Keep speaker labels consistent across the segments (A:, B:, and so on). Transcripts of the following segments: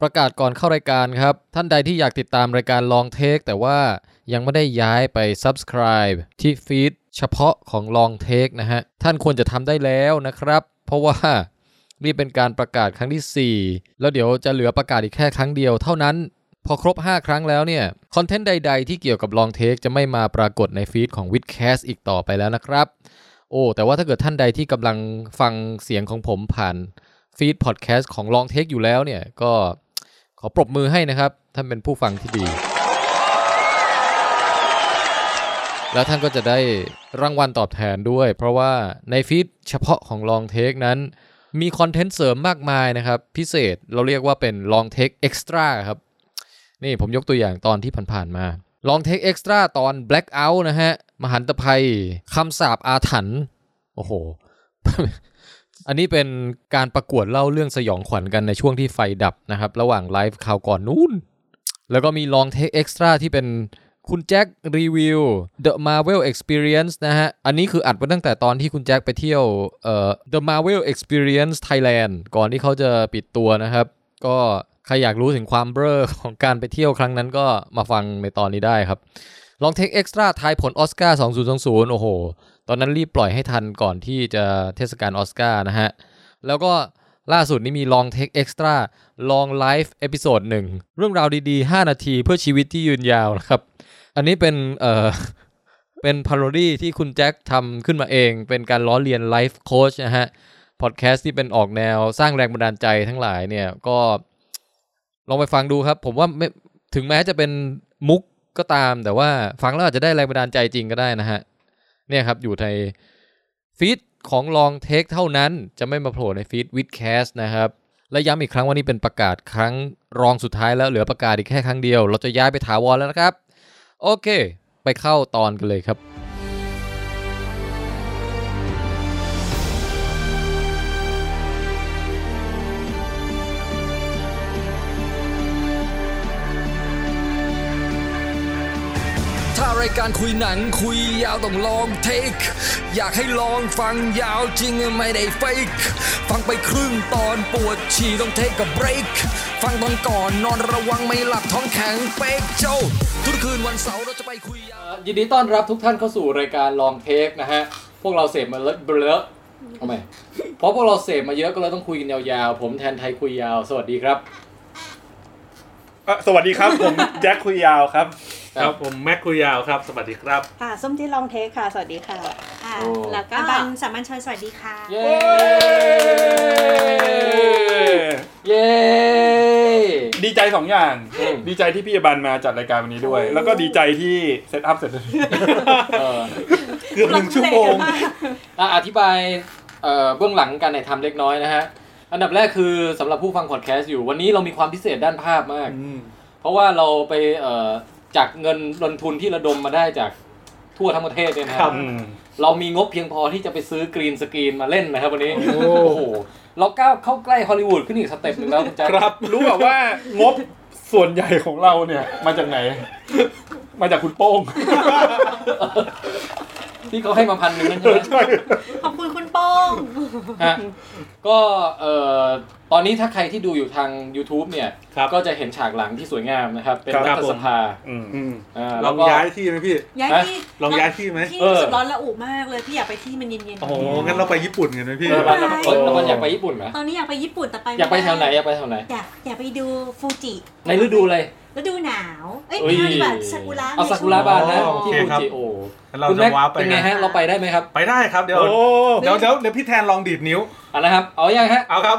A: ประกาศก่อนเข้ารายการครับ ท่านใดที่อยากติดตามรายการลองเทคแต่ว่ายังไม่ได้ย้ายไป Subscribe ที่ฟีดเฉพาะของลองเทคนะฮะ ท่านควรจะทำได้แล้วนะครับ เพราะว่า นี่เป็นการประกาศครั้งทีสี่ 4 แล้วเดี๋ยวจะเหลือประกาศอีกแค่ครั้งเดียวเท่านั้น พอครบ 5 ครั้งแล้วเนี่ย คอนเทนต์ใด ๆ ที่เกี่ยวกับลองเทคจะไม่มาปรากฏในฟีดของ w i t c a s t อีกต่อไปแล้วนะครับ โอ้ แต่ว่าถ้าเกิดท่านใดที่กำลังฟังเสียงของผมผ่านฟีดพอดแคสต์ของลองเทคอยู่แล้วเนี่ย ก็ขอปรบมือให้นะครับ ท่านเป็นผู้ฟังที่ดี แล้วท่านก็จะได้รางวัลตอบแทนด้วย เพราะว่าในฟีดเฉพาะของลองเทคนั้น มีคอนเทนต์เสริมมากมายนะครับ พิเศษเราเรียกว่าเป็นลองเทคเอ็กซ์ตร้าครับ นี่ผมยกตัวอย่างตอนที่ผ่านๆมา ลองเทคเอ็กซ์ตร้าตอน Blackout นะฮะ มหันตภัยคำสาปอาถรรพ์โอ้โห อันนี้เป็นการประกวดเล่าเรื่องสยองขวัญกันในช่วงที่ไฟดับนะครับ ระหว่างไลฟ์คราวก่อนนู้น แล้วก็มีลองเทคเอ็กซ์ตร้าที่เป็นคุณแจ็ครีวิว The Marvel Experience นะฮะ อันนี้คืออัดมาตั้งแต่ตอนที่คุณแจ็คไปเที่ยวเอ่อ The Marvel Experience Thailand ก่อนที่เขาจะปิดตัวนะครับ ก็ใครอยากรู้ถึงความเบ้อของการไปเที่ยวครั้งนั้นก็มาฟังในตอนนี้ได้ครับ ลองเทคเอ็กซ์ตร้าทายผลออสการ์2020 โอ้โห ตอนนั้นรีบปล่อยให้ทันก่อนที่จะเทศกาลออสการ์นะฮะ แล้วก็ล่าสุดนี้มีลองเทคเอ็กซ์ตร้าลองไลฟ์เอพิโซดหนึ่งเรื่องราวดีๆ 5 นาทีเพื่อชีวิตที่ยืนยาวนะครับ อันนี้เป็นเอ่อ เป็นพาโรดี้ที่คุณแจ็คทำขึ้นมาเอง เป็นการล้อเลียนไลฟ์โค้ชนะฮะ พอดแคสต์ที่เป็นออกแนวสร้างแรงบันดาลใจทั้งหลายเนี่ยก็ ลองไปฟังดูครับ ผมว่าไม่ถึงแม้จะเป็นมุกก็ตาม แต่ว่าฟังแล้วอาจจะได้แรงบันดาลใจจริงก็ได้นะฮะ เนี่ยครับ อยู่ในฟีดของลองเทคเท่านั้นจะไม่มาโผล่ในฟีดวิดแคสนะครับ และย้ำอีกครั้งว่านี่เป็นประกาศครั้งรองสุดท้ายแล้วเหลือประกาศอีกแค่ครั้งเดียว เราจะย้ายไปถาวรแล้วนะครับ โอเค ไปเข้าตอนกันเลยครับ
B: ถ้ารายการคุยหนังคุยยาวต้องลองเทค อยากให้ลองฟังยาวจริงไม่ได้เฟกฟังไปครึ่งตอนปวดฉี่ต้องเทคกับเบรก ฟังตอนก่อนนอนระวังไม่หลับท้องแข็งเป๊กเจ้า ทุกคืนวันเสาร์เราจะไปคุยยาว
A: ยินดีต้อนรับทุกท่านเข้าสู่รายการลองเทคนะฮะ พวกเราเสพมาเลอะเบลอะทำไมเพราะพวกเราเสพมาเยอะก็เลยต้องคุยกันยาวๆ ผมแทนไทยคุยยาว สวัสดีครับ
C: อ่ะสวัสดีครับ ผม แจ็คคุยยาวครับ
D: ครับผมแม็กคุยยาวครับ สวัสดีครับ
E: ค่ะส้มที่ลองเทคค่ะ สวัสดีค่ะ
F: ค่ะ
A: โอ้
F: แล้วก็บันสามัญชนสวัสดีค่ะ
A: เย้ เย้
C: ดีใจสองอย่าง
A: อืม
C: ดีใจที่พี่อบันมาจัดรายการวันนี้ด้วย แล้วก็ดีใจที่เซตอัพเสร็จแล้ว
A: เออ
C: เกือบหนึ่งชั่วโมง
A: อ่ะอธิบายเอ่อเบื้องหลังการถ่ายทำเล็กน้อยนะฮะ อันดับแรกคือสำหรับผู้ฟังพอดแคสต์อยู่ วันนี้เรามีความพิเศษด้านภาพมาก เพราะว่าเราไปเอ่อจากเงินลงทุนที่ระดมมาได้จากทั่วทั้งประเทศเนี่ยนะค
D: ครั
A: รับ
D: บ
C: อืม
A: เรามีงบเพียงพอที่จะไปซื้อกรีนสกรีนมาเล่นนะครับวันนี้ โอ้โห เราก้าวเข้าใกล้ฮอลลีวูดขึ้นอีกสเต็ปหนึ่งแล้วคุณแจ๊ค
C: ครับรู้แบบว่างบส่วนใหญ่ของเราเนี่ย มาจากไหน มาจากคุณโป้ง
A: ที่เขาให้มาพันหนึ่งนั่นใช่ไหม
F: ขอบคุณคุณโป้ง
A: ฮะก็เอ่อตอนนี้ถ้าใครที่ดูอยู่ทาง YouTube เนี่ย
D: ครับ
A: ก็จะเห็นฉากหลังที่สวยงามนะครับ เป็น
D: ครับ
A: รัฐสภา
C: อืม
A: อ่า
D: ล
A: แล้ว
D: อง
A: ก็
D: ย้ายที่ไหมพี่
F: ย้าย
A: ฮะ
F: ที่
D: ลองย้ายที่ไหม
F: ที่
A: เออ
F: รู้สึกร้อนระอุมากเลย พี่อยากไปที่มันเย็น
D: โอ้โหงั้นเราไปญี่ปุ่นกันไหมพี่
A: เออเราเราเราเราเราอยากไปญี่ปุ่นไหม
F: ๆ ตอนนี้อยากไปญี่ปุ่นแต่ไปม่
A: อยากไปแถวไหน อยากไปแถวไหน
F: อยากอยากไปดูฟูจิ
A: ในฤดูอะไร
F: ฤดูหนาวเอ้ย
A: เอ้ย
F: ไม่แบบซากุระ
A: เอาซากุระบ้านนะ
D: อ๋อ
A: ที่
D: โอ
A: ฟู
D: เคครับ
A: จิโอ
D: งั้นเรา
A: คุณ
D: จะ
A: แม็ก
D: ว้าร์ปไป
A: เป็นไง
D: กัน
A: ฮะเราไปได้ไหมครับ
D: ไปได้ครับเดี๋ยว
C: โอ้
D: เดี๋ยวเดี๋ยวเดี๋ยวพี่แทนลองดีดนิ้ว
A: เอ่ะนะครับ เอายังฮะ
D: เอาครับ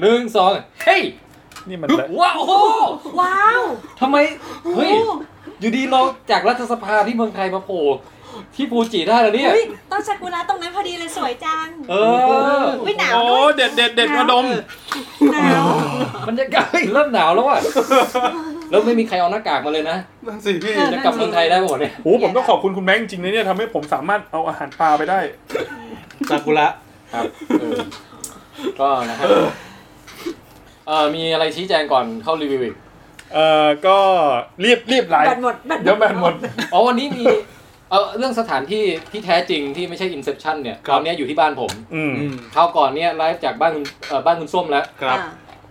A: หนึ่งสองเฮ้ย
C: นี่มันละ
A: ว้าวโอ้โห
F: ว้าว
A: ทำไมเฮ้ยอยู่ดีเราจากรัฐสภาที่เมืองไทยมาโผล่ที่ฟูจิได้แล้วเนี่ย
F: เฮ้ยต้นซากุระตรงนั้นพอดีเลยสวยจัง
A: เออ
F: วิหนาว
C: โอ้
F: ด้วย
C: เด็ดเด็ดเด็ดมาดม
F: หนาว
A: บรรยากาศเริ่มหนาวแล้วอ่ะ แล้วไม่มีใครเอาหน้ากากมาเลยนะ
D: นั่นสิพี่
A: จะกลับเมืองไทยได้ป่ะเนี่ย
C: โอ้ผมต้องขอบคุณคุณแม็กซ์จริงๆนะเนี่ยทำให้ผมสามารถเอาอาหารปลาไปได้
D: ซากุระ
A: ครับเออก็นะครับเออมีอะไรชี้แจงก่อนเข้ารีวิวอีก
C: เอ่อ ก็รีบรีบไล
F: แบ
C: ฟ์
F: ตหมดแบตหม
C: เดี๋ยว
F: ด
C: แบนหมด
A: อ๋อวันนี้มี เออเรื่องสถานที่ที่แท้จริงที่ไม่ใช่ Inception เนี่ย
D: ค
A: ค
D: รั
A: รา
D: บ
A: วเนี้ยอยู่ที่บ้านผม
C: อืม
D: อืม
A: คราวก่อนเนี่ยไลฟ์จากบ้านคุณเอ่อบ้านคุณส้มแล้ว
D: ครับ
E: อ่า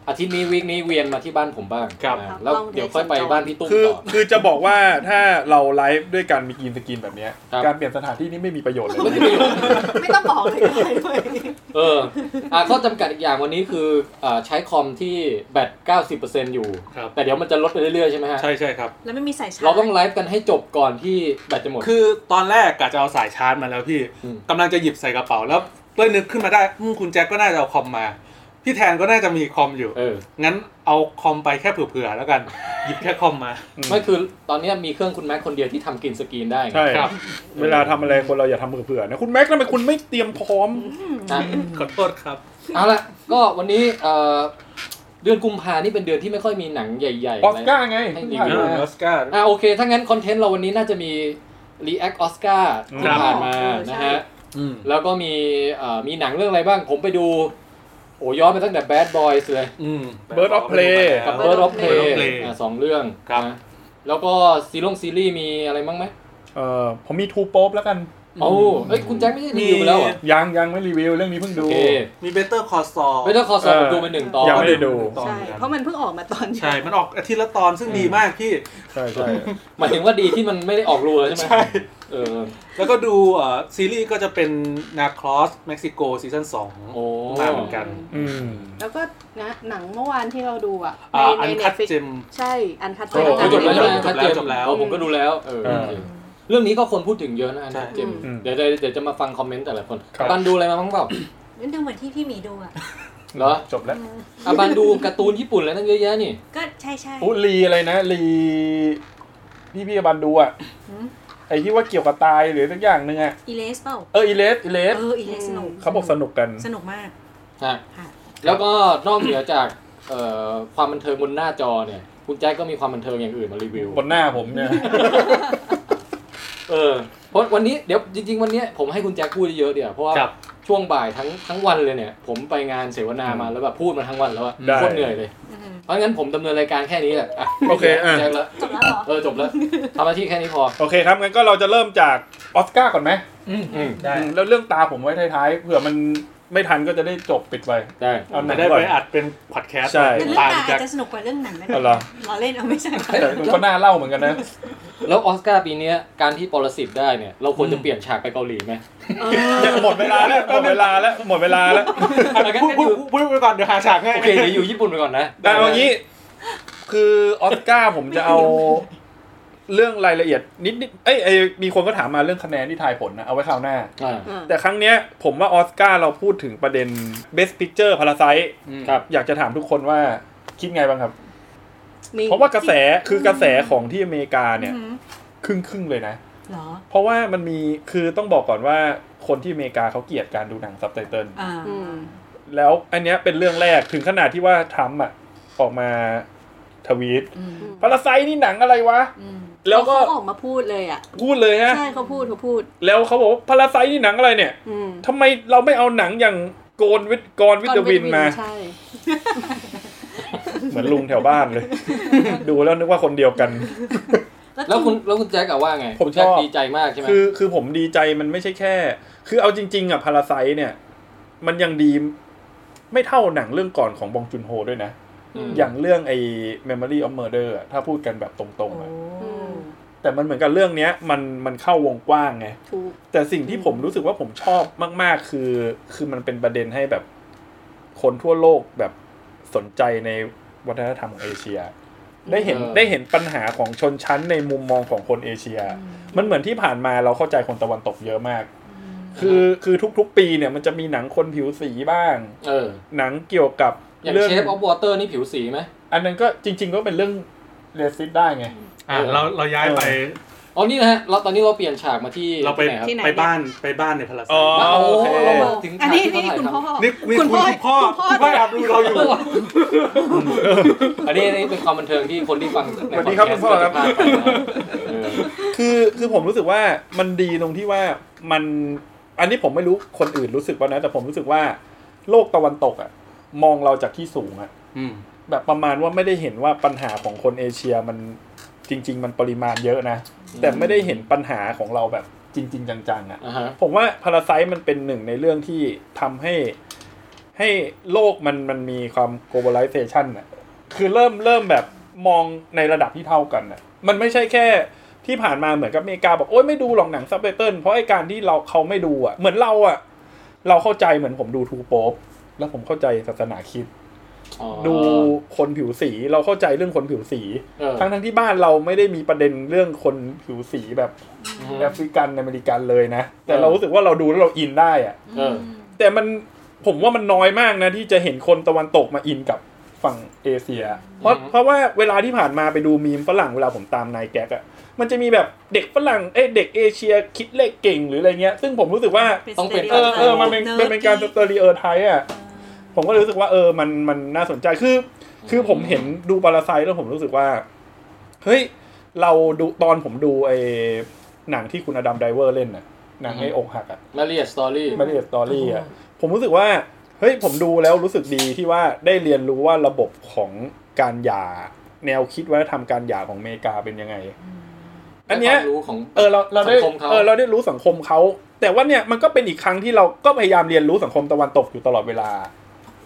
A: อาทิตย์นี้วีคนี้เวียนมาที่บ้านผมบ้าง
C: ครับ
A: อ่าแล้วเดี๋ยวค่อยไปบ้านพี่ตุ้ม
C: คือ
A: ต่อ
C: คือจะบอกว่าถ้าเราไลฟ์ด้วยการมีกรีนสกรีนแบบเนี้ย
A: ครับ
C: การเปลี่ยนสถานที่นี่ไม่มีประโยชน์เลย
A: ไม่ได้ประโยชน์
F: ไม่ต้องบอกเลยก็ได้ด้วย
A: เอออ่ะข้อจำกัดอีกอย่างวันนี้คืออ่าใช้คอมที่แบต 90%อยู่
D: ครับ
A: แต่เดี๋ยวมันจะลดไปเรื่อยๆใช่ไหมฮะ
D: ใช่ใช่ครับ
F: แล้วไม่มีสายชา
A: เราต้องไลฟ์กันให้จบก่อนที่แบตจะหมด
D: คือตอนแรกกะจะเอาสายชาร์จมาแล้วพี่
A: อืม
D: กำลังจะหยิบใส่กระเป๋าแล้วเล้ยนึกขึ้นมาได้อืมคุณแจ็คก็น่าจะเอาคอมมา พี่แทนก็น่าจะมีคอมอยู่
A: เออ
D: งั้นเอาคอมไปแค่เผื่อๆแล้วกัน หยิบแค่คอมมา
A: ไม่คือตอนเนี้ยมีเครื่องคุณแม็กคนเดียวที่ทำกรีนสกรีนได้ไง
C: ใช่
D: ครับ
C: เวลาทำอะไรคนเราอย่าทำเผื่อๆนะคุณแม็กซ์ทำไมคุณไม่เตรียมพร้อม
A: อ่ะ
D: ขอโทษครับ
A: เอาละก็วันนี้เอ่อเดือนกุมภานี่เป็นเดือนที่ไม่ค่อยมีหนังใหญ่ๆ
C: อ
A: อะ
C: อส
A: ไร
C: การ์ไง
A: ให้
C: เพิ่ง
A: รี
C: ผ่าน
A: วิว
C: มา
D: ออสการ์
A: อ่ะโอเค ถ้างั้นคอนเทนต์เราวันนี้น่าจะมีรีแอคออสการ์ที่
D: ครับ
A: ผ่านมานะฮะ แล้วก็มีเอ่อมีหนังเรื่องอะไรบ้างผมไปดู โอ้ย้อนไปตั้งแต่ Bad Boys เลย
D: อืม
C: Bird of Prey
A: กับ
D: Bird
A: Bird of Prey
D: of Prey
A: อ่ะสองเรื่อง
D: ครับ
A: นะแล้วก็ซีรงซีรีส์มีอะไรบ้างไหม
C: เออผมมีทูโป๊ปแล้วกัน
A: โอ้เอ้ยคุณแจ็คไม่ได้รีวิวไปแล้วเหรอ
C: ยังยังไม่รีวิวเรื่องนี้เพิ่ง
A: โอ
C: ดู
A: เค
D: มีเบเตอร์คอร์ซอ
A: ไม่ต้องคอสอบผมดูไปหนึ่งตอน
C: ยังไม่ได้ดู
G: ใช่ เพราะมันเพิ่งออกมาตอน
D: ใช่ มันออกอาทิตย์ละตอนซึ่งดีมากพี่
C: ใช่ใช่
A: หมายถึงว่าดีที่มันไม่ได้ออกรูแล้วใช่ไหม
D: ใช่
A: เออ
D: แล้วก็ดูเอ่อซีรีส์ก็จะเป็นนาคลอสเม็กซิโกซีซั่นสอง
A: โอ้
D: มาเหมือนกัน
C: อืม
G: แล้วก็นะหนังเมื่อวานที่เราดูอ่ะ
D: อ่า
G: ใน
D: อัน
G: ใน
D: คัด
G: Netflix
D: เจม
G: ใช่ อันคัด
C: โอ้
A: เออจบแล้ว
G: ใช่
A: ใช่ไหม
D: จบ
G: ไหม
D: แล้วจบแล้ว
A: เออผมก็ดูแล้วเออ
C: เออ
A: โอเคเรื่องนี้ก็คนพูดถึงเยอะนะอัน
D: ใช่
A: นี้เจมส์
G: อืม
A: เดี๋ยวเดี๋ยวเดี๋ยวจะมาฟังคอมเมนต์แต่ละคน
C: ครับ
A: ปันดูอะไรมาบ้างเปล่า
F: นั่นดูเหมือนที่พี่หมีดูอ่ะ
A: เหรอ
C: จบแล้ว
A: อ่ะปันดูการ์ตูนญี่ปุ่นอะไรตั้งเยอะแยะนี่
F: ก็ใช่ใช่
C: อุยลีอะไรนะลีพี่พี่บันดูอ่ะไอที่ว่าเกี่ยวกับตายหรือสักอย่างหนึ่งอ่ะ
F: อีเลสเปล่า
C: เอออีเลสอีเลส
F: เอออีเลสสนุก
C: เขาบอกสนุกกัน
F: สนุกมาก
A: ฮะ
F: ค่ะ
A: แล้วก็นอกเหนือจากเอ่อความบันเทิงบนหน้าจอเนี่ย คุณแจ็คก็มีความบันเทิงอย่างอื่นมารีวิว
C: บนหน้าผมเนี่ย
A: เออเพราะวันนี้เดี๋ยวจริง ๆ วันเนี้ยผมให้คุณแจ็คพูดเยอะเดี๋ยวาเพราะว่า
D: ครับ
A: ช่วงบ่ายทั้งทั้งวันเลยเนี่ย ผมไปงานเสวนามาแล้วแบบพูดมาทั้งวันแล้วอะ
C: ได้
A: โคตรเหนื่อยเลย
F: อืม
A: เพราะงั้นผมดำเนินรายการแค่นี้แหละะ
C: โอเคอ่ะ
A: แจ็คละ
F: จบแล้วเหรอ
A: เออจบแล้วทำหน้าที่แค่ นี้พอ
C: โอเคครับงั้นก็เราจะเริ่มจากออสการ์ก่อนไหม
A: อืม
D: ได้
C: อืมแล้วเรื่องตาผมไว้ท้ายๆเผื่อมันไม่ทันก็จะได้จบปิดไป
A: ได้
C: เอาหนั
D: แต่
C: ง
D: ได้
C: ก่อน
D: ไปอัดเป็นพอดแคสต์
C: ใช่
F: แต่เรื่อง
D: ตา
F: ตา
D: แจ็
F: อา
D: ค
F: จจะสนุกกว่าเรื่องหนังนะ
C: อะไร
F: เราเล่นเอาไม่ใช่ค่ะ
C: แต่มันก็น่าเล่าเหมือนกันนะ
A: แล้วออสการ์ปีเนี้ยการที่ปรสิตได้เนี่ยเราควรจะเปลี่ยนฉากไปเกาหลีไหม
C: หมดเวลาแล้วหมดเวลาแล้วหมดเวลาแล้ว
D: อ่ะพูดพูดพูดไปก่อนเดี๋ยวหาฉากให้
A: โอเคเดี๋ยวอยู่ญี่ปุ่นไปก่อนนะ
C: แต่เอางี้ คือออสการ์ผมจะเอาเรื่องรายละเอียดนิดนิดเอ้ยเอ้ยมีคนก็ถามมาเรื่องคะแนนที่ทายผลนะ เอาไว้คราวหน้า
A: อ่า
G: อืม
C: แต่ครั้งเนี้ยผมว่าออสการ์เราพูดถึงประเด็น Best Picture Parasite
D: อืม
A: ครับ
C: อยากจะถามทุกคนว่าคิดไงบ้างครับ
G: มี
C: เพราะว่ากระแสคือกระแสของที่อเมริกาเนี่ย ครึ่งครึ่งๆเลยนะ
F: เหรอ
C: เพราะว่ามันมีคือต้องบอกก่อนว่าคนที่อเมริกาเขาเกลียดการดูหนังซับไตเติล
F: อ่า
G: อืม
C: แล้วอันเนี้ยเป็นเรื่องแรกถึงขนาดที่ว่าทรัมป์อ่ะ ออกมาทวีต
F: อืม
C: พาราไซนี่หนังอะไรวะ
F: อืม
C: แล้วก็
G: เขาออกมาพูดเลยอ่ะ
C: พูดเลยนะ
G: ใช่เขาพูดเขาพูด
C: แล้วเขาบอกว่าพาราไซนี่หนังอะไรเนี่ย
G: อืม
C: ทำไมเราไม่เอาหนังอย่างโกนวิทกรวิทวินมา
G: ใช่
C: เหมือนลุงแถวบ้านเลย ดูแล้วนึกว่าคนเดียวกัน
A: แล้
F: แล้วว
A: คุ
F: คุณ ณ
A: แล้วคุณแจ็คอะว่าไง
C: ผมชอบ
A: แจ็คดีใจมากใช่ไหม
C: คือคือผมดีใจมันไม่ใช่แค่ คือเอาจริง ๆอ่ะพาราไซเนี่ย มันยังดีไม่เท่าหนังเรื่องก่อนของบองจุนโฮด้วยนะ
A: ม
C: อย่างเรื่องไอ้ Memory of Murder อะถ้าพูดกันแบบตรงๆอะ
G: อืม
C: แต่มันเหมือนกับเรื่องเนี้ยมันมันเข้าวงกว้างไง
G: ถูก
C: แต่สิ่งที่ผมรู้สึกว่าผมชอบมาก ๆ คือ คือมันเป็นประเด็นให้แบบ คนทั่วโลกแบบสนใจในวัฒนธรรมของเอเชีย ได้เห็น
A: เออ
C: ได้เห็นปัญหาของชนชั้นในมุมมองของคนเอเชีย มันเหมือนที่ผ่านมาเราเข้าใจคนตะวันตกเยอะมาก คือคือทุกๆ ปีเนี่ยมันจะมีหนังคนผิวสีบ้าง
A: เออ
C: หนังเกี่ยวกับ
A: อย่าง
C: เรื่อง
A: เชฟออฟวอเตอร์นี่ผิวสีไหม
C: อันนั้นก็จริง ๆ ก็เป็นเรื่องเรสซิตได้ไง
D: อ่ะเราเราย้ายไป
A: อ๋อนี่นะฮะเราตอนนี้เราเปลี่ยนฉากมาที่
D: เราไป
A: หนครับ
G: ที่ไหน
D: ไปบ้านไปบ้านในพลา
C: อ๋อ
D: ซ่า
A: ว้าว
C: โอเค
A: เรามาถึงฉา
G: อัน
A: ก
G: นี้
A: ที่
G: นี่คุณพ่อ
A: เขาถ่ายท
D: นี่คุย
G: คุ
D: คุณ ณ
G: พ่
D: พ่อคุณ ณพ่
G: อคุพ่อ
D: อแอบดูเราอยู่
A: ำอันนี้อันนี้เป็นความบันเทิงที่คนที่ฟังใน
C: สวัสดีครับคุณพ่อครับ
A: จะพลาดไปนะเออ
C: คือคือผมรู้สึกว่ามันดีตรงที่ว่ามันอันนี้ผมไม่รู้คนอื่นรู้สึกว่านะ แต่ผมรู้สึกว่าโลกตะวันตกอะมองเราจากที่สูงอะ
D: อืม
C: แบบประมาณว่าไม่ได้เห็นว่าปัญหาของคนเอเชียมันจริง ๆ มันปริมาณเยอะนะ แต่ไม่ได้เห็นปัญหาของเราแบบจริง ๆ จังๆอะ
A: อ่าฮะ
C: ผมว่าพาราไซมันเป็นหนึ่งในเรื่องที่ทำให้ ให้โลกมันมันมีความ globalization น่ะคือเริ่มเริ่มแบบมองในระดับที่เท่ากันน่ะมันไม่ใช่แค่ที่ผ่านมาเหมือนกับอเมริกาบอกโอ๊ยไม่ดูหรอกหนังซับไตเติลเพราะไอการที่เราเขาไม่ดูอ่ะ เหมือนเราอ่ะ เราเข้าใจเหมือนผมดูทูโป๊ปแล้วผมเข้าใจศาสนาคริด ดูคนผิวสีเราเข้าใจเรื่องคนผิวสี
D: เออ
C: ทั้งทั้งที่บ้านเราไม่ได้มีประเด็นเรื่องคนผิวสีแบบแอฟริกันอเมริกันเลยนะ แต่เรารู้สึกว่าเราดูแล้วเราอินได้อะ
D: เออ
C: แต่มันผมว่ามันน้อยมากนะ ที่จะเห็นคนตะวันตกมาอินกับฝั่งเอเชีย เพราะ
D: อืม
C: เพราะว่าเวลาที่ผ่านมาไปดูมีมฝรั่งเวลาผมตามนายแก๊กอะมันจะมีแบบเด็กฝรั่งเอ้ยเด็กเอเชียคิดเลขเก่งหรืออะไรเงี้ย ซึ่งผมรู้สึกว่า
A: ต้องเป็น
C: เออเออมันเป็นมันเป็นการสเตอริโอไทป์อ่ะ ผมก็เลยรู้สึกว่าเออมันมันน่าสนใจคือ คือผมเห็นดูปาราไซแล้วผมรู้สึกว่า เฮ้ย เราดูตอนผมดูไอ้หนังที่คุณอดัมไดเวอร์เล่นน่ะหนังไอ้อกหักอ่ะ
A: มาเรียสตอรี่
C: มาเรียสตอรี่อ่ะ ผมรู้สึกว่า เฮ้ย ผมดูแล้วรู้สึกดีที่ว่าได้เรียนรู้ว่าระบบของการหย่า แนวคิดวัฒนธรรมการหย่าของอเมริกาเป็นยังไง อันเนี้ย
A: รู้ของ
C: เออเราเราได้
A: สังคมเขา
C: เออเราได้รู้สังคมเขา แต่ว่าเนี่ยมันก็เป็นอีกครั้งที่เราก็พยายามเรียนรู้สังคมตะวันตกอยู่ตลอดเวลา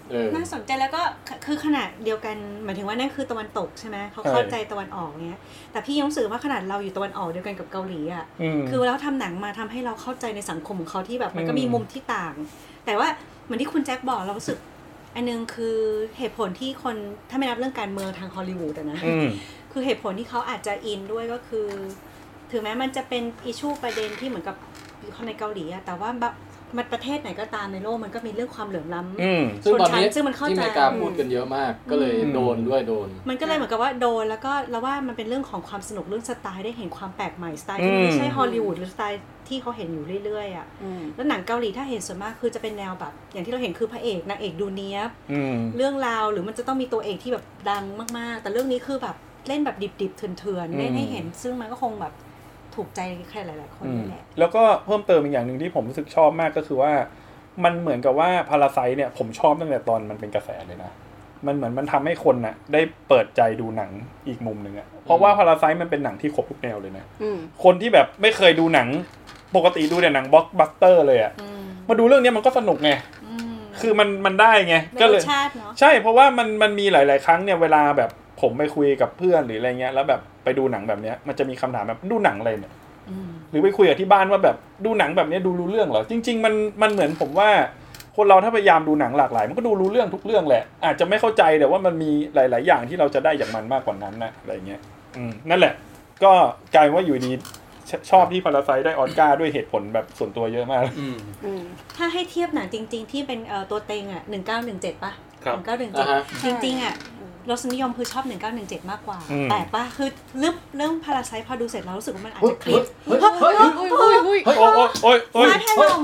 A: เออ
F: น่าสนใจแล้วก็คคือขนาดเดียวกัน หมายถึงว่านั่นคือตะวันตกใช่ไหมเขา
C: ใช่
F: เข้าใจตะวันออกเนี้ยแต่พี่ยังรู้สึกว่าขนาดเราอยู่ตะวันออกเดียวกันกับเกาหลีอ่ะ
C: อืม
F: คือเราทำหนังมาทำให้เราเข้าใจในสังคมของเขาที่แบบมันก็
C: อืม
F: มีมุมที่ต่าง แต่ว่าเหมือนที่คุณแจ็คบอกเรารู้สึก อันนึงคือเหตุผลที่คนถ้าไม่นับเรื่องการเมืองทางฮอลลีวูดอะนะ
C: ม
F: คือเหตุผลที่เขาอาจจะอินด้วยก็คือ ถึงแม้มันจะเป็นอิชูประเด็นที่เหมือนกับคนในเกาหลีอะแต่ว่าแบบมันประเทศไหนก็ตามในโลกมันก็มีเรื่องความเหลื่อมล้ำ
C: อืม
A: ซึ่งตอนนี้
F: ชนชั้นซึ่งมันเข้าใจ
A: ที่อเมริกาพูดกันเยอะมาก ก็เลย
C: อืม
A: โดนด้วยโดน
F: มันก็เลยเหมือนกับว่าโดนแล้วก็เราว่ามันเป็นเรื่องของความสนุกเรื่องสไตล์ได้เห็นความแปลกใหม่สไตล์ที่
C: อื
F: ไม่
C: ม
F: ใช่ฮอลลีวูดหรือสไตล์ที่เขาเห็นอยู่เรื่อยๆอะ
G: อืม
F: แล้วหนังเกาหลีถ้าเห็นส่วนมากคือจะเป็นแนวแบบ อย่างที่เราเห็นคือพระเอกนางเอกดูเนี้ยบ
C: อืม
F: เรื่องราวหรือมันจะต้องมีตัวเอกที่แบบดังมากๆ แต่เรื่องนี้คือแบบเล่นแบบดิบๆเถื่อนๆเล่นให้เห็น ซึ่งมันก็คงแบบถูกใจใครหลาย ๆ คนนั่นแหละ
C: แล้วก็เพิ่มเติมอีกอย่างหนึ่งที่ผมรู้สึกชอบมากก็คือว่า มันเหมือนกับว่าพาราไซเนี่ยผมชอบตั้งแต่ตอนมันเป็นกระแสเลยนะ มันเหมือนมันทำให้คนน่ะได้เปิดใจดูหนังอีกมุมหนึ่งอะเพราะว่าพาราไซมันเป็นหนังที่ครบทุกแนวเลยนะ
G: อืม
C: คนที่แบบไม่เคยดูหนังปกติดูแต่หนังบล็อกบัสเตอร์เลยอะ
F: อืม
C: มาดูเรื่องเนี้ยมันก็สนุกไง
F: อืม
C: คือมันมันได้ไง
F: ได้
C: ก็
F: ร
C: เลย
F: สชาติเนาะ
C: ใช่เพราะว่ามันมันมีหลาย ๆ ครั้งเนี่ยเวลาแบบผมไปคุยกับเพื่อนหรืออะไรเงี้ยแล้วแบบไปดูหนังแบบเนี้ยมันจะมีคำถามแบบดูหนังอะไรเนี่ย
F: อืม
C: หรือไปคุยกับที่บ้านว่าแบบดูหนังแบบเนี้ยดูรู้เรื่องเหรอ จริง ๆ มันมันเหมือนผมว่า คนเราถ้าพยายามดูหนังหลากหลาย มันก็ดูรู้เรื่องทุกเรื่องแหละ อาจจะไม่เข้าใจแต่ว่ามันมีหลาย ๆ อย่างที่เราจะได้จากมันมากกว่านั้นนะอะไรเงี้ยอืมนั่นแหละ ก็กลายเป็นว่าอยู่ดีชชอบที่พาราไซได้ออสการ์ด้วยเหตุผลแบบส่วนตัวเยอะมาก
D: อืม
G: อืม
F: ถ้าให้เทียบหนังจริง ๆ ที่เป็นเอ่อตัวเต็งอ่ะหนึ่งเก้าหนึ่งเจ็ดป่ะ
D: ครับ
F: หนึ่งเก้าหนึ่งเจ็
A: อ่า
F: ด
A: ฮะ
F: จริงๆอ่ะรสนิยมคือชอบ 1917 มากกว่า
C: อืม
F: แต่ป่ะคือเรื่องเรื่องพาราไซพอดูเสร็จแล้วรู้สึกว่ามันอาจจะคลิป
A: เฮ้ยเฮ้ยเฮ้ยเฮ้ยเฮ้ย
C: โอ้ยโอ้ยโอ้ยโอ้ย
F: ฟ้าถล่ม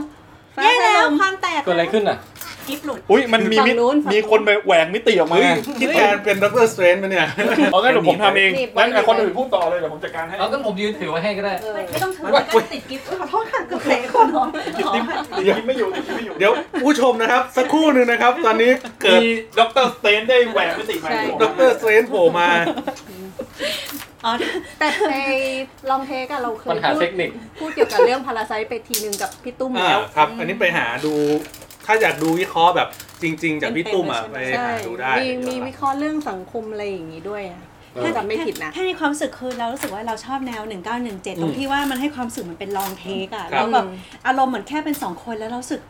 F: แย่แล้วความแตก
A: เกิดอะไรขึ้นอ่ะ
F: คลิปหลุด
C: อุ้ยมันมีมิ
G: ฝั่งนู้นฝั่งนู้น
C: มีคนไปแหวกมิติออกมา
D: เฮ้ยที่แทนเป็นด็อกเตอร์สเตรนจ์ปะเนี่ย
C: เอางั้นเดี๋ยวผมทำเอง
G: หนีบไว้
C: งั้นคนอื่นพูดต่อเลยเดี๋ยวผมจัดการให้
A: เอางั้นผมยืนถือไว้ให้ก็ได้
G: เออ
F: ไม่ต้องถือมันก็ติดกิฟต์ขอโทษค่ะเกือบแตกคนหรอขออภัย
C: เดี๋ยวไม่อยู่เดี๋ยวไม่อยู่
D: เดี๋ยวผู้ชมนะครับ สักครู่หนึ่งนะครับ ตอนนี้เกิด
C: มีด็อกเตอร์สเตนได้แหวกมิติใหม่
D: ด็อกเตอร์สเตรนจ์โผล่มา
F: อ๋อ
G: แต่ในลองเทคอะเราเคย
A: ปัญหา
G: พู
A: เท
G: ด
A: คนิค
G: พูดเกี่ยวกับเรื่องพาราไซไปทีนึงกับพี่ตุ้ม
D: อ่า
G: แล้ว
D: ครับ อันนี้ไปหาดู ถ้าอยากดูวิเคราะห์แบบจริง ๆ จากพี่ตุ้มอ่ะไป
G: ใช่
D: หาดูได้
G: มีมีวิเคราะห์เรื่องสังคมอะไรอย่างนี้ด้วยอะถ้าจำไม่ผิดนะ
F: แค่ในความรู้สึกคือเรารู้สึกว่าเราชอบแนว 1917 ตรงที่ว่ามันให้ความรู้สึกเหมันเป็นลองเทคอะแล้วแบบอารมณ์เหมือนแค่เป็นสองคนแล้วเรารู้สึก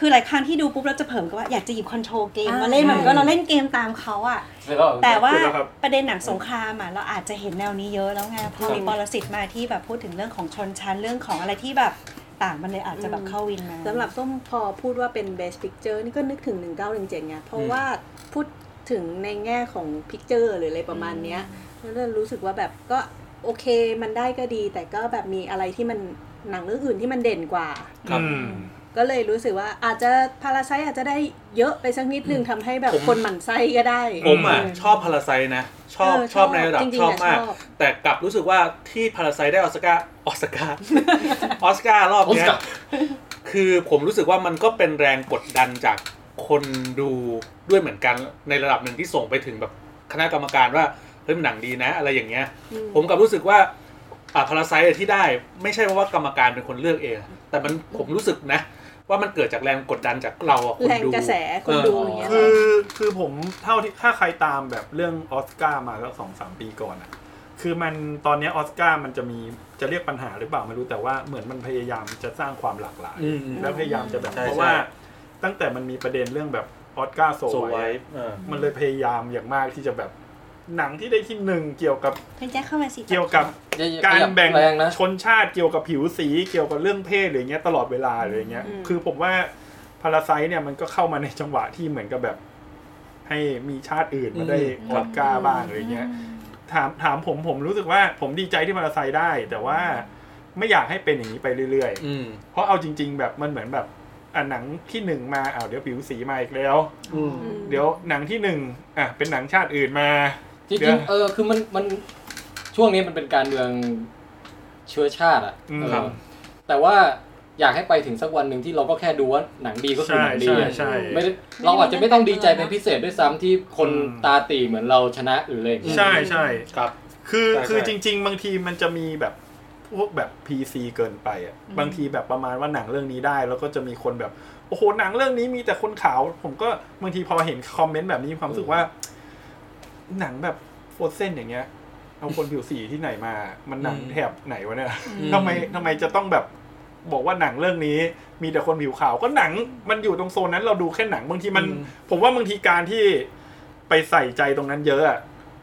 F: คือหลายครั้งที่ดูปุ๊บเราจะเผิ่มกับว่าอยากจะหยิบคอนโทรลเกมมาเล่นเหมือนกับเราเล่นเกมตามเขาอะ แต่ว่าประเด็นหนังสงครามอ่ะเราอาจจะเห็นแนวนี้เยอะแล้วไงพอมีปรสิตมาที่แบบพูดถึงเรื่องของชนชั้นเรื่องของอะไรที่แบบต่างมันเลยอาจจะแบบเข้าวินมา
G: สำหรับส้มพอพูดว่าเป็น best picture นี่ก็นึกถึง 1917ไงเพราะว่าพูดถึงในแง่ของ picture หรืออะไรประมาณเนี้ยแล้วเรารู้สึกว่าแบบก็โอเคมันได้ก็ดี แต่ก็แบบมีอะไรที่มันหนังเรื่องอื่นที่มันเด่นกว่า
D: ครับ
G: ก็เลยรู้สึกว่าอาจจะพาราไซอาจจะได้เยอะไปสักนิดนึงทำให้แบบคนหมั่นไส้ก็ได้
D: ผมอ่ะชอบพาราไซนะ ชอบ
G: เออ
D: ชอบในระดับ
G: จริงๆ
D: ชอบ
G: อะ
D: มาก
G: ชอบ
D: แต่กลับรู้สึกว่าที่พาราไซได้ออสการ์ออสการ์ ออสการ์รอบเนี้
A: ออ
D: ย
A: สการ์
D: คือผมรู้สึกว่ามันก็เป็นแรงกดดันจากคนดูด้วยเหมือนกันในระดับหนึ่งที่ส่งไปถึงแบบคณะกรรมการว่าเฮ้ยมันหนังดีนะ อะไรอย่างเงี้ย ผมกลับรู้สึกว่าอ่าพาราไซที่ได้ไม่ใช่เพราะว่ากรรมการเป็นคนเลือกเอง แต่มันผมรู้สึกนะ ว่ามันเกิดจากแรงกดดันจากเราอะคน
G: แรง
D: ดู
G: กระแสคนดูอย่างเงี้ย
C: คือคือผมเท่าที่ถ้าใครตามแบบเรื่องออสการ์มาแล้วสองสามปีก่อนอ่ะ คือมันตอนเนี้ยออสการ์มันจะมีจะเรียกปัญหาหรือเปล่าไม่รู้แต่ว่าเหมือนมันพยายามจะสร้างความหลากหลาย
D: อืมอืม
C: แล้วพยายามจะแบบ
D: ใช่
C: เพราะว่า
D: ใช่
C: ตั้งแต่มันมีประเด็นเรื่องแบบออสการ์โซ
D: โซ
C: ไว
D: ไว้
C: ท์
D: เออ
C: มันเลยพยายามอย่างมากที่จะแบบหนังที่ได้ที่หนึ่งเกี่ยวกับ
F: เพิ่งแจ้เข้ามาสิ
C: เกี่ยวกับ การแบ่งชนชาติเกี่ยวกับผิวสีเกี่ยวกับเรื่องเพศอะไรเงี้ยตลอดเวลาอะไรเงี้ย
G: อืม
C: คือผมว่าพาราไซเนี่ยมันก็เข้ามาในจังหวะที่เหมือนกับแบบ ให้มีชาติอื่นมาได้
D: อืม
C: ออสการ์บ้างอะไรเงี้ยถามถามผมผมรู้สึกว่าผมดีใจที่พาราไซได้ แต่ว่าไม่อยากให้เป็นอย่างนี้ไปเรื่อย
D: อืม
C: ๆ เพราะเอาจริง ๆ แบบมันเหมือนแบบอ่ะหนังที่หนึ่งมาอ้าวเดี๋ยวผิวสีมาอีกแล้ว
D: อืม
G: อืม
C: เดี๋ยวหนังที่หนึ่งอ่ะเป็นหนังชาติอื่นมา
A: จริ
C: เดี๋
A: ง
C: ยว
A: ๆเออคือมันมันช่วงนี้มันเป็นการเมืองเชื้อชาติอ่ะ
C: อืม
A: เออ
C: ครับ
A: แต่ว่าอยากให้ไปถึงสักวันหนึ่งที่เราก็แค่ดูว่าหนังดีก็คือห
C: ใช่
A: นังดี
C: ใช่
A: อะ
C: ใช่
A: ไม่ได้เราอาจจะไม่ต้องดีใจเป็นพิเศษด้วยซ้ำที่คน
C: อืม
A: ตาตีเหมือนเราชนะหรืออะไรอย่างเงี้ย
C: ใช่ใช่
D: ครับ
C: คือ
D: ใช่
C: คือ
D: ใช่
C: จริง ๆ บางทีมันจะมีแบบพวกแบบ PC เกินไปอ่ะบางทีแบบประมาณว่าหนังเรื่องนี้ได้ แล้วก็จะมีคนแบบโอ้โหหนังเรื่องนี้มีแต่คนขาว ผมก็บางทีพอเห็นคอมเมนต์แบบนี้มีความรู้สึกว่า หนังแบบโฟเซนอย่างเงี้ยเอาคนผิวสีที่ไหนมา มันหนัง
D: อืม
C: แถบไหนวะเนี่ย
D: อืม
C: ทำไมทำไมจะต้องแบบบอกว่าหนังเรื่องนี้ มีแต่คนผิวขาว ก็หนังมันอยู่ตรงโซนนั้นเราดูแค่หนังบางทีมัน ผมว่าบางทีการที่ไปใส่ใจตรงนั้นเยอะอะ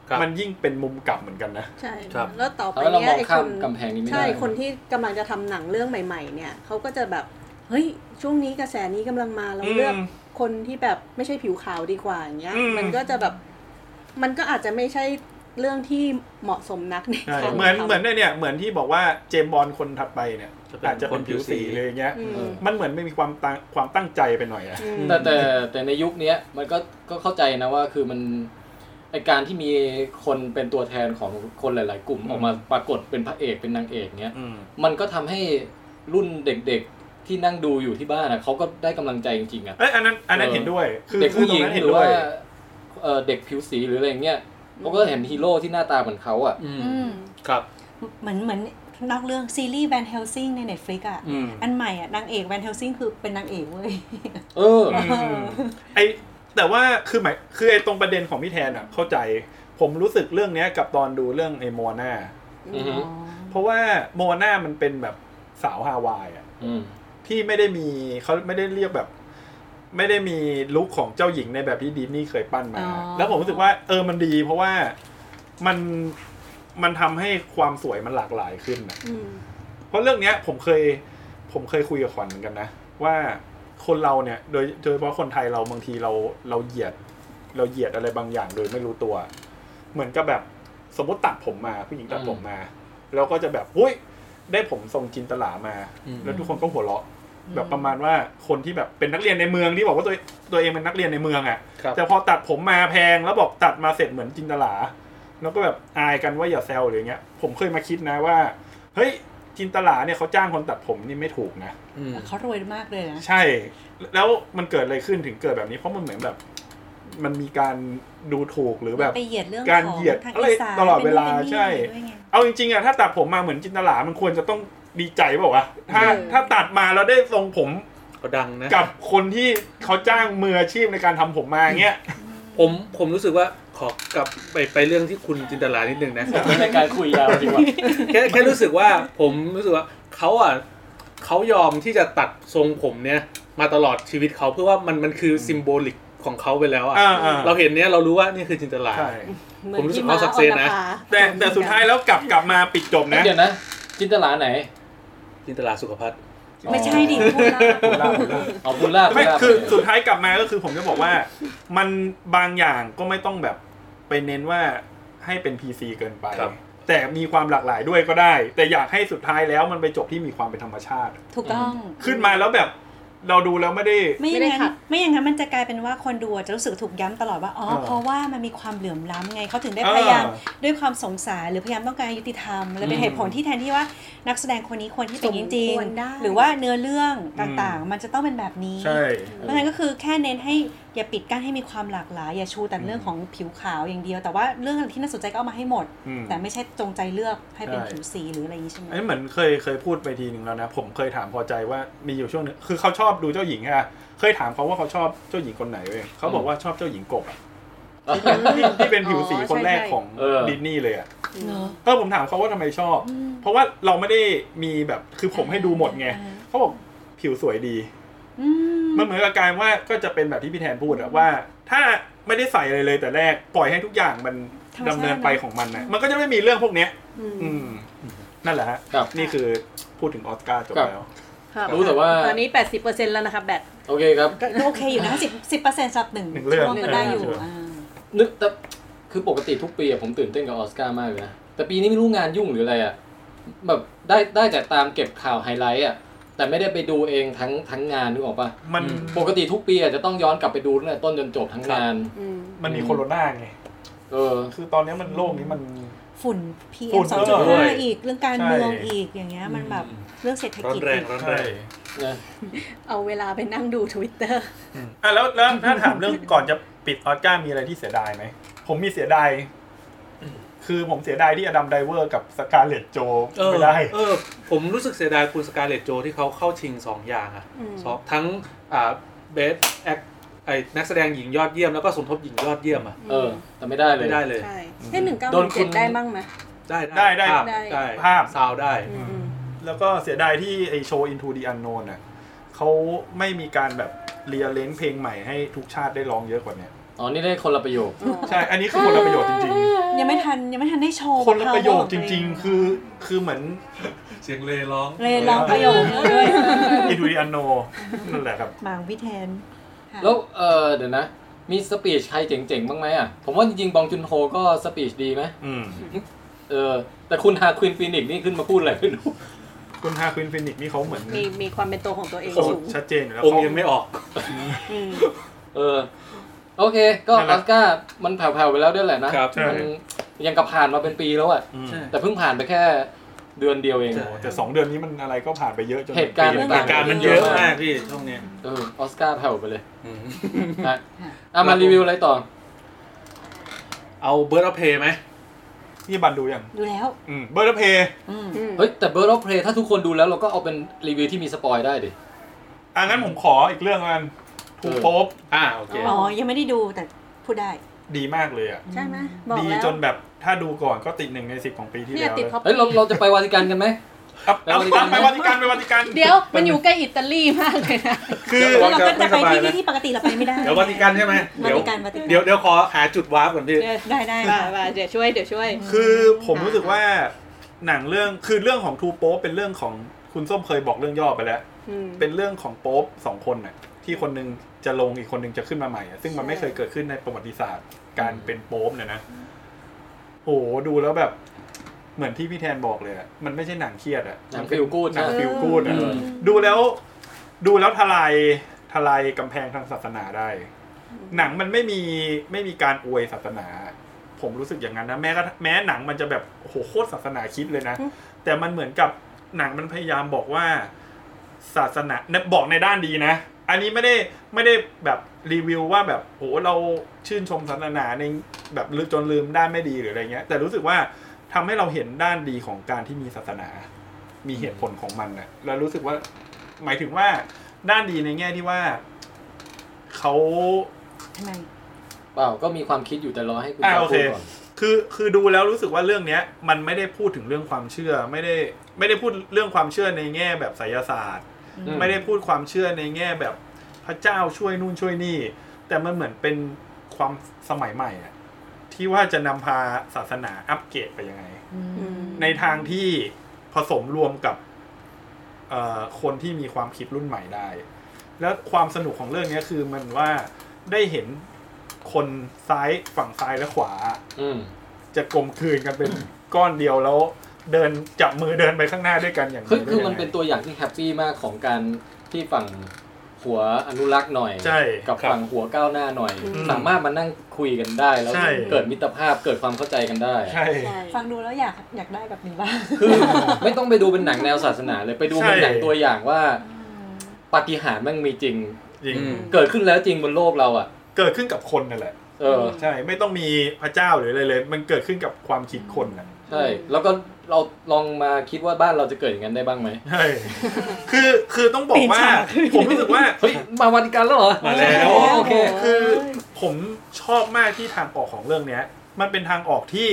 D: ครับ
C: มันยิ่งเป็นมุมกลับเหมือนกันนะ
G: ใช่
D: ครับ
G: แล้วต่อไป
A: แต่ว่าเราม
G: เนี้ย
A: อง
G: ไอ้ค
A: ข้าม
G: น
A: กำแพงนี้ไม่ได้
G: ใช่คนที่กำลังจะทำหนังเรื่องใหม่ ๆ เนี่ยเขาก็จะแบบเฮ้ยช่วงนี้กระแสนี้กำลังมาเรา
C: อืม
G: เลือกคนที่แบบไม่ใช่ผิวขาวดีกว่าอย่างเงี้ย
C: อืม
G: มันก็จะแบบมันก็อาจจะไม่ใช่เรื่องที่เหมาะสมนักใน
C: ใช่
G: การ
C: เหมือน
G: ทำ
C: เหมือนเนี่ยเหมือนที่บอกว่าเจมส์บอลคนถัดไปเนี่ย
D: จะเป็น
C: อาจจะเป็นผิวสี
D: คนผิวสี
C: เลยอย่างเงี้ย
G: อืม
C: มันเหมือนไม่มีความตั้งความตั้งใจไปหน่อยอะ
G: อืม
A: แต่แต่แต่ในยุคเนี้ยมันก็ก็เข้าใจนะว่าคือมันไอการที่มีคนเป็นตัวแทนของคนหลาย ๆ กลุ่มออกมาปรากฏเป็นพระเอกเป็นนางเอกเนี้ย มันก็ทำให้รุ่นเด็กๆที่นั่งดูอยู่ที่บ้านนะเขาก็ได้กำลังใจจริงๆอ่ะ
C: เอ้ยอันนั้นอันนั้น
A: เออ
C: เห็นด้วย คือ
A: เด็ก
C: คือ
A: ผู้
C: ต
A: ห
C: ร
A: ญิ
C: ง
A: ง
C: นั้น
A: ห
C: เห็น
A: รือ
C: ด้ว
A: ว่าย เอ่อเด็กผิวสีหรืออะไรเงี้ยเขาก็เห็นฮีโร่ที่หน้าตาเหมือนเขาอ่ะ
D: อืม
F: อืม
D: ครับ
F: เหมือนเหมือนนอกเรื่องซีรีส์แวนเฮลซิงใน Netflix อ่ะ
C: อืม
F: อันใหม่อ่ะนางเอกแวนเฮลซิงคือเป็นนางเอกเว้ย
A: เออ
C: อืมไอแต่ว่าคือหมายคือไอตรงประเด็นของพี่แทนอ่ะเข้าใจ ผมรู้สึกเรื่องเนี้ยกับตอนดูเรื่องไอโมนา
A: อือฮึ
C: เพราะว่าโมนามันเป็นแบบสาวฮาวายอ่ะ
A: อืม
C: ที่ไม่ได้มีเขาไม่ได้เรียกแบบ ไม่ได้มีลุคของเจ้าหญิงในแบบที่ดิสนีย์เคยปั้นมา
F: อ๋อ
C: แล้วผมรู้สึกว่า เออมันดี เพราะว่ามันมันทำให้ความสวยมันหลากหลายขึ้นนะเพราะเรื่องเนี้ย ผมเคย ผมเคยคุยกับขวัญเหมือนกันนะว่าคนเราเนี่ย โดยโดยเฉพาะคนไทยเราบางทีเราเราเหยียด เราเหยียดอะไรบางอย่างโดยไม่รู้ตัว เหมือนกับแบบสมมติตัดผมมาผู้หญิงตัดผมมา แล้วก็จะแบบอุ้ยได้ผมทรงจินตลามา
D: อืม
C: แล้วทุกคนก็หัวเราะ แบบประมาณว่าคนที่แบบเป็นนักเรียนในเมืองที่บอกว่าตัวตัวเองเป็นนักเรียนในเมืองอะ
D: ครั่
C: ะ
D: บ
C: แต่พอตัดผมมาแพงแล้วบอกตัดมาเสร็จเหมือนจินตลา แล้วก็แบบอายกันว่าอย่าแซวหรืออย่างเงี้ย ผมเคยมาคิดนะว่า เฮ้ยจินตลาเนี่ยเขาจ้างคนตัดผมนี่ไม่ถูกนะ
D: อืม
F: เขารวยมากเลยนะ
C: ใช่ แล้วมันเกิดอะไรขึ้นถึงเกิดแบบนี้ เพราะมันเหมือนแบบ มันมีการดูถูกหรือแบบ
F: ไปเหยียดเรื่อง
C: การ
F: ของ
C: เหยียด
F: ทาง
C: อะไร
F: สาน
C: ตลอดเวลา
F: ป็นนู่น
C: ใช่
F: เป็นนี่ด้วยไง
C: เอาจริงๆอะถ้าตัดผมมาเหมือนจินตลา มันควรจะต้องดีใจเปล่าวะถ้า
G: เออ
C: ถ้าตัดมาแล้วได้ทรงผม
D: ก็ดังนะ
C: กับคนที่เขาจ้างมืออาชีพในการทำผมมาอย่างเงี้ย
D: ผมผมรู้สึกว่าขอกลับไปไปเรื่องที่คุณจินตลานิดนึงนะ
A: ไม่ใช่การคุยยาวจริงว่ะ
D: แค่แค่รู้สึกว่าผมรู้สึกว่าเขาอ่ะเขายอมที่จะตัดทรงผมเนี่ย มาตลอดชีวิตเขาเพื่อว่ามันมันคือซิมโบลิกของเขาไปแล้วอ่ะ
C: อ่าๆ
D: เราเห็นเนี่ยเรารู้ว่านี่คือจินตลา
C: ใช่
D: ผมรู้สึกเขาสักเซนนะ
C: แต่แต่สุดท้ายแล้วกลับกลับมาปิดจบนะ
A: เดี๋ยวนะ จินตลาไหน
D: จินตลาสุขภัทร
F: ไม่ใช่ดิพูดแล้ว
A: เอาบุญลาภ
C: ไม่
A: บุญลาภ
C: คือสุดท้ายกลับมาก็คือผมจะบอกว่า มันบางอย่างก็ไม่ต้องแบบไปเน้นว่าให้เป็น PC เกินไป
D: ครับ
C: แต่มีความหลากหลายด้วยก็ได้ แต่อยากให้สุดท้ายแล้วมันไปจบที่มีความเป็นธรรมชาติ
F: ถูกต้อง
C: ขึ้นมาแล้วแบบเราดูแล้วไม่ได้
F: ไม่อ
G: ไม่
F: ย่าง
G: ได้
F: นั้
G: ขั
F: น
G: ด
F: ไม่อย่างนั้นมันจะกลายเป็นว่าคนดูจะรู้สึกถูกย้ำตลอดว่าอ๋อ
C: เออ
F: เพราะว่ามันมีความเหลื่อมล้ำไงเขาถึงได้
C: เออ
F: พยายามด้วยความสงสารหรือพยายามต้องการยุติธรรมและเป็นเหตุผลที่แทนที่ว่านักแสดงคนนี้ควรที่เป็นจริง
G: สมควรได้
F: ๆหรือว่าเนื้อเรื่อง
C: อืม
F: ต่างๆ มันจะต้องเป็นแบบนี้
C: ใช่
F: เพราะฉะนั้นก็คือแค่เน้นให้ อย่าปิดกั้นให้มีความหลากหลาย อย่าชูแต่เรื่องของผิวขาวอย่างเดียว แต่ว่าเรื่องที่น่าสนใจก็เอามาให้หมด
C: อืม
F: แต่ไม่ใช่จงใจเลือกให้เป็นผิวสีหรืออะไรอย่างนี้ใช่ไหม
C: ไอ้เหมือนเคยเคยพูดไปทีหนึ่งแล้วนะ ผมเคยถามพอใจว่ามีอยู่ช่วงหนึงคือเขาชอบดูเจ้าหญิงอะเคยถามเขาว่าเขาชอบเจ้าหญิงคนไหนเว้ยเขาบอกว่าชอบเจ้าหญิงกบอะที่ที่เป็นผิวสีคนแรกของ
A: เออ
C: ดิสนีย์เลยอะ
G: เนอะ
C: เออผมถามเขาว่าทำไมชอบ เพราะว่าเราไม่ได้มีแบบคือผมให้ดูหมดไง
F: อ่า
C: เขาบอกผิวสวยดีมันเหมือนกับการว่าก็จะเป็นแบบที่พี่แทนพูดอะว่า ถ้าไม่ได้ใส่อะไรเลยแต่แรกปล่อยให้ทุกอย่างมัน
F: ธรรมชาติ
C: ดำเนินไปของมันนะมันก็จะไม่มีเรื่องพวกเนี้ย
G: อืม
C: อืม นั่นแหละฮะ
A: ครับ
C: นี่คือพูดถึงออสการ์จบแล้ว
G: ครับ
A: รู้แต่ว่า
G: ตอนนี้ 80%แล้วนะคะแบต
A: โอเคครับ
F: ก็ก็โอเคอยู่นะสิบสิบเปอร์เซ็นต์สับหนึ่ง
C: หนึ่งเรื่อง
F: ช่วก็ได้อยู่
C: เออ
F: อ่า
A: นึกแต่คือปกติทุกปีอะผมตื่นเต้นกับออสการ์มากเลยนะ แต่ปีนี้ไม่รู้งานยุ่งหรืออะไรอ่ะแบบได้ได้แต่ตามเก็บข่าวไฮไลท์อ่ะแต่ไม่ได้ไปดูเองทั้งทั้งงานนึกออกปะ
C: มัน
A: ปกติทุกปีอาจจะต้องย้อนกลับไปดูตั้งแต่ต้นจนจบทั้งงาน
G: อืม
C: มันมีโคโรนาไง
A: เออ
C: คือตอนเนี้ยมันโลกนี้มัน
F: ฝุ่น PM
C: ฝุ่น
F: สอง
C: ก็
F: จุด
C: ด้ว
F: ห้าย อีกเรื่องการเมือง
C: ใช่
F: อีกอย่างเงี้ยมันแบบเรื่องเศรษฐ
D: ร้อน
F: กิจ
D: แรง
F: อีก
D: ร้อนแรง
A: นะ
G: เอาเวลาไปนั่งดู Twitter
C: อืมอ่ะแล้วแล้วถ้าถามเรื่อง ก่อนจะปิดออสการ์มีอะไรที่เสียดายไหม ผมมีเสียดาย คือผมเสียดายที่อดัมไดเวอร์กับสกาเลตโจ
D: เออ
C: ไม่ได้
D: เออ ผมรู้สึกเสียดายคุณสกาเลตโจที่เขาเข้าชิงสองอย่างอะสองทั้งอ่าเบสแอคไอ้นักแสดงหญิงยอดเยี่ยมแล้วก็สมทบหญิงยอดเยี่ยมอะ
A: เออ แต่ไม่ได้เลย
D: ไม่ได้เลย
G: ใช่เอ้หนึ่งเก้า
A: โดนคุ
G: เจ็
A: ณ
G: ดได้บ้างไหม
D: ได้
C: ได้
D: ภาพ
G: ได้
D: ได้
C: ภาพ
D: ซาวด์ได้
G: อืมอืม
C: แล้วก็เสียดายที่ไอโชว์ Into the Unknown น่ะเขาไม่มีการแบบเรียเลนเพลงใหม่ให้ทุกชาติได้ร้องเยอะกว่าเนี้ย
A: อ๋อ นี่ได้คนละประโยค
G: อ๋อ
C: ใช่ อันนี้คือคนละประโยชน์จริง
F: ยังไม่ทันยังไม่ทันได้โชว์
C: ๆ คนละประโยชน์จริง
F: ๆ
C: ๆ คือคือเหมือน
D: เสียงเลร้อง
F: เลยร้องประโยคด้วย
C: Into the Unknown นั่นแหละครับ
F: หมางพี่แทนค่ะ
A: แล้ว เออเดี๋ยวนะ มีสปีชใครเจ๋งๆ บ้างไหมอ่ะ ผมว่าจริงๆ บองจุนโฮก็สปีชดีไหม
C: อืม
A: เออ แต่คุณฮาควินฟินิกซ์นี่ขึ้นมาพูดอะไรไม่รู้
C: คุณฮาควินฟินิกซ์นี่เขาเหมือน
G: มีมีความเป็นตัวของตัวเอง
C: โอ้
G: สูง
C: ชัดเจนอยู่แล้ว
D: องค์ยังไม่ออก
G: อืม
A: เออ โอเค ก็
C: นั่น
A: อ
C: แหละ
A: อสการ์มันแผ่วๆไปแล้วด้วยแหละนะครับ มันยังกับผ่านมาเป็นปีแล้วอ่ะ
C: อืม
A: แต่เพิ่งผ่านไปแค่เดือนเดียวเอง
D: ใช่
C: แต่สองเดือนนี้มันอะไรก็ผ่านไปเยอะจน
A: เหตุการณ์
C: เปลี่ยน
D: อา
C: ไป
D: การมันเยอะมากพี่ช่วงเนี้ย
A: เออ ออสการ์แผ่วไปเลย
D: อืม
A: นะอ่ะมารีวิวอะไรต่อ
D: เอาเบิร์ดออฟเพย์ไหม
C: นี่บันดูยัง
F: ดูแล้ว
C: อืมเบอร์ดเพย์
F: อืม
G: อืม
A: เฮ้ย แต่เบิร์ดออฟเพลถ้าทุกคนดูแล้วเราก็เอาเป็นรีวิวที่มีสปอยได้ดิ
C: อ่ะงั้นผมขออีกเรื่องละกันทู
A: เออ
C: โป๊ป
D: อ่าโอเค
F: อ๋อ ยังไม่ได้ดูแต่พูดได้
C: ดีมากเลยอ่ะ
G: ใช่ไหมบอก
C: ดี
G: แล้ว
C: จนแบบถ้าดูก่อนก็ติดหนึ่งในสิบของปีที่
G: เนี่ย
C: แล้ว
G: ติดท็อป
A: เฮ้ย เราเราจะไปวาติกันกันไหม
C: ครับ
A: แล้ว
C: เอาไป
A: วั
C: วัน น
A: ที่
C: ที่การไปวันที่การ
G: เดี๋ยวมันอยู่ใกล้อิตาลีมากเลยนะ
C: คือ
F: แล้วเราก็จะไปที่
D: ไม่สบายนะ
F: ที่ที่ปกติเราไปไม่ได้
D: เดี๋ยววาติกันใช่ไหม
F: วา
D: เดี๋ยว
F: ติกันวาติกัน
D: เดี๋ยวเดี๋ยวขอหาจุดวาร์ปก่อนพี่
F: ได้ได้
G: มา
F: ค่ะ
G: มาเดี๋ยวช่วย เดี๋ยวช่วย
C: คือผมรู้สึกว่าหนังเรื่องคือเรื่องของทูโป๊ปเป็นเรื่องของคุณส้มเคยบอกเรื่องย่อไปแล้ว
G: อืม
C: เป็นเรื่องของโป๊ปสองคนน่ะที่คนหนึงจะลงอีกคนหนึงจะขึ้นมาใหม่อะซึ่งมัน
G: ใช่
C: ไม่เคยเกิดขึ้นในประวัติศาสตร์ การเป็นโป๊ปเนี่ยนะโอ้โหดูแล้วแบบ เหมือนที่พี่แทนบอกเลยอะมันไม่ใช่หนังเครียดอะ
A: หนัง
C: มัเป็
A: feel good
C: หนัง
A: นะ
C: ฟิลกูดอะ
A: เออ
C: ดูแล้ว ดูแล้วทลายทลายกำแพงทางศาสนาได้ หนังมันไม่มีไม่มีการอวยศาสนา ผมรู้สึกอย่างนั้นนะแม้กระทั่งแม้หนังมันจะแบบโอ้โหโคตรศาสนาคิดเลยนะ แต่มันเหมือนกับหนังมันพยายามบอกว่าศาสนาเนี่ยบอกในด้านดีนะ อันนี้ไม่ได้ไม่ได้แบบรีวิวว่าแบบโหเราชื่นชมศาสนาในแบบลืมจนลืมด้านไม่ดีหรืออะไรเงี้ย แต่รู้สึกว่าทำให้เราเห็นด้านดีของการที่มีศาสนา มีเหตุผลของมันนะแล้วรู้สึกว่า หมายถึงว่าด้านดีในแง่ที่ว่าเขา
F: ทำไม
A: เปล่าก็มีความคิดอยู่แต่รอให้คุณ
C: อ่า
A: ตา
C: โอ
A: พู
C: เค
A: ดก่อน
C: คือคือดูแล้วรู้สึกว่าเรื่องเนี้ย มันไม่ได้พูดถึงเรื่องความเชื่อ ไม่ได้ไม่ได้พูดเรื่องความเชื่อในแง่แบบไสยศาสตร์
A: อืม
C: ไม่ได้พูดความเชื่อในแง่แบบพระเจ้าช่วยนู่นช่วยนี่ แต่มันเหมือนเป็นความสมัยใหม่อะที่ว่าจะนำพาศาสนาอัปเกรดไปยังไง
F: อืม
C: ในทางที่ผสมรวมกับเอ่อคนที่มีความคิดรุ่นใหม่ได้ แล้วความสนุกของเรื่องเนี้ยคือมันว่าได้เห็นคนซ้ายฝั่งซ้ายและขวา
A: อืม
C: จะกลมคืนกันเป็น ก้อนเดียวแล้วเดินจับมือเดินไปข้างหน้าด้วยกันอย่าง
A: คือ
C: ได้
A: คือ
C: ยังไง
A: มันเป็นตัวอย่างที่แฮปปี้มากของการที่ฝั่งหัวอนุรักษ์หน่อย
C: ใช่
A: กับ
D: ครับ
A: ฝั่งหัวก้าวหน้าหน่อย
G: อืม
A: สามารถมานั่งคุยกันได้ แล้ว
C: ใช่
A: เกิดมิตรภาพเกิดความเข้าใจกันได้
C: ใช่
G: ใช่
F: ฟังดูแล้วอยากอยากได้แบบนี้บ้าง
A: คือไม่ต้องไปดูเป็นหนังแนวศาสนาเลยไปดูเป็น
C: ใช่
A: หนังตัวอย่างว่าปาฏิหาริย์แมันมีจริง
C: จริง
D: อืม
A: เกิดขึ้นแล้วจริงบนโลกเราอ่ะ
C: เกิดขึ้นกับคนนั่นแหละ
A: เออ
C: ใช่ไม่ต้องมีพระเจ้าหรืออะไรเลย มันเกิดขึ้นกับความคิดคนนะ
A: ใช่ แล้วก็เราลองมาคิดว่าบ้านเราจะเกิดอย่างนั้นได้บ้างไหม
C: ใช่คือคือต้องบอกว่า ผมรู้สึกว่า
A: เฮ้ยมาวันกันแล้วเหรอ
D: มาแล้ว
A: โอเค
C: คือผมชอบมากที่ทางออกของเรื่องเนี้ย มันเป็นทางออกที่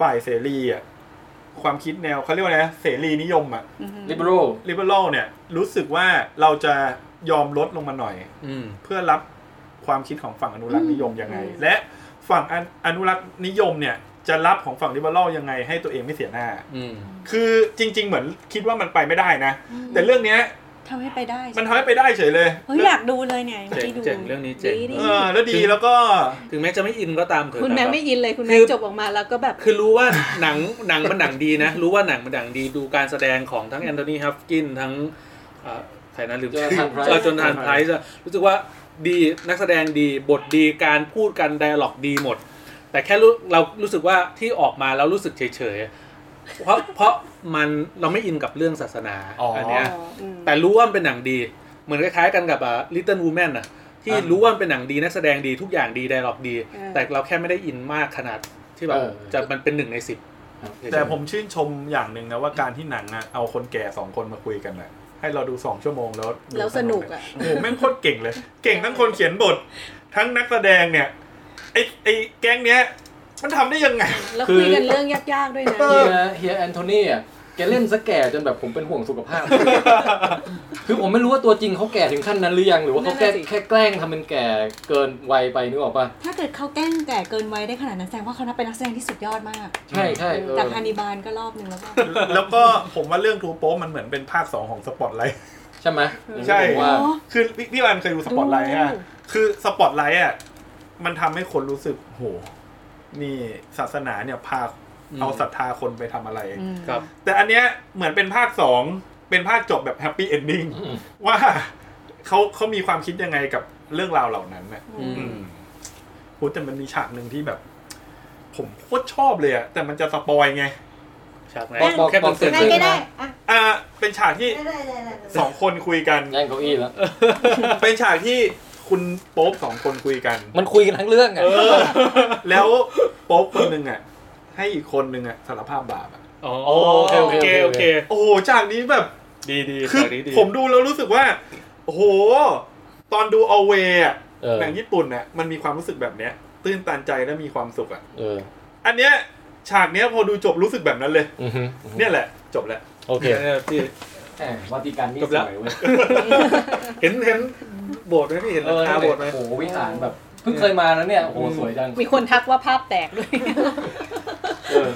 C: ฝ่ายเสรีอ่ะความคิดแนวเขาเรียกว่าไงนะเสรีนิยมอ่ะ
A: liberal
C: ลิเบอรัลเนี่ยรู้สึกว่าเราจะยอมลดลงมาหน่อย
D: อืม
C: เพื่อรับความคิดของฝั่งอนุรักษ์นิยมยังไง และฝั่งอนอนุรักษ์นิยมเนี่ยจะรับของฝั่งลิเบอรัลยังไงให้ตัวเองไม่เสียหน้า
D: อืม
C: คือจริง ๆ เหมือนคิดว่ามันไปไม่ได้นะ แต่เรื่องเนี้ย
F: ทำให้ไปได้
C: มันทำให้ไปได้เฉยเลย
F: เฮ้ยอยากดูเลยเนี่ยยังไม่
D: เจ๋ง
F: ได้ดู
D: เจ๋งเรื่องนี้เจ๋ง
G: ดีดี
C: เออแล้วดีแล้วก็
D: ถึงแม้จะไม่อินก็ตามเถอะ
G: คุณ
D: ต่
G: แม็ก
D: บบ
G: ไม่ยินเลยคุณ
D: คื
G: แม็ก
D: อ
G: จบออกมาแล้วก็แบบ
D: คือรู้ว่าหนังหนังมันหนังดีนะ รู้ว่าหนังมันหนังดีดูการแสดงของทั้งแอนโทนีฮัฟกินทั้งเอ่อใครนะลืม
A: Jonathan Pryce
D: เออจนทานไพรส์รู้สึกว่าดีนักแสดงดีบทดีการพูดกันไดอะล็อกดีหมด แต่แค่รู้เรารู้สึกว่าที่ออกมาแล้วรู้สึกเฉยๆเพราะเพราะมันเราไม่อินกับเรื่องศาสนา
C: อ๋ออั
D: นเนี้ย แต่รู้ว่ามันเป็นหนังดี เหมือนคล้ายๆกันกับ Little Woman น่ะที่
C: อ่ารู้
D: รู้ว่ามันเป็นหนังดีนักแสดงดีทุกอย่างดีไดร็อกดี
G: เออ
D: แต่เราแค่ไม่ได้อินมากขนาดที่แบบ
A: เออ
D: จะมันเป็นหนึ่งในสิบ
C: แต่ผมชื่นชมอย่างหนึ่งนะว่าการที่หนังอะเอาคนแก่สองคนมาคุยกันน่ะให้เราดูสองชั่วโมงแล้วดู
G: แล้วสนุกอะ
C: โอ้โหแม่งโคตรเก่ง เลย เก่งทั้งคนเขียนบท ทั้งนักแสดงเนี่ยไอไอแก๊งเนี้ย มันทำได้ยังไง
G: แล้ว
A: คือ
G: คุยกันเรื่องยากๆด้วยนะ
C: เอ
A: เฮี
C: อ
A: ยเฮียแอนโทนีอ่ะแกเล่นซะแก่จนแบบผมเป็นห่วงสุขภาพ คือผมไม่รู้ว่าตัวจริงเขาแก่ถึงขั้นนั้นหรือยัง หรือว่าเขาแค่แค่แกล้งทำเป็นแก่เกินวัยไปนึกออกปะ
F: ถ้าเกิดเขาแกล้งแก่เกินวัยได้ขนาดนั้นแสดงว่าเขานับเป็นนักแสดงที่สุดยอดมาก
A: ใช่ใช่เออ
F: จากฮันนิบาลก็รอบหนึ่งแล้วก็
C: แล้วก็ผมว่าเรื่องทูโป๊มันเหมือนเป็นภาคสองของสปอตไลท์
A: ใช่ไหม
C: ใช่
A: ผมว่า
F: อ๋อ
C: คือพี่พี่รันเคยดูสปอตไลท์ฮะคือสปอตไลท์อ่ะมันทำให้คนรู้สึกโหนี่ศาสนาเนี่ยพาเอาศรัทธาคนไปทำอะไร
F: อืม
D: ครับ
C: แต่อันเนี้ยเหมือนเป็นภาคสองเป็นภาคจบแบบแฮปปี้เอนดิ้ง
A: อืม
C: ว่าเขาเขามีความคิดยังไงกับเรื่องราวเหล่านั้นนะ
D: อืม
C: อืมโหแต่มันมีฉากหนึ่งที่แบบ ผมโคตรชอบเลยอะแต่มันจะสปอยไง
D: ฉากไหน
A: บอกบอก
D: แค่
A: บ
D: ค
A: อ
D: อก นเสิร์ต
A: ได้
F: ได้ก็ได้อ่ะ
C: อ่า เป็นฉากที่
F: ได้ได้ได้
C: สองคนคุยกัน
A: แย่งเก้าอี้แล้ว
C: เป็นฉากที่คุณโป๊ปสองคนคุยกัน
A: มันคุยกันทั้งเรื่องอ่ะ
C: แล้วโป๊ปคนหนึ่งอะให้อีกคนหนึ่งอะสารภาพบาปอะ
D: อ๋อโอเคโอเคโอเค
C: โอ้โหฉากนี้แบบ
D: ดีดี
C: คือ
D: ฉากนี้ดี
C: ผมดูแล้วรู้สึกว่า โอ้โห ตอนดูเอาเวอะ
A: เออ
C: หนังญี่ปุ่นเนี่ยมันมีความรู้สึกแบบเนี้ย ตื้นตันใจและมีความสุขอ่ะ
A: เออ
C: อันเนี้ยฉากเนี้ยพอดูจบรู้สึกแบบนั้นเลย
A: อือฮึ
C: เนี่ยแหละ จบแล้ว
A: โอเค
D: เนี่ยเนี่ยพี่
A: แหมวัติกันนี่
D: จบแล้ว
A: สวยเว้ย
D: เห็นเห็นโบสถ์ไหมพี่เห็น
A: เอ
D: รา
A: อ
D: คาโบสถ์ไหม
A: โอ้โหวิหารแบบเพิ่งเคยมาแล้วเนี่ยโอ้โหสวยจัง
G: มีคนทักว่าภาพแตกด้วย
A: เออ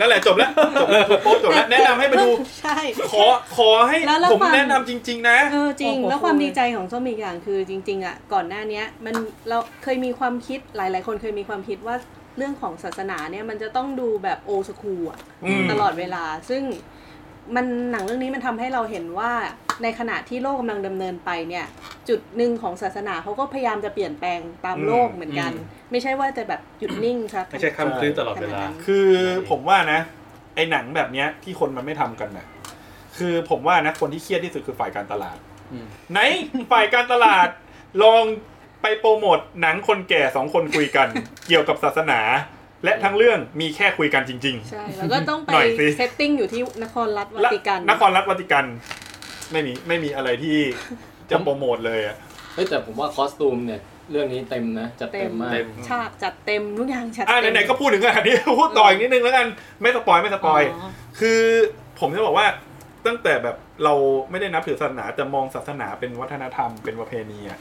C: นั่นแหละจบแล้ว จบแล้วโป๊ะจบแล้วแนะนำให้ไปดู
G: ใช่
C: ขอขอให้
G: แล้วแล้ว
C: ผม
G: ฟัง
C: แนะนำจริง ๆ นะ
G: เออจริง แล้วความดีใจของส้มอีกอย่างคือจริง ๆ อ่ะ ก่อนหน้าเนี้ยมันเราเคยมีความคิดหลาย ๆ คนเคยมีความคิดว่าเรื่องของศาสนาเนี่ยมันจะต้องดูแบบโอสคูอ่ะ
C: อืม
G: ตลอดเวลา ซึ่งมันหนังเรื่องนี้มันทำให้เราเห็นว่าในขณะที่โลกกำลังดำเนินไปเนี่ย จุดหนึ่งของศาสนาเขาก็พยายามจะเปลี่ยนแปลงตามโลกเหมือนกัน
D: อืม
G: ไม่ใช่ว่าจะแบบหยุดนิ่งครับ
D: ไม่ใช่คำคลือตลอดเวลา
C: คือผมว่านะ ไอ้หนังแบบเนี้ยที่คนมันไม่ทำกันนะคือผมว่านะคนที่เครียดที่สุดคือฝ่ายการตลาด
D: อืม
C: ไหนฝ่ายการตลาด ลองไปโปรโมทหนังคนแก่สองคนคุยกัน เกี่ยวกับศาสนา และทั้งเรื่องมีแค่คุยกันจริง
G: ใช่แล้วก็ต้องไป
C: หน่อยสิ
G: เซตติ้งอยู่ที่นครรัฐ
C: ๆ
G: วัติกัน
C: และนครรัฐวัติกัน ไม่มีไม่มีอะไรที่จะโปรโมทเลยอะ
A: เฮ้ยแต่ผมว่าคอสตูมเนี่ย เรื่องนี้เต็มนะ จัดเต็มมาก
D: เต็ม
G: ฉากจัดเต็มทุกอย่างจัด
C: อ่า
G: เต็ม
C: ไหนๆก็พูดถึงขนาดนี้ พูดต่ออีกนิดนึงแล้วกันไม่สปอยไม่สปอย
G: อ๋อ
C: คือผมจะบอกว่าตั้งแต่แบบเราไม่ได้นับถือศาสนาแต่มองศาสนาเป็นวัฒนธรรมเป็นประเพณีอะ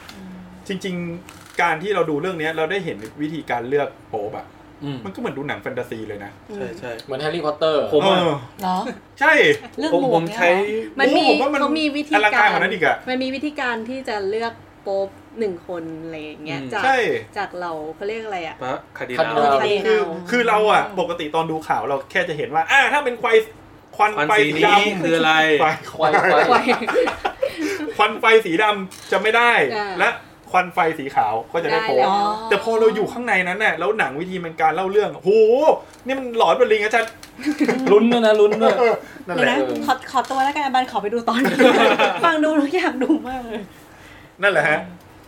C: จริง ๆ การที่เราดูเรื่องเนี้ยเราได้เห็นวิธีการเลือกโป๊ปอะ
D: อืม
C: มันก็เหมือนดูหนังแฟนตาซีเลยนะ
D: ใช่ใช่
A: เหมือนแฮร์รี่พอตเตอร์
D: ผม ว่า
C: เออ
F: เหรอ
C: ใช่
F: เรื่อง
D: ผม
F: หม
D: ผ
F: วก
D: ม
F: เนี่ย
D: ใช้
F: เหรอ
G: มันมี
C: โอ้ผมว่ามัน
G: เขามีวิธี
C: อลังกา
G: กา
C: ร
G: ร
C: กว่านั้นอีกอะ
G: มันมีวิธีการที่จะเลือกโป๊ปหนึ่งคนอะไรอย่างเงี้ย
D: อืม
G: จาก
C: ใช่
G: จากเราเขาเรียกอะไรอ่ะ
D: พระคาร์ดิ
A: คาร์
D: นา
A: ดิ
D: ล
A: นัล
C: คือคือเราอะปกติตอนดูข่าวเราแค่จะเห็นว่าอ่าถ้าเป็นควายควัน
D: ควัน
C: ไฟ
D: สี
C: สี
D: นี้
C: ดำ
D: คืออะไร
C: ควาย
A: ควายควาย
C: ควันไฟสีดำจะไม่ได้
G: อ่า
C: และควันไฟสีขาวก็จะได้
G: ได้
C: โป๊
G: แล้ว
C: ป แต่พอเราอยู่ข้างในนั้นน่ะแล้วหนังวิธีมันการเล่าเรื่องโหนี่มันหลอนเป็นลิงอาจารย์
A: ลุ้นด้วยนะลุ้นด้วย
C: นั่น
F: เดี๋
C: แห
F: ยว
C: ละ
F: นะขอข อตัวแล้วกันอาบันขอไปดูตอนนี้ ฟังดูแล้วอยากดูมากเลย
C: นั่นแหละฮะ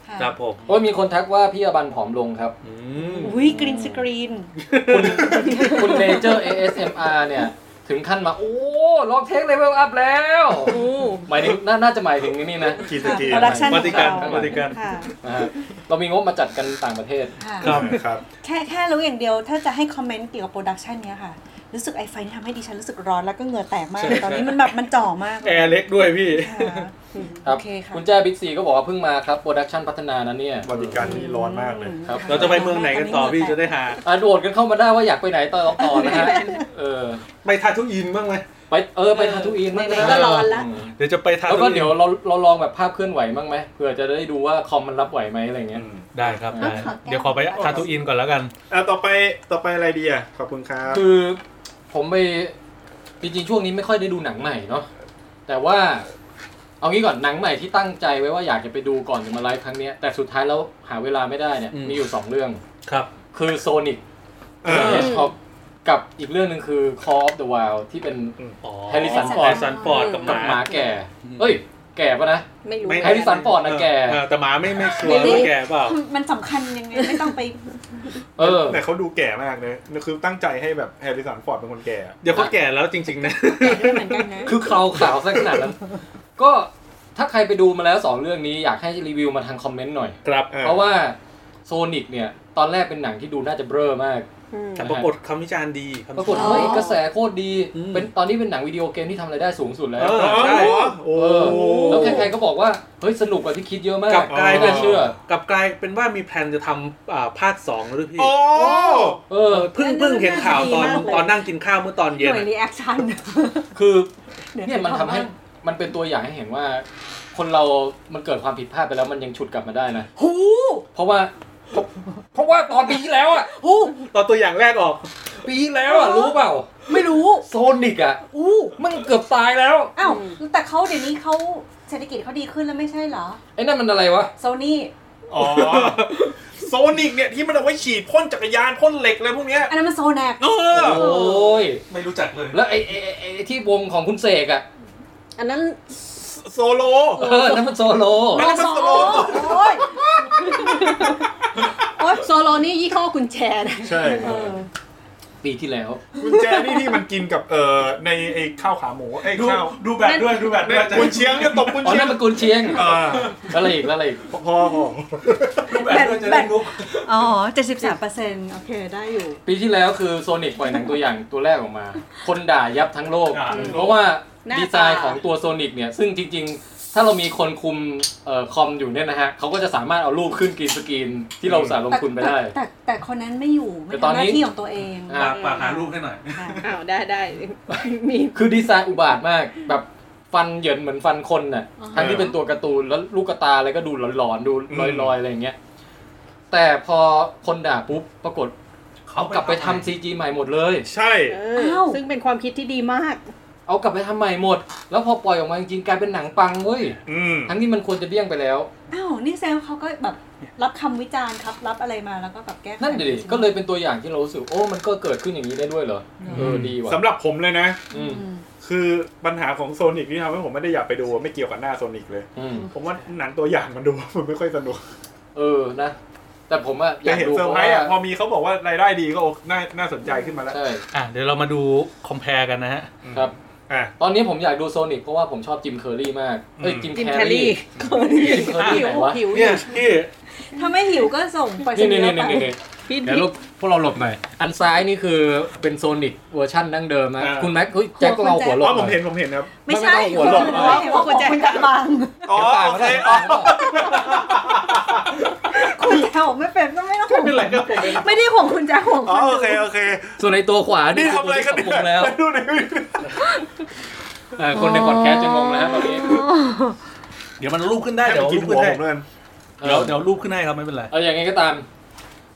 F: ค่ะ
D: ครับผม
A: โอ้ยมีคนทักว่าพี่อบันผอมลงครับ
D: อืม
F: อุ้ยกรีนสกรีน
A: คุณคุณเนเจอร์ ASMR เนี่ย ถึงขั้นมา โอ้ลองเทคเลเวลอัพแล้วหมายถึงน่าน่าจะหมายถึงนี่นะ
C: กี่สกี
F: โปรดักชั่น
D: มาติการ
F: ของเรา
D: มาติการ
F: ค่ะ
A: นะฮะเรามีงบมาจัดกันต่างประเทศ
F: ค่ะ
D: ครับ
C: ครับ
F: แค่แค่รู้อย่างเดียว ถ้าจะให้คอมเมนต์เกี่ยวกับโปรดักชันเนี้ยค่ะ รู้สึกไอไฟนี่ทำให้ดิฉันรู้สึกร้อนแล้วก็เหงื่อแตกมากเลยตอนนี้มันแบบมันจ่อมากเล
D: แอย ร์เล็กด้วยพี่
F: ค่ะ
A: ครับ
F: โอเคค่ะ
A: คุณแจ้บิ๊กซีก็บอกว่าเพิ่งมาครับโปรดักชันพัฒนานะเนี่ย
C: บริการนี่ร้อนมากเลย
A: ครับ
D: เราจะไปเมืองไหนกันต่อพี่จะได้หา
A: อ่ะโดดกันเข้ามาได้ว่าอยากไปไหนต่อต่อนะฮะเออ
D: ไปทาทุอินบ้างไหม
A: ไปเออไปทาทูอินบ้าง
G: ไหนๆก็ร้อนละ
A: อืม
D: เดี๋ยวจะไปทา
A: แล้ว
D: ทู
A: ก็
D: อิน
A: เดี๋ยวเราเราลองแบบภาพเคลื่อนไหวบ้างไหมเผื่อจะได้ดูว่าคอมมันรับไหวไหมอะไรเงี้ย
D: ได้ครับได้เดี๋ยวขอไปทาทุอินก่อนแล้วกัน
C: อ่ะต่อไปต่อไปอะไรดีอ่ะขอบคุณครับ
A: คือผมไปจริงๆช่วงนี้ไม่ค่อยได้ดูหนังใหม่เนาะแต่ว่า เอางี้ก่อนหนังใหม่ที่ตั้งใจไว้ว่าอยากจะไปดูก่อนจะมาไลฟ์ครั้งเนี้ยแต่สุดท้ายแล้วหาเวลาไม่ได้เนี่ย
D: อืม
A: มีอยู่ 2 เรื่อง
D: ครับ
A: คือโซนิก
C: เออ
A: เอชฮอปกับอีกเรื่องหนึ่งคือ Call of the Wild ที่เป็น แฮร์ริสันฟอร์ด
D: แฮริสันฟอร์ดกับห
A: กับหมา
D: มา
A: แก่
D: อืม
A: เอ้ย แก่ปะนะ
G: ไม่รู้
D: ไม่
G: เหมือ
A: แฮร์ริสันฟอร์ดนะแก่
D: เออแต่หมาไม่ไม่ชัวร์ว่าแก่เปล่า
F: มันสำคัญยังไงไม่ต้องไป
A: เออ
C: แต่เขาดูแก่มากเลยคือตั้งใจให้แบบแฮร์ริสันฟอร์ดเป็นคนแก่อะ
D: เดี๋ยวเขาแก่แล้วจริง ๆ นะ
G: นกันนะ
A: คือเขาขาวซะขนาดนั้น ก็ถ้าใครไปดูมาแล้วสองเรื่องนี้อยากให้รีวิวมาทางคอมเมนต์หน่อย
D: ครับ
C: ออ
A: เพราะว่าโซนิกเนี่ย ตอนแรกเป็นหนังที่ดูน่าจะเบ้อมาก
G: อืม
D: แต่ปรากฏคำวิจารณ์ดีคำ
A: ป
D: วิ
A: รากฏ
D: จารณ์
A: เฮ้ยกระแสโคตรดี
D: อืม
A: เป็นตอนนี้เป็นหนังวิดีโอเกมที่ทำรายได้สูงสุดแล้ว
D: เออ
C: อ๋อ
D: ใช่
C: เหรอโอ้
A: เออ แล้วใครๆก็บอกว่า เฮ้ย สนุกกว่าที่คิดเยอะมาก
D: กลับกลาย
A: ไม่
D: เป็น
A: น่าเชื่อ
D: กลับกลายเป็นว่ามีแผนจะทำอ่าภาคสองหรือพี่
C: โอ้
A: เออ
D: เออเพิ่งเพิ่งเห็นข่าวตอน
G: น่าจะดีมากเลย
D: ตอนนั่งกินข้าวเมื่อตอน
G: ห
D: เย็น
G: น่วย
D: อะ
G: รีแอคชั่น
A: คือเนี่ยมันทำให้มันเป็นตัวอย่างให้เห็นว่า คนเรา มันเกิดความผิดพลาดไปแล้วมันยังฉุดกลับมาได้นะ
G: หู
A: เพราะว่า เพราะว่าตอนปีที่แล้วอะ
G: หู
D: ตอนตัวอย่างแรกออก
A: ปีที่แล้วอะรู้เปล่า
G: ไม่รู้
A: โซนิกอะ
G: อู้
A: มันเกือบตายแล้ว
F: อ้าวแต่เขาเดี๋ยวนี้เขาเศรษฐกิจเขาดีขึ้นแล้วไม่ใช่เหรอ
A: ไอ้นั่นมันอะไรวะ
F: โซนี่
C: อ๋อโซนิกเนี่ยที่มันเอาไว้ฉีดพ่นจักรยานพ่นเหล็กอะไรพวกเนี้ย
F: อันนั้นมันโซแนก
C: เออ
A: โอ้ย
D: ไม่รู้จักเลย
A: แล้วไอ้ไอ้ไอ้ไอ้ที่วงของคุณเสกอะ
G: อันนั้น
C: โซโล
A: เออ นั่นมันโซโล
C: ไม่ได้เป็นโซโล
G: โอ้ยโอ้ยโซโลนี่ยี่ห้อกุญแจนะ
C: ใช่
G: เออ
A: ปีที่แล้ว
C: กุญแจนี่ที่มันกินกับเอ่อในไอ้ข้าวขาหมูไอ้
D: ดู
C: ข้าว
D: ดูแบบด้วยดูแบบด้วย
C: กุนเชียงเนี่ยตบกุน
A: อ๋อ
C: เชีย
A: นั่
C: ง
A: นมันกุนเชียง
C: อ่า
A: แล้วอะไรอีกแล้วอะไรอีก
C: พอของ
D: ดูแบบด้วยจะได้รู้
F: อ๋อเจ็ดสิบสามเปอร์เซ็นต์
G: โอเคได้อยู่
A: ปีที่แล้วคือโซนิกปล่อยหนังตัวอย่างตัวแรกออกมา คนด่ายับทั้งโลก
D: อ่า
A: เพราะว่า
G: หน้าตา
A: ดีไซน์ของตัวโซนิกเนี่ย ซึ่งจริงๆ ถ้าเรามีคนคุมเอ่อคอมอยู่เนี่ยนะฮะเขาก็จะสามารถเอารูปขึ้นกรีนสกรีนที่เราอุตสาห์ลงทุนไปได้
F: แต่แต่คนนั้นไม่อยู่ไม่
A: แต่ตอน
F: ทำห
A: นี้
F: น้าที่ของตัวเอง
A: อ่า
D: ฝากฝากหารูปให้หน่อย
F: ค่ะ
G: อ้าวได้ได้มี
A: คือดีไซน์อุบาทมาก แบบฟันเหยินเหมือนฟันคนน่ะทั้งที่เป็นตัวการ์ตูนแล้วลูกตาอะไรก็ดูหลอนๆ ดูลอยๆ อะไรอย่างเงี้ยแต่พอคนด่าปุ๊บปรากฏเอากลับไปทำซีจีใหม่หมดเลย
C: ใช่
G: เอออซึ่งเป็นความคิดที่ดีมาก
A: เอากลับไปทำใหม่หมด แล้วพอปล่อยออกมาจริงๆกลายเป็นหนังปังเว้ย
C: อืม
A: ทั้งที่มันควรจะเลี่ยงไปแล้ว
F: อ้าวนี่แซมเขาก็แบบรับคำวิจารณ์ครับรับอะไรมาแล้วก็แบบแก้ไข
A: นั่นดิก็เลยเป็นตัวอย่างที่เรารู้สึกโอ้ มันก็เกิดขึ้นอย่างนี้ได้ด้วยเหรอ เออ ดีว่ะ
C: สำหรับผมเลยนะ
A: อืม
F: อืม
C: คือปัญหาของโซนิกที่ทำให้ผมไม่ได้อยากไปดูไม่เกี่ยวกับหน้าโซนิกเลย
A: อืม
C: ผมว่าหนังตัวอย่างมันดูมันไม่ค่อยสนุก
A: เออ นะ แต่ผมอะอ
C: แต่
A: ยาก
C: เห็น
A: ดู
C: เซอร์
A: เพ
C: ไพ
A: ราะว่า
C: รส์อ่ะพอมีเขาบอกว่ารายได้ดีก็โอน่าน่าสนใจขึ้นมาแล้ว
A: ใช่
D: อ่ะเดี๋ยวเรามาดูคอมเพลกันนะฮะ
A: ครับ
C: อ่ะ
A: ตอนนี้ผมอยากดูโซนิกเพราะว่าผมชอบจิมเคอร์รี่มาก เอ้ย
C: อืม
A: จิม
G: จิม
A: แค
G: แค
A: ร์
G: ร์
A: รี่
G: รี่
A: จิมแคร์รี่
G: หิว
A: ไหนวะ
G: หิว
D: เนี่ยพี่
F: ถ้าไม่หิวก็ส่งไปรษ
A: นี่
F: ณี
A: นี่
F: ย์
A: นี่
F: ไป
A: นี่นี่
G: พี่
A: เดี๋ยว
G: พี่
A: ลูกพวกเราหลบหน่อย อันซ้ายนี่คือเป็นโซนิกเวอร์ชั่นดั้งเดิมนะ
C: อ่า
A: คุณแม็กเฮ้ยแจ็คต้องเอาหัวหล
C: อ๋
A: บ
C: อ
A: ห
C: ผม
A: น่อย
C: เห็นผมเห็นครับ
F: ไม่ใช่
A: ไม่ต้องหัวหลอก
F: หัวหัวหัวใจกลาง
C: อ๋อ
A: เดี๋ยวปาก
C: โอ
A: มันได้
C: เคอ๋อ
F: คุณแจวไม่เป็นก็ไม่ต้องห่วง
D: เป็นไรครับผม
F: ไม่ได้ห่วงคุณแจวห่วง
C: อ๋อ
F: คน
C: โอ
F: ดู
C: เคโอเค
A: ส่วนในตัวขวา
C: นี่
A: นี่
C: ทำอะไรกัน
A: คือ
C: เนี่ย
A: ตัวที่ปรับปรุงแล้ว
C: ดูดิ
A: เออคนในพอดแคสต์จะงงแล้วฮะตอนนี้
D: เดี๋ยวมันรูปขึ้นได้
C: ให้
D: เดี๋
C: มัน
D: ยว
C: กิ
D: รู
C: น
D: ป
C: หั
D: ขึ้
C: วนผ
D: ได้
C: มเลย
D: เดี๋ยวเดี๋ยวรูปขึ้นให้ครับไม่เป็นไร
A: เอาอย่างไงก็ตาม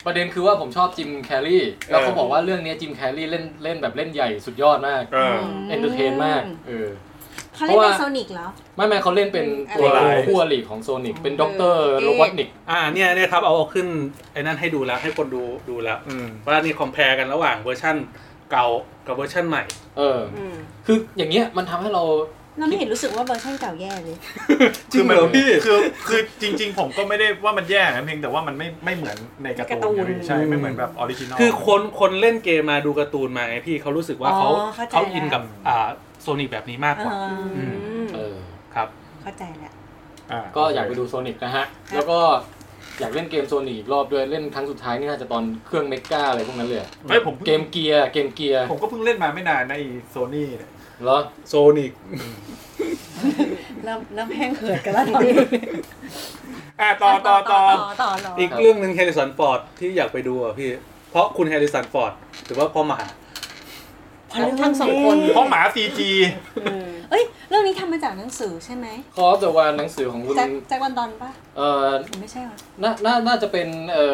A: ประเด็นคือว่าผมชอบจิมแคร์รี่แล้วเขาบอกว่าเรื่องนี้จิมแคร์รี่เล่นเล่นแบบเล่นใหญ่สุดยอดมาก
C: เออ
A: เอนเตอร์เทนมากเออ
F: เขาเล่น
A: เพราะ
F: เป็น
A: ว่า
F: โซนิกเหรอ
A: ไม่ไม่เขาเล่นเป็น
C: ตั
A: ตัว ว
C: ร้าย
A: คู่อริของโซนิกเป็นด็อกเตอร์โรบอทนิก
D: อ่าเนี่ยเนี่ยครับเอาเอาขึ้นไอ้นั่นให้ดูแล้วให้คนดูดูแล้ว
C: อืม
D: ว่านี่คอมเพลกันระหว่างเวอร์ชั่นเก่ากับเวอร์ชั่นใหม่
A: เอออ
G: อืม
A: คืออย่างเงี้ยมันทำให้เรา
F: เราไม่เห็นรู้สึกว่าเวอร์ชันเก่าแย่เลย
D: จริงเหรอพี่
C: คือคือจริง ๆ ผมก็ไม่ได้ว่ามันแย่นะเพียงแต่ว่ามันไม่ไม่เหมือนในการ์
F: การ์ตู
C: ตูน
F: น
C: ใช่ไม่เหมือนแบบออริจินอล
D: คือคนคนเล่นเกมมาดูการ์ตูนมาไงพี่เขารู้สึกว่าเขา
F: อ๋อเข้าใจ
D: เขาอิน
F: แล้ว
D: กับอ่าโซนิกแบบนี้มากกว่า
F: อ่า
A: เออ
D: ครับ
F: เข้าใจแล้ว
A: ก็อยากไปดูโซนิกนะฮะ แล้วก็อยากเล่นเกมโซนิกอีกรอบด้วย เล่นครั้งสุดท้ายนี่น่าจะตอนเครื่องเมกาอะไรพวกนั้นเลยอะ
C: เฮ้ยผมเพิ่ง
A: เกมเกียร์ เกมเกียร์
C: ผมก็เพิ่งเล่นมาไม่นานในโซนี่ย
A: เหรอ
D: โซนิก
F: เริ่มเริ่มแห้งเหือดกันแล้วตอนนี้
H: อ่ะต่อต่อต่อ
G: ต่อต่อ
D: อีกเรื่องหนึ่งแฮร์ริสันฟอร์ดที่อยากไปดูอ่ะพี่ เพราะคุณแฮร์ริสันฟอร์ดหรือว่าพ่อหมา
F: พอเรื่องทั้งสองคน
C: เพราะหมาซีจี
F: เอ้ยเรื่องนี้ทำมาจากหนังสือใช่ไหม
A: Call of the Wild หนังสือของคุณ
F: แจ็คแจ็ควันดอนปะ
A: เอ่อ
F: ไม่ใช่หรอ
A: น่าน่าน่าจะเป็นเอ่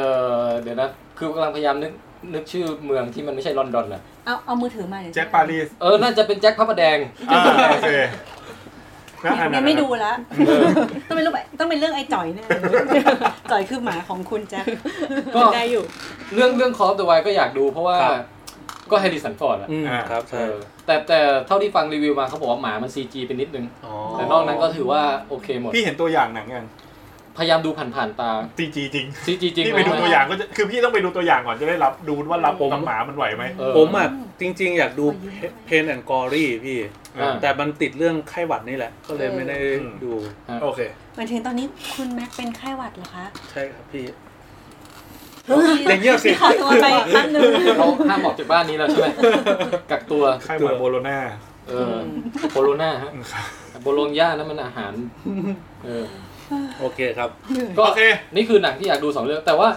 A: อเดี๋ยวนะ คือกำลังพยายามนึกนึกชื่อเมืองที่มันไม่ใช่ลอนดอนน่ะ
F: เอาเอามือถือมาเดี๋ยว
C: แจ็คปารีส
A: เออ น่าจะเป็นแจ็คพระประแดง
C: อ่าโอเคนะอันนั้
F: ยั
C: น
F: งไม่ดู
C: นะ
F: ละต้องเป็นรูปแบบต้องเป็นเรื่องไอ้จ่อยแน่เลยจ่อยคือหมาของคุณแจ็ค
A: ก็
F: ได้อยู่
A: เรื่องเรื่อง Call of the Wild ก็อยากดูเพราะว่า
D: ครับ
A: ก็แฮร์ริสันฟอร์ดอะ
D: อืมครับ
A: เอ
D: ใช่
A: อแต่แต่เท่าที่ฟังรีวิวมาเขาบอกว่าหมามัน CG เป็นนิดนึง
D: อ๋อ
A: แต่นอกนั้นก็ถือว่าโอเคหมด
C: พี่เห็นตัวอย่างหนังยัง
A: พยายามดูผ่านๆตา
C: ซีจีจริง
A: CG จริง
C: พี่ไปดู
A: นะ
C: ตัวอย่างก็จะคือพี่ต้องไปดูตัวอย่างก่อนจะได้รับดูว่ารับกับหมามันไหวไหม
A: เออ
D: ผมอ่ะจริง ๆ อยากดู
F: ขอยืมหน่อย
D: เพนแอนกอรี่พี่
A: อ่า
D: แต่มันติดเรื่องไข้หวัดนี่แหละ ก็เลยไม่ได้ดู
C: โอเค
F: หมายถึงตอนนี้คุณแม็กเป็นไข้หวัดเหรอคะ
D: ใช่ครับพี่ อย่างเงี้ยสิ
F: พี่ขอตัวไปแป๊บนึง
A: เราห้ามออกจากบ้านนี้แล้วใช่ไหม กักตัว
C: ใครเหมือนโบโลนา
A: เออโบโลนาฮะโบโลญญานั่นมันอาหารเออ
D: โอเคครับ
A: ก็
C: โอเค
A: นี่คือหนังที่อยากดูสองเรื่อง แต่ว่า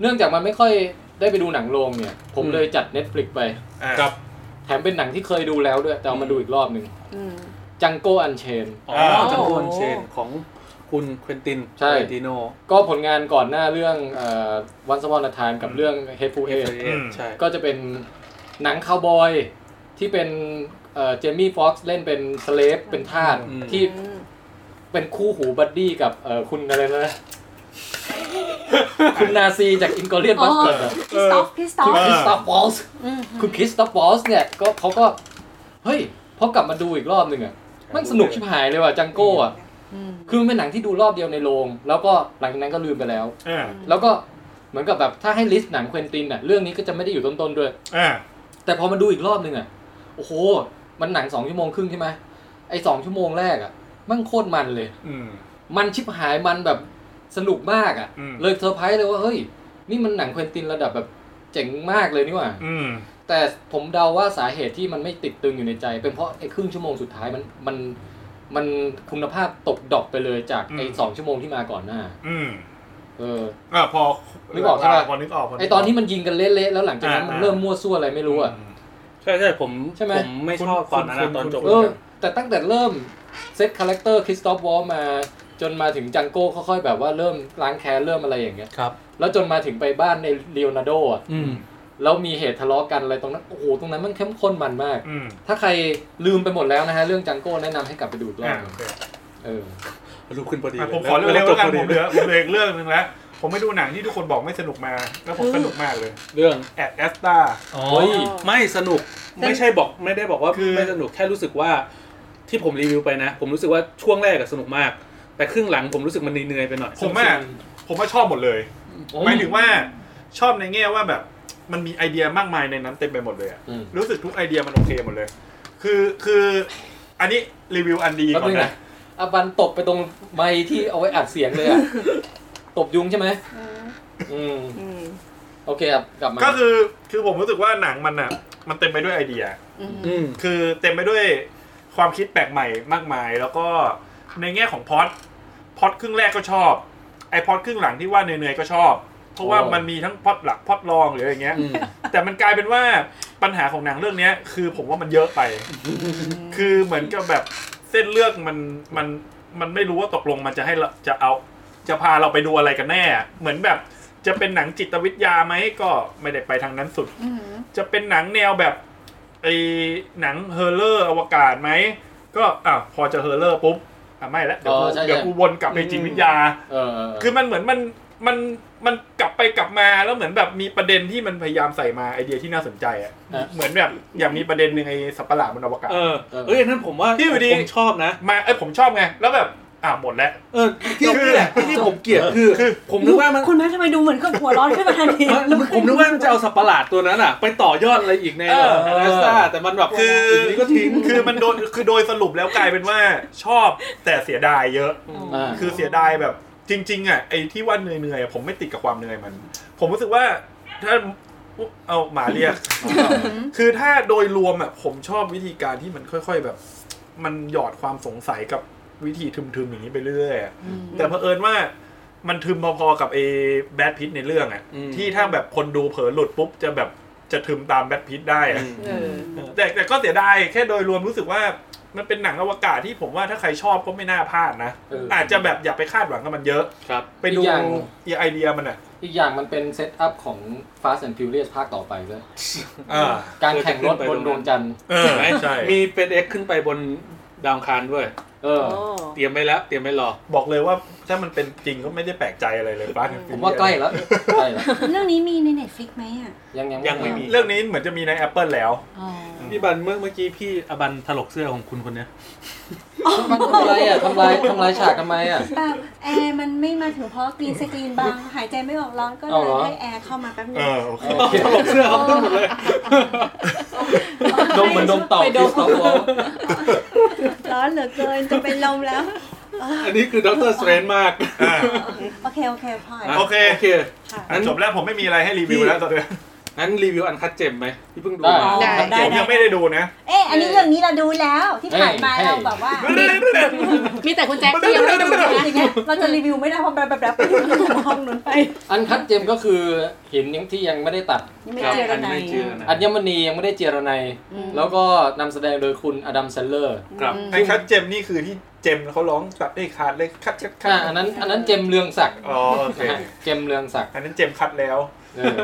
A: เนื่องจากมันไม่ค่อยได้ไปดูหนังโรงเนี่ย ผม
D: อืม
A: เลยจัด Netflix ไป
C: อ่ะ
D: ครับ
A: แถมเป็นหนังที่เคยดูแล้วด้วย แต่เอามาดูอีกรอบหนึ่งจังโกอันเชน
D: อ๋อ
C: อ่า
D: จังหวนเชนของคุณเควินติน
A: ใช่
D: เวนติโน
A: ก็ผลงานก่อนหน้าเรื่องวันสวอนทานกับเรื่องเฮฟูเอ
C: อืม
D: ใช่
A: ก็จะเป็นหนังคาวบอยที่เป็นเอ่อเจมี่ฟ็อกซ์เล่นเป็นสเลฟเป็นทาส
D: อืม
A: ที่เป็นคู่หูบัดดี้กับเอ่อคุณอะไรนะ คุณนาซีจากอินกอเรียน
F: อ๋
A: บั
F: อ
A: สเตอร์
F: พี่สต็อปพี่สต็อ
A: คุณ
F: ป
A: คริสตัฟวอลส์คุณคริสตัฟวอลส์เนี่ยก็เขาก็ เฮ้ยพอกลับมาดูอีกรอบหนึ่งอ่ะมันสนุกชิบหายเลยว่ะจังโก้อ่ะ คือมันเป็นหนังที่ดูรอบเดียวในโรง แล้วก็หลังจากนั้นก็ลืมไปแล้ว
C: อ่า
A: แล้วก็เหมือนกับแบบถ้าให้ลิสต์หนังเควินตินอ่ะเรื่องนี้ก็จะไม่ได้อยู่ต้นๆด้วย
C: อ่า
A: แต่พอมาดูอีกรอบหนึ่งอ่ะ โอ้โห มันหนังสองชั่วโมงครึ่งใช่ไหมไอสองชั่วโมงแรกอ่ะ มันโคตรมันเลย
C: อืม
A: มันชิบหาย มันแบบสนุกมากอ่ะ
C: อืม
A: เลยเซอร์ไพรส์เลยว่า เฮ้ย นี่มันหนังเควินตินระดับแบบเจ๋งมากเลยนี่หว่า
C: อืม
A: แต่ผมเดาว่าสาเหตุที่มันไม่ติดตึงอยู่ในใจ เป็นเพราะไอ้ครึ่งชั่วโมงสุดท้ายมันมันมันคุณภาพตกดรอกไปเลยจากไอ้สองชั่วโมงที่มาก่อนหน้า
C: อืม
A: เออ
C: อ่าพอ
A: นึกออกใช่ปะ
C: พอนึกออกพกก
A: ไอ้ตอนที่มันยิงกันเละๆแล้วหลังจากนั้น
C: อ่า
A: มัน
C: อ่า
A: เริ่มมั่วซั่วอะไรไม่รู้อ่ะ
D: ใช่ใช่ผม
A: ใช่ไหม
D: ผมไม่ชอบตอนนั้นอะตอนจบ
A: เออแต่ตั้งแต่เริ่มเซตคาแรคเตอร์คริสตอฟวอลมาจนมาถึงจังโก้ค่อยๆแบบว่าเริ่มล้างแค้นเริ่มอะไรอย่างเงี้ย
D: ครับ
A: แล้วจนมาถึงไปบ้านในเลโอนาร์โดอ่ะ
D: อืม
A: แล้วมีเหตุทะเลาะกันอะไรตรงนั้นโอ้โหตรงนั้นมันเข้มข้นมันมาก
C: อืม
A: ถ้าใครลืมไปหมดแล้วนะฮะ เรื่องจังโก้แนะนำให้กลับไปดูอีกรอ
C: อ่า
A: บ
C: โอเค
A: เออ
D: ลุกขึ้นพอดี
C: อ่ะผมขอเร็วๆแล้วกันผมเหลือผมเหลืออีกเรื่องหนึงแล้วผมไปดูหนังที่ทุกคนบอกไม่สนุกมา แล้วผมสนุกมากเลย
D: เรื่อง
C: แอดแอสตา
D: อ๋อ
A: เฮ้ย
D: ไม่สนุกไม่ใช่บอกไม่ได้บอกว่า
C: คือ
D: ไม่สนุกแค่รู้สึกว่าที่ผมรีวิวไปนะ ผมรู้สึกว่าช่วงแรกอะสนุกมาก แต่ครึ่งหลังผมรู้สึกมันเหนื่อยๆไปหน่อย
C: ผมอ่ะผมว่าชอบหมดเลย
A: โอ้
C: หมายถึงว่าชอบในแง่ว่าแบบมันมีไอเดียมากมายในนั้นเต็มไปหมดเลยอะ
A: อืม
C: รู้สึกทุกไอเดียมันโอเคหมดเลย คือคืออันนี้รีวิวอันดี
A: แป๊บ
C: ก่อ
A: นึง
C: นนะ
A: นะอาบันตบไปตรงไมค์ที่เอาไว้อัดเสียงเลยอ่ะ ตบยุงใช่ไหมอืมโอเคครับกลับมา
C: ก็คือคือผมรู้สึกว่าหนังมันอ่ะ มันเต็มไปด้วยไอเดีย
D: อืม
C: คือเต็มไปด้วยความคิดแปลกใหม่มากมาย แล้วก็ในแง่ของพล็อดพล็อดครึ่งแรกก็ชอบ ไอพล็อดครึ่งหลังที่ว่าเหนื่อยๆก็ชอบ เพราะว่ามันมีทั้งพล็อดหลักพล็อดรองหรืออะไรเงี้ย
D: อืม
C: แต่มันกลายเป็นว่าปัญหาของหนังเรื่องเนี้ย คือผมว่ามันเยอะไป คือเหมือนกับแบบเส้นเรื่องมันมันมันไม่รู้ว่าตกลงมันจะให้เราจะเอา จะพาเราไปดูอะไรกันแน่ เหมือนแบบจะเป็นหนังจิตวิทยาไหมก็ไม่ได้ไปทางนั้นสุด จะเป็นหนังแนวแบบไอหนังเฮอร์เลอร์อวกาศไหมก็อ่ะพอจะเฮอร์เลอร์ปุ๊บอ่ะไม่ละเดี๋ยวกูเดี๋ยวกูวนกลับไปจิตวิทยา
A: เออเออเออ
C: คือมันเหมือนมันมัน มันกลับไปกลับมาแล้วเหมือนแบบมีประเด็นที่มันพยายามใส่มาไอเดียที่น่าสนใจอ่ะ
A: อ่ะ
C: เหมือนแบบอย่างมีประเด็นหนึ่งไอสัตว์ประหลาดบนอวกาศ
D: เออเอ้ยอันนั้นผมว่า
C: พี่อยู่ดี
D: ผมชอบนะ
C: มาไอยผมชอบไงแล้วแบบอ่าหมดแล้ว
D: เออที่นี่แหละที่ผมเกลียดคือ ผมนึกว่ามัน
F: คุณแม่ทำไมดูเหมือนกับหัวร้อนขึ้นมาทันที
D: มันผมนึกว่ามันจะเอาสับประหลาดตัวนั้นอ่ะ ไปต่อยอดอะไรอีกใน
C: เออ
D: แอลสตาแต่มันแบบ
C: คือยู่
D: ดีก็ทิ้ง
C: คือมันโดนคือโดยสรุปแล้วกลายเป็นว่าชอบแต่เสียดายเยอะ
A: อ่า
C: คือเสียดายแบบจริง ๆอ่ะไอ้ที่ว่าเหนื่อยๆอ่ะผมไม่ติดกับความเหนื่อยมัน ผมรู้สึกว่าถ้าอุ๊ยเอาหมาเรียก คือถ้าโดยรวมอ่ะผมชอบวิธีการที่มันค่อย ๆแบบ มันหยอดความสงสัยกับวิธีทึมๆอย่างนี้ไปเรื่อยอ่ะแต่เผอิญว่ามันทึมพอๆกับไอ้แบทพิทในเรื่องอ่ะ
D: อืม
C: ที่ถ้าแบบคนดูเผลอหลุดปุ๊บจะแบบจะทึมตามแบทพิทได้อ่ะ
G: เออ
C: แต่แต่ก็เสียดายแค่โดยรวมรู้สึกว่ามันเป็นหนังอวกาศที่ผมว่าถ้าใครชอบก็ไม่น่าพลาดนะ
A: เอออ
C: อาจจะแบบอย่าไปคาดหวังกับมันเยอะ
D: ครับ
C: ไปดู
A: อีกอย่าง
C: ไอเดียมันอ่ะ
A: อีกอย่างมันเป็นเซตอัพของ Fast and Furious ภาคต่อไปด้วย
C: อ่า
A: การแข่งรถบนดวงจันทร์
C: เออใช่
D: มีเฟดเอ็กขึ้นไปบนดาวอังคารด้วย
A: เออ
D: เตรียมไว้แล้ว เตรียมไว้รอ
C: บอกเลยว่าถ้ามันเป็นจริงก็ไม่ได้แปลกใจอะไรเลยบ้าน
A: ผมว่าใกล้แล้วใกล้แล้ว
F: เรื่องนี้มีใน Netflix ไหมอ่ะ
A: ยังยัง
D: ยังไม่มี
C: เรื่องนี้เหมือนจะมีใน Apple แล้ว
F: อ๋อ
D: พี่บันเมื่อเมื่อกี้พี่อบันถลกเสื้อของคุณคนเนี้ย
A: มันทำไรอ่ะทำลายทำลายฉากทำไมอ่ะ
F: แบบแอร์มันไม่มาถึงเพราะกรีนสกรีนบาง หายใจไม่ออกร้อนก็เล
A: เอา
F: ย
A: เหรอ
F: ให้แอร์เข้ามาแป๊บนึ
C: เอง อโอเค
D: ถลกเสื้อของคุณหมดเลย
A: ดมเหมือนดมเต่า
G: ไปด
A: คิ
G: ม
A: สตอวอล
F: ร้อนเหลือเกินจะเป็นลมแล้ว
D: อันนี้คือด็อกเตอร์สเตรนมาก
C: อ่า
F: โอเค โอเคพอ
C: โอเค
D: โอเค
F: ค่ะ
C: อ่ะจบแล้วผมไม่มีอะไรให้รีวิวแล้วตอนนี้
D: งั้นรีวิวอันคัดเจมไหมที่เพิ่งดู
A: ได้
D: มา
G: ได้
F: ได้
C: ผมยังไม่ได้ดูนะ
F: เอ๊ะอันนี้เรื่องนี้เราดูแล้วที่ผ่านมาเราแบบว่า
G: มีแต่คุณแจ็คที่ยังไม่ได้ดูนะ
F: อย่างเงี้ยเราจะรีวิวไม่ได้เพราะแบบแบบแบบไปดูห้องนู้นไป
A: อันคัดเจมก็คือหินยังที่ยังไม่ได้ตัด
F: ไม่เจอ
D: อั
F: กันไหน
D: ไม่เจอนะ
A: อัญมณียังไม่ได้เจรไนยแล้วก็นำแสดงโดยคุณอดัมเซลเลอร์
D: ครับ
C: ไอ้คัดเจมนี่คือที่เจมเขาร้องตัดไอ้ยขาดเลยคัดคัดคัด
A: อ่ะอันนั้นอันนั้นเจมเรืองศักดิ์
C: อ๋อโอเค
A: นะฮะเจมเรืองศักดิ์
C: อันนั้นเจมคัดแล้ว
A: เออ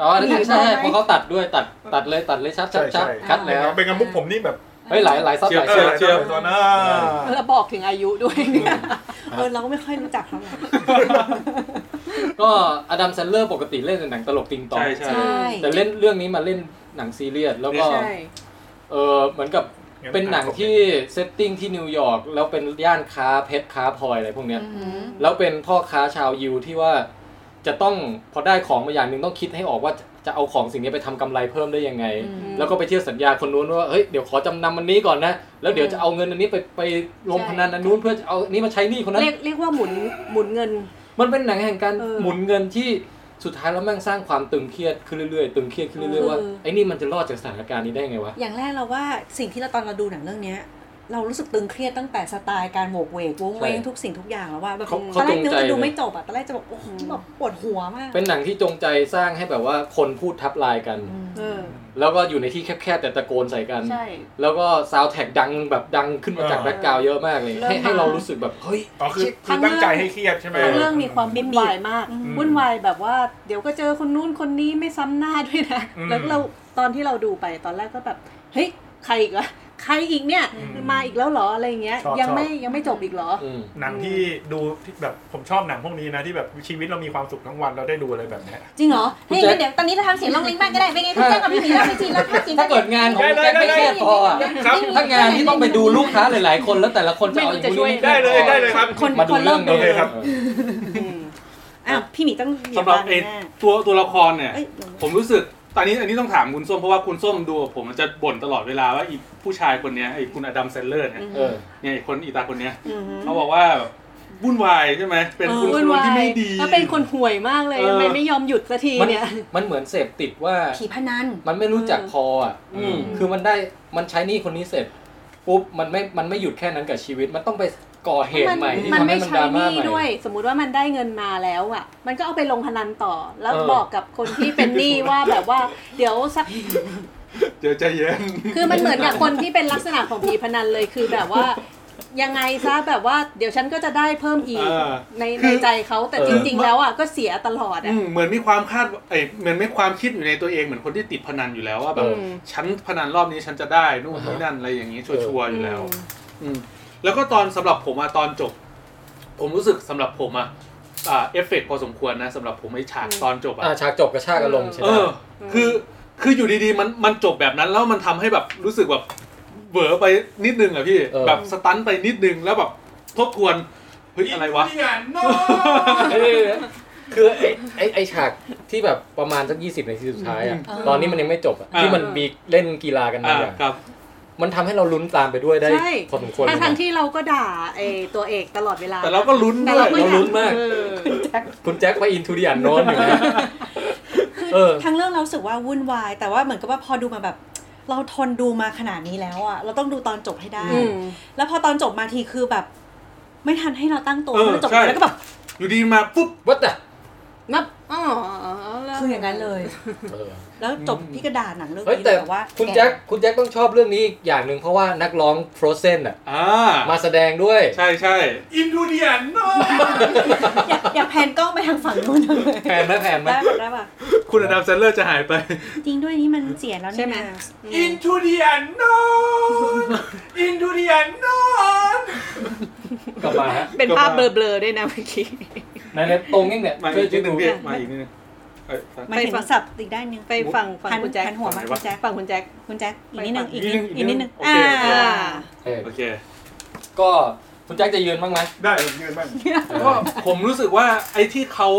A: อ๋ออันนั้นใช่เพราะเขาตัดด้วยตัดตัดเลยตัดเลยชัดชัดชัด
C: ใช่ใช่
A: คัดแล้ว
C: เป็นกระมุกผมนี่แบบ
A: เฮ้ยหลายหลายซับหลาย
C: เอ
A: เชื
C: อ
A: อก
C: เชียร์ตอนน่า
G: แล้วบอกถึงอายุด้วยเนี่ย
F: เออเราก็ไม่ค่อยรู้จักเขาไง
A: ก็อดัมเซนเลอร์ปกติเล่นแต่หนังตลกติงตอง
D: ใช่ใช่
G: ใช่
A: แต่เล่นเรื่องนี้มาเล่นหนังซีเรียสแล้วก็
G: ใช่
A: เออเหมือนกับเป็นหนังที่เซตติ้งที่นิวยอร์กแล้วเป็นย่านค้าเพชรค้าพลอยอะไรพวกเนี้ย
G: อือหือ
A: แล้วเป็นพ่อค้าชาวยิวที่ว่าจะต้องพอได้ของมาอย่างหนึ่งต้องคิดให้ออกว่าจะจะเอาของสิ่งนี้ไปทำกำไรเพิ่มได้ยังไง แล้วก็ไปเที่ยวสัญญาคนนู้นว่าเฮ้ยเดี๋ยวขอจำนำมันนี้ก่อนนะ แล้วเดี๋ยวจะเอาเงินอันนี้ไปไปลงพนันอันนู้นเพื่อจะเอาอันนี้มาใช้หนี้คนนั้น
G: เรียกเรียกว่าหมุนหมุนเงิน
A: มันเป็นหนังแห่งการ
G: เออ
A: หมุนเงินที่สุดท้ายแล้วแม่งสร้างความตึงเครียดขึ้นเรื่อยๆตึงเครียดขึ้นเรื่อยๆว่า
G: เออ
A: ไอ้นี่มันจะรอดจากสถานการณ์นี้ได้ไงวะ
F: อย่างแรกเราว่าสิ่งที่เราตอนเราดูหนังเรื่องเนี้ย เรารู้สึกตึงเครียดตั้งแต่สไตล์การโหวกเวกวงเวง
A: ใช่
F: ทุกสิ่งทุกอย่างแล้วว่าแบบ
A: เขา
F: ตอนแรกนึก
A: เขาจงใจ
F: ว่าดู
A: เลย
F: ไม่จบอ่ะตอนแรกจะบอกโอ้โหแบบปวดหัวมาก
A: เป็นหนังที่จงใจสร้างให้แบบว่าคนพูดทับลายกัน
G: เออ
A: แล้วก็อยู่ในที่แคบๆแต่ตะโกนใส่กัน
G: ใช่
A: แล้วก็ซาวด์แท็กดังแบบดังขึ้นมาจากแบ็กกราวด์เยอะมากเลย
G: เริ่ม
A: ให้ให้
G: มา
A: เรารู้สึกแบบเฮ้ย
C: อ๋อคือคือตั้งใจให้เครียดใช่ไหม
G: ทั้งเรื่องมีความวุ่นวายมาก
F: อืม
G: วุ่นวายแบบว่า เดี๋ยวก็เจอคนนู้นคนนี้ไม่ซ้ำหน้าด้วยนะ
C: อืม
G: แล้วเราตอนที่เราดูไปตอนแรกก็แบบ เฮ้ย ใครอีกวะใครอีกเนี่ย
C: อืม
G: มาอีกแล้วเหรออะไรอย่างเงี้ย
C: ชอบ
G: ยัง
C: ชอบ
G: ไม่ยังไม่จบอีกเหรอ
A: อืม
C: หนังที่ดูที่แบบผมชอบหนังพวกนี้นะที่แบบชีวิตเรามีความสุขทั้งวันเราได้ดูอะไรแบบเนี้ย
F: จริงเหรอเฮ้ยงั้นเดี๋ยวตอนนี้เราทำเสียงลองลิงก์บ้างก็ได้ไปไงพี่แจ้งกับพี่หมีแล้วไปจีนแล้วจีน
A: ถ้าเกิดงานของ
C: ได้
A: แจ็คไม่
C: ได้
A: เครียดพออะ
C: ครับ
A: ถ้างานที่ต้องไปดูลูกค้าหลายๆคนแล้วแต่ละคนจะเอาอย่างนี้
C: ได้เลยได้เลยครับ
F: คน
A: มาดู
F: คน
A: เรื่
F: เริ่
A: อง
F: ม
C: โอเคครับ
F: อ้าวพี่หมีต้อง
D: สำหรับไอ้
F: เรียนบ้างนะ
D: ตัวตัวละครเนี่ย
F: เอ้ย
D: ผมรู้สึก ตอนนี้อันนี้ต้องถามคุณส้มเพราะว่าคุณส้มดูกับผมมันจะบ่นตลอดเวลาว่าไอีผู้ชายคนเนี้ยไอ้คุณอดัมเซนเลอร์เนี่ย
A: เออ
D: เนี่ยไอ้คนอีตาคนเนี้ย
G: อือฮึ
D: เขาบอกว่าแบบวุ่นวายใช่ไหมเป็นคุณ
G: วุ่
D: คน น
G: วา
D: ที่
G: ย
D: ไม่ดี
G: แล้วเป็นคนห่วยมากเลย
D: เออ
G: ทำไมไม่ยอมหยุดสักที
A: มัน
G: เนี่ย
A: มันเหมือนเสพติดว่า
F: ผีพนัน
A: มันไม่รู้จักพออ่ะ
D: อืม
A: คือมันได้มันใช้หนี่คนนี้เสร็จปุ๊บมันไม่มันไม่หยุดแค่นั้นกับชีวิต มันต้องไปก่อเหตุ
G: มัน
A: ใหม่ที่
G: มัน
A: ทำให้
G: ไม่
A: มันด
G: ใช่
A: รา
G: ห
A: ม่า
G: นี้
A: ใหม่
G: ด้วย สมมุติว่ามันได้เงินมาแล้วอ่ะ มันก็เอาไปลงพนันต่อ แล้ว
A: เออ
G: บอกกับคนที่เป็นหนี้ว่าแบบว่า เดี๋ยวสัก
D: เดี๋ยวใจเย็น
G: คือมันเหมือนกับคนที่เป็นลักษณะของผีพนันเลยคือแบบว่า ยังไงซะแบบว่าเดี๋ยวฉันก็จะได้เพิ่มอีก
D: เออ
G: ใน
D: คื
G: ใน
D: อ
G: ใจเขาแต่จริง ๆ แล้วอ่ะก็เสียตลอด
D: อื
G: อ่ะ
D: มเหมือนมีความคาดเอ้ยเหมือนไม่ความคิดอยู่ในตัวเองเหมือนคนที่ติดพนันอยู่แล้วว่าแบบ
G: อืม
D: ฉันพนันรอบนี้ฉันจะได้นู่นนี่นั่นอะไรอย่างนี้ชัวร์ๆอยู่แล้ว
G: อืม
D: อืมแล้วก็ตอนสำหรับผมอะตอนจบ ผมรู้สึกสำหรับผมอะ อ่าเอฟเฟกต์พอสมควรนะสำหรับผมไอ้ฉากตอนจบอะ
A: อ่าฉากจบกระชากอารมณ์ใช่ไห
D: เอ
A: ม
D: อ คือคืออยู่ดีๆมันมันจบแบบนั้นแล้วมันทำให้แบบรู้สึกแบบเบอไปนิดนึงอะพี่แบบสตันไปนิดนึงแล้วแบบทบทวนเฮ้ยอะไรวะ
C: เนี่ยโน้
A: คือไอ้ไอ้ไอ้ฉากที่แบบประมาณสัก 20นาทีสุดท้ายอ่ะ
F: อืม
A: ตอนนี้มันยังไม่จบอะ
D: อ่า
A: ที่มันมีเล่นกีฬากันมา
D: อ่า
A: อย่าง
D: ครับ
A: มันทำให้เราลุ้นตามไปด้วยได้
F: ใช่
A: พอสมควร
G: ทั้งทั้งๆที่เราก็ด่าไอตัวเอกตลอดเวลา
D: แต่เราก็ลุ้น
G: แต่
D: ด้ว
G: เรา
D: ย
G: ก็
A: เรา
G: อยาก
A: ลุ้นมาก
G: เออ
A: คุณแจ็คไปอินทูเดียนโน้นอยู่นะ
F: คือ
A: เออ
F: ทั้งเรื่องเรารู้สึกว่าวุ่นวาย แต่ว่าเหมือนกับว่าพอดูมาแบบ เราทนดูมาขนาดนี้แล้วอ่ะเราต้องดูตอนจบให้ได้
G: อืม
F: แล้วพอตอนจบมาทีคือแบบ ไม่ทันให้เราตั้งตัว
D: เออ
F: มันจบ
D: ใช่
F: แล้วก็แบบ
D: อยู่ดีมาปุ๊บ
A: วัดอะ
G: นับอ๋ออ๋อแล้ว
F: คืออย่างนั้นเลย
A: เออ
F: แล้วจบพี่กระดาษหนังเรื่อง
A: เฮ้ย
F: นี้เล
A: แต่
F: ยแบบว่า
A: คุณแจ็คคุณแจ็คต้องชอบเรื่องนี้อีกอย่างหนึ่งเพราะว่านักร้องโฟรเซนอ่ะ
D: อ่า
A: มาแสดงด้วย
D: ใช่ใช่
C: อินทูเดียนโน้
F: อย่าอย่าแพนกล้องไปทางฝั่งนู้นเลย
A: แพนไหมแพนไหม
F: ได้ปะได้ปะ
D: คุณอดัมแซนเลอร์จะหายไป
F: จริงด้วยนี่มันเสียแล้วนี่
G: ใช่ไหม
F: นะ
C: อินทูเดียนโน้อินทูเดียนโน้
A: กลับมาฮะ
G: เป็นภาพเบลอๆด้วยนะเมื่อกี้
A: ในในตรงนี้เนี่ย
D: มา
A: ช่วย
D: อีก
A: ช่
D: นิ
A: วยดู
D: ดนึงพี่มาอีกนิดนึงเอ้ย
F: หมันถึง
G: ไปฝั่ง
F: สับอีกด้านหนึง
G: ไปฝั่งฝั่ง
F: หัน
G: คุณแจ็ค
F: หันหัวมาคุณแจ็ค
G: ฝั่งคุณแจ็ค
F: คุณแจ็คอีกนิดนึง
G: ไป
F: อีกนิดนึงอีกนิดนึง
D: โอ
F: อ่า
D: เคโอเค
G: อ่า
A: เออ
D: โอเค
I: ก็คุณแจ็คจะยืนบ้างไหม
C: ได้เงินบ้าง
D: ก็ผมรู้สึกว่าไอ้ที่เขา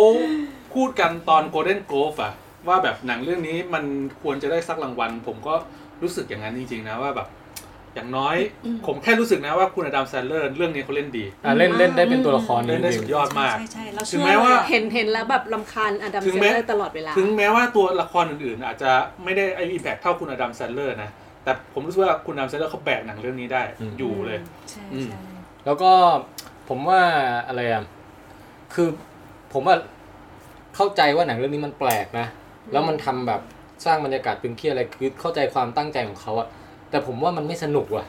D: พูดกันตอน Golden Glove อะว่าแบบหนังเรื่องนี้มันควรจะได้สักรางวัล ผมก็รู้สึกอย่างนั้นจริงๆนะว่าแบบ อย่างน้อย ผมแค่รู้สึกนะว่าคุณอดัมแซนเลอร์เรื่องนี้เขาเล่นดี
A: อ่ะเล่นเล่นได้เป็นตัวละครจ
D: เล่นได้
A: ริ
D: สุ
A: ง
D: ดยอดมาก
F: ใช่ใช่เรา
D: ถึ
F: เชื่
D: ง
F: อ
D: แม้ว่า
G: เห็นเห็นแล้วแบบลำคาญอดัม
D: ถึ
G: เซ
D: ง
G: น
D: แม้
G: เลอร์ตลอดเวลา
D: ถึงแม้ว่าตัวละครอื่นๆ อาจจะไม่ได้ไอ้อิมแพคเท่าคุณอดัมแซนเลอร์นะ แต่ผมรู้สึกว่าคุณอดัมแซนเลอร์เขาแบกหนังเรื่องนี้ได้อยู่เลย
F: ใช่
D: อืม
F: ใช่
A: ๆแล้วก็ผมว่าอะไรอ่ะคือผมว่าเข้าใจว่าหนังเรื่องนี้มันแปลกนะ แล้วมันทำแบบสร้างบรรยากาศตึงเครียดอะไรคือเข้าใจความตั้งใจของเขาอะแต่ผมว่ามันไม่สนุกว่ะ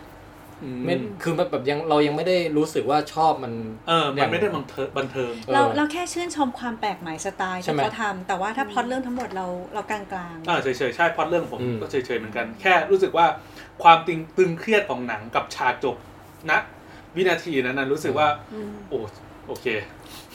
A: ไม่คือแบบแบบยังเรายังไม่ได้รู้สึกว่าชอบมัน
D: เออมันไม่ได้บันเทิงบันเทิง
F: เรา
A: เออ
F: เราแค่ชื่นชมความแปลกใหม่สไตล์
A: ใช่
F: ที่
A: ไหม
F: เขาทำแต่ว่าถ้าพล็อตเรื่องทั้งหมดเราเรากลางกลางๆ
D: อ่าเฉยๆใช่พล็อดเรื่องผม
A: อืม
D: ก็เฉยๆเหมือนกัน แค่รู้สึกว่าความตึงตึงเครียดของหนังกับฉากจบนะวินาทีนั้นนะรู้สึกว่า
F: ม
D: โอ้โอเค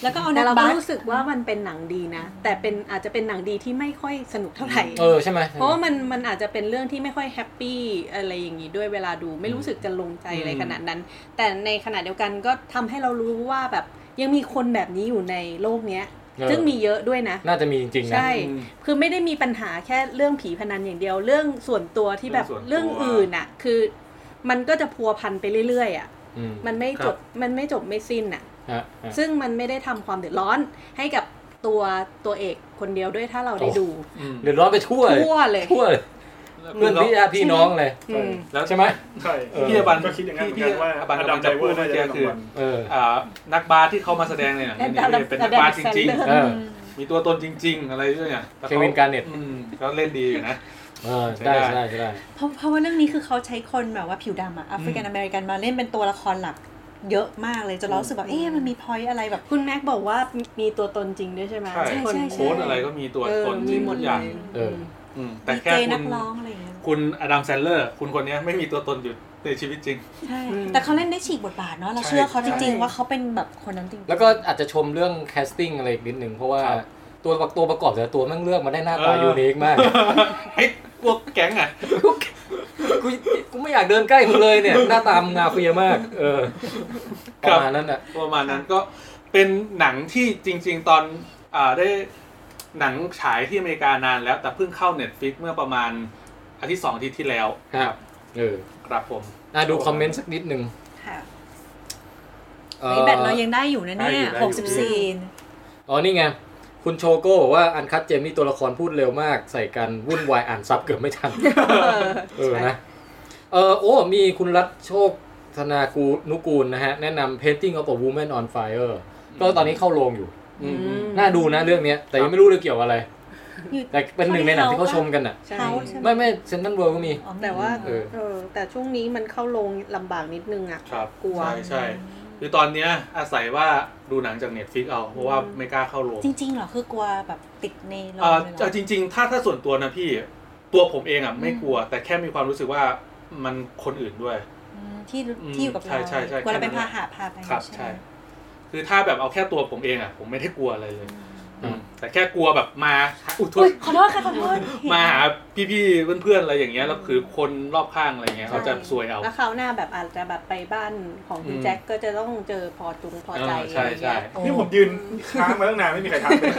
F: แล้วก็เอานั
G: แต่
F: ก
G: เรา
F: บั
G: ก็
F: ส
G: รู้สึกว่ามันเป็นหนังดีนะ แต่เป็นอาจจะเป็นหนังดีที่ไม่ค่อยสนุกเท่าไหร่
A: เออใช่ไหม
G: เพราะว่ามันมันอาจจะเป็นเรื่องที่ไม่ค่อยแฮปปี้อะไรอย่างนี้ด้วยเวลาดูไม่รู้สึกจะลงใจอะไรขนาดนั้น แต่ในขณะเดียวกันก็ทำให้เรารู้ว่าแบบยังมีคนแบบนี้อยู่ในโลกเนี้ย
A: เออ
G: ซึ่งมีเยอะด้วยนะ
A: น่าจะมีจริงๆนะ
G: ใช่ คือไม่ได้มีปัญหาแค่เรื่องผีพนันอย่างเดียว เรื่องส่วนตัวที่แบบ
D: เรื่
G: เรื่
D: อ
G: อง
D: ส่
G: ง
D: วนตัว
G: อื่นอ่ะ คือ มันก็จะพัวพันไปเรื่อยๆอ่ะ
A: อืม
G: มันไม่จบ มันไม่จบไม่สิ้นอ่ะ
A: ฮะฮะ
G: ซึ่งมันไม่ได้ทำความเดือดร้อนให้กับตัวตัวเอกคนเดียวด้วยถ้าเราได้
A: โอ้
G: ดู
D: อืม
A: เดือดร้อนไปทั่วเลย
G: ทั่วเลย
A: ทั่วเลยเพื่อนพี่ญาติพี่น้องเลย
G: อืม
D: แล้ว
A: ใช่ไหม
C: ใช่
A: เออ
D: พี่อบัน
C: ก็คิดอย่างนั้นเหมือน
D: พี่
C: กันว่า
D: อบั
C: อก
D: นำ
C: ดั
D: ลั
C: ม
D: ง
C: ได
D: จะ
C: เว
D: พู
C: อ
D: ด
C: ร์น่า
D: เมื่อ
C: จะได้
D: กี้
C: ราง
D: คือ
C: วัล
A: เออ
D: อ่านักบาสที่เขามาแสดงในหนังเรื่องนี้เนี่ยเป็นนักบาสจริง
A: เออ
D: ๆ มีตัวตนจริง ๆ อะไรด้วยเนี่ยแล้
A: เควินการ์เน็ต
D: อืมก็เล่นดีอยู่นะ
A: เออได้ใช่ได้
F: เพราะเพราะว่าเรื่องนี้คือเขาใช้คนแบบว่าผิวดำอะแอฟริกันอเมริกันมาเล่นเป็นตัวละครหลัก เยอะมากเลยจนเรารู้สึกแบบเอ๊ะมันมีพอยอะไรแบบ
G: คุณแม็กบอกว่ามีตัวตนจริงด้วยใช่ไหม
D: ใช่
G: คน
F: ใช่ใช่
D: โค้ดอะไรก็มีตัว
G: เออ
D: ตนจ
G: มี
D: ริง
G: หม
D: ทุ
G: ด
D: กอย่าง
G: เลย
A: เออ
D: อืมแต่
F: ดี
D: แค่
F: เจ
D: คุ
F: นั
D: ณ
F: กร้องอะไรอย่างเงี้ย
D: คุณอดัมแซนเลอร์ คุณคนเนี้ยไม่มีตัวตนอยู่ในชีวิตจริง
F: ใช่แต่เขาเล่นได้ฉีกบทบาทเนาะเราเชื่อเขาจริง ๆ ว่าเขาเป็นแบบคนนั้นจริงๆ
A: แล้วก็อาจจะชมเรื่องแคสติ้งอะไรอีกนิดหนึ่งเพราะว่า
D: ครับ
A: ตัวประตัวประกอบแต่ละตัวแม่งเลือกมาได้หน้าตา
D: เออ
A: ยูนิค มาก
D: เฮ้ยพวกแก๊งอ่ะ
A: กูกูไม่อยากเดินใกล้มึงเลยเนี่ย หน้าตามงงาเฟียมาก เออป
D: ครั
A: ระ
D: บ
A: มาณนั้นอ่ะ
D: ประมาณนั้นก็เป็นหนังที่จริง ๆ ตอนอ่าได้หนังฉายที่อเมริกานานแล้ว แต่เพิ่งเข้า Netflix เมื่อประมาณอาทิตย์สองอาทิตย์ที่แล้ว
A: ครับ เออ
D: ครับผม
A: อ่ะดูคอมเมนต์สักนิดหนึ่ง
F: ค่ะ
A: เอ่อ
F: ไอ้แบตเรายังได้อยู่นะเนี่ยหกสิบสี่
A: อ๋อนี่ไง คุณโชโก้บอกว่าอันคัตเจมนี่ตัวละครพูดเร็วมาก ใส่กันวุ่นวายอ่านซับเกือบไม่ทัน เออนะ เออโอ้ มีคุณรัตโชคธนากูนุกูลนะฮะ แนะนำ Painting of a Woman on Fire ก็ตอนนี้เข้าโรงอยู่
D: อืม
A: น่าดูนะเรื่องเนี้ย แต่ยังไม่รู้เลยเกี่ยวอะไร
F: อยู่
A: แต่เป็นหนึ่งในหนังที่เขาชมกันอ่ะ
G: ใช่
F: เขาใช่ไหม
A: ไม่ไม่เซนต์เวิร์ก็มี
F: อ๋อ
G: แต่ว่า
A: เออ
G: เออแต่ช่วงนี้มันเข้าลงลำบากนิดนึงอ่ะ
D: ครับ
G: กลัว
D: ใช่ใช่คือตอนเนี้ยอาศัยว่าดูหนังจาก Netflix เอา เพราะว่าไม่กล้าเข้าโรง
F: จริงๆเหรอคือกลัวแบบติดในโรง
D: อ่า
F: เลยเหร
D: จะ
F: อ
D: จริง ๆ ถ้าถ้าส่วนตัวนะพี่ตัวผมเองอ่ะไม่กลัว แต่แค่มีความรู้สึกว่ามันคนอื่นด้วย
F: อืมที่ที่อยู่กับเรา
D: ใช่ใช่ใช่
F: กลัวเราเป็น
D: แค่
F: พา
D: นั้
F: น หะพาไป
D: ครับ
F: ไหม
D: ใช่ คือถ้าแบบเอาแค่ตัวผมเองอ่ะผมไม่ได้กลัวอะไรเลยอืมแต่แค่กลัวแบบมาอุยโทษ
J: อุ๊ยขอโทษค่ะขอโทษ
D: มาหาพี่ๆเพื่อนๆอะไรอย่างเงี้ยแล้วคือคนรอบข้างอะไรเงี้ยเขาจะซวยเอา
G: แล้วคราวหน้าแบบอาจจะแบบไปบ้านของคุณ
D: อืม
G: แจ็คก็จะต้องเจอพอจุงพอ
D: เอ
G: ใจ
D: อใช่ใช่
C: นี่ผมยืนค้างมาตั้งนานไม่มีใครทัก เลย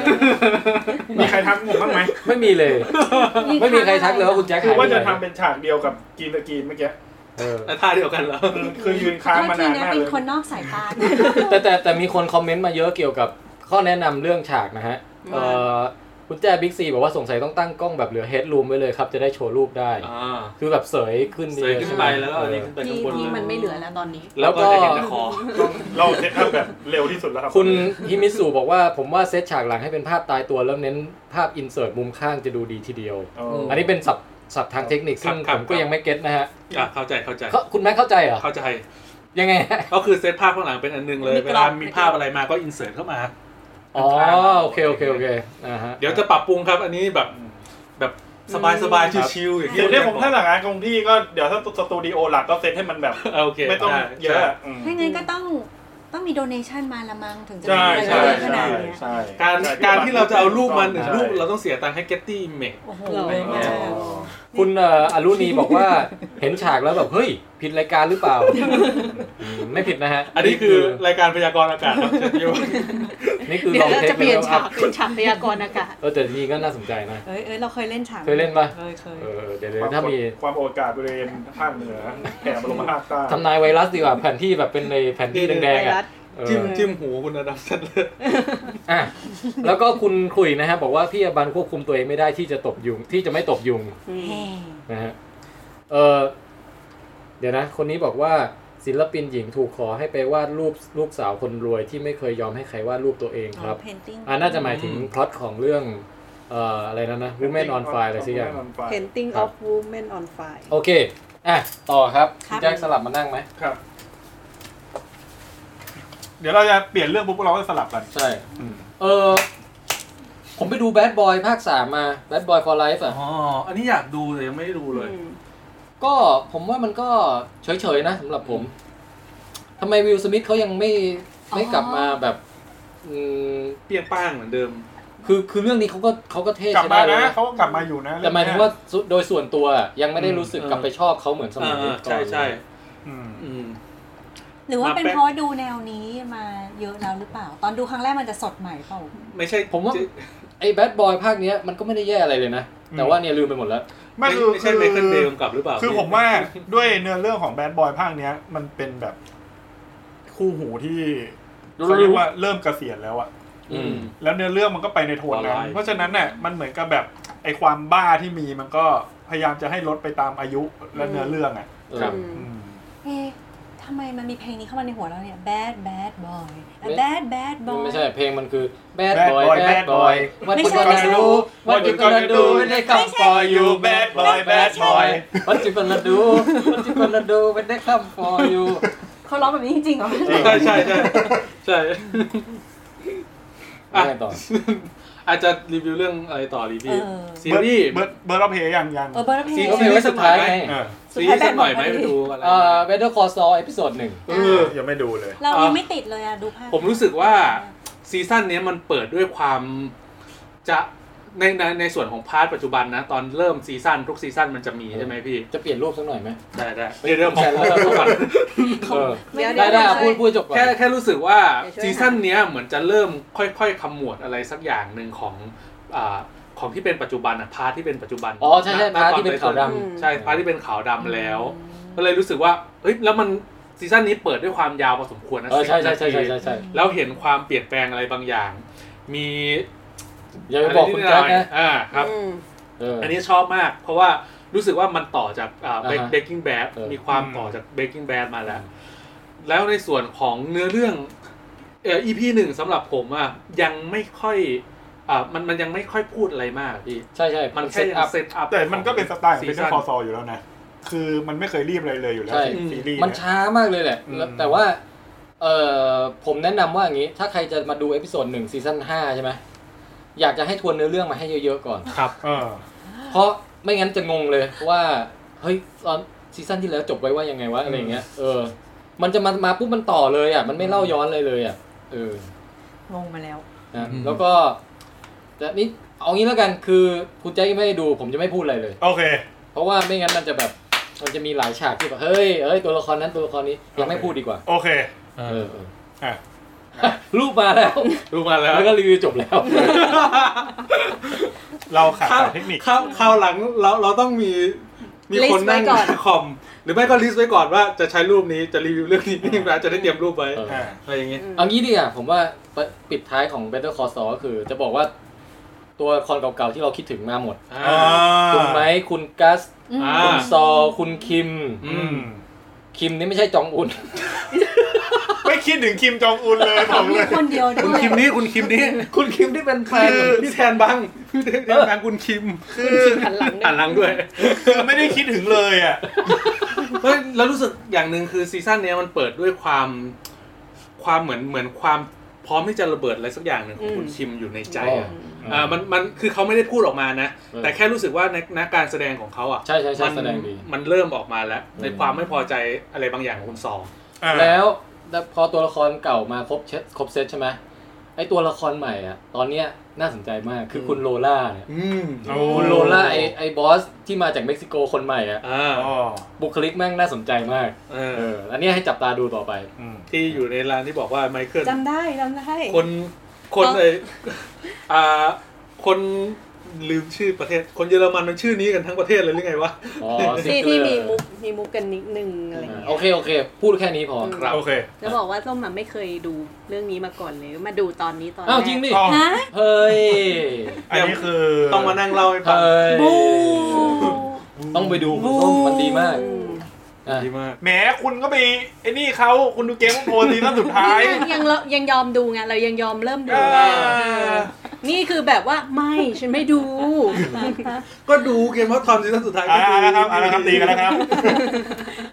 C: มีใครทักผมบ้างไหม
A: ไม่มีเลย ไม่มีใครทักเลยว่าคุณแจ็ค
C: คื
A: หา
C: อยว่า
A: ไป
C: จะ
A: ไห
C: ทำ
A: น
C: เป็นฉากเดียวกับกรีนตะกรีนเมื่อกี้
K: เออ
D: แต่ท่าเดียวกันเหรอ
C: คือคือยืนค้างมา
F: ที
C: นาน
F: นะ
C: มาก
F: เป็
C: เลย
F: นคนนอกสายตา
A: แต่แต่แต่มีคนคอมเมนต์มาเยอะเกี่ยวกับข้อแนะนำเรื่องฉากนะฮะเอ่อคุณแจบิ๊กซีบอกว่าสงสัยต้องตั้งกล้องแบบเหลือเฮดรูมไว้เลยครับ จะได้โชว์รูปได้
D: อ่า
A: คือแบบเสยขึ้น
D: เสยขึ้นไปแล้วก็อันนี้ขึ้นไป
J: ที่
D: ข้างบน
J: ที่มันไม่เหลือแล้วตอนนี้
A: แล้วก็
D: จะเห็นแต่คอ
C: เราเซตอัพแบบเร็วที่สุดแล้วครับ
A: คุณฮิมิสุบอกว่าผมว่าเซตฉากหลังให้เป็นภาพตายตัวแล้วเน้นภาพอินเสิร์ตมุมข้างจะดูดีทีเดียว
C: อ๋อ
A: อันนี้เป็นศัพท์ศัพท์ทางเทคนิค
D: ครั
A: ซึ่
D: บ
A: ง
D: ครั
A: ผ
D: บ
A: มก็ยังไม่เก็ตนะฮะ
D: อ่ะเข้าใจเข้าใจ
A: เขาคุณแม่เข้าใจเหรอ
D: เข้าใจ
A: ยังไงฮะ
D: ก็คือเซตภาพข้างหลังเป็นอันหนึงเลย
J: มี
D: เว
J: กร
D: ลา
J: อบ
D: มีภาพอะไรมาก็อินเสิร์ตเข้ามา
A: อ๋อโอเคโอเคโอเคอ่าฮะ
D: เดี๋ยวจะปรับปรุงครับ อันนี้แบบแบบสบายสบายๆชิวๆอย่าง
C: เดี๋ยวเนี้ผมถ้าหลังงานคงที่ก็เดี๋ยวถ้าสตูดิโอหลักก็เซตให้มันแบบ
D: เออโอเค
C: ไม่ต้อง
D: ด้
C: เยอะ
D: ใช่
C: อืม
F: ถ้างั้นก็ต้องต้องมีโดเนชันมาละมั้งถึงจะ
C: ใช่
F: ได้
C: ใช่
F: ข
C: ใช่
F: นาดเนี้ย
C: ใช่
D: การ
C: ใช่
D: การที่เราจะเอารูปมาหนึ่ง
C: ใช่
D: รูปเราต้องเสียตังค์ให้เกตตี้เมก
F: โอ้โห
J: เหลือไว้มาก
A: คุณเอ่ออรุณีบอกว่า เห็นฉากแล้วแบบ เฮ้ย ผิดรายการหรือเปล่าอืมไม่ผิดนะฮะ
D: อันนี้คือรายการพยากรณ์อากาศครับเชิญพี่ว่า
A: นี่คือ
J: เดี๋
A: ล
J: ย
A: อ
J: ว
A: ง
J: เรา
A: เท
J: จะ
A: ค
J: เปลี่ยน
A: อั
J: ฉาก
A: พ
J: เป็นฉากพยากรณ์อากาศ
A: เออแต่นี่ก็น่าสนใจนะ
F: เอ้ยเอ้ยเราเคยเล่นฉาก
A: เคยเล่นปะ
J: เคยเคย
A: เออเดี๋ยวเดี๋ยวถ้ามี
C: ความโอดอากาสบริเวณภาคเหนือแผ่มาลงมาภาคใต้
A: ทำนายไวรัสดีกว่าแผนที่แบบเป็นในแผนที่แดง
J: ไว
A: ๆอ่ะ
J: รัส
A: เออ
D: จิ้มจิ้มหูคุณอดัมสันเลย
A: อ่ะแล้วก็คุณคุยนะฮะ บอกว่าพี่อบันควบคุมตัวเองไม่ได้ที่จะตบยุงที่จะไม่ตบยุง
F: แห่
A: นะฮะเออเดี๋ยวนะ คนนี้บอกว่าศิลปินหญิงถูกขอให้ไปวาดรูปลูกสาวคนรวยที่ไม่เคยยอมให้ใครวาดรูปตัวเองครับ
F: เพนติ้ง
A: อ่าน่าจะหมายถึงพล็อตของเรื่องเอ่ออะไรนะนะ Women on Fire อะไรสักอย่าง
C: เ Women on
G: เพ
C: Fire
G: นติ้งออฟวูแมนออนไฟ
A: โอเค อ่ะ ต่อครับคุณแจ็คสลับมานั่งไหม
C: ครับ เดี๋ยวเราจะเปลี่ยนเรื่องปุ๊บเราก็สลับกัน
A: ใช่
C: อืม
A: เออ ผมไปดู Bad Boy ภาคสามมา Bad Boy for Life อ่ะ
D: อ๋อ อันนี้อยากดูแต่ยังไม่ได้ดูเลย
A: ก็ผมว่ามันก็เฉยๆนะสำหรับผมทำไมวิลสมิธเขายังไม่ไม่กลับมาแบบอืม
D: เปียงป้างเหมือนเดิม
A: คือคือเรื่องนี้เขาก็เขาก็เท่
C: กลับ
A: ใช่
C: มา
A: ได้เลย
C: นะ
A: นะ
C: เขาก็กลับมาอยู่นะ
A: แต่หมายถึงว่าสุดโดยส่วนตัวยังไม่ได้รู้สึก
D: อืม
A: กลับไปชอบเขาเหมือนสมัย
D: อ่า
A: ก่อน
D: ใช่ใช่
C: อืม
D: อืม
F: หรือว่า
D: มา
F: เป็น
D: แป๊บ
F: เพราะดูแนวนี้มาเยอะแล้วหรือเปล่า ตอนดูครั้งแรกมันจะสดใหม่เปล่า
D: ไม่ใช่
A: ผมว่า
D: จิ
A: ไอ้แบดบอยภาคเนี้ยมันก็ไม่ได้แย่อะไรเลยนะ แต่ว่าเนี่ยลืมไปหมดแล้ว
C: ไม่คือ
D: ไม่ใช่ไมเคิลเบลกลับหรือเปล่า
C: คือผมว่าด้วยเนื้อเรื่องของแบดบอยภาคเนี้ย มันเป็นแบบคู่หูที่เขาเรียกว่าเริ่มเกษียณแล้วอะ
A: อืม
C: แล้วเนื้อเรื่องมันก็ไปในโทนนั้น
D: Alright
C: เพราะฉะนั้นเนี่ยมันเหมือนกับแบบไอความบ้าที่มีมันก็พยายามจะให้ลดไปตามอายุและเนื้อเรื่องอ่ะ
A: ครับ
C: อืม
F: เอ๊ะทำไมมันมีเพลงนี้เข้ามาในหัวเราเนี่ย bad bad boy A
A: ไม่
F: bad bad
A: มัน
F: boy
A: ไม่ใช่เพลงมันคือ bad boy bad boy what
F: ไม่
A: you
F: ใช่
A: gonna do what you gonna do when they come for you bad boy bad boy what you gonna do what you gonna do when they come for you
J: เขาร้องแบบนี้จริงๆเหรอ
D: ใช่ใช่ใช่ใช่ อ่ะ
A: ยังไงต่อ
D: อาจจะรีวิวเรื่องอะไรต่อดีพี่
F: เออ
D: ซีรีส์
C: เบิร์ดเบิร์ดเราเพย์ยังยัง
F: เออเบอร์เพล
D: ซี
F: ง
A: ก็มีไว้สุดท้ายไง
C: เออ
D: ซีรีส์สักหน่อยไหมไปดูอะไร
A: เอ่อ Better Call Saul ตอนหนึ่ง
C: เออยังไม่ดูเลย
F: เรายังไม่ติดเลยอะดูภาพ
D: ผมรู้สึกว่าซีซั่นเนี้ยมันเปิดด้วยความจะในในในส่วนของพาร์ทปัจจุบันนะ ตอนเริ่มซีซั่นทุกซีซั่นมันจะมีใช่ไหมพี่
A: จะเปลี่ยนรูปสักหน่อยไหม
D: ได้ได้เดี๋ยวเดี๋ยวผม
A: ใช่แล้วเราก่อนเออ
G: เดี๋ยว
A: ได้
G: เดี๋ยว
A: ได้
G: เดี๋ยว
A: อ่ะพูดพูดจบก่อน
D: แค่แค่รู้สึกว่า
G: เดี๋ยวช่วย
D: ซีซั่นเนี้ยเหมือนจะเริ่มค่อยๆขมวดอะไรสักอย่างหนึ่งของอาของที่เป็นปัจจุบันอะพาร์ทที่เป็นปัจจุบัน
A: อ๋อใช่ใช่
D: ณ
A: พาร์ท
D: ตอ
A: ที่เป็นขาวดำ
D: ใช่พาร์ทที่เป็นขาวดำแล้ว ก็เลยรู้สึกว่าเฮ้ยแล้วมันซีซั่นนี้เปิดด้วยความยาวพอสมควรนะ
A: เออใช่ใช่
D: 10
A: ใช่ใช่ใช่ใช่
D: แล้วเห็นความเปลี่ยนแปลงอะไรบางอย่าง มี
A: อย่าไปบอกคุณแจ็ค
D: อะไรนิด
A: นะ
D: หน่อยอ่าครับ
A: เออ
D: อันนี้ชอบมาก เพราะว่ารู้สึกว่ามันต่อจาก
A: อ่าฮะ
D: เบ k กิ้งแบด
A: เออ
D: มีความต่อจากเบ k กิ้งแบดมาแล้ว แล้วในส่วนของเนื้อเรื่องเอ่อ EP หนึ่งสำหรับผมอ่ะยังไม่ค่อยอ่ามันมันยังไม่ค่อยพูดอะไรมากพี่
A: ใช่ใช่
D: มัน
A: เซ
D: แค่
A: ต
D: ยัง
A: อัพ
D: เซตอัพ
C: แต่มันก็เป็นสไตล์ของ
D: ซี
C: เป็น
D: ซั่น
C: คอซออยู่แล้วนะ คือมันไม่เคยรีบอะไรเลยอยู่แล้ว
A: ใช่
C: ซีรีส์
A: มัน
C: เย
A: ช้ามากเลยแหละ
C: อืม
A: แล้วแต่ว่า เออผมแนะนำว่าอย่างนี้ ถ้าใครจะมาดูเอพิโซดหนึ่งซีซั่นห้าใช่ไหม อยากจะให้ทวนเนื้อเรื่องมาให้เยอะๆก่อน
C: เออ
A: เพราะไม่งั้นจะงงเลยว่า เฮ้ยตอนซีซั่นที่แล้วจบไว้ว่ายังไงวะอะไรอย่างเงี้ย เออ มันจะมา มาปุ๊บมันต่อเลยอ่ะ มันไม่เล่าย้อนเลยเลยอ่ะ เออง
L: งมาแล้ว
A: นะ
K: อืม
A: แล้วก็แต่นี่เอางี้แล้วกันคือคุณแจ็คยังไม่ได้ดู ผมจะไม่พูดอะไรเลย
C: โอเค
A: เพราะว่าไม่งั้นมันจะแบบมันจะมีหลายฉากที่แบบเฮ้ยเอ้ยตัวละครนั้นตัวละครนี้ยังไม่พูดดีกว่า
C: โอเค
A: เออเออ
C: อ่ะ
A: รูปมาแล้ว
C: รู้มาแล้ว
A: แล้วก็รีวิวจบแล้ว
C: เราขาดสายเทคนิค
D: คราวคราวหลังเราเราต้องมีมี
L: List
D: คนนั่ง
L: ไว้ก่อน
D: คอม หรือไม่ก็ลิสต์ไว้ก่อนว่าจะใช้รูปนี้จะรีวิวเรื่องนี้นี่มาจะได้เตรียมรูปไว้
A: เออ
C: อ่า
D: อะไรอย่างเงี้ย
A: เอางี้ดีกว่าผมว่าปะปิดท้ายของ Better Call Saul ก็คือ จะบอกว่าตัวละครเก่าๆที่เราคิดถึงมาหมด คุณไมค์คุณกัส
D: อ่า
A: คุณซอลคุณคิม
C: อืม
A: คิมนี่ไม่ใช่จองอุน
C: ไม่คิดถึงคิมจองอุนเลยผมเลย
G: คนเดียวด้
D: คุณ
G: วย
D: คิมนี่คุณคิมนี่
A: คุณคิมที่เป็นแฟน
C: คือ
D: พี่แทนบังพี่แทนบังคุณคิม
C: คือ
L: หันหลังด้
D: อ่าน
L: วย
D: หลังด้วย
C: คือไม่ได้คิดถึงเลยอ่ะ
D: เฮ้ยแล้วรู้สึกอย่างหนึ่งคือซีซั่นเนี้ยมันเปิดด้วยความความเหมือนเหมือนความพร้อมที่จะระเบิดอะไรสักอย่างหนึ่งของคุณคิมอยู่ในใจอ่ะอ่ามันมันคือเขาไม่ได้พูดออกมานะ
A: เออ
D: แต่แค่รู้สึกว่าในนักการแสดงของเขาอ่ะ
A: ใช่ใช่ใช่
D: มัน
A: แสดงดี
D: มันเริ่มออกมาแล้ว ใน
A: อืม
D: ความไม่พอใจอะไรบางอย่างของคุณซอง
C: อ่า
A: แล้วแล้วพอตัวละครเก่ามาครบเซตครบเซตใช่ไหมไอตัวละครใหม่อ่ะ ตอนเนี้ยน่าสนใจมากคือคุณโลล่าเนี่ย
D: อืม
A: คุณโลล่าไอไอบอสที่มาจากเม็กซิโกคนใหม่อ่ะ
D: อ่า
C: อ๋อ
A: บุคลิกแม่งน่าสนใจมาก
D: เอ
A: เอ
D: อ
A: ออันเนี้ยให้จับตาดูต่อไป
C: อืม
D: ที่อยู่ในร้านที่บอกว่าไมเคิล
F: จำได้จำได้
D: คนคนไออ่าคนลืมชื่อประเทศ คนเยอรมันมันชื่อนี้กันทั้งประเทศเลยหรือไงวะ
A: อ๋อซิก
G: ที่
A: เก
G: ที่
A: อ
G: มี
A: ร์
G: มุกมีมุกกันนิดนึงอะไรอย่างเงี้ย
A: โอเค โอเค พูดแค่นี้พอ
G: ครับ
C: โอเค
G: จะบอกว่าส้มอะไม่เคยดูเรื่องนี้มาก่อนเลย มาดูตอนนี้ตอนแร
A: อ้าว
G: ก
A: จริงดิ
C: อ๋อ
A: เฮ้ย
C: อันนี้คือ
D: ต้องมานั่งเล่าให้ฟัง
A: เฮ้ยต้องไปดูคุณส้มมันดีมาก
G: อืม
A: อ่ะ
D: ดีมาก
C: แหมคุณก็ไปไอ้นี่เขาคุณดูเกมของโทนซีซั่นสุดท้าย
G: ยังยังเรายังยอมดูไงเรายังยอมเริ่มดู
C: อ่า
G: ไงนี่คือแบบว่าไม่ฉันไม่ดู
D: ก็ดูเกมพอดทอมซีซั่นสุดท้าย
C: เอา
D: ก็
C: ละ
D: ดู
C: ครับเอาละครับตีกันแล้วครับ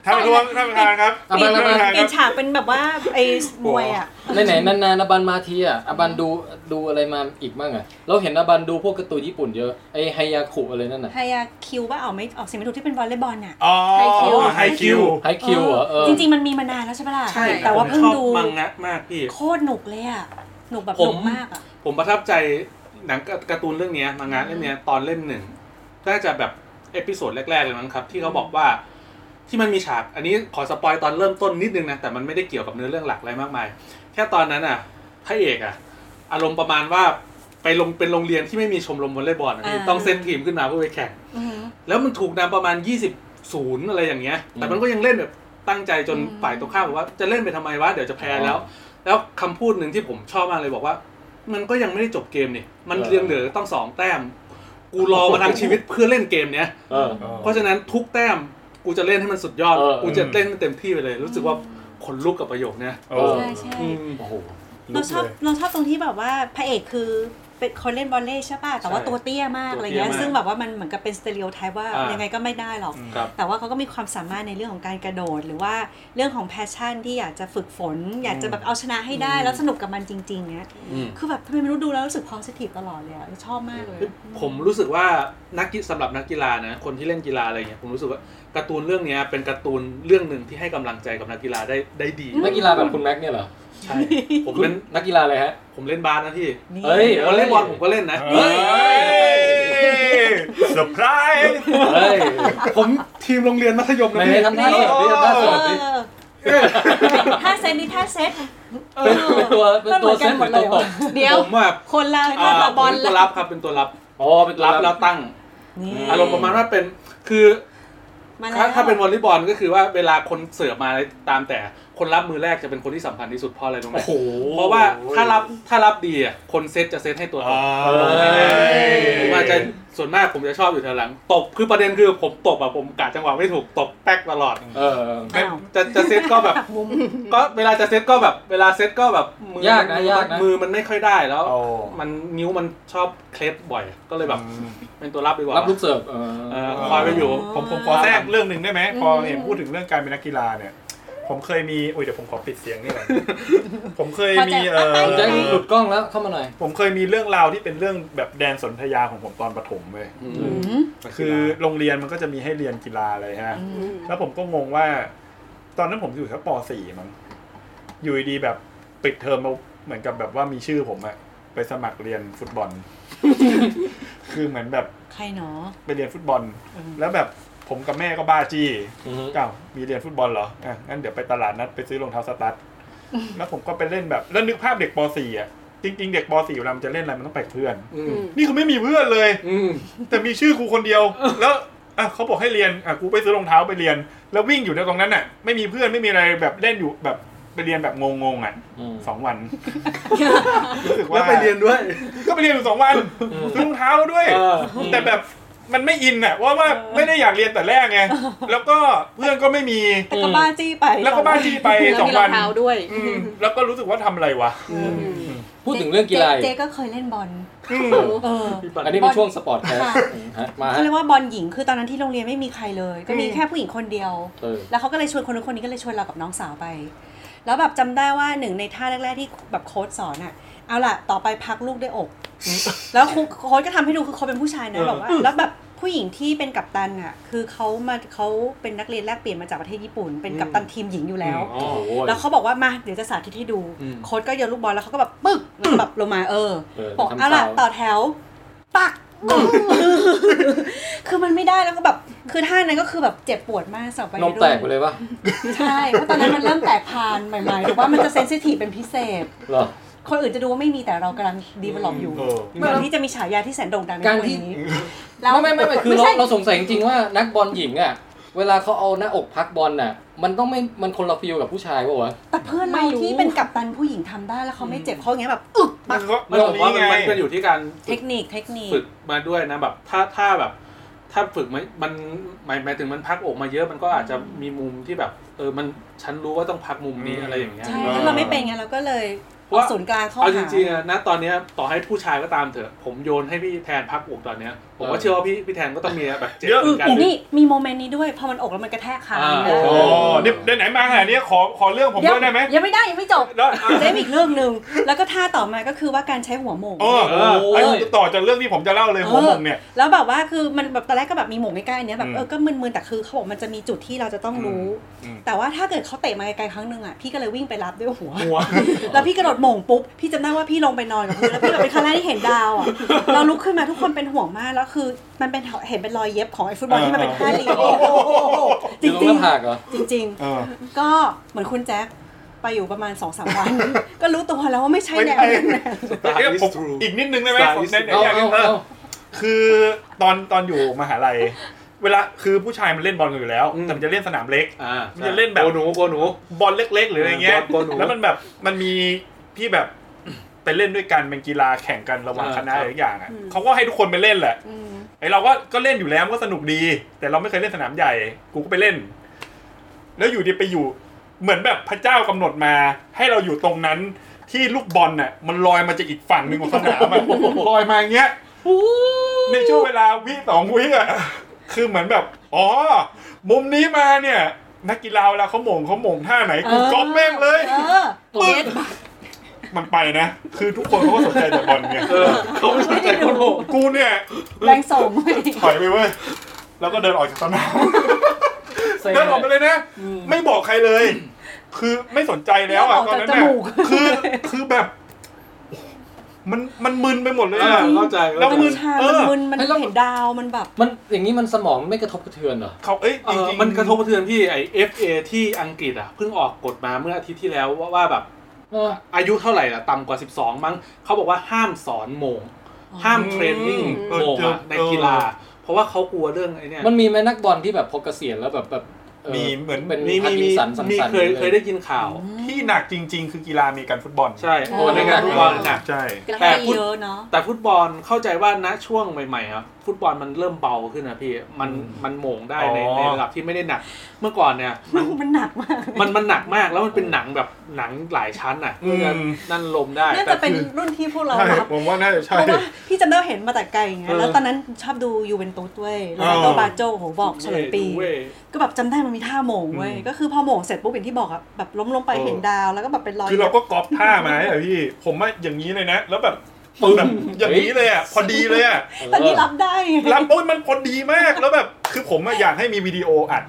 C: ท่านประธานท่านประธานครับ
A: เอามาเอามา
C: ท่านประธานค
L: ปี
C: รับ
L: ฉากเป็นแบบว่าไอ้มวยอ่ะ
A: ไหนๆนานๆอบันมาทีอ่ะอบันดูดูอะไรมาอีกบ้างอ่ะเราเห็นอบันดูพวกการ์ตูนญี่ปุ่นเยอะไอไฮยาคุอะไรนั่นน่ะ
F: พยาคิวว่าออกไม่ออกเสียงไม่ถูกที่เป็นวอลเลย์บอลน่ะ
C: อ๋อ
G: ไฮคิว
C: ไฮคิว
A: ไฮคิวเหรอเออ
F: จริง ๆ มันมีมานานแล้วใช่ปะล่ะ
D: ใช่
F: แต่ว่าเพิ่งดู
D: ผมชอบมังงะมากพี่
F: โคตรหนุกเลยอ่ะหนุกแบบ
D: ผ
F: ห
D: ม
F: นุกมากอ่ะ
D: ผมประทับใจหนังการ์ตูนเรื่องเนี้ยมังงะเล่มเนี้ยตอนเล่มหนึ่งน่าจะแบบเอพิโซดแรกๆเลยมั้งครับ ที่เขาบอกว่าที่มันมีฉากอันนี้ขอสปอยตอนเริ่มต้นนิดนึงนะ แต่มันไม่ได้เกี่ยวกับเนื้อเรื่องหลักอะไรมากมาย แค่ตอนนั้นอ่ะพระเอกอ่ะ อารมณ์ประมาณว่าไปลงเป็นโรงเรียนที่ไม่มีชมรมวอลเลย์บอลอะพี่ต้องเซ็นทีมขึ้นมาเพื่อไปแข่ง
F: อือหือ
D: แล้วมันถูกนำประมาณ 20ศูนย์อะไรอย่างเงี้ย แต่มันก็ยังเล่นแบบตั้งใจจนฝ่ายตรงข้ามบอกว่าจะเล่นไปทำไมวะ เดี๋ยวจะแพ้แล้ว แล้วคำพูดหนึ่งที่ผมชอบมากเลยบอกว่า มันก็ยังไม่ได้จบเกมนี่ มันยังเหลือต้องสองแต้ม กูรอมาทั้งชีวิตเพื่อเล่นเกมเนี้ย
A: เออ
D: เพราะฉะนั้นทุกแต้มกูจะเล่นให้มันสุดยอด
A: เออ
D: กูจะเล่นให้มันเต็มที่ไปเลย รู้สึกว่าขนลุกกับประโยคเนี้ย
C: โอ้
A: เออ
F: ใช่ใช่
D: อืม
A: โอ้โห
F: เราชอบเราชอบตรงที่แบบว่าพระเอกคือเป็นคนเล่นบอลเล่ใช่ป่ะแต่ว่า
D: ใช่
F: ตัวเตี้ยมากอะไรเงี้ย
D: ตัวเตี้ยมาก
F: ซึ่งแบบว่ามันเหมือนกับเป็นสเตอริโอไทป์ว่า
D: อ่ายั
F: ยังไงก็ไม่ได้หรอก
D: ครับ
F: แต่ว่าเขาก็มีความสามารถในเรื่องของการกระโดด หรือว่าเรื่องของแพชชั่นที่อยากจะฝึกฝน อยากจะแบบเอาชนะให้ได้แล้วสนุกกับมันจริงๆเนี้ย
D: อืม
F: คือแบบทำไมไม่รู้ดูแล้วรู้สึก positive ตลอดเลยอะชอบมากเลย
D: ผมรู้สึกว่านักกีสำหรับนักกีฬานะคนที่เล่นกีฬาอะไรเงี้ยผมรู้สึกว่าการ์ตูนเรื่องเนี้ยเป็นการ์ตูนเรื่องหนึ่งที่ให้กำลังใจกับนักกีฬาได้ได้ดี
A: นักกีฬาแบบคุณแม็กเนี่ยเหรอ
D: ใช่ผม
A: คุณ
D: เล่น
A: นักกีฬาอะไรฮะ
D: ผมเล่นบาสนะพี่
A: เฮ้ย
D: ผมก็เล่นบอลผมก็เล่นนะ
C: เฮ้ยเซอร์ไพรส์
A: เฮ้ย
D: ผมทีมโรงเรียนมัธยม
A: ไหน
D: นะพี่
A: ๆทำท่าสดดิทำท่าสดดิ
L: ถ้าเซตนี่ถ้าเซต
A: เป็นเป็นตัวเป็นตัวเซตหรือตัวตบ
G: เดี๋ยว
D: ผมแบบ
G: คนละ
D: อ่า
G: ละ
D: ผม
G: บอล
D: เป็นตัว
G: ละ
D: รับครับเป็นตัวรับ
A: อ๋อเป็นตัว
D: รับแล้วตั้ง
F: นี่
D: อารมณ์ประมาณว่าเป็นคือ
F: มาแล้
D: ถ้าว ถ้าเป็นวอลเลย์บอลก็คือว่าเวลาคนเสิร์ฟมาอะไรตามแต่ คนรับมือแรกจะเป็นคนที่สำคัญที่สุดเพราะอะไรตรงไหม
A: โอ้โห
D: เพราะว่าถ้ารับถ้ารับดีอ่ะคนเซตจะเซตให้ตัวตกผมอาจจะส่วนมากผมจะชอบอยู่แถวหลัง ตกคือประเด็นคือผมตกอะผมกะจังหวะไม่ถูกตกแป๊กตลอด
A: เออ
F: อ้าว
D: จะจะเซตก็ แบบก็เวลาจะเซตก็แบบเวลาเซตก็แบบมื
A: ยากนะยากนะ
D: มือมันไม่ค่อยได้แล้ว
C: โอ้
D: มันนิ้วมันชอบเคล็ดบ่อย ก็เลยแบบเป็นตัวรับดีกว่า
A: รับลูกเสิร์ฟเอ
D: เอ
A: อ
D: อคอยไปอยู่
C: ผมผมขอแทรกเรื่องหนึ่งได้ไหม พอเห็นพูดถึงเรื่องการเป็นนักกีฬาเนี่ย ผมเคยมี อุ้ยเดี๋ยวผมขอปิดเสียงนี่ก่อนผมเคยมีเออ
A: คุณแจ็คหลุดกล้องแล้วเข้ามาหน่อย
C: ผมเคยมีเรื่องราวที่เป็นเรื่องแบบแดนสนธยาของผมตอนประถมเลย คือโรงเรียนมันก็จะมีให้เรียนกีฬาอะไรฮะ แล้วผมก็งงว่า ตอนนั้นผมอยู่แค่ป .4 มั้งอยู่ดีๆแบบปิดเทอมมา เหมือนกับแบบว่ามีชื่อผมอะไปสมัครเรียนฟุตบอล คือเหมือนแบบ
F: ใครหนอ
C: ไปเรียนฟุตบอล แล้วแบบผมกับแม่ก็บ้าจี้
A: อือฮึ
C: อ้าวมีเรียนฟุตบอลเหรอ อ่ะ งั้นเดี๋ยวไปตลาดนัดไปซื้อรองเท้าส ตั๊ดแล้วผมก็ไปเล่นแบบ แล้วนึกภาพเด็กป .4 อ่ะ จริง ๆ เด็กป .4 เวลามันจะเล่นอะไรมันต้องไปกับเพื่อน นี่คือไม่มีเพื่อนเลย แต่มีชื่อกูคนเดียว แล้วอ่ะเขาบอกให้เรียน อ่ะ กูไปซื้อรองเท้าไปเรียน แล้ววิ่งอยู่ในตรงนั้นน่ะ ไม่มีเพื่อนไม่มีอะไรแบบเล่นอยู่แบบไปเรียนแบบงงๆอ่ะ
A: อืม
C: สองวัน รู้สึกว่า
D: แล้วไปเรียนด้วย
C: ก็ไปเรียนอยู่สองวันซื้อรองเท้าด้วย
D: เออ
C: แต่แบบมันไม่อินอ่ะว่าว่าไม่ได้อยากเรียนแต่แรกไง แล้วก็เพื่อนก็ไม่มี
F: แต่ก็บ้าจี้ไป
C: แล้วก็บ้าจีไป
J: แล้ว
C: สอง
J: มีรอ
C: วั
J: ง
C: น
J: เท้าด้วย
C: อืมแล้วก็รู้สึกว่าทำอะไรวะ
A: พูดถึงเรื่องกีฬาอีก
F: เจก็เคยเล่นบอล
C: อืม
F: เออ
A: อันนี้เป็นช่วงสปอร์ตแคสต์
F: ค่ะ
A: ฮะมา
F: เขา
A: ฮะ
F: เรียกว่าบอลหญิงคือตอนนั้นที่โรงเรียนไม่มีใครเลย ก็มีแค่ผู้หญิงคนเดียว
A: เออ
F: แล้วเขาก็เลยชวนคนนู้นคนนี้ก็เลยชวนเรากับน้องสาวไป แล้วแบบจำได้ว่าหนึ่งในท่าแรก ๆที่แบบโค้ชสอนอ่ะ เอาล่ะ ต่อไปพักลูกด้วยอก แล้วครูโค้ชก็ทำให้ดูคือเขาเป็นผู้ชายนะแบบว่า แล้วแบบผู้หญิงที่เป็นกัปตันอ่ะ คือเขามาเขาเป็นนักเรียนแลกเปลี่ยนมาจากประเทศญี่ปุ่น เป็นกัปตันทีมหญิงอยู่แล้ว
A: โอ้โห
F: แล้วเขาบอกว่ามาเดี๋ยวจะสาธิตให้ดู
A: อืม
F: โค้ชก็โยนลูกบอลแล้วเขาก็แบบปึ๊กแล้วก็แบบลงมาเออ
A: เออ
F: บอก
A: ทำ
F: เอาล่ะ
A: ฟาวล์
F: ต่อแถว ปัก คือมันไม่ได้แล้วก็แบบ คือท่านั้นก็คือแบบเจ็บปวดมากสำหรับวัย
A: นม
F: รุ่น
A: แตกไปเลยปะ
F: ใช่เพราะตอนนั้นมันเริ่มแตกพานใหม่ๆหรือว่ามันจะเซนซิทีฟเป็นพิเศษ
A: เหรอ
F: คนอื่นจะดูว่าไม่มีแต่เรากำลังดีเวลลอปอยู่
C: เออ
F: ก่อนที่จะมีฉายาที่แสนโด่งดังใน
A: การ
F: วัน
A: ที่
F: นี้
A: ไม่ไม่ไม่ไม่คือเราเราสงสัยจริงๆว่านักบอลหญิงอ่ะ เวลาเขาเอาหน้าอกพักบอลน่ะ มันต้องไม่มันคนละฟิลกับผู้ชายป่าวะ
F: แต่เพื่อนเราที่เป็นกัปตันผู้หญิงทำได้แล้วเขาไม่เจ็บเขาอย่างเงี้ยแบบอึก
C: มั
F: ปั
C: น
F: ก
C: ก็
D: มันผมว่ามันมันก็อยู่ที่การ
F: เท
D: ฝึ
F: ค
D: ก
F: นิคเทคนิค
D: ฝึกมาด้วยนะแบบถ้าถ้าแบบ ถ้าฝึกมันมันหมายหมายถึงมันพักอกมาเยอะมันก็อาจจะมีมุมที่แบบ เออมันฉันรู้ว่าต้องพักมุมนี้อะไรอย่างเงี้ย
F: ใช่ถ้าเราไม่เป็นไงเราก็เลย
D: เพราะ
F: เอา
D: ว่า
F: ศูนย์กลางเข้า
D: เอา
F: หา
D: จริงๆอะนะตอนเนี้ยต่อให้ผู้ชายก็ตามเถอะผมโยนให้พี่แทนพักอกตอนเนี้ยผม
A: เอ
D: ก็
A: อ
D: เชื่อว่าพี่พี่แทนก็ต้องมีแบบเจ็บ
C: เยอะ
D: เหมือนกัน
F: นี่มีโมเมนต์นี้ด้วยพอมันอกแล้วมันกระแทกขา
D: อ่า
F: เ
C: โอ้นี่ได้ไหนมาขนาดนี้ขอขอเรื่องผม
F: ยั
C: ด้วยได้ไหม
F: ยังไม่ได้ยังไม่จบ
C: แล้ว
F: เล่มอีกเรื่องหนึ่งแล้วก็ท่าต่อมาก็คือว่าการใช้หัวโหมง
C: เออเออไอ้ต่อจากเรื่องที่ผมจะเล่าเลยหัวมุมเนี่ย
F: แล้วแบบว่าคือมันแบบตอนแรกก็แบบมีโหมงใกล้ๆเนี้ยแบ
C: อื
F: บ
C: ม
F: เออก็มึนๆแต่คือเขาบอกมันจะมีจุดที่เราจะต้องรู้
C: อืม
F: แต่ว่าถ้าเกิดเขาเตะมาไกลๆครั้งหนึ่งอ่ะพี่ก็เลยวิ่งไปรับด้วยหัว แล้วพี่กระโดดโหม่งปุ๊บพี่จำได้ว่าพี่ลงไปนอนกับพื้นแล้วพี่แบบเป็นครั้งแรกที่เห็นดาวอ่ะเราลุกขึ้นมาทุกคนเป็นห่วงมากแล้วคือ มันเป็นเห็นเป็นรอยเย็บของไอ้ฟุตบอลที่มันเป็นผ้าลีโอ้โหจ
A: อยู่ตรงห
F: ริง
A: น้าผากเหรอ
F: ๆจริง ๆ
C: เออ
F: ก็เหมือนคุณแจ็คไปอยู่ประมาณสองสามวัน ก็รู้ตัวแล้วว่าไม่ใช่
C: ไม่
F: แนว
C: ใช่
F: นั้นน่ะ
C: เดี๋ยวผมอีกนิดนึงได้ไหมผมในไหน
A: เอา
C: อยาก
A: เอา
C: เออ
A: เอา
C: คือตอนตอนอยู่มหาลัย เวลาคือผู้ชายมันเล่นบอลกันอยู่แล้ว แต่มันจะเล่นสนามเล็ก
D: อ่า
C: มันจะเล่นแบบ
D: โกหนูโกหนู
C: บอลเล็ก ๆ หรืออะไรเงี้ย
D: บอลบอลหนู
C: แล้วมันแบบมันมีพี่แบบ ไปเล่นด้วยกันเป็นกีฬาแข่งกันระหว่าง
D: อ่า
C: คณะ
D: ครับ
C: หลายอย่างอ่ะเขาก็ให้ทุกคนไปเล่นแหละไอเราก็ก็เล่นอยู่แล้วมันก็สนุกดี แต่เราไม่เคยเล่นสนามใหญ่ กูก็ไปเล่น แล้วอยู่ดีไปอยู่ เหมือนแบบพระเจ้ากำหนดมา ให้เราอยู่ตรงนั้นที่ลูกบอลน่ะมันลอยมาจากอีกฝั่งหนึ่งของสนามอะ ลอยมาอย่างเงี้ยในช่วงเวลาวิสองวิอ่ะ คือเหมือนแบบ อ๋อ มุมนี้มาเนี่ย นักกีฬาเวลาเขาโหมงเขาโหมงท่าไหนกูก๊อปแม่งเลย
F: เออเก็ต
C: มันไปนะ คือทุกคนเขาก็สนใจแต่บอลไง
D: เขาไม่สนใจโกหนู
C: กูเนี่ย
F: แรงส่ง
C: ถอยไปเว้ย แล้วก็เดินออกจากสนาม
A: เซ็ง
C: เดินออกไปเลยนะ ไม่บอกใครเลย คือไม่สนใจแล้วอ่ะตอนนั้น
F: จ
C: เนี่ย
F: มูก
C: คือคือแบบ มันมันมึนไปหมดเลย
D: อ่า
C: อะ
D: เข้าใจ
C: แล้
D: แล้ว ว
C: มึ
D: มึ
C: ง
D: ง
F: ชามันมึนมันเห็นดาวมันแบบ
A: มันอย่างนี้มันสมองไม่กระทบกระเทือนเหรอ
C: เขาเอ้ยจริงๆ
D: มันกระทบกระเทือนพี่ไอ FA ที่อังกฤษอ่ะเพิ่งออกกฎมาเมื่ออาทิตย์ที่แล้วว่าว่าแบบ
A: เออ
D: อายุเท่าไหร่ล่ะต่ำกว่า 12 มั้งเขาบอกว่าห้ามสอนโมง ห้ามเทรนนิ่ง
C: เออ
D: โมง
C: เจอ
D: อะในกีฬา เพราะว่าเขากลัวเรื่องไอ้เนี่ย
A: มันมีไหมนักบอลที่แบบพอเกษียณแล้วแบบแบบ
C: มีเหมือน
A: เป็น
D: มี
A: พั
D: มี
A: กินสันสัน
D: มี
A: สัน
D: เคยเคยได้ยินข่าว
C: ที่หนักจริง ๆ คือกีฬามีการฟุตบอล
D: ใช่โอ้ในงานฟุตบอลหนัก
C: ใช่
D: แต่
F: แต่
D: พูด
F: เยอะเนาะ
D: แต่ฟุตบอลเข้าใจว่าณช่วงใหม่ๆครับฟุตบอลมันเริ่มเบาขึ้นนะพี่มันมันโหมงได้ใน
C: อ๋อ
D: ในระดับที่ไม่ได้หนัก เมื่อก่อนเนี่ยมัน
F: มันหนักมาก
D: มันมันหนักมากแล้วมันเป็นหนังแบบหนังหลายชั้นอ่ะเพื่อจะนั่นลมได้
F: น่า
D: แต่
F: จะเป็นรุ่นที่พวกเรา
C: ใช่
F: รับ
C: ผมว่าน่าจะ
F: เพ
C: ใช่
F: ราะว่าพี่จำได้ว่าเห็นมาแต่ไกลอย่างเงี้ยแล้วตอนนั้นชอบดูยูเวนตุสด้วยโรนัลโด
C: อ๋อ
F: บาโจโหบอกเฉลยปี
D: เว้ย
F: ก็แบบจำได้มันมีท่าโหมงเว้ยก็คือพอโหมงเสร็จปุ๊บอย่างที่บอกอะแบบล้มลงไปเห็นดาวแล้วก็แบบเป็นรอย
C: คือเราก็กอบท่ามาอะพี่ ผมว่าอย่างนี้เลยนะ แล้วแบบ
A: ปึ้ง
C: อย่างนี้เลยอ่ะพอดีเลยอ่ะ
F: แต่นี่รับได้ไง
C: แล้วโอ้ยมันพอดีมากแล้วแบบคือผมอะอยากให้มีวิดีโออัด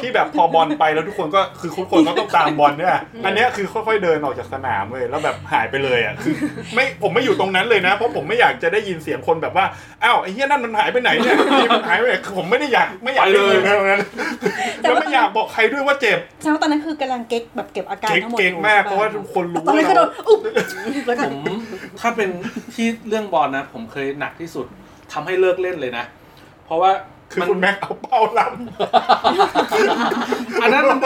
C: ที่แบบพอบอลไปแล้วทุกคนก็คือทุกคนก็ต้องตามบอลเนี่ยอันเนี้ยคือค่อยๆเดินออกจากสนามเลยแล้วแบบหายไปเลยอ่ะคือไม่ผมไม่อยู่ตรงนั้นเลยนะ เพราะผมไม่อยากจะได้ยินเสียงคนแบบว่าอ้าวไอ้เหี้ยนั่นมันหายไปไหนเนี่ยมันหายไปไหนคือผมไม่ได้อยากไม่อยากได้ยินนะตรงนั้น แล้วไม่อยากบอกใครด้วยว่าเจ็บ
F: แสดงว่าตอนนั้นคือกำลังเก๊กแบบเก็บอาการทั้งหมด
C: เก่ง
F: อยู่
C: ๆมากเพราะว่าทุกคนรู้
F: ตอนนั้นก็โดนอุ๊บแล้วก็
D: ผม ถ้าเป็นที่เรื่องบอลนะ ผมเคยหนักที่สุดทำให้เลิกเล่นเลยนะ เพราะว่า
C: คือ
D: มัน
C: คุณแม็กเอาเป้าล้ำ
D: อันนั้นมัน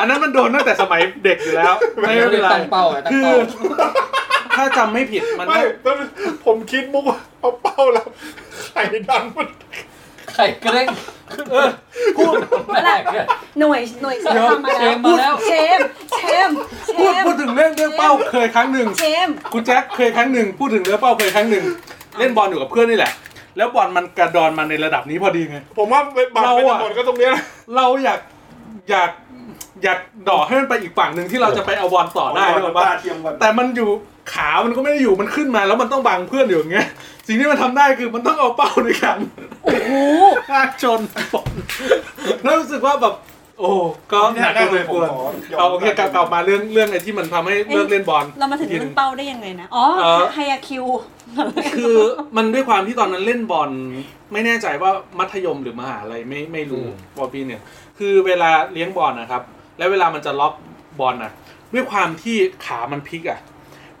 D: อันนั้นมันโดนตั้งแต่สมัยเด็กอยู่แล้ว ไม่เป็นไร
A: ตั้งเป้าไงตั้ง
D: คือ
A: เป้า
D: ถ้าจำไม่ผิดมัน
C: ไม่แล้วผมคิดมุกว่าเอาเป้าแล้วไข่ดังมัน
A: ไข่เกร็ง
D: เออ
A: พูดไม่ได้
G: หน่วยหน่วยสงครามมา
A: เช
G: แล้ว
A: มมาแล้ว
G: เชมเชมเช
D: พูด
G: ม
D: พูดถึงเรื่องเรื่องเป้าเคยครั้งหนึ่ง
G: เชม
D: คุณแจ็คเคยครั้งหนึ่งพูดถึงเรื่องเป้าเคยครั้งหนึ่ง เล่นบอลอยู่กับเพื่อนนี่แหละ แล้วบอลมันกระดอนมาในระดับนี้พอดีไง
C: ผมว่าบาง
D: เรา
C: เป็น
D: อะ
C: หมดก็ตรงเนี้ยนะ
D: เราอยากอยากอยากดอกให้มันไปอีกฝั่งหนึ่งที่เราจะไปเอาบอลต่อได้
C: เอาบ
D: หร
C: อล
D: อว่า
C: ตาเทียมก่อน
D: แต่มันอยู่ขามันก็ไม่ได้อยู่มันขึ้นมาแล้วมันต้องบังเพื่อนอยู่อย่างเงี้ยสิ่งที่มันทำได้คือมันต้องเอาเป้าด้วยกันโอ้โห ลากชนบอลแล้วรู้สึกว่าแบบ โอ้ก็หนักเลยควรเอาโอเคกลับกลับมาเรื่องเรื่องไอ้ที่มันทำให้เลิกเล่นบอล
F: เรามาถึงเรื่องเป้าได้ยังไงนะ อ๋อ
D: เออ
F: ไฮยาคิว
D: คือมันด้วยความที่ตอนนั้นเล่นบอลไม่แน่ใจว่ามัธยมหรือมหาลัยไม่ไม่รู้วอปีเนี่ยคือเวลาเลี้ยงบอลนะครับ และเวลามันจะล็อกบอลน่ะ ด้วยความที่ขามันพลิกอ่ะ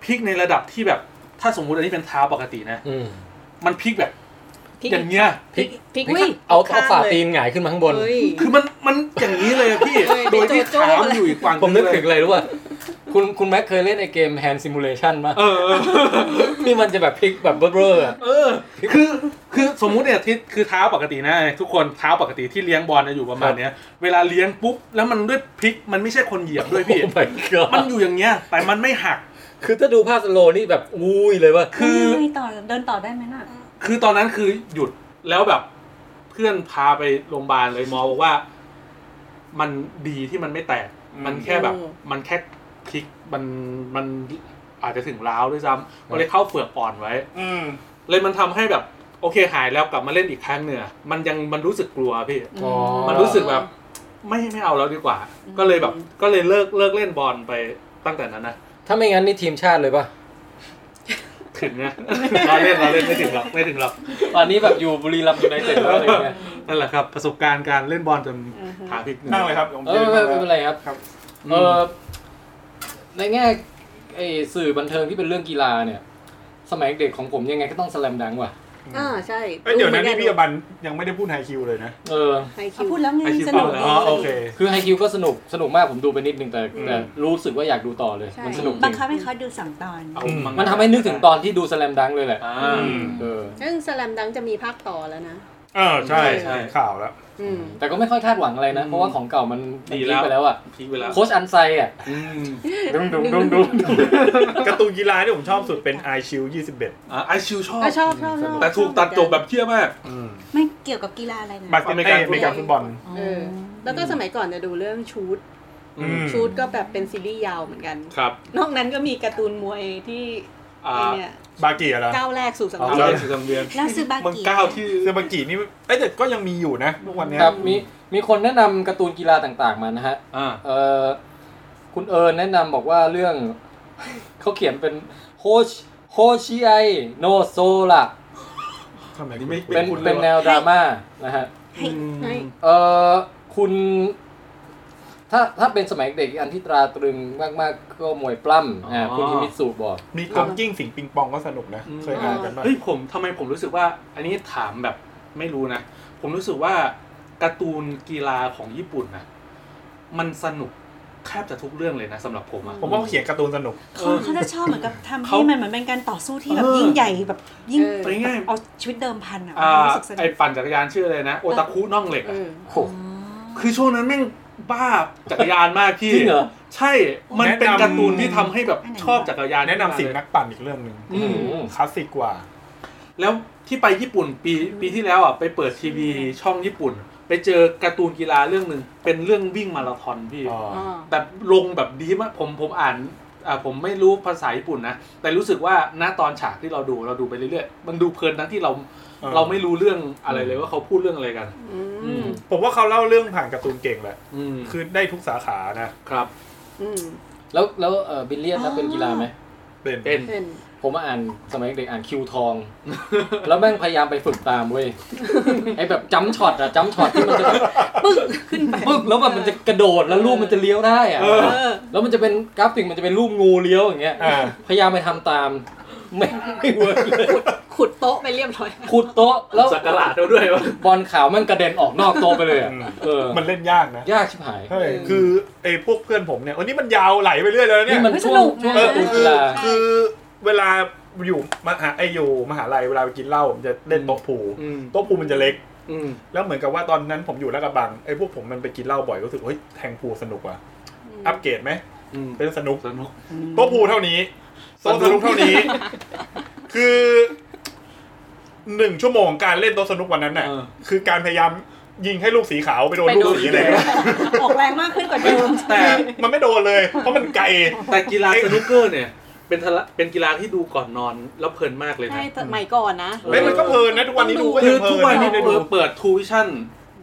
D: พลิกในระดับที่แบบถ้าสมมุติอันนี้เป็นเท้าปกตินะ
A: อืม
D: มันพลิกแบบอย่างเงี้ย
A: พลิกพลิกเอาเอาฝ่าตีนหงายขึ้นมาข้างบน
J: เฮ้ย
D: คือมันมันอย่างนี้เลยอะพี่
J: เฮ้ย
D: โดยที่
J: โจโจ้
D: ขามันอยู่อีกฝั่ง
A: ผมนึกถึง
D: เลย
A: อะไรรู้ป่ะคุณคุณแม็กเคยเล่นไอเกม Hand Simulation ป่ะ
D: เออเออ
A: นี่มันจะแบบพลิกแบบเบ้อๆอะ
D: เออ คือคือสมมุติเนี่ยที่คือเท้าปกตินะทุกคนเท้าปกติที่เลี้ยงบอลน่ะอยู่ประมาณเนี้ย เวลาเลี้ยงปุ๊บแล้วมันด้วยพลิกมันไม่ใช่คนเหยียบด้วยพี่
A: โอ้ my god
D: มันอยู่อย่างเงี้ย แต่มันไม่หัก
A: คือถ้าดูภาพสโลว์นี่แบบอุ้ยเลยว่า
D: คือ
F: เฮ้ยต่อเดินต่อได้ไหมน่ะ
D: คือตอนนั้นคือหยุดแล้วแบบเพื่อนพาไปโรงพยาบาลเลยหมอบอกว่า มันดีที่มันไม่แตก มันแค่แบบ มันแค่พลิกมันมันอาจจะถึงร้าวด้วยซ้ำก็เลยเข้าเฝือกอ่อนไว้
C: อืม
D: เลยมันทำให้แบบ โอเคหายแล้วกลับมาเล่นอีกครั้งเนี่ยมันยังมันรู้สึกกลัวพี่ มันรู้สึกแบบ ไม่ไม่เอาแล้วดีกว่า ก็เลยแบบ ก็เลยเลิกเลิกเล่นบอลไปตั้งแต่นั้นนะ
A: ถ้าไม่งั้นนี่ทีมชาติเลยป่ะ
D: ถึงนะ เราเล่นเราเล่นไม่ถึงหรอกไม่ถึงหรอก
A: ตอนนี้แบบอยู่บุรีรัมย์ยูไนเต็ดหรืออะไรเงี้ย
D: นั่นแหละครับ ประสบการณ์การเล่นบอลจนขาพลิก
C: นั่งเลยครับผม
A: เอ
C: เจ
A: อ
C: อ
A: ไม่ไม่
C: มาแล้ว
A: เป็นไรครับ
C: ครับ
A: เออในแง่ไอสื่อบันเทิงที่เป็นเรื่องกีฬาเนี่ย สมัยเด็กของผมยังไงก็ต้องสแลมดังก์ว่ะ
G: อ่าใช่
C: เอ้ยเดี๋ยวนะนี่พี่อบันยังไม่ได้พูดไฮคิวเลยนะ
A: เออ
G: ไฮคิว
F: พูดแล้วไง
D: ไอคิว
F: ส
D: เป้า
F: นุก
D: แล้ว
F: ดี
D: อ๋อโอเค
A: คือไฮคิวก็สนุกสนุกมากผมดูไปนิดนึงแต่
C: อืม
A: แต่รู้สึกว่าอยากดูต่อเลย
G: ใช่
A: มันสนุกจ
F: บัง
A: ริง
F: คับให้เขาดูสองตอน
D: เอาง
A: มันทำให้นึกถึงตอนที่ดูสแลมดังก์เลยแหละ
D: อ่า
A: เออ
G: ซึ่งสแลมดังจะมีภาคต่อแล้วนะ
C: เออใช่
D: ใช่
C: ใช่ข่าวแล้ว
G: อืม
A: แต่ก็ไม่ค่อยคาดหวังอะไรนะ เพราะว่าของเก่ามัน
D: ดี
A: มันทิ้งไปแล้
D: แล้ว
A: วอ่ะ
D: พลิกเวลา
A: โค้ชอันไซอ่ะ
D: อืม
A: ดุงดุงดุงดุง
C: การ์ตูนกีฬาที่ผมชอบสุดเป็นไอชิวยี่สิบเอ็ด
D: อ่ะไอชิวชอบ
G: ก็ชอบชอบชอบ
D: แต่ถูกตัดจบแบบเที่ยมาก
F: ไม่เกี่ยวกับกีฬาอะไรนะ
C: บัตรเมกาอเมริกันฟุตบอล
G: เออ แล้วก็สมัยก่อนจะดูเรื่องชูด
C: อืม
G: ชูดก็แบบเป็นซีรีส์ยาวเหมือนกัน
D: ครับ
G: นอกนั้นก็มีการ์ตูนมวยที่
D: อ่า
G: ไอ้เนี่ย
C: บากีอะไรอ
G: ก้าวแรกสู่สัง
D: เอา
G: คม
D: เลยสุดสังเวียน
F: แล้วซื้อบา
D: มึง
F: กิ
D: ก้าวที่
C: เซบากีนี่เอ้ยแต่ก็ยังมีอยู่นะทุกวันเนี้ย
A: ครับมีมีคนแนะนำการ์ตูนกีฬาต่างๆมานะฮะ
D: อ่า
A: เออคุณเอิญแนะนำบอกว่าเรื่อง เขาเขียนเป็นโฮชโฮชิไอโนโซละ
D: ทำไมนี่ไม่
A: เป็น
D: คุณล
A: เป็
D: ย
A: น
D: วะ
A: แนวดราม่านะฮะ
D: อืม
A: เออคุณถ้าถ้าเป็นสมัยเด็กอีกอันที่ตราตรึงมากๆ ก็มวยปล้ำอ่าคุณอิมิตสุบอก
C: มีกงกิ้งสิงปิงปองก็สนุกนะ เคยอ่านกันมา
D: เฮ้ยผมทำไมผมรู้สึกว่า อันนี้ถามแบบไม่รู้นะ ผมรู้สึกว่าการ์ตูนกีฬาของญี่ปุ่นนะมันสนุกแทบจะทุกเรื่องเลยนะสำหรับผมอะ
C: ผมว่าเขาเขียนการ์ตูนสนุก
F: เขาเขาจะชอบเหมือนกับทำให้
D: เขามั
F: มันเหมือนเป็นการต่อสู้ที่แบบ
D: เออ
F: ยิ่งใหญ่แบบยิ่ง
D: ไปง่าย
F: เอาชีวิตเดิมพันอะ
D: อ่า
F: รู้สึกสนุ
D: ไอกปั่นจักรยานชื่ออะไรนะ โอตาคุน่องเหล็กอะ
G: เออ
D: คือช่วงนั้นแม่งบ้าจักรยานมากพี่
A: จริงเหรอ
D: ใช่มันเป็น
C: แนะนำ
D: การ์ตูนที่ทำให้แบบชอบจักรยาน
C: แนะนำสิ่ง
D: นะ
C: นักปั่นอีกเรื่องหนึ่ง
D: อืม
C: คลาสสิกกว่า
D: แล้วที่ไปญี่ปุ่นปีปีที่แล้วอ่ะไปเปิดทีวีช่องญี่ปุ่น ไปเจอการ์ตูนกีฬาเรื่องหนึ่งเป็นเรื่องวิ่งมาราธอนพี่
C: อ๋อ
D: แบบลงแบบดีมากผมผมอ่าน อ่าผมไม่รู้ภาษาญี่ปุ่นนะ แต่รู้สึกว่าณตอนฉากที่เราดูเราดูไปเรื่อยๆ มันดูเพลินทั้งที่เรา
C: เออ
D: เราไม่รู้เรื่องอะไรเลยว่าเขาพูดเรื่องอะไรกัน อืม
C: ผมว่าเขาเล่าเรื่องผ่านการ์ตูนเก่งแหละ
D: อืม
C: คือได้ทุกสาขานะ
D: ครับ
G: อืม
A: แล้วแล้วเอ่อบิลเลียนนับเป็นกีฬาไหม
C: เป็น
D: เป็น
G: เป็น
A: ผมมาอ่านสมัยเด็กๆอ่านคิวทอง แล้วแม่งพยายามไปฝึกตามเว้ย ไอแบบจัมป์ช็อตอะจัมป์ช็อตที่มันจะแบบ
G: ปึ๊กขึ้นไป
A: ปึ๊กแล้วแบบมันจะกระโดดแล้วลูกมันจะเลี้ยวได้อะแล้วมันจะเป็นกราฟิกมันจะเป็นรูปงูเลี้ยวอย่างเงี้ย
C: อ่า
A: พยายามไปทำตาม ไม่ไม่เวิร์กเลย
G: ขุดโต๊ะไปเรียบร้อย
A: ขุดโต๊ะแล้ว
D: สักการะเราด้วยวะ
A: บอลขาวแมันกระเด็นออกนอกโต๊ะไปเลยอะเออ
C: มันเล่นยากนะ
A: ยากชิบหาย
C: ใช่คือไอ้พวกเพื่อนผมเนี่ยวันนี้มันยาวไหลไปเรื่อยแล้วเนี่
A: นี่
C: ย
A: มันช่วงช่วง
C: เออ
A: การ์ตูนกี
C: คือ
A: ฬา
C: คือเวลาอยู่มหาไออยู่มหาลัยเวลาไปกินเหล้าผมจะเล่นโต๊ะพูล
D: อืม
C: โต๊ะพูลมันจะเล็ก
D: อืม
C: แล้วเหมือนกับว่าตอนนั้นผมอยู่ลาดกระบังไอพวกผมมันไปกินเหล้าบ่อยรู้สึกเฮ้ยแทงพูลสนุกว่ะอัปเกรดไหม
D: อืม
C: เป็นสนุก
D: สนุก
C: โต๊ะพูลเท่านี้โต๊ะสนุกเท่านี้ คือหนึ่งชั่วโมงการเล่นโต๊ะสนุกวันนั้นน่ะ
D: เออ
C: คือการพยายามยิงให้ลูกสีขาวไปโดน
G: ไป
C: ลู
G: โด
C: ก
G: น
C: สีแดง
G: ออกแรงมากขึ้นกว่าเดิม
D: แต่
C: มันไม่โดนเลยเพราะมันไกล
D: แต่กีฬาสนุกเกอร์เนี่ย เป็นทะละเป็นกีฬาที่ดูก่อนนอนแล้วเพลินมากเลย
G: ใช่
D: นะ
G: แต่ใหม่ก่อนนะ
C: เฮ้ยมันก็เพลินนะทุกวันนี้ดูก็
D: คื
C: ยั
D: อง
C: เพลิน
D: ทุกวันนี้
C: ได้
D: เอ
C: ดู
D: อเปิดทูวิชั่น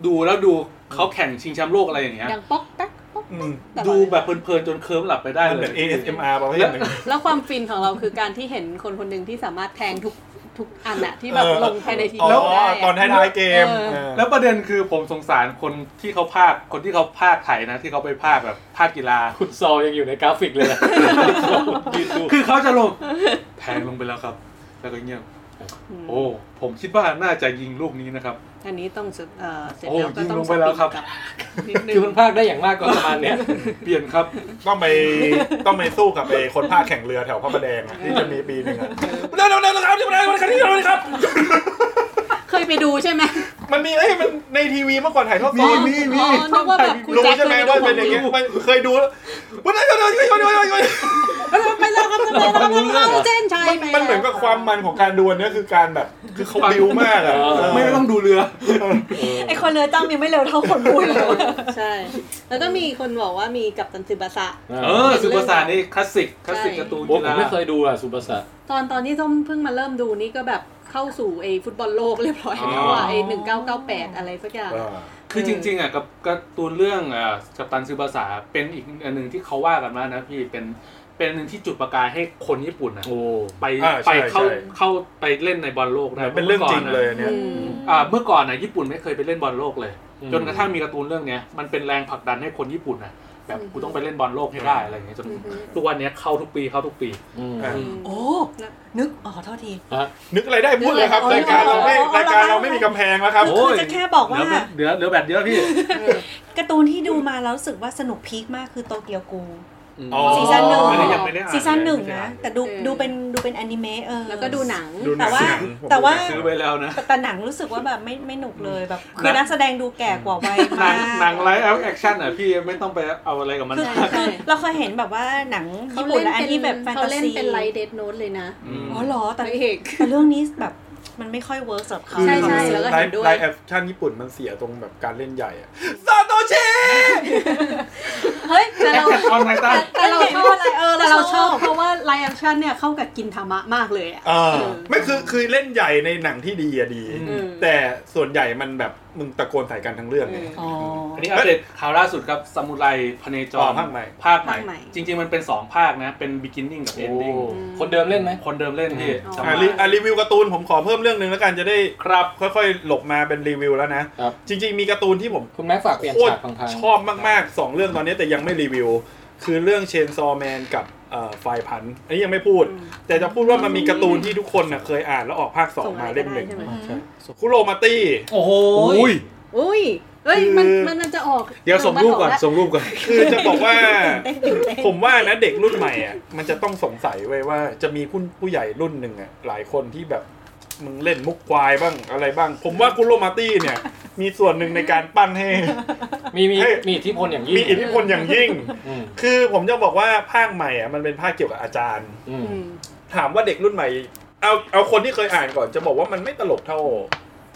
D: ดูแล้วดูเขาแข่งชิงแชมป์โลกอะไรอย่างเงี้ย
G: อย่างป๊อกแป๊กป๊อก
C: อืม
G: แต่ว่า
D: ดูแบบเพลินๆจนเคลิ้มหลับไปได้
C: มันเห
D: เล
C: มือย น ASMR ประเภทหนึ่ง
G: แล้วความฟินของเราคือการที่เห็นคนคนหนึ่งที่สามารถแทงทุกทุกอันอะที่แบบ
C: เออ
G: ลงภายในที
C: อ๋อ
G: เดียวได้
C: ตอน
G: อะ
C: ท้ายๆเกม
G: เออ
C: เออ
D: แล้วประเด็นคือผมสงสารคนที่เขาภาคคนที่เขาภาคไทยนะ ที่เขาไปภาคแบบภาคกีฬา
A: คุณซอลยังอยู่ในกราฟิกเลย นะ ยืนดู
D: คือเขาจะลงแทงลงไปแล้วครับ แล้วก็เงียบโอ้ผมคิดว่าน่าจะยิงลูกนี้นะครับ
G: อันนี้ต้องเสร็จเอ่อเสร็จ
D: โอ้
G: แล้วก็
D: ยิง
G: ต้อ
D: ล
G: ง
D: งไปแล้วครับ
G: สปีดกลับนิดนึ
A: คือง มันพากได้อย่างมากก็ประมาณเนี้ย
D: เปลี่ยนครับ
C: ต้องไปต้องไปสู้กับไอ้คนภาคแข่งเรือแถวพระประแดงอะที่จะมีปีหนึ่งอะเร็วๆเร็วๆครับที่ประแดงวันนี้ครับที่ประแดงครับ
G: เคยไปดูใช่ไหม
C: มันมีเอ้ยมันในทีวีเมื่อก่อนถ่ายทอดสด
G: อ๋อนึกว่าแบบคุณ
C: รู้
G: แจ็ค
C: ใช่ไหมว่าเป็นอย่างเงี้ยมันเคยดูแล้ววันนั้นเดี๋ยวเดี๋ยวเดี๋ยวเดี๋ยวเดี๋ยวเดี๋ยว
G: ไปแล้วครับไปแล้วครับเอาเจนชัย
C: มัน
G: ไป
C: มันเหมือนกับความมันของการดูอันเนี้ยคือการแบบคือเขาบิวมากอะเออ
D: ไม่ต้องดูเรือ
L: ไอคนเรือจ้ำยังไม่เร็วเท่าคนพูดเลย
G: ใช่ แล้วก็มีคนบอกว่ามีกับตันซึบาสะ
D: เออสุภาษานี่คลาสสิกคลาสสิก
G: ใช่
D: การ์ตูน
A: โอ้
D: กี
A: ผ
D: ฬาม
A: ไม่เคยดูอ่ะสุภาษะ
G: ตอนตอนที่ส้มเพิ่งมาเริ่มดูนี่ก็แบบเข้าสู่ไอ้ฟุตบอลโลกเรียบร้อยแล้วอ่ะไอ้หนึ่งเก้าเก้าแปดอะไรสักอย่าง
C: เออ
D: คือจริง ๆอ่ะกับการ์ตูนเรื่องอ่ากัปตันซูบาสาเป็นอีกอันหนึ่งที่เขาว่ากันว่านะพี่เป็นเป็นอันหนึ่งที่จุดประกายให้คนญี่ปุ่นนะ
A: โอ้
D: ไป
C: อ่า
D: ไป
C: ใช่
D: เข้า
C: ใช่
D: เข้าไปเล่นในบอลโลกได้
C: เป็นเรื่องจริงเลยเนี่ย
G: อืม
D: อ่าเมื่อก่อนนะญี่ปุ่นไม่เคยไปเล่นบอลโลกเลย
A: อืม
D: จนกระทั่งมีการ์ตูนเรื่องเนี้ยมันเป็นแรงผลักดันให้คนญี่ปุ่นนะแบบกูต้องไปเล่นบอลโลกให้ได้อะไรอย่างเงี้ยจน
G: อือฮึ
D: ทุกวันเนี้ยเข้าทุกปีเข้าทุกปี
A: อืม
C: อ่ะ
F: โอ้ นึกอ๋อโทษที
A: ฮะ
C: นึกอะไรได้พูดเลยครับ
F: นึ
C: ราย
F: ก
C: การ
F: อ
C: เราไม่ราย
F: ะไรเอาเอาเอา
C: การเราไม่มีกำแพงแล้วครับ
D: โอ้
F: คือย จะแค่บอกว่า
D: เหลือเหลือเหลือแบบเยอะพี่
F: การ์ตูนที่ดูมาแล้วรู้สึกว่าสนุกพีคมากคือโตเกียวกู
C: อ๋อ
F: ซีซั่นหนึ่ง
D: อัยังไม่ได้อ่า
F: ซีซั่นหนึ่ง
D: ไม่ได้
F: นะ
D: อ่า
F: แต่ดู
G: เออ
F: ดูเป็นดูเป็นอนิเมะเออ
G: แล้วก็ดูหนัง
C: ดูหนั
F: แต่
C: ง
F: ว่า
C: หนังผม
F: แต่ว่า
C: ดูหนัง
D: ซื้อไปแล้วนะ
F: แต่หนังรู้สึกว่าแบบไม่ไม่หนุกเลยแบบ คือนักแสดงดูแก่กว่าวัย
D: หนั
F: มาง ก
D: หนังไลฟ์แอคชั่นอ่ะพี่ไม่ต้องไปเอาอะไรกับมัน
F: คือ
D: มาก
F: คือเราเคยเห็นแบบว่าหนัง
G: เขา
F: ญี่ปุ่น
G: เล่น
F: และอัน
G: เป็น
F: ที่แบบแฟน
G: เขา
F: ตา
G: เล่น
F: ซี
G: เป็นไลท์เดดโน้ตเลยนะ
F: อ๋อเหรอ
G: พ
F: แต่
G: ระเอก
F: แต่เรื่องนี้แบบมันไม่ค่อยเวิร์กสำหรับเขา
G: ใช่ใช่แล้วก็
C: ไล
G: เห็
C: ฟ์
G: นด้วย
C: ไลฟ์แอคชั่นญี่ปุ่นมันเสียตรงแบบการเล่นใหญ่อะซาโตชิ
G: เฮ้ย แต่เรา
D: ออนไลน์ตั้ง
G: แต่เราชอบอะไรเออแต่เราชอบ
F: แต่
G: เพราะว่าไลฟ์แอคชั่นเนี่ยเข้ากับกินธรรมะมากเลยอ่ะ
C: อ่า
G: เออ
C: ไม่คือคือเล่นใหญ่ในหนังที่ดีอะดี
G: เออ
C: แต่ส่วนใหญ่มันแบบมึงตะโกนใส่กันทั้งเรื่องเนี่ย
F: อ๋อ
D: อันนี้อัปเดตข่าวล่าสุดครับซามูไรพเนจ
C: อ๋
D: ร
C: อภาคใหม่
D: ภาคใหม่
G: ภาคใหม่
D: จริง ๆ มันเป็น 2 ภาคนะ เป็น beginning กับ
A: โอ้
D: ending
A: คนเดิมเล่นไหม
D: คนเดิมเล่นพี่
G: อ๋อ
D: จำ
C: อ่ะ
D: ได้
C: รีอ่ะรีวิวการ์ตูนผมขอเพิ่มเรื่องหนึ่งแล้วกันจะได้
D: ครับ
C: ค่อยๆ หลบมาเป็นรีวิวแล้วนะ
A: ครับ
C: จริง ๆ มีการ์ตูนที่ผม
A: คุณแม็กฝากเปลี่ยน
C: โคต
A: ฉาร กพัง
C: ชอบมากๆสองเรื่องตอนนี้แต่ยังไม่รีวิว คือเรื่องเชนซอแมนกับเอ่อไฟพันธุ์อันนี้ยังไม่พูด แต่จะพูดว่ามันมีการ์ตูนที่ทุกคนน่ะเคยอ่านแล้วออกภาคสองมาเล่มหนึ่ง
G: ส่งอะไรก็ได้ใช่ไหม
C: คุโรมาตี้
A: โอ้โห
G: อุ้ยเอ้ย มันมันน่าจะออก
D: เดี๋ยวส่งรูปก่อน
G: มัแล้ว
D: ส่งรูปก่อน
C: คือจะบอกว่า ผมว่านะเด็กรุ่นใหม่อ่ะมันจะต้องสงสัยไว้ยว่าจะมีผู้ผู้ใหญ่รุ่นหนึ่งอ่ะหลายคนที่แบบมึงเล่นมุกควายบ้างอะไรบ้าง ผมว่าคุโรมาตี้เนี่ย มีส่วนหนึ่งในการปั้น ให้
A: มีมี
C: เฮ้ย
A: มีอิทธิพลอย่างยิ่ง
C: มีอิทธิพลอย่างยิ่ง
A: อืม
C: คือผมจะบอกว่าภาคใหม่อ่ะมันเป็นภาคเกี่ยวกับอาจารย์
A: อืม
G: อืม
C: ถามว่าเด็กรุ่นใหม่ เอาเอาคนที่เคยอ่านก่อนจะบอกว่ามันไม่ตลกเท่า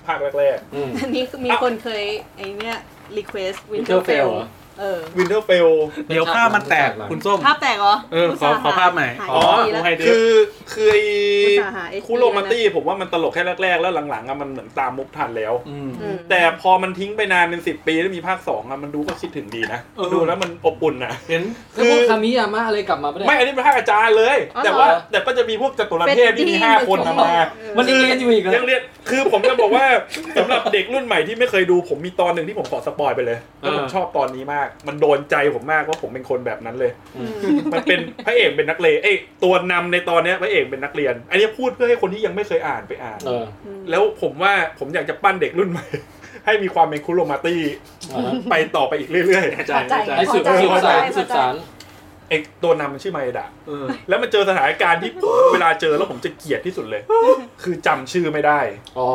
C: ภาคแรก
A: อืม
G: อันนี้มีคนเคยไอ้เนี่ยรีเควส
A: วินเทอร์เฟล
J: เออ
C: วินเทอร์เฟล
D: เดี๋ยวภาพมันแตกคุณส้ม
J: ภาพแตกเหรอ
D: เออขอขอภาพใหม่
J: าย
D: อ๋อ
J: ดีแล้ว
D: โอเค
C: คือคือไอ้
G: อุตสาหะ SD
C: คูโรมาตี้ผมว่ามันตลกแค่แรก ๆ แล้วหลังๆอะมันเหมือนตามมุกทันแล้ว
D: ม
G: อืม
C: แต่พอมันทิ้งไปนานเป็นสิบปีแล้วมีภาคสองอะมันดูก็คิดถึงดีนะ
D: เออ
C: ดูแล้วมันอบอุ่นนะ
D: เห็น
A: แล้วพวกคามิยามะอะไรกลับมาปะเนี่ย
C: ไม่อันนี้เป็นภาคอาจารย์เลย
J: อ๋อเหรอ
C: แต่ว่าแต่ก็จะมีพวกจตุรเทพที่มีห้าคนนะมา
A: มันยังเรียนอยู่อีกเหรอ
C: ยังเรียนคือผมจะบอกว่า สำหรับเด็กรุ่นใหม่ที่ไม่เคยดูผมมีตอนหนึ่งที่ผมขอสปอยไปเลยแล้วผม
D: อ่า
C: ชอบตอนนี้มาก มันโดนใจผมมากว่าผมเป็นคนแบบนั้นเลย มันเป็นพระเอกเป็นนักเลงเอ้ยตัวนำในตอนเนี้ยพระเอกเป็นนักเรียน อันนี้พูดเพื่อให้คนที่ยังไม่เคยอ่านไปอ่าน
A: เออ
C: แล้วผมว่าผมอยากจะปั้นเด็กรุ่นใหม่ ให้มีความเป็นคุโรมาตี้
A: อ่าฮะ
C: ไปต่อไปอีกเรื่อย
D: เข้าใจ
L: เข้าใจ
D: เข้าใจ
A: ให้สืบ
L: พอใจพอใจ
A: สืบสารสืบสาร
C: ๆไอ้ตัวนำมันชื่อไมเอดะ
D: เออ
C: แล้วมันเจอสถานการณ์ที่ เวลาเจอแล้วผมจะเกลียดที่สุดเลย คือจำชื่อไม่ได้
A: อ๋อ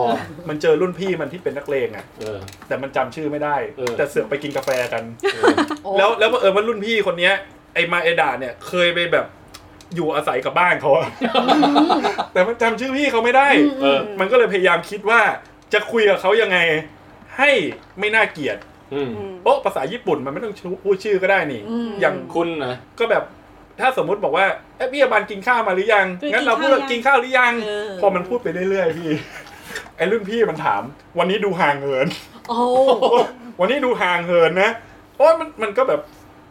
C: มันเจอรุ่นพี่มันที่เป็นนักเลงอะ
A: เออ
C: แต่มันจำชื่อไม่ได้
A: เออ
C: แต่เสือกไปกินกาแฟกัน
A: เออ
C: แล้วแล้วบังเออว่ารุ่นพี่คนเนี้ยไอ้มาเอดาเนี่ยเคยไปแบบอยู่อาศัยกับบ้านเขาอะ แต่มันจำชื่อพี่เขาไม่ได้
A: เออ
C: มันก็เลยพยายามคิดว่าจะคุยกับเขายังไง ให้ไม่น่าเกลียด
A: อืม
C: โอ๊ะภาษาญี่ปุ่นมันไม่ต้องพูดชื่อก็ได้นี่ อย่าง
A: คุณนะ
C: ก็แบบถ้าสมมุติบอกว่าเอ๊ะพี่อาบานกินข้าวมาหรือยังงั้นเราพูดว่ากินข้าวหรือยัง พอมันพูดไปเรื่อยๆพี่ไอ้รุ่นพี่มันถาม วันนี้ดูห่างเหิน
L: โอ้
C: วันนี้ดูห่างเหินนะโอ้ยมันมันก็แบบ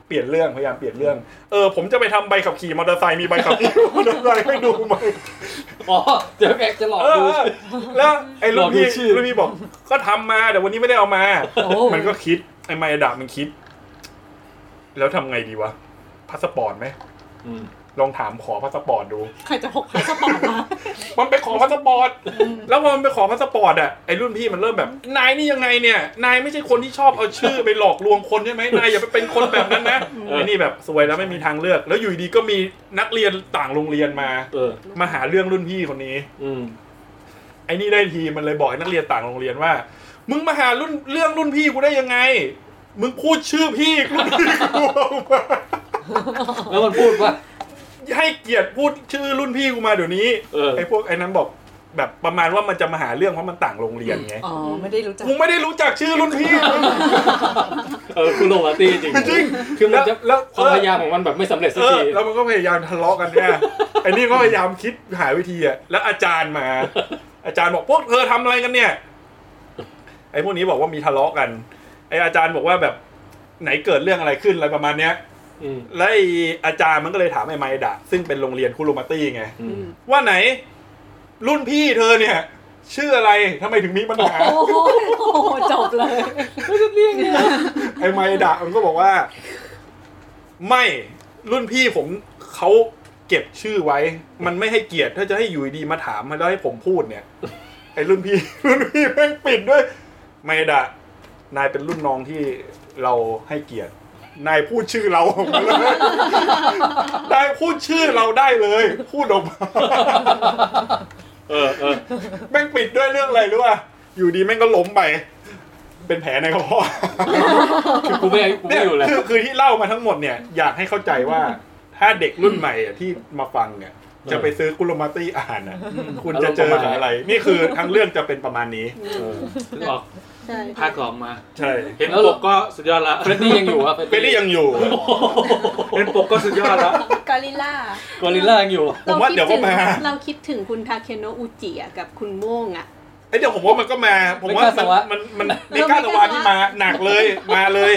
C: เปลี่ยนเรื่องพยายามเปลี่ยนเรื่อง เออผมจะไปทำใบขับขี่มอเตอร์ไซค์มีใบขับขี่มอเตอร์ไซค์ให้ดูไหม
A: อ๋อเดี๋ยวแกจะหลอก
C: เออ
A: ดู
C: เออแล้วไอ้รุ่นพี่
A: ลองดูชื่อ
C: รุ่นพี่บอก ก็ทำมาแต่วันนี้ไม่ได้เอามา มันก็คิดไอ้ไมยดามันคิด แล้วทำไงดีวะพาสปอร์ตไหม
A: อืม
C: ลองถามขอพาสปอร์ตดู
L: ใครจะพกใครจะปอกมา
C: มันไปขอพาสปอร์ต แล้วพอมันไปขอพาสปอร์ตอ่ะ ไอ้รุ่นพี่มันเริ่มแบบ นายนี่ยังไงเนี่ย นายไม่ใช่คนที่ชอบเอาชื่อไปหลอกลวงคนใช่ไหมนายอย่าไปเป็นคนแบบนั้นนะ ไอ้นี่แบบสวยแล้วไม่มีทางเลือก แล้วอยู่ดีก็มีนักเรียนต่างโรงเรียนมา
A: เออ
C: มาหาเรื่องรุ่นพี่คนนี้
A: อืม
C: ไอ้นี่ได้ทีมันเลยบอกให้นักเรียนต่างโรงเรียนว่า มึงมาหารุ่นเรื่องรุ่นพี่กูได้ยังไง มึงพูดชื่อพี่รุ่นพี่กูออกมา
A: แล้วมันพูดว่า
C: ให้เกียรติพูดชื่อรุ่นพี่กูมาเดี๋ยวนี้
A: เออ
C: ไอ้พวกไอ้นั้นบอกแบบประมาณว่ามันจะมาหาเรื่องเพราะมันต่างโรงเรียนไง
L: อ๋อ ไม่ได้รู้จัก
C: กูไม่ได้รู้จักชื่อรุ่นพี่
A: เออคุณโรมาตี้จริง
C: จริง
A: คือมันจะ
C: แล้วแล้ว
A: ความพยายามของมันแบบไม่สำเร็จสั
C: เอก อ
A: ที
C: แล้วมันก็พยายามทะเลาะกัน เนี่ยไอ้นี่ก็พยายามคิดหาวิธีอะแล้วอาจารย์มา อาจารย์บอกพวกเธอทำอะไรกันเนี่ย ไอ้พวกนี้บอกว่ามีทะเลาะกัน ไอ้อาจารย์บอกว่าแบบไหนเกิดเรื่องอะไรขึ้นอะไรประมาณเนี้ย
A: อืม
C: แล้วไอ้อาจารย์มันก็เลยถามไอ้ไมดะซึ่งเป็นโรงเรียนคุโรมาตี้ไง
A: อืม
C: ว่าไหน รุ่นพี่เธอเนี่ย ชื่ออะไรทำไมถึงมีปัญหา
L: โอ้โหโอ้โหจบเลย
C: ไอ้ไมดะมันก็บอกว่า ไม่รุ่นพี่ผมเขาเก็บชื่อไว้ มันไม่ให้เกียรติถ้าจะให้อยู่ดีมาถามแล้วให้ผมพูดเนี่ย ไอ้รุ่นพี่ รุ่นพี่แม่งปิดด้วย ไมดะ นายเป็นรุ่นน้องที่เราให้เกียรติ นายพูดชื่อเรา ออกมาเลยนายพูดชื่อเราได้เลย พูดออกมา
A: เออเออ
C: แม่งปิดด้วยเรื่องอะไรรู้ป่ะอยู่ดีแม่งก็ล้มไป เป็นแผลในกระเพาะ
A: คือกูไม่กูไม่
C: เนี่ย
A: อยู่แล้ว
C: คือคือที่เล่ามาทั้งหมดเนี่ยอยากให้เข้าใจว่า ถ้าเด็กรุ่นใหม่อะที่มาฟังเนี่ยจะไปซื้อกุลมาตี้อ่านนะคุณจะเจอกับอะไร นี่คือทั้งเรื่องจะเป็นประมาณนี้
A: เออ
D: ออก
G: ใช่
D: ภาคสองมา
C: ใช่
D: เห็นปกก็สุดยอดละ
A: เฟรดดี้ยังอยู่อะ
C: เป็นที่ยังอยู่
D: เห็นปกก็สุดยอดละ
G: กอริล่า
A: กอริลล่ายังอยู่
C: ผมว่าเดี๋ยวก็มา
G: เราคิดถึงคุณทาเคโนะอุจิอะกับคุณม่วงอะ
C: ไอยเดี๋ยวผมว่ามันก็มา ผมว่า
A: ไม่กล้าสวะ
C: มันมันมันไม่กล้าสวะนี่มาหนักเลยมาเลย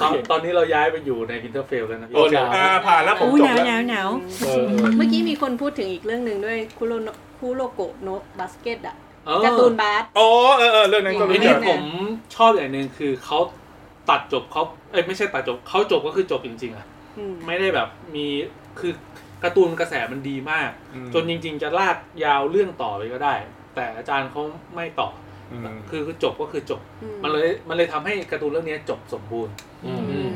A: โอ
D: ตอน
A: เค
D: ตอนนี้เราย้ายไปอยู่ในวินเทอร์เฟลแล้วนะพี่
A: โอเค
C: อ่าผ่านแล้วผม
F: อู้
C: จบ
F: หนาว
C: แล้
F: หนาว วหนาว
A: เออเออ
G: เมื่อกี้มีคนพูดถึงอีกเรื่องหนึ่งด้วยคุโรโนะคุโรโกะโนะบาสเกตอะ
D: เออ
G: การ์ตูนบาส
C: อ๋อเออเออเรื่องนั้นก็
D: ไอ้
C: รู้
D: นี่
C: จัก
D: ผมชอบอย่างหนึ่งคือเขาตัดจบเขาเอ้ยไม่ใช่ตัดจบเขาจบก็คือจบจริงๆอะ
G: อืม
D: ไม่ได้แบบมีคือการ์ตูนกระแสมันดีมาก จนจริง ๆ จะลากยาวเรื่องต่อไปก็ได้ แต่อาจารย์เขาไม่ต่อ
C: อื
D: อ
C: ม
D: คือคือจบก็คือจบ
G: อืม
D: มันเลยมันเลยทำให้การ์ตูนเรื่องนี้จบสมบูรณ์
A: อืม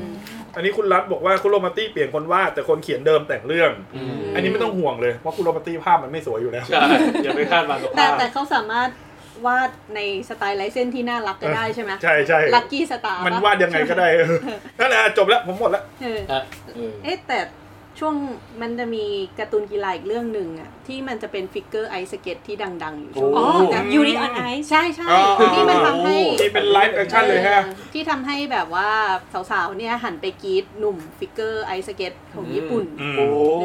C: อันนี้คุณรัฐบอกว่าคุณโรมาตี้เปลี่ยนคนวาดแต่คนเขียนเดิมแต่งเรื่อง
A: อืม
C: อันนี้ไม่ต้องห่วงเลยเพราะคุณโรมาตี้ภาพมันไม่สวยอยู่แล้ว
D: ใช่ อย่าไปคาดหวังกับ
G: แต่
D: ภาพ
G: แต่เขาสามารถวาดในสไตล์ไลเส้นที่น่ารักก็ได้ใช่ไหม
C: ใช่ใช่
G: ลักกี้สตาร์
C: มันวาดยังไงก็ได้เออนั่นแหละจบแล้วผมหมดแล้ว
G: เออ
A: อ่ะเออ
G: เอ๊ะแต่ ช่วงมันจะมีการ์ตูนกีฬาอีกเรื่องหนึ่งอะที่มันจะเป็นฟิกเกอร์ไอสเก็ตที่ดัง ๆ อยู่ช่วง
F: อ๋อ
G: นี้นะ
F: ยูริออนไอซ์
G: ใช่ใช่
C: อ๋ออ๋อ
G: ที่มันทำให้
C: นี่เป็นไลฟ์แอคชั่นเลยฮะ
G: ที่ทำให้แบบว่าสาวๆเนี่ยหันไปกรีดหนุ่มฟิกเกอร์ไอสเก็ตของญี่ปุ่น
M: อืม
C: โอ้โห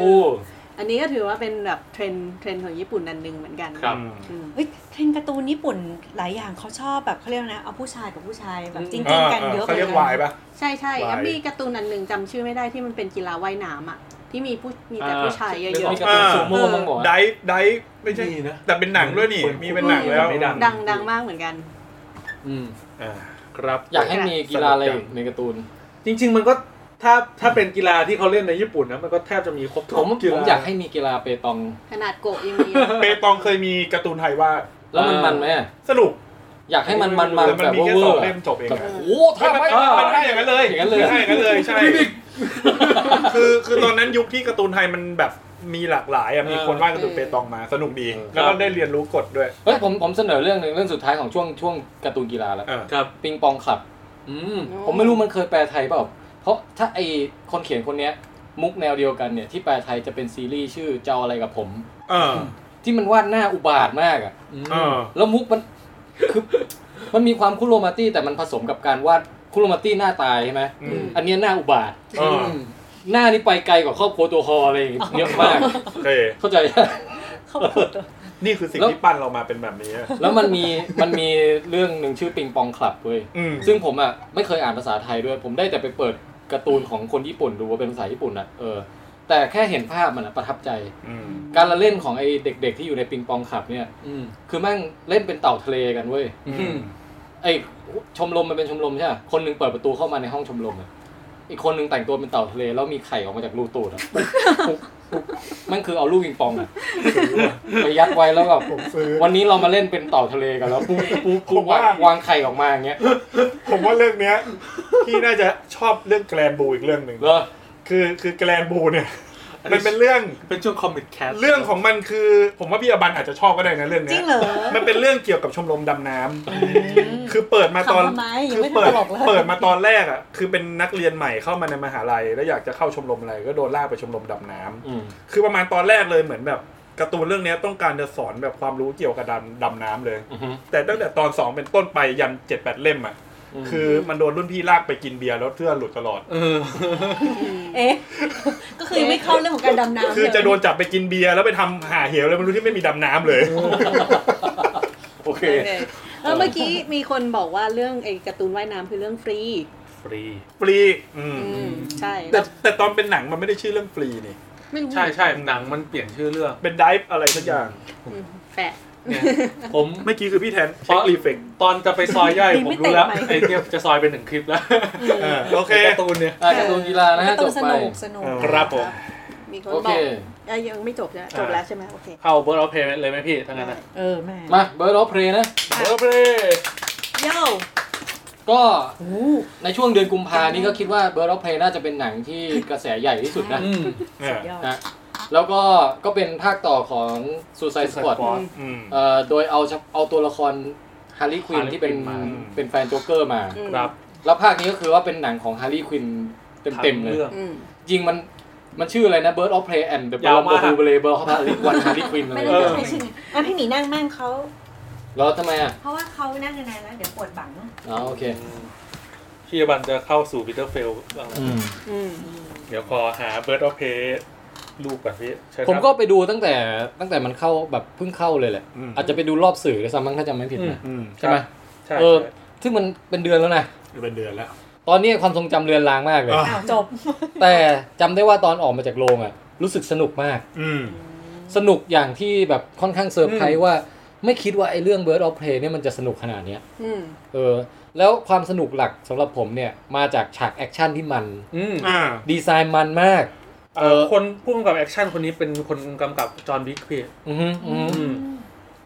G: อันนี้ก็ถือว่าเป็นแบบเทรนด์เทรนด์ของญี่ปุ่นอันหนึ่งเหมือนกัน
D: ครับ
G: อืม
F: เฮ้ยเทรนด์การ์ตูนญี่ปุ่นหลายอย่างเขาชอบแบบเขาเรียกนะเอาผู้ชายกับผู้ชายแบบจริงจังกันเยอะ
C: เขาเรียกวายปะ
G: ใช่ใช่
C: วาย
G: แล้วมีการ์ตูนอันหนึ่งจำชื่อไม่ได้ที่มันเป็นกีฬาว่ายน้ำอ่ะที่มีผู้มีแต่ผู้ชายเย
A: นึกออก
G: อะ
A: มีการ์ตูนซูโม่บ้างเหรอ
C: ไดฟ์ไดฟ์ไม่ใช่
D: นี่นะ
C: แต่เป็นหนังด้วยนี่ มีเป็นหนังแล้ว
D: ไม่ดัง
G: ๆดังดังมากเหมือนกัน
A: อืม
C: อ่าครับ
A: อยากให้มีกีฬาอะไรอีกในการ์ตูน
D: จริง ๆ มันก็ถ้าถ้าเป็นกีฬาที่เขาเล่นในญี่ปุ่นนะมันก็แทบจะมีครบทุก
A: ผม
D: กี
A: ผ
D: ฬาม
A: อยากให้มีกีฬาเปตอง
G: ขนาดโกะยังมี
C: เปตองเคยมีการ์ตูนไทยวาด
A: แล้วมัน
N: อ่ามั
A: มันไหมอะ
C: สนุก
A: อยากให้มันมันมัน
C: แต่มัน
A: แบบ
C: มี
A: เว่าเว
C: แค่
A: อ
C: สอง
A: ร์
C: เล่มจบเอง
A: แบบ
C: อะ
A: โอ้ทำไม
C: มันมันมันได้อย่างนั้นเลย
A: อย่างนั้นเลย
C: ได้อย่างนั้นเลยใช่ คือคือตอนนั้นยุคที่การ์ตูนไทยมันแบบมีหลากหลายอ่ะมีคนวาดการ์ตูนเปตองมาสนุกดี แล้วก็ได้เรียนรู้กฎด้วย
A: เฮ้ยผมผมเสนอเรื่องหนึ่งเรื่องสุดท้ายของช่วงช่วงการ์ตูนกีฬาแล้ว
C: เออ
D: ครับ
A: ปิงปองคลับ
D: อืม
G: อืม
A: ผมไม่รู้มันเคยแปลไทยเปล่า เพราะถ้าไอคนเขียนคนเนี้ย มุกแนวเดียวกันเนี่ย ที่แปลไทยจะเป็นซีรีส์ชื่อเจ้าอะไรกับผม
C: เออ
A: ที่มันวาดหน้าอุบาทมากอะ
C: เออ
A: แล้วมุกมันคือ มันมีความคุโรมาตี้แต่มันผสมกับการวาดคุโรมาตี้หน้าตายใช่ไหม
C: อืม
A: อันเนี้ยหน้าอุบาท
C: เออ
A: หน้านี่ไปไกลกว่าครอบครัวตัวฮออะไรอย่างเงี้ยเยอะมาก
C: โอเค
A: เข้าใจ ไหม
C: นี่คือสิ่ง
A: แล้ว
C: ที่ปั้นเรามาเป็นแบบนี้อะ
A: แล้วมันมีมันมีเรื่องหนึ่งชื่อปิงปองคลับเว้ย
C: อืม
A: ซึ่งผมอ่ะไม่เคยอ่านภาษาไทยด้วย ผมได้แต่ไปเปิดการ์ตูนของคนญี่ปุ่นดูว่าเป็นภาษาญี่ปุ่นอ่ะเออแต่แค่เห็นภาพมันอ่ะประทับใจ
C: อืม
A: การละเล่นของไอ้เด็ก ๆ ที่อยู่ในปิงปองขับเนี่ย
D: อืม
A: คือแม่งเล่นเป็นเต่าทะเลกันเว้ย
D: อืม
A: ไอ้ชมรมมันเป็นชมรมใช่ปะคนหนึงเปิดประตูเข้ามาในห้องชมรมอะอีกคนหนึงแต่งตัวเป็นเต่าทะเลแล้วมีไข่ออกมาจากรูตูด อ่ะ แมันคือเอาลูกปิงปองอ่ะไปยัดไว้แล้วแบบ
C: ผมซื้อ
A: วันนี้เรามาเล่นเป็นเต่าทะเลกันแล้วปุ๊บปุ๊บปุ๊บวางวางไข่ออกมาอย่างเงี้ย
C: ผมว่าเรื่องเนี้ยพี่น่าจะชอบเรื่องแกลนบูอีกเรื่องหนึ่ง
A: เหรอ
C: คือคือแกลนบูเนี่ย มันเป็นเรื่อง
D: เป็นช่วงคอมิกแคส
C: เรื่องของมันคือ ผมว่าพี่อบันอาจจะชอบก็ได้นะเรื่อง
F: จ
C: เนี้
F: ริ
C: ย
F: งเหรอ
C: มันเป็นเรื่องเกี่ยวกับชมรมดำน้ำคือเปิดมาตอน
F: ขำทำไมยัง
C: คือ
F: ไม่
C: เปิด
F: ตลกเลย
C: เปิดมาตอนแรกอ่ะคือเป็นนักเรียนใหม่เข้ามาในมหาลัย แล้วอยากจะเข้าชมรมอะไรก็โดนลากไปชมรมดำน้ำ
A: อืม
C: คือประมาณตอนแรกเลยเหมือนแบบการ์ตูนเรื่องเนี้ยต้องการจะสอนแบบความรู้เกี่ยวกับดำดำน้ำเลย
A: อือฮึ
C: แต่ตั้งแต่ตอนสองเป็นต้นไปยันเจ็ดแปดเล่มอ่ะ
A: อืม
C: คือมันโดนรุ่นพี่ลากไปกินเบียร์แล้วเสื้อหลุดตลอด
D: เออ
F: เอ๊ะก็คือยังไม่เข้าเรื่องของการดำน้ำ
C: คือ
F: เลย
C: จะโดนจับไปกินเบียร์แล้วไปทำหาเหวเลยมันรู้ที่ไม่มีดำน้ำเลย
A: โอเค
G: โอเคแล้วเมื่อกี้มีคนบอกว่าเรื่องไอ้การ์ตูนว่ายน้ำคือเรื่องฟรี
D: ฟรี
C: ฟรีอืม
G: อืมใช่
C: แต่
G: แล้ว
C: แต่ตอนเป็นหนังมันไม่ได้ชื่อเรื่องฟรีนี่
G: ไม่รู้
D: ใช่ใช่หนังมันเปลี่ยนชื่อเรื่อง
C: เป็นไดฟ์อะไรสักอย่าง
G: อืมแปะ
D: เนี่ยผม
C: เมื่อกี้คือพี่แทน
D: เพราะ
C: รีเฟก
D: ตอนจะไปซอยย่อย
F: ดี
D: ผม
F: ไม่
D: รู้
F: เตะ
D: แล้ว
F: ไหม
D: ไอ้เนี่ยจะซอยเป็นหนึ่งคลิปแล้ว
C: โอเค
D: การ์ตูนเนี่ย
A: อ่ะการ์ตูนกีฬานะฮะ
F: ก็
A: จ
F: ต้อบ งส
A: ไป
F: นุกสนุก
C: ครับผม
G: มีคน
A: โอบ เค
G: อกเอ้ยยังไม่จบใช่ไหมจบแล้วใช่ไหมโอเค
D: เข้าเบอร์เอาเพย์เลยไหมพี่ทั้งนั้นนะ
F: เออแม่
A: มาเบอร์ล็อเพลนะ
C: เออเพลย์
F: เย้า
A: ก็
F: โอ้
A: ในช่วงเดือนกุมภานี้ก็คิดว่าเบอร์ล็อเพลน่าจะเป็นหนังที่กระแสใหญ่ที่สุดนะ
D: อืม
C: เนี่ย
F: ยอด
A: นะแล้วก็ก็เป็นภาคต่อของ Suicide Squad
C: อืม
A: เอ่อโดยเอาเฉเอาตัวละครฮาร์ลีควิน
D: Harley
A: ที่เป็น
D: Quinn มา
A: เป็นแฟนโจ๊กเกอร์มา
G: อืม
D: ครับ
A: แล้วภาคนี้ก็คือว่าเป็นหนังของฮาร์ลีควินเต็มๆ
D: ทั้
A: เลย
D: งรื่อง
G: อืม
A: จริงมันมันชื่ออะไรนะ Bird of Prey and the
D: ยาว
A: Bomb
D: มาก
A: of Blueberry Bird of Harley One Harley Quinn อะไร
F: ไม่
A: อย่าง
F: ต้อง
A: เงี้ย
F: เลือกใครชื่อไงอ่ะพี่หมีนั่งมั่งเขา
A: แล้วทำไมอ่ะ
F: เพราะว่าเขานั่งนานๆแล้วเดี๋ยวปวดบัง
A: อ๋อโอเค
D: พี่บันจะเข้าสู่ปีเตอร์เฟลบ้าง
A: อืม
G: อืม
D: เดี๋ยวขอหาเบอร์เอาเพย์รูปก่อนพี่เชิญครับ
A: ผมก็ไปดูตั้งแต่ตั้งแต่มันเข้าแบบเพิ่งเข้าเลยแหละ อาจจะไปดูรอบสื่อด้วยซ้ำมั้งถ้าจำไม่ผิดนะ
C: อืม
A: ใช่ไหม
D: ใช่
A: เออซึ่งมันเป็นเดือนแล้วนะ
C: เป็นเดือนแล้ว
A: ตอนนี้ความทรงจำเลือนลางมากเลย
C: อ่ะ
F: อ้าวจบ
A: แต่จำได้ว่าตอนออกมาจากโรงอ่ะ รู้สึกสนุกมาก
C: อืม
A: สนุกอย่างที่แบบค่อนข้างเซอร์ไพรส์ว่าไม่คิดว่าไอ้เรื่อง Bird of Prey เนี่ยมันจะสนุกขนาดเนี้ย
G: อืม
A: เออแล้วความสนุกหลักสำหรับผมเนี่ยมาจากฉากแอคชั่นที่มัน
D: อืม
C: อ่า
A: ดีไซน์มันมาก
D: เอ่อคนผู้กำกับแอคชั่นคนนี้เป็นคนกำกับจอห์นวิกพี่
A: อือฮึอือฮึ
D: อืม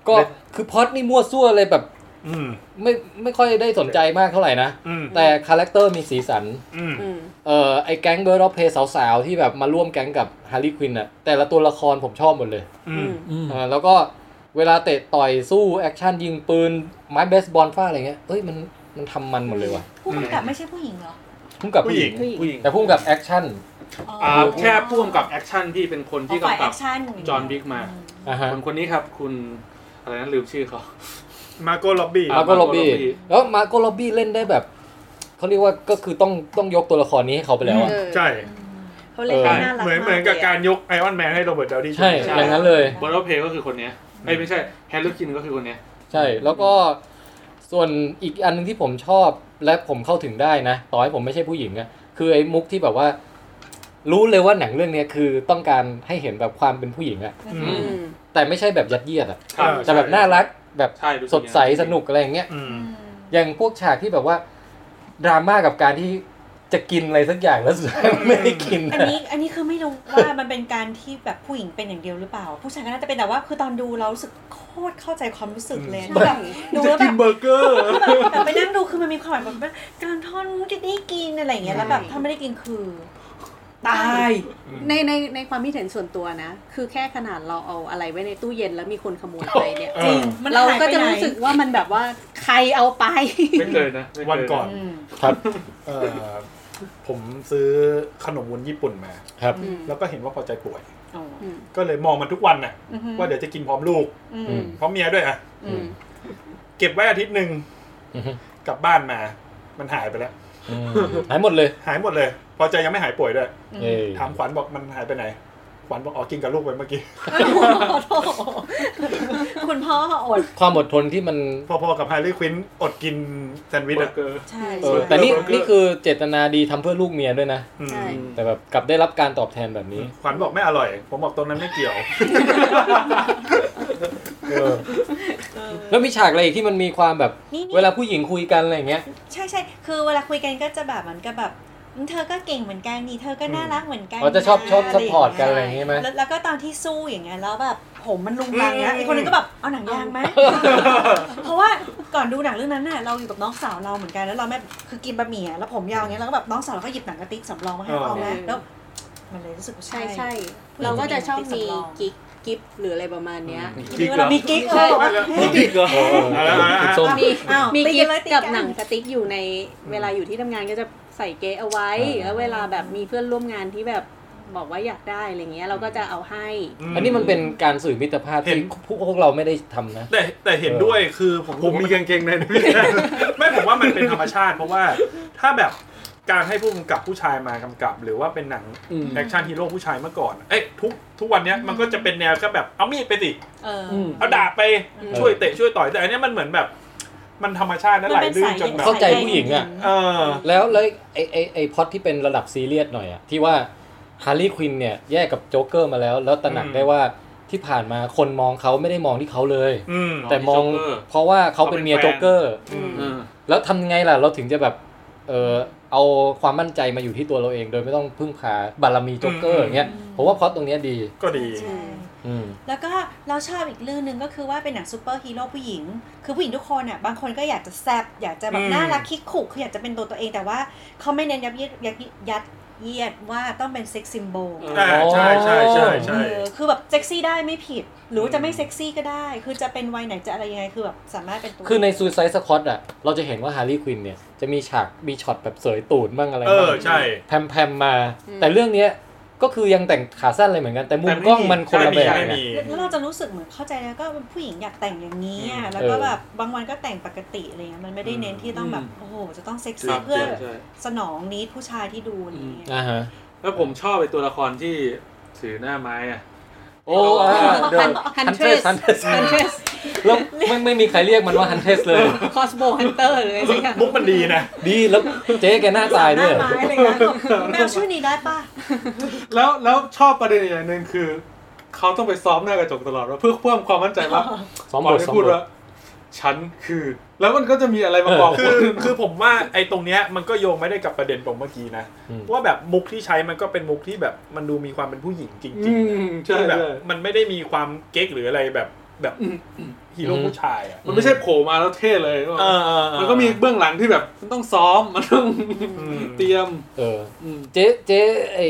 A: ก็คือพล็อดนี่มั่วซั่วเลยแบบ
C: อืม
A: ไม่ไม่ค่อยได้สนใจมากเท่าไหร่นะ
C: อืม
A: แต่คาแรคเตอร์มีสีสัน
C: อืม
G: อืม
A: เอ่อไอแก๊งเบอร์ดอฟเพย์สาวๆ ที่แบบมาร่วมแก๊งกับฮาร์ลีควินน่ะแต่ละตัวละครผมชอบหมดเลย
C: อื
G: อื
C: ม
G: ม
A: เออแล้วก็เวลาเตะต่อยสู้ แอคชั่นยิงปืน ไม้เบสบอลฟาดอะไรเงี้ยเอ้ยมันมันทำมันหมดเลยว่ะ
F: ผู้กำกับไม่ใช่ผู้หญิงเหรอ
A: พุ่งกับ
C: ผู้
A: ผู้
C: ห
A: ห
C: ญิ
A: ญิ
C: ง
A: ง
G: ผู้ห
D: ผู้ห
G: ญิง
D: ญิง
A: แต่พุ่งกับแอคชั่น
D: อ่าแค่พ่วงกับแอคชั่นที่เป็นคนที่กำกับจอห์นบิ๊กมา
A: อ่าฮะ
D: คนคนนี้ครับคุณอะไรนั้นลืมชื่อเขา
C: มาโก้ล็อบบี้
D: อ่ะ
A: มาโกโรบี้
D: Margot Robbie
A: แล้วมาโกโรบี้เล่นได้แบบเขาเรียกว่าก็คือต้องต้องยกตัวละครนี้ให้เขาไปแล้วอะ
G: เออ
C: ใช่
G: เขาเล่น
A: เอ
G: ได้
A: อ
G: น่ารัก
C: เหมือน
G: มาก
C: เหมือนกับ
G: ลยะ
C: การยกไอออนแมนให้โรเบิร์ตดาวนี่
A: ใช่
C: จ
A: อย่างนั้นเลย
D: บอลเพลก็คือคนเนี้ยเอ้ยไม่ใช่แฮร์รี่คินก็คือคนเนี้ย
A: ใช่ แล้วก็ส่วนอีกอันหนึงที่ผมชอบและผมเข้าถึงได้นะ ต่อให้ผมไม่ใช่ผู้หญิงอะคือไอ้มุกที่แบบว่า รู้เลยว่าหนังเรื่องเนี้ยคือต้องการให้เห็นแบบความเป็นผู้หญิงอะ
C: อืม
G: อืม
A: แต่ไม่ใช่แบบยัดเยียดอะ
C: ครับ
A: แต่แบบน่ารักแบบ
D: ใช่รู้ก
A: สดใส
D: อย่างนั้น
A: สนุกอะไรอย่างเงี้ย
C: อืม
A: อย่างพวกฉากที่แบบว่า ดราม่ากับการที่จะกินอะไรสักอย่างแล้วสุดท้ายไม่ได้กิน
F: อัน
A: นะ
F: นี้อันนี้คือไม่รู้ว่ามันเป็นการที่แบบผู้หญิงเป็นอย่างเดียวหรือเปล่า ผู้ชายก็น่าจะเป็นแต่ว่าคือตอนดูเรารู้สึกโคตรเข้าใจความรู้สึกเลยแบบดู
C: จะ
F: แล้ว
C: กิ
F: แบ
C: น
F: บ
C: เบอร์เกอร์
F: แบบไปนั่งดูคือมันมีความหมายแบบว่าการทอนมุกที่นี่กินอะไรอย่างเงี้ยแล้วแบบถ้าไม่ได้กินคือ ตาย
G: ในในในความคิดเห็นส่วนตัวนะ คือแค่ขนาดเราเอาอะไรไว้ในตู้เย็นแล้วมีคนขโมยไปเนี่ย
F: จริงมัน
G: เรา
F: หยไป
G: ก็จะ
F: ไหน
G: รู้สึกว่ามันแบบว่าใครเอาไป
D: ไม่เคยนะไม่เคย
C: วันก่อน
F: อืม
A: ครับ
C: เอ่อผมซื้อขนมวุ้นญี่ปุ่นมา
A: ครับ
G: อืม
C: แล้วก็เห็นว่าพอใจป่วย
F: อ๋อ
G: อืม
C: ก็เลยมองมันทุกวันน่ะ
F: อือฮึ
C: ว่าเดี๋ยวจะกินพร้อมลูก
F: อืม
A: อืม
C: พร้อมเมียด้วยอ่ะ
G: อืม
C: เก็บไว้อาทิตย์หนึ่ง
A: อือฮึ
C: กลับบ้านมา มันหายไปแล้ว
A: อืมหายหมดเลย
C: หายหมดเลย พอใจยังไม่หายป่วยด้วย
A: เย้
C: ถามขวัญบอกมันหายไปไหน ขวัญบอกอ๋อกินกับลูกไปเมื่อกี้
F: คุณพ่ออด
A: ความอดทนที่มัน
C: พอๆกับไฮรี่ควินอดกินแซนด์วิช
D: เบอ
C: อ่ะ
D: ร์เกอร์
F: ใช่
A: เออแต่นี่นี่คือเจตนาดีทำเพื่อลูกเมียด้วยนะ
C: อืม
G: ใช่
A: แต่แบบกลับได้รับการตอบแทนแบบนี้
C: ขวัญบอกไม่อร่อย ผมบอกตรงนั้นไม่เกี่ยว
A: เออแล้วมีฉากอะไรอีกที่มันมีความแบบ
F: นี่
A: เวลาผู้หญิงคุยกันอะไรอย่างเงี้ย
F: ใช่ใช่คือเวลาคุยกันก็จะแบบเหมือนกับแบบอืมเธอก็เก่งเหมือนกันนี่เธอก็น่ารักเหมือนกัน
A: อ๋อจะชอบชอบ
F: ะไรย่าง
A: support
F: เงี้ย
A: กันอะไรอย่างงี้ไหม
F: แล้วแล้วก็ตอนที่สู้อย่างเงี้ยแล้วแบบผมมันลุงลังเนี้ยไอคนนึงก็แบบเอาหนังยางไหมเพราะว่าก่อนดูหนังเรื่องนั้นน่ะเราอยู่กับน้องสาวเราเหมือนกันแล้วเราแม่คือกินบะหมี่อะแล้วผมยาวอย่างเงี้ยแล้วก็แบบน้องสาวเราก็หยิบหนังกระติกสำรองมาให้เอาแม่แล้วมันเลยรู้สึกว่า
G: ใช่
F: ใช่
G: ใช่เราก็จะชอบมี
F: สำรอง
G: กิ๊กกิ๊บหรืออะไรประมาณเนี้ย
F: มีเวลามีกิ๊กเออ
D: พี่ก็
C: เอาละเอาละ
A: คุณส้ม
G: มี
F: อ้าว
G: มี
F: ตี
G: กิ๊บ
F: เลยตีกั
G: กับ
F: น
G: หนังสติ๊กอยู่ในเวลาอยู่ที่ทำงานก็จะใส่เก๊เอาไว้ แล้วเวลาแบบมีเพื่อนร่วมงานที่แบบบอกว่าอยากได้อะไรเงี้ยเราก็จะเอาให้
A: อันนี้มันเป็นการสื่อมิตรภาพ
C: เห็
A: ที่
C: น
A: พวกพวกเราไม่ได้ทำนะ
C: แต่แต่เห็นด้วยคือผม
D: ผมมี
C: ว่า
D: กางเกงในนะพี่
C: ไม่ผมว่ามันเป็นธรรมชาติ เพราะว่าถ้าแบบการให้ผู้กำกับผู้ชายมากำกับ หรือว่าเป็นหนัง
D: อืม
C: แอคชั่นฮีโร่ผู้ชายเมื่อก่อนอะเอ้ยทุกทุกวันเนี้ยมันก็จะเป็นแนวแค่แบบเอามีดไปสิ
F: เอออ
D: อืม
C: เอาดาบไป
F: อืม
C: ช่วยเตะช่วยต่อยแต่อันเนี้ยมันเหมือนแบบ มันธรรมชาติและไหลลื่นจนแบบ
A: เข้าใจผู้หญิงอะ
C: เออ
A: แล้วแล้วไอไอไอพล็อดที่เป็นระดับซีเรียสหน่อยอะที่ว่าฮาร์ลีควินเนี่ยแยกกับโจ๊กเกอร์มาแล้ว แล้วตระหนัก
C: อืม
A: ได้ว่าที่ผ่านมาคนมองเขาไม่ได้มองที่เขาเลย
C: อืม
A: แต่มอง
D: ที่โจ๊กเกอร์
A: เพราะว่าเขาเป็นเมียโจ๊กเกอร์
D: อืม
A: แล้วทำไงล่ะเราถึงจะแบบเออเอาความมั่นใจมาอยู่ที่ตัวเราเอง โดยไม่ต้องพึ่งพาบารมีโจ๊กเกอร์
C: อืม
A: อย่างเงี้ยผมว่าพล็อตตรงเนี้ยดี
C: ก็ดี
F: ใช่
A: อืม
F: แล้วก็เราชอบอีกเรื่องหนึ่งก็คือว่าเป็นหนังซูเปอร์ฮีโร่ผู้หญิง คือผู้หญิงทุกคนอ่ะบางคนก็อยากจะแซบอยากจะแบ
C: อื
F: บ
C: ม
F: น่ารักคิกขู่คืออยากจะเป็นตัวตัวเองแต่ว่าเขาไม่เน้นยัดเยียดยัดยัดเยียดว่าต้องเป็นเซ็กซ์ซิมโบล
C: อ่าใช่ใช่ใช่ใช่
F: เออคือแบบเซ็กซี่ได้ไม่ผิด หรือว่าจะไม่เซ็กซี่ก็ได้ คือจะเป็นวัยไหนจะอะไรยังไงคือแบบสามารถเป็นตัว
A: คือในซูซ i ยสคอตอ่ะ เราจะเห็นว่าฮาร์ลีควินเนี่ย จะมีฉาก มีช็อตแบบเสยตูดบ้างอะไร
C: เอ
A: บ้าง
C: อใช่
A: แพมแพมๆมา แต่เรื่องเนี้ยก็คือยังแต่งขาสั้นอะไรเหมือนกัน แต่มุมกล้องมันคนละ
C: ไม่
A: แบบ
C: มีไม่
A: ไง
C: มี
F: แล้วเราจะรู้สึกเหมือนเข้าใจแล้วก็ผู้หญิงอยากแต่งอย่างนี้อะ
C: อืม
F: แล้วก็
A: เออ
F: แบบบางวันก็แต่งปกติอะไรเงี้ยมันไม่ได้เน้นที่ต้องแบบโอ้โหจะต้องเซ็ก
D: ครั
F: ซี่
D: บ
F: เพื่อ
D: ใช่ใช่
F: สนองนิดผู้ชายที่ดูอะไรอย่างเงี้ย
A: อ่าฮะ
D: แล้วผมชอบไอ้ตัวละครที่ถือหน้าไม้อะ
A: โอ้อ่าเดิน
G: ฮันเทรส
A: ฮันเทส แล้วไม่ไม่มีใครเรียกมันว่าฮันเทสเลย
G: คอสโบฮันเตอร์หรืออะไรสักอย่าง
C: มุกมันดีนะ
A: ดีแล้วเจ๊แกหน้าตายด้วยเหรอ
F: อะไรนะแมวชื่อนี้ได้ป่ะ
D: แล้วแล้วชอบประเด็นอย่างหนึ่งคือ เขาต้องไปซ้อมหน้ากระจกตลอดว่าเพื่อเพิ่มความมั่นใจว่า
A: สอง
D: ก่
A: บ
D: อน
A: ท
D: จะ
A: สอง
D: พูด
A: บท
D: ว่าฉันคือ แล้วมันก็จะมีอะไรมาบอก
C: คือคือผมว่าไอ้ตรงเนี้ยมันก็โยงไม่ได้กับประเด็นตรงเมื่อกี้นะ
A: อืม
C: ว่าแบบมุกที่ใช้มันก็เป็นมุกที่แบบมันดูมีความเป็นผู้หญิงจริง
D: อืม
C: ๆ
D: ใช่
C: คือแบบ
D: ใช่
C: มันไม่ได้มีความเก๊กหรืออะไรแบบแบบฮีโร่ผู้ชายอ่ะ
D: มันไม่ใช่โผล่มาแล้วเท่เลย
C: เออเออเออ
D: มันก็มีเบื้องหลังที่แบบมันต้องซ้อมมันต้อง
C: อืม
D: เตรียม
A: เออ
D: อืม
A: เจ๊เจ๊ไอ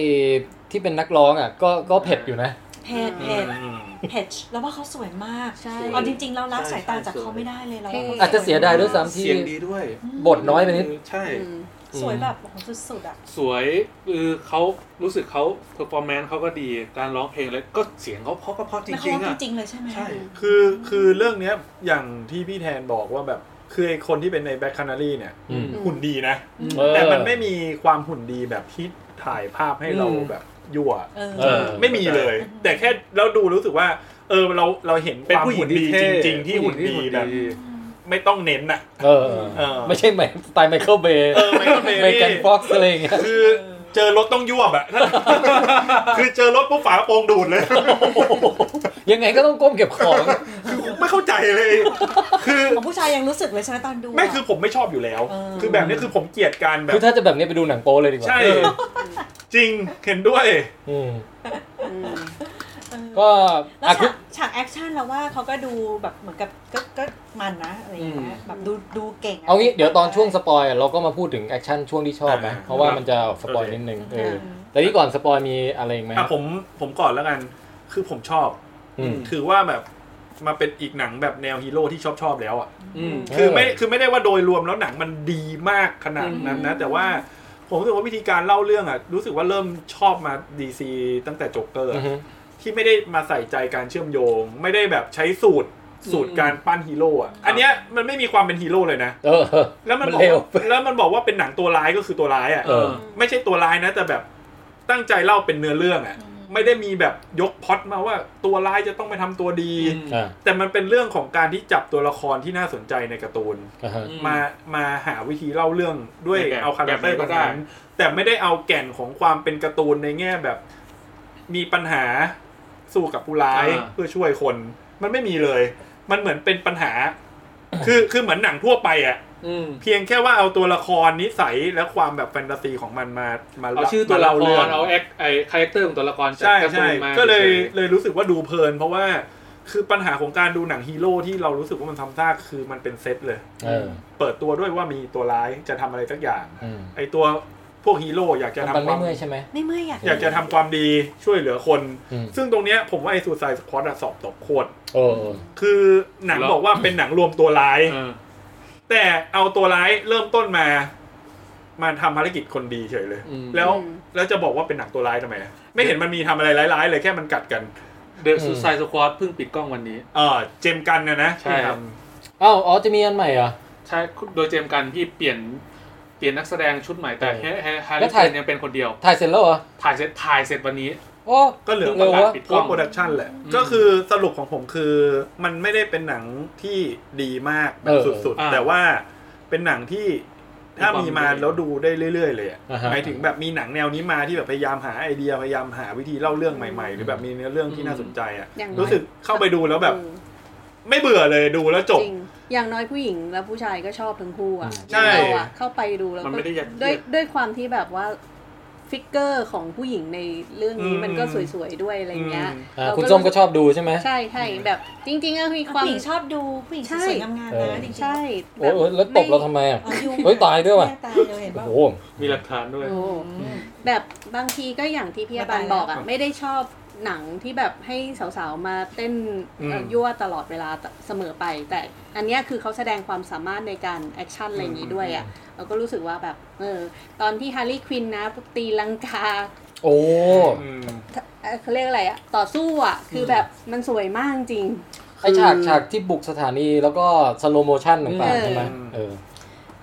A: ที่เป็นนักร้องอ่ะ ก็ก็เผ็ดอยู่นะ
F: เผ็ดเผ็ด
C: อืม
F: เผ็ดแล้วว่าเขาสวยมาก
G: ใช่
F: เอาจริง ๆ เรารับสายตาจากเขาไม่ได้เลยเรา
A: อาจจะเสียดายด้วยซ้ำที่
D: เสียงดีด้วย
A: บทน้อยไปนิด
D: ใช่
G: อืม
F: สวยแบบโอ้โหสุดๆอ่ะ
D: สวยคือเขารู้สึกเขาเพอร์ฟอร์แมนซ์เขาก็ดีการร้องเพลงแล้วก็เสียงเขาเพราะก็เพราะจ
F: แล้ว
D: ริ
F: เขา
D: งๆ
F: ร้อ
D: อ่ะ
F: งจริงๆเลยใช่ไหม
D: ใช่
C: คือคือเรื่องเนี้ยอย่างที่พี่แทนบอกว่าแบบคือไอคนที่เป็นในแบ็คคานารีเนี่ย
O: อืม
C: หุ่นดีนะ
A: เออ
C: แต่มันไม่มีความหุ่นดีแบบที่ถ่ายภาพให้เรา
D: อืม
C: แบบยั่ว
F: เออ
A: เออ
C: ไม่มีเลย แต่แค่เราดูรู้สึกว่า เออเราเราเห็น
D: เป็น
C: ความ
D: ผู้หญิ
C: หุ่
D: ง
C: น
D: ที่
C: ดี
D: เท่
C: จริง ๆ ที่หุ่นดี
D: ผู้ญิงที่
C: แบบ ไม่ต้องเน้นน่ะ
A: เออเออ
C: เออ
A: ไม่ใช่แบบสไตล์ไมเคิลเบ ย์
C: เออ Michael Bay
A: เมแกนฟ็อกซ์อะไรอย่างเงี้ย
C: คือเจอรถต้องยั่วบอะ คือเจอรถปุ๊บฝากระโปรงดูดเลย
A: ยังไงก็ต้องก้มเก็บ ของ
C: ไม่เข้าใจเลย คือ
F: ของผู้ชายยังรู้สึกเลยใช่ไหมตอนดูะ
C: ไม่คือผมไม่ชอบอยู่แล้ว
F: เออ
C: คือแบบนี้คือผมเกลียดการแบบ
A: คือถ้าจะแบบนี้ไปดูหนังโป๊เลยดีกว่า
C: ใช่ จริงเห็นด้วย
A: อืม
P: อืม
A: ก็
F: แล้ว
A: อ่ะ
F: ฉากฉากแอคชั่นเราว่าเขาก็ดูแบบเหมือนกับก็ก็มันนะอะไรอย่างเงี้ยแบบดูดูเก่งะ
A: เอางี้เดี๋ยวตอนช่วงสปอยอ่ะเราก็มาพูดถึงแอคชั่นช่วงที่ชอบนะ
C: อ่า
A: เพราะว่ามันจะสปอยนิดนึงเออแต่ที่ก่อนสปอยมีอะไรอีกไหม
C: อ่ะผมผมก่อนแล้วกัน คือผมชอบ
A: อืม
C: ถือว่าแบบมาเป็นอีกหนังแบบแนวฮีโร่ที่ชอบชอบๆแล้วอ่ะ
D: อืม
C: คือไม่คือไม่ได้ว่าโดยรวมแล้วหนังมันดีมากขนาดนั้นนะ แต่ว่าผมรู้สึกว่าวิธีการเล่าเรื่องอ่ะ รู้สึกว่าเริ่มชอบมาดีซีตั้งแต่จ็กเกอร์อะที่ไม่ได้มาใส่ใจการเชื่อมโยง ไม่ได้แบบใช้สูตรสูตรการปั้นฮีโร่อ่ะ อันเนี้ยมันไม่มีความเป็นฮีโร่เลยนะ
A: เออเออ
C: แล้วมัน
A: มัน
C: บอก
A: เร็ว
C: ว่าแล้วมันบอกว่าเป็นหนังตัวร้ายก็คือตัวร้ายอ่ะ
A: เออ
C: ไม่ใช่ตัวร้ายนะ แต่แบบตั้งใจเล่าเป็นเนื้อเรื่องอ่ะ ไม่ได้มีแบบยกพล็อตมาว่าตัวร้ายจะต้องไปทำตัวดี
D: อืม
A: อ่า
C: แต่มันเป็นเรื่องของการที่จับตัวละครที่น่าสนใจในการ์ตูน
A: อ่าฮะ
D: อื
C: มามาหาวิธีเล่าเรื่องด้วย
D: แบบ
C: เอาคาแรคเตอร์ต
D: แบบไหน
C: ร
D: ก็
C: ง
D: ได้
C: นั้นแต่ไม่ได้เอาแก่นของความเป็นการ์ตูนในแง่แบบ มีปัญหาสู้กับผู้ร้ายเพื่อช่วยคน มันไม่มีเลย มันเหมือนเป็นปัญหา คือคือเหมือนหนังทั่วไปอ่ะ
D: อืม
C: เพียงแค่ว่าเอาตัวละครนิสัยและความแบบแฟนตาซีของมันมามา
D: เอาชื่อตัว
C: ม
D: ละ
C: ล่
D: ค
C: ง
D: รเอาแอคไอคาแรคเตอร์ของตัวละครจาก
C: ใช่
D: การ์ตู
C: ใช่
D: นมา
C: ก็เลย
D: ฉๆ
C: เลยรู้สึกว่าดูเพลิน เพราะว่าคือปัญหาของการดูหนังฮีโร่ที่เรารู้สึกว่ามันทำซากคือมันเป็นเซตเลย
A: เออ
C: เปิดตัวด้วยว่ามีตัวร้ายจะทำอะไรสักอย่าง
A: อืม
C: ไอตัวพวกฮีโร่อยากจะ
A: มัน
C: ทำค
A: ไม่
C: วาม
A: เมื่อยใช่ไหม
F: ไม่เมื่อยอยาก
C: อยากจะทำความดีช่วยเหลือคน
A: อืม
C: ซึ่งตรงเนี้ยผมว่าไอซูซายสปอตสอบตกโคตร
A: เออเออ
C: คือหนัง
D: เหรอ
C: บอกว่าเป็นหนังรวมตัวร้าย
D: เออ
C: แต่เอาตัวร้ายเริ่มต้นมา มาทำภารกิจคนดีเฉยเลย
D: อืม
C: แล้วแล้วจะบอกว่าเป็นหนังตัวร้ายทำไมอะไม่เห็นมันมีทำอะไรร้ายๆเลยแค่มันกัดกัน
D: เดอะซูซายสควอตเพิ่งปิดกล้องวันนี้
C: เออเจมส์กันนะนะ
D: ใช่
C: ที่ท
A: อ้าวอ๋อจะมีอันใหม่เหรอ
D: ใช่โดยเจมส์กันที่เปลี่ยนเปลี่ยนนักแสดงชุดใหม่แต่
A: เอ
D: แฮ
A: อ
D: ร์แฮร์
A: แล้
D: รี่
A: ว
D: เจ
A: ถ่าย
D: นยังเป็นคนเดียว
A: ถ่ายเสร็จแล้วเหรอ
D: ถ่ายเสร็จถ่ายเสร็จวันนี้
A: โอ้
C: ำก็เหลือ
A: เร็ววะ
C: ปิดกล้องโปรดักชันแหละ
D: อืม
C: ก็คือสรุปของผมคือ มันไม่ได้เป็นหนังที่ดีมากแบ
A: เอบ อ
C: สุด
D: อ่า
C: ๆ แต่ว่าเป็นหนังที่ถ้ามีมา
D: ความดี
C: แล้วดูได้เรื่อยๆเลยอะ
A: อ่าฮะ
C: หมายถึงแบบมีหนังแนวนี้มาที่แบบพยายามหาไอเดียพยายามหาวิธีเล่าเรื่องใหม่ ๆ หรือแบบมีเนื้อเรื่องที่น่าสนใจอ่ะ
G: อย่างน้อย
C: รู้สึกเข้าไปดูแล้วแบบ ไม่เบื่อเลยดูแล้วจบ
G: จริง อย่างน้อยผู้หญิงและผู้ชายก็ชอบทั้งคู่อ่ะ
C: ใช่
G: เราอ่ะเข้าไปดูแล้ว
D: มัน
G: ก็
D: ไม่ได้ยัดเยียด
G: ด้วยด้วยความที่แบบว่าฟิกเกอร์ของผู้หญิงในเรื่องนี้
C: อืม
G: มันก็สวยๆด้วยอะไรเงี้ย
A: อ่า
G: เรา
A: คุณส้มก็ชอบดูใช่ไหม
G: ใช่ใช่แบบจริงๆก็มีค
F: ผู้
G: วาม
F: หญิงชอบดูผู้หญิงสวยๆงามๆนะจริงๆ
G: ใช่
A: โอ้โอ้แล้วตบเราทำไมอ่ะ
F: เอาง
A: เฮ้ยตายด้วยว่ะ
F: แม่ตายเลยเห็น
A: โอ้
F: ป่ะ
A: โห
D: มีหลักฐานด้วย
G: โอ้แบบบางทีก็อย่างที่พี่อบันบอกอ่ะ ไม่ได้ชอบหนังที่แบบให้สาวๆมาเต้น
C: อืม
G: เอ่อยั่วตลอดเวลาเสมอไป แต่อันเนี้ยคือเขาแสดงความสามารถในการแอคชั่นอะไรอย่างนี้ด้วยอ่ะเราก็รู้สึกว่าแบบเออตอนที่ฮาร์รี่ควินนะตีลังกา
A: โอ้
C: อืม
G: เอ่อเขาเรียกอะไรอ่ะ ต่อสู้อ่ะ คือแบบมันสวยมากจริง
A: ไอฉากฉากที่บุกสถานีแล้วก็สโลโมชันต่าง
G: เอ
A: ๆ
G: อ
A: ใช่ไหมเออ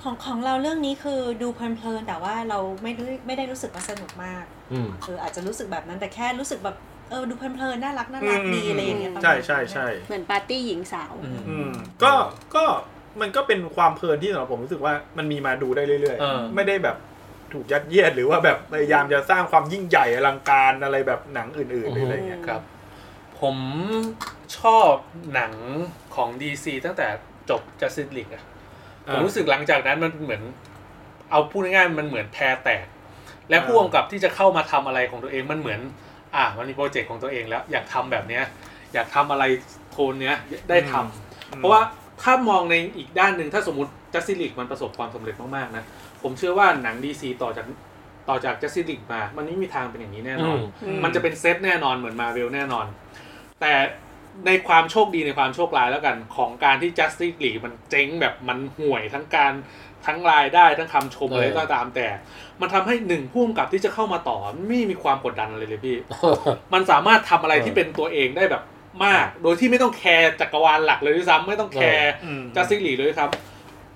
F: ของของเราเรื่องนี้คือดูเพลินๆแต่ว่าเราไม่ได้ไม่ได้รู้สึกว่าสนุกมาก
A: อืม
F: เอออาจจะรู้สึกแบบนั้นแต่แค่รู้สึกแบบเออดูเพลินๆน่ารักน่ารักดี
C: อืม
F: อะไรอย่างเงี้ยประมาณ
C: ใช่ใช่ใช่
G: เหมือนปาร์ตี้หญิงสาว
C: อืมก็ก็มันก็เป็นความเพลินที่สำหรับผมรู้สึกว่ามันมีมาดูได้เรื่อย
D: เออ
C: ๆ ไม่ได้แบบถูกยัดเยียดหรือว่าแบบพยายามจะสร้างความยิ่งใหญ่อลังการอะไรแบบหนังอื่นๆหรืออะไรเงี้ย
D: ครับ ผมชอบหนังของ DC ตั้งแต่จบ Justice League อะผ
C: อ่า
D: มรู้สึกหลังจากนั้นมันเหมือน เอาพูดง่ายๆมันเหมือนแพรแตก และผู้กำกับที่จะเข้ามาทำอะไรของตัวเองมันเหมือน อ่ะมันมีโปรเจกต์ของตัวเองแล้ว อยากทำแบบเนี้ย อยากทำอะไรโทนเนี้ยได้ทำ เพราะว่าถ้ามองในอีกด้านหนึ่งถ้าสมมติจัสซิลิกมันประสบความสำเร็จมากๆนะ ผมเชื่อว่าหนังดีซีต่อจากต่อจากจัสซิลิกมา มันไม่มีทางเป็นอย่างนี้แน่นอน
A: อืม
D: มันจะเป็นเซตแน่นอนเหมือนมาเวลแน่นอน แต่ในความโชคดีในความโชคร้ายแล้วกัน ของการที่จัสติ e ลี e มันเจ๊งแบบมันห่วยทั้งการ ทั้งรายได้ทั้งคำชม
K: เอออ
D: อะไรก็ตามแต่ มันทำให้หนึ่งพุ่มกับที่จะเข้ามาต่อไม่มีความกดดันอะไรเลย พี่ มันสามารถทำอะไรที่เป็นตัวเองได้แบบมาก โดยที่ไม่ต้องแคร์จักรวาลหลักเลยด้วยซ้ำไม่ต้องแคร์ จัสติกลีเลยครับ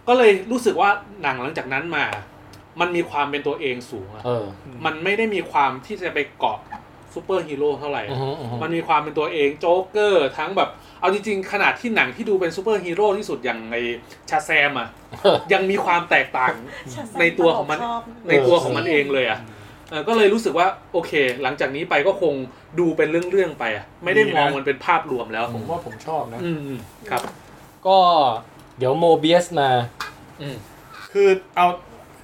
D: ก็เลยรู้สึกว่าหนังหลังจากนั้นมา มันมีความเป็นตัวเองสูงอะ
K: เออ
D: มันไม่ได้มีความที่จะไปเกาะซูเปอร์ฮีโร่เท่าไหร่
K: อือฮึอือฮึ
D: มันมีความเป็นตัวเองโจ๊กเกอร์ทั้งแบบ เอาจริงๆ ขนาดที่หนังที่ดูเป็นซูเปอร์ฮีโร่ที่สุดอย่างในชาแซม อะ ยังมีความแตกต่าง ในตัวของมัน
F: ชอบ
D: ในตัวของมันเองเลยอะเออก็เลยรู้สึกว่าโอเค หลังจากนี้ไปก็คงดูเป็นเรื่องๆไปอะไม่ได้มองมันเป็นภาพรวมแล้ว
C: ผมว่าผมชอบนะ
D: อืมครับ
A: ก็เดี๋ยวโมเบียสมา
D: อืม
C: คือเอา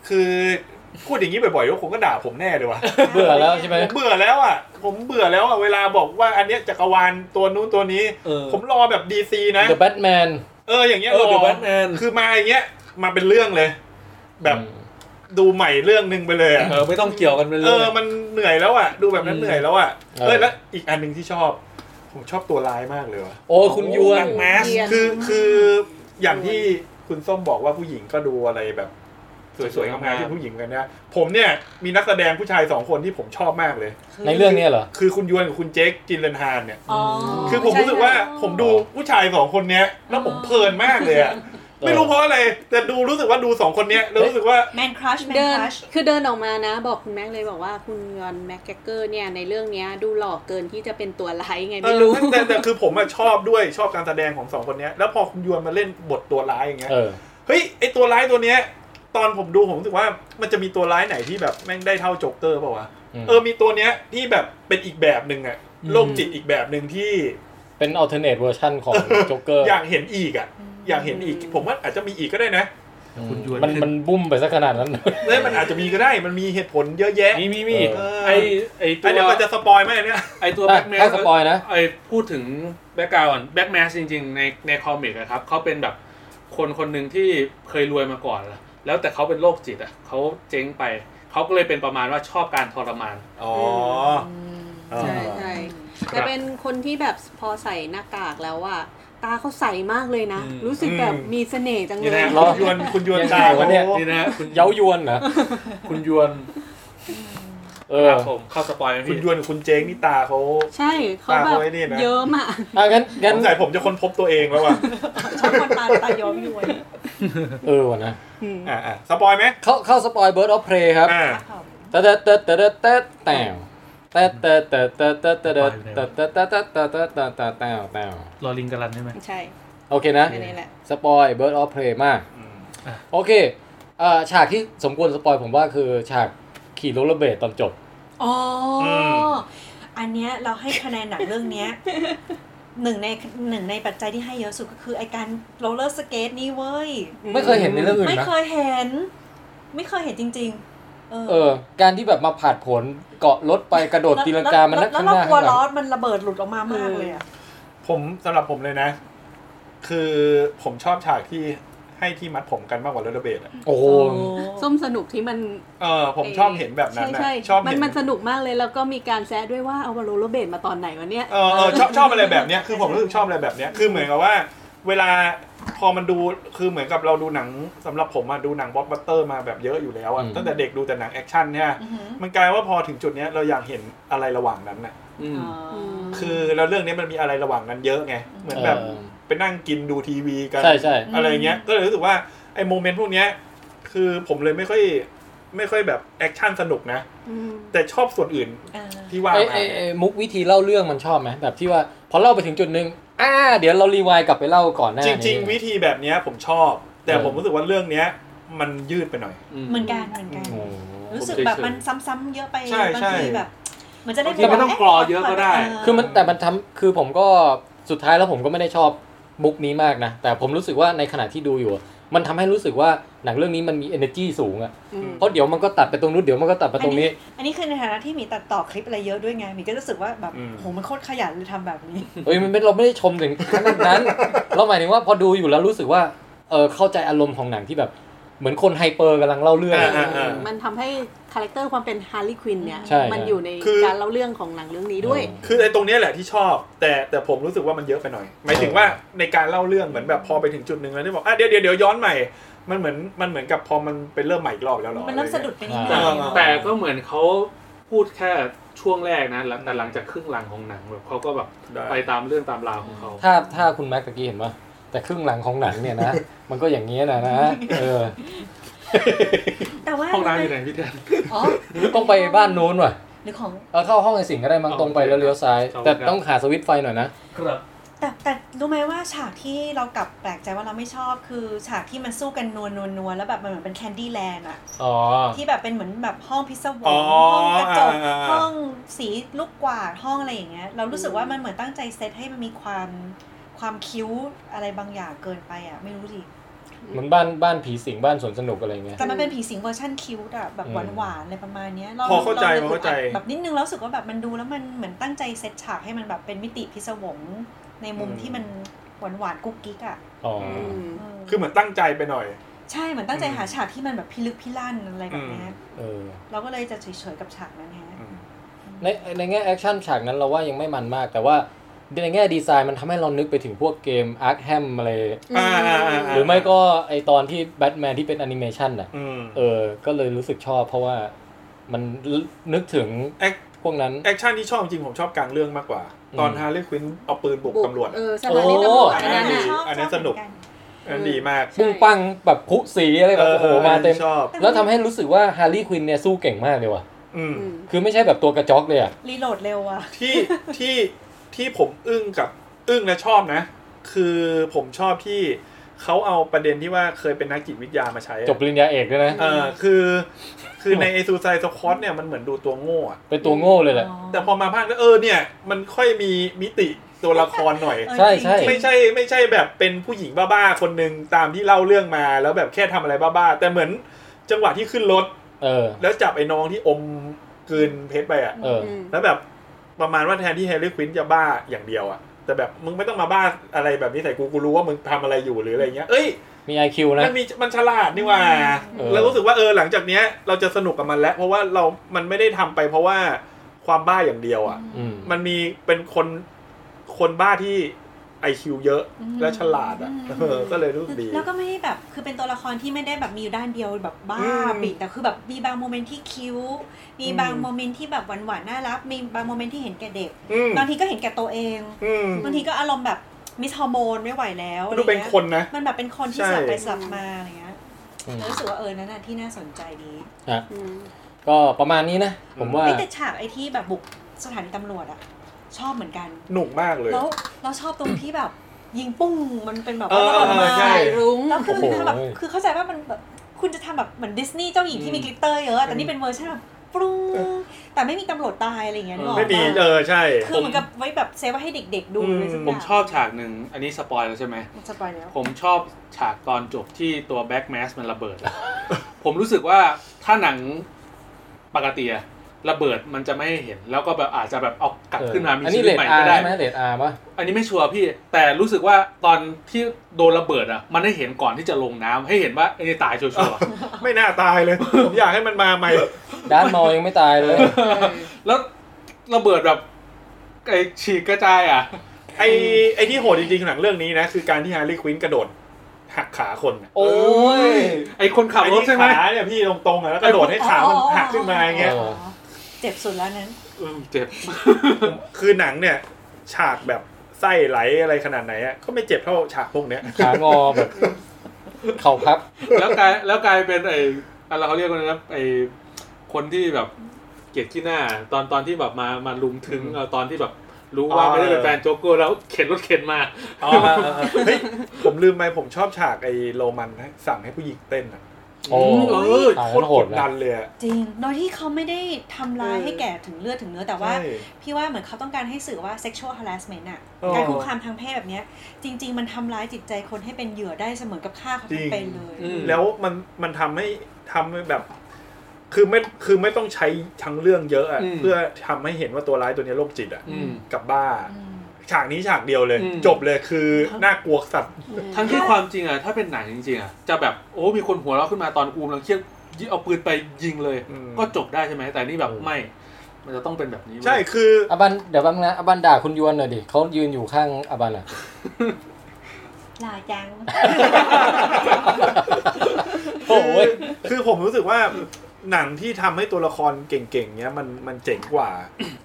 C: คือพูดอย่างนี้บ่อยๆว่าผมก็ด่าผมแน่เลยว่ะ
A: เบื่อแล้วใช่ไหม
C: เบื่อแล้วอ่ะ ผมเบื่อแล้วอ่ะเวลาบอกว่าอันเนี้ยจักรวาลตัวนู้นตัวนี้
D: เออ
C: ผมรอแบบดีซีนะ
A: The Batman
C: เอออย่างเงี้ย
D: เอ
C: ร
D: อ
C: อ
D: เดอะแบทแมน
C: คือมาอย่างเงี้ยมาเป็นเรื่องเลย แบบดูใหม่เรื่องหนึ่งไปเลยอ่ะ
D: เออไม่ต้องเกี่ยวกันไปเล
C: เอย อมันเหนื่อยแล้วอ่ะ ดูแบบนั้น
D: อืม
C: เหนื่อยแล้วอ่ะ
A: เออ
C: เออแล้วอีกอันหนึ่งที่ชอบ ผมชอบตัวร้ายมากเลยว่ะ
A: โอ้ยคุณยวน
D: แมส
L: เรียน
C: คือคืออย่างที่คุณส้มบอกว่าผู้หญิงก็ดูอะไรแบบ สวยๆงามๆที่ผู้หญิงกันนะผมเนี่ยมีนักแสดงผู้ชายสองคนที่ผมชอบมากเลย
A: ในเรื่องเนี้ยเหรอ
C: คือคุณยวนกับคุณเจคจินเลนฮานเนี่ย
L: อ๋อ
C: คือผมรู้สึกว่าผมดูผู้ชายสองคนเนี้ย แล้วผมเพลินมากเลยอะ
A: อ
C: ไม่รู้เพราะอะไร แต่ดูรู้สึกว่าดูสองคนเนี้ยแล้วรู้สึกว่า
F: แมนครัชแมน
G: เดิน
F: ครัช
G: คือเดินออกมานะ บอกคุณแม็กเลยบอกว่าคุณยอนแม็กแกเกอร์เนี่ยในเรื่องเนี้ยดูหล่อเกินที่จะเป็นตัวร้ายไง
C: เอ
G: ไม่
C: อ
G: รู้
C: แต่แต่คือผมอะชอบด้วยชอบการแสดงของสองคนเนี้ย แล้วพอคุณยวนมาเล่นบทตัวร้ายอย่างเงี้ย
A: เออ
C: เฮ้ยไอตัวร้ายตัวเนี้ย ตอนผมดูผมรู้สึกว่ามันจะมีตัวร้ายไหนที่แบบแม่งได้เท่าโจ๊กเกอร์เปล่าวะ
A: อืม
C: เออมีตัวเนี้ยที่แบบเป็นอีกแบบหนึ่งอะโลกจิตอีกแบบหนึ่งที่
A: เป็นอัลเทอร์เนทเวอร์ชัน ของโจ๊กเกอร์
C: อยากเห็นอีกอ่ะ อยากเห็นอีก ผมว่าอาจจะมีอีกก็ได้นะ คุณยวน
A: มันมันบุ้มไปสักขนาดนั้น
C: เอ้ยมันอาจจะมีก็ได้ มันมีเหตุผลเยอะแยะ
D: มีมีมี
C: เออ
D: ไอไอตั
C: ไอ้เดี๋ยว
D: ว
C: มันจะสปอยไหมเนี่ย
D: ไอตัว
A: ถ้า
D: แบ็กแม
A: ถ้า
D: ส
A: สปอยนะ
D: ไอพูดถึงแบ็กกราวด์แบ็กแมสจริงๆ ในในคอมิกอะครับเขาเป็นแบบคนคนหนึ่งที่เคยรวยมาก่อน แล้วแต่เขาเป็นโรคจิตอะเขาเจ๊งไป เขาก็เลยเป็นประมาณว่าชอบการทรมาน
C: อ๋อ
G: ใช่ใช่แต่เป็นคนที่แบบพอใส่หน้ากากแล้วอะตาเขาใสมากเลยนะ
D: อืม
G: รู้สึกแบบมีเสน่ห์จัง
D: นี่
G: เลย
D: นะ
A: รอ
C: คุณยวนคุณยวน
A: ยังไง
C: ตา
A: วั
C: เขา
A: นเนี้ย
D: นี่นะ คุณ
A: เย้ายวนนะ
D: คุณยวน
A: เอ
D: ค
A: อ
D: รับผมเข้าสปอยไหม
C: คุ
D: พี่
C: ณยวนกับคุณเจ๊งนี่ตาเขา
G: ใช่เขาแบ
C: ตา
G: บ
C: เขาไอ้นี่นะ
G: เยิ้มอะ
A: อ่ะงั้น
C: ส
A: งั้น
C: งสัยผมจะค้นพบตัวเองแล้วว่ะ
F: ชอบคนตาตาย้อมยวน
A: เออวะนะ
C: อ่ะอ่ะสปอยไหม
A: เข้าเข้าสปอยเบิร์ดออฟเพลครับ
C: อ่า
A: แต่แต่แต่แต่แต่แต่แต่แต่แต่แต่แต่แต่แต่แต่แต่แต่แต่แต่แต่แต่แต่แต่
D: รอลิงกัลันใช่ไหม
G: ใช่
A: โอเคนะ
G: แค่นี้แหละ
A: สปอยเบิร์ดออฟเพลมาก โอเคเอ่อฉากที่สมควรสปอยผมว่าคือฉากขี่โรลเลอร์เบลดตอนจบ
F: อ๋อออันเนี้ยเราให้คะแนนหนังเรื่องเนี้ยหนึ่งในหนึ่งในปัจจัยที่ให้เยอะสุดก็คือไอการโรลเลอร์สเกตนี่เว้ย
A: ไม่เคยเห็นในเรื่องอื่น
F: ไม่
A: นะ
F: เคยเห็น ไม่เคยเห็นจริง ๆ เออ
A: เออ การที่แบบมาผาดผลเกาะรถไปกระโดดตีลังกามันนั่ง
F: แล้ว
A: ข้างห
F: เรา
A: น้าก
F: ลัว
A: ข้างหลั
F: ล้อง มันระเบิดหลุดออกมามากเลยอะ
C: ผมสำหรับผมเลยนะ คือผมชอบฉากที่ให้ที่มัดผมกันมากกว่าเรลเบดอ่ะ
A: โอ้โห
G: ส้มสนุกที่มัน
C: เออผมชอบเห็นแบบนั้น
G: ใช่
C: นะ
G: ใช่
C: ชอบ
G: มัน
C: เห็น
G: มันสนุกมากเลยแล้วก็มีการแซะด้วยว่าเอาวาโรโรเบตมาตอนไหนวะเนี่ย
C: เออเออชอบชอบอะไรแบบเนี้ยคือผมรู้สึกชอบอะไรแบบเนี้ยคือเหมือนกับว่า เวลาพอมันดูคือเหมือนกับเราดูหนังสำหรับผมอะดูหนังบล็อกบัสเตอร์มาแบบเยอะอยู่แล้วอะ
A: อืม
C: ตั้งแต่เด็กดูแต่หนังแอคชั่นเนี่ยมันกลายว่าพอถึงจุดเนี้ยเราอยากเห็นอะไรระหว่างนั้นน่ะคือแล้วเรื่องเนี้ยมันมีอะไรระหว่างนั้นเยอะไงเหมือนแบบ
A: เออ
C: ไปนั่งกินดูทีวีกัน
A: ใช่ใช่
C: อะไรเงี้ยก็เลยรู้สึกว่าไอ้โมเมนต์พวกเนี้ยคือผมเลยไม่ค่อยไม่ค่อยแบบแอคชั่นสนุกนะแต่ชอบส่วนอื่น
F: เออ
C: ที่ว่า
A: ไอ
C: มา
A: ไอไอมุกวิธีเล่าเรื่องมันชอบไหมแบบที่ว่าพอเล่าไปถึงจุดหนึ่งอ่า เดี๋ยวเรารีวายกลับไปเล่าก่อนหน้า
C: จ
A: นี้
C: ริง ๆ วิธีแบบเนี้ยผมชอบ แต่
A: เออ
C: ผมรู้สึกว่าเรื่องเนี้ยมันยืดไปหน่อย
F: เหมือนกันเหมือนกัน
A: โอ้โห
F: รู้สึกแบบมันซ้ำๆเยอะไป
C: ใช่
F: บาง
C: ใช่
F: ทีแบบ มันจะได้
D: บางทีมันต้องกรอเยอะก็ได้
A: คือมันแต่มันทำคือผมก็สุดท้ายแล้วผมก็ไม่ได้ชอบมุกนี้มากนะ แต่ผมรู้สึกว่าในขณะที่ดูอยู่อะมันทำให้รู้สึกว่าหนังเรื่องนี้มันมี energy สูงอะ่ะเพราะเดี๋ยวมันก็ตัดไปตรงนู้นเดี๋ยวมันก็ตัดไปตรงนี้
F: อันนี้คือในฐานะที่หมีตัดต่อคลิปอะไรเยอะด้วยไงหมีก็รู้สึกว่าแบบ
C: อืม
F: โหมันโคตรขยันเลยทำแบบนี้
A: เอ้ยมันไม่เราไม่ได้ชมถึงขนาดนั้น เราหมายถึงว่าพอดูอยู่แล้วรู้สึกว่าเออเข้าใจอารมณ์ของหนังที่แบบ เหมือนคนไฮเปอร์กำลังเล่าเรื่อง
C: อ่าอ่าอ่า
G: มันทำให้คาแรคเตอร์ความเป็นฮาร์ลีควินเนี่ย
A: ใช่
G: มัน
A: ใช่
G: อยู่ใน
C: คือ
G: การเล่าเรื่องของหนังเรื่องนี้ด้วย
C: คือไอ้ตรงเนี้ยแหละที่ชอบ แต่แต่ผมรู้สึกว่ามันเยอะไปหน่อยหมายถึงว่าในการเล่าเรื่องเหมือนแบบพอไปถึงจุดหนึ่งแล้วที่บอกอ่ะเดี๋ยวเดี๋ยวเดี๋ยวย้อนใหม่ มันเหมือนมันเหมือนกับพอมันเป็นเริ่มใหม่อีกรอบแล้วหรอ
L: มันเริ่มสะดุดไปนิดห
D: แต่
L: น่อย
C: า
L: เนอะ
D: แต่ก็เหมือนเขาพูดแค่ช่วงแรกนะแล้วแต่หลังจากครึ่งหลังของหนังแบบเขาก็แบบ
C: ได้
D: ไปตามเรื่องตามราวของเขา
A: ถ้าถ้าคุณแม็กตะกี้เห็นปะแต่ครึ่งหลังของหนังเนี่ยนะ มันก็อย่างนี้ยนะนะเออ
F: แต่ว่า
D: ห้องน้ำอยู่ไหนพี่เดือน
L: อ๋อ
A: ต้องไปบ้านนู้นว่ะ
L: หรือของ
A: เออเข้าห้องไอ้สิงก็ได้มั้งตรงไปแล้วเลี้ยวซ้าย
D: ครับ
A: แต่ต้องหาสวิตช์ไฟหน่อยนะ
D: ครับ
F: แต่แต่รู้ไหมว่าฉากที่เรากลับแปลกใจว่าเราไม่ชอบคือฉากที่มันสู้กันนัวนัวนัวแล้วแบบมันเหมือนเป็นแคนดี้แลนด์อะ
A: อ๋อ
F: ที่แบบเป็นเหมือนแบบห้องพิศว
C: อ๋
F: ง
C: อ
F: ห้องกระจก
C: อ่าอ่าอ่า
F: ห้องสีลูกกวาดห้องอะไรอย่างเงี้ยเรารู้สึกว่ามันเหมือนตั้งใจเซตให้มันมีความความคิ้วอะไรบางอย่างเกินไปอะไม่รู้ดิ
A: เหมือนบ้านบ้านผีสิงบ้านสวนสนุกอะไรเงี้ย
F: แต่มันเป็นผีสิงเวอร์ชันคิ้วอะแบบหวานหวานๆอะไรประมาณเนี้ยเรา
C: พอเข้าใจ
F: รลย
C: พอเข้าใจ
F: อึดอัดแบบนิดนึงแล้วรู้สึกว่าแบบมันดูแล้วมันเหมือนตั้งใจเซตฉากให้มันแบบเป็นมิติพิศวงในมุมที่มันหวานหวานๆกุ๊กกิ๊กอะ
A: อ๋อ
F: ม
C: คือเหมือนตั้งใจไปหน่อย
F: ใช่เหมือนตั้งใจ
C: อืม
F: หาฉากที่มันแบบพิลึกพิลั่นอะไรแบบเนี้ย
C: อืม
A: เออ
F: เราก็เลยจะเฉยๆกับฉากนั้นฮะ
C: อืม
A: ในในแง่แอคชั่นฉากนั้นเราว่ายังไม่มันมาก แต่ว่าในแง่ดีไซน์มันทำให้เรานึกไปถึงพวกเกมอาร์คแฮมอะไร
C: อ่าอ่าาา
A: หรือไม่ก็ไอตอนที่แบทแมนที่เป็นแอนิเมชันน่ะ
C: อืม
A: เออ ก็เลยรู้สึกชอบเพราะว่ามันนึกถึง
C: แอค
A: พวกนั้น
C: แอคชั่นที่ชอบจริงผมชอบกลางเรื่องมากกว่า ตอน
A: อืม
C: ฮาร์ลีควินเอาปืนบุกตำรวจ
L: เอ
C: อะ
L: อสถานีตำรวจ
C: โอ้
L: อันนั้นน่ะ
F: ชอบ
C: อันนั้น
F: ชบ
C: สนุก
F: เหมือ
C: อันดีมาก
A: ปุ้งปังแบบพลุสีอะไรแบบโอ้โหมาเต็ม
C: ชอบ
A: แล้วทำให้รู้สึกว่าฮาร์ลีควินเนี่ยสู้เก่งมากเลยว่ะ
C: อืม
A: คือไม่ใช่แบบตัวกระจอกเลยอ่ะ
F: รีโหลดเร็วอะ
C: ที่ที่ที่ผมอึ้งกับอึ้งและชอบนะ คือผมชอบที่เขาเอาประเด็นที่ว่าเคยเป็นนักจิตวิทยามาใช้อะ
A: จบปริญญาเอกด้วยนะ
C: เออคือคือใน a อซูไซสคอตเนี่ยมันเหมือนดูตัวโง่อะ
A: เป็นตัวโง่เลยแหละ
C: แต่พอมาภาคแล้วเออเนี่ย มันค่อยมีมิติตัวละครหน่อย
F: เออ
A: ใช่ใช่
F: จริงๆ
C: ไม่ใช่ไม่ใช่แบบเป็นผู้หญิงบ้าๆคนหนึ่งตามที่เล่าเรื่องมาแล้วแบบแค่ทำอะไรบ้าๆ แต่เหมือนจังหวะที่ขึ้นรถ
A: เออ
C: แล้วจับไอ้น้องที่อมกลืนเพชรไปอ่ะ
A: เออ
C: แล้วแบบประมาณว่าแทนที่แฮร์รี่ควินจะบ้าอย่างเดียวอะแต่แบบมึงไม่ต้องมาบ้าอะไรแบบนี้ใส่กูกูรู้ว่ามึงทำอะไรอยู่หรืออะไรเงี้ยเอ้ย
A: มี IQ นะ
C: มันมีมันฉลาดนี่หว่า
A: เออ
C: เรารู้สึกว่าเออหลังจากเนี้ยเราจะสนุกกับมันแล้ว เพราะว่าเรา มันไม่ได้ทำไปเพราะว่าความบ้าอย่างเดียวอะ
A: อืม
C: มันมีเป็นคนคนบ้าที่ไอคิวเยอะและฉลาดอะเออก็เลยรู้สึกดี
F: แล้วก็ไม่ได้แบบคือเป็นตัวละครที่ไม่ได้แบบมีอยู่ด้านเดียวแบบบ้า
C: อืม
F: ปิดแต่คือแบบมีบางโมเมนต์ที่คิ้ว มีบาง
C: อืม
F: โมเมนต์ที่แบบหวานๆน่ารักมีบางโมเมนต์ที่เห็นแก่เด็ก
C: อืม
F: บางทีก็เห็นแก่ตัวเอง
C: อืม
F: บางทีก็อารมณ์แบบมิสฮอร์โมนไม่ไหวแล้ว
C: ดูเป็นคนนะ
F: มันแบบเป็นคนที่
C: ใช่
F: สลับไปสลับมาอะไรเงี้ย
A: อืม
F: รู้สึกว่าเออนั่นน่ะที่น่าสนใจดี
A: ก็ประมาณนี้นะ ผมว่า
F: ไอ้ยแต่ฉากไอ้ที่แบบบุกสถานีตำรวจอะชอบเหมือนกัน
C: หนุกมากเลย
F: แล้วเราชอบตรงที่แบบ ยิงปุ้งมันเป็นแบบ
C: เอ
F: ว่า
C: อ
F: ระเบิ
C: เออ
F: ดมา
C: ใช่
L: รุ้ง
F: แล้วคือ
A: โอ้โห
F: ทำแบบคือเข้าใจว่ามันแบบคุณจะทำแบบเหมือนดิสนีย์เจ้าหญิงที่มีกลิตเตอร์เยอะแต่นี่เป็นเวอร์ชันแบบปรุงแต่ไม่มีตำรวจตายอะไรอย่างเงี้ยนึกออก
C: ไม่มี
F: ปะ
C: เออใช่
F: คือเหมือนกับไว้แบบเซฟไว้ให้เด็ก ๆ ดู
C: อืม
F: เลยสักย่าง
D: ผมชอบฉากหนึ่งอันนี้สปอยแล้วใช่ไหม
F: สปอยแล้ว
D: ผมชอบฉากตอนจบที่ตัวแบ็กแมสมันระเบิดอะ ผมรู้สึกว่าถ้าหนังปกติอะระเบิดมันจะไม่ให้เห็น แล้วก็แบบอาจจะแบบเอากลับขึ้นมามี
A: อันนี้
D: ชีวิ
A: เล
D: ต
A: ด
D: ใหม่
A: อา
D: ก็
A: ร์
D: ได้
A: ใช่ไหมเลดอาร์ป่ะ
D: อันนี้ไม่ชัวร์พี่ แต่รู้สึกว่าตอนที่โดนระเบิดอะมันให้เห็นก่อนที่จะลงน้ำให้เห็นว่าไอ้นี่ตายชัวร์
C: ไม่น่าตายเลย ผมอยากให้มันมาใหม่
A: ด้านมอยังไม่ตายเลย
D: ๆ แล้วระเบิดแบบไอ้ฉีกกระจายอะ
C: ไอไอที่โหดจริงๆของหนังเรื่องนี้นะ คือการที่แฮร์รี่ควินกระโดดหักขาคนน่ะ
A: โอ้ย
D: ไอ้คนขับรถใช่ไหม
C: อ้ที่ขาเนี่ยพี่ตรงๆอ่ะแล้วกระโดดให้ขามันหักขึ้นมาอย่างเงี้ย
A: เออ
F: เจ็บสุดแล้วนั้น
D: เออเจ็บ
C: คือหนังเนี่ย ฉากแบบไส้ไหลอะไรขนาดไหนอ่ะก็ไม่เจ็บเท่าฉากพวกเนี้ย
A: ขางอแบบ เข่าพับ
D: แล้วกลายแล้วกลายเป็นไอ้อะไรเขาเรียกว่าอะไรนะไอ้คนที่แบบเกลียดขี้หน้า ตอนตอนที่แบบมามาลุมถึงเอาตอนที่แบบรู้ว่าไม่ได้เป็นแฟนโจ๊กเกอร์แล้วเข็นรถเข็นมา
C: เฮ้ยผมลืมไปผมชอบฉากไอโรมันนะสั่งให้ผู้หญิงเต้นอ่ะ
A: โอ้
C: เออ
A: ตาย
C: โค
A: แล้ว
C: ตร
A: โห
C: ก
A: ด
C: ด
A: นะ
C: ดันเลยอ่ะ
F: จริงโดยที่เขาไม่ได้ทำร้ายให้แก่ถึงเลือดถึงเนื้อแต่ว่า
C: ใช่
F: พี่ว่าเหมือนเขาต้องการให้สื่อว่า sexual harassment อะ
C: อ๋อ
F: การคุกคามทางเพศแบบเนี้ย จริง ๆ มันทำร้ายจิตใจคนให้เป็นเหยื่อได้เสมือนกับฆ่าเขา
C: จริง
F: เป็นเลย
C: แล้วมันมันทำให้ทำให้แบบ คือไม่คือไม่ต้องใช้ทั้งเรื่องเยอะอ่ะเพื่อทำให้เห็นว่าตัวร้ายตัวเนี้ยโรคจิตอ่ะ
D: อืม
C: กับบ้า
F: อืม
C: ฉากนี้ฉากเดียวเลย
D: อืม
C: จบเลยคือน่ากลัวสัตว์
D: ทั้งที่ความจริงอะถ้าเป็นหนังจริงๆอะจะแบบโอ้ มีคนหัวเราะขึ้นมาตอนกูกำลังเครียดเอาปืนไปยิงเลย
C: อืม
D: ก็จบได้ใช่ไหมแต่นี่แบบไม่ มันจะต้องเป็นแบบนี้เว้ย
C: ใช่คือ
A: อาบันเดี๋ยวบังนะอาบันด่าคุณยวนหน่อยดิเขายืนอยู่ข้างอาบันอ่ะ
F: หล่อ จัง
A: โอ้ย
C: คือผมรู้สึกว่าหนังที่ทำให้ตัวละครเก่งๆเนี้ยมันมันเจ๋งกว่า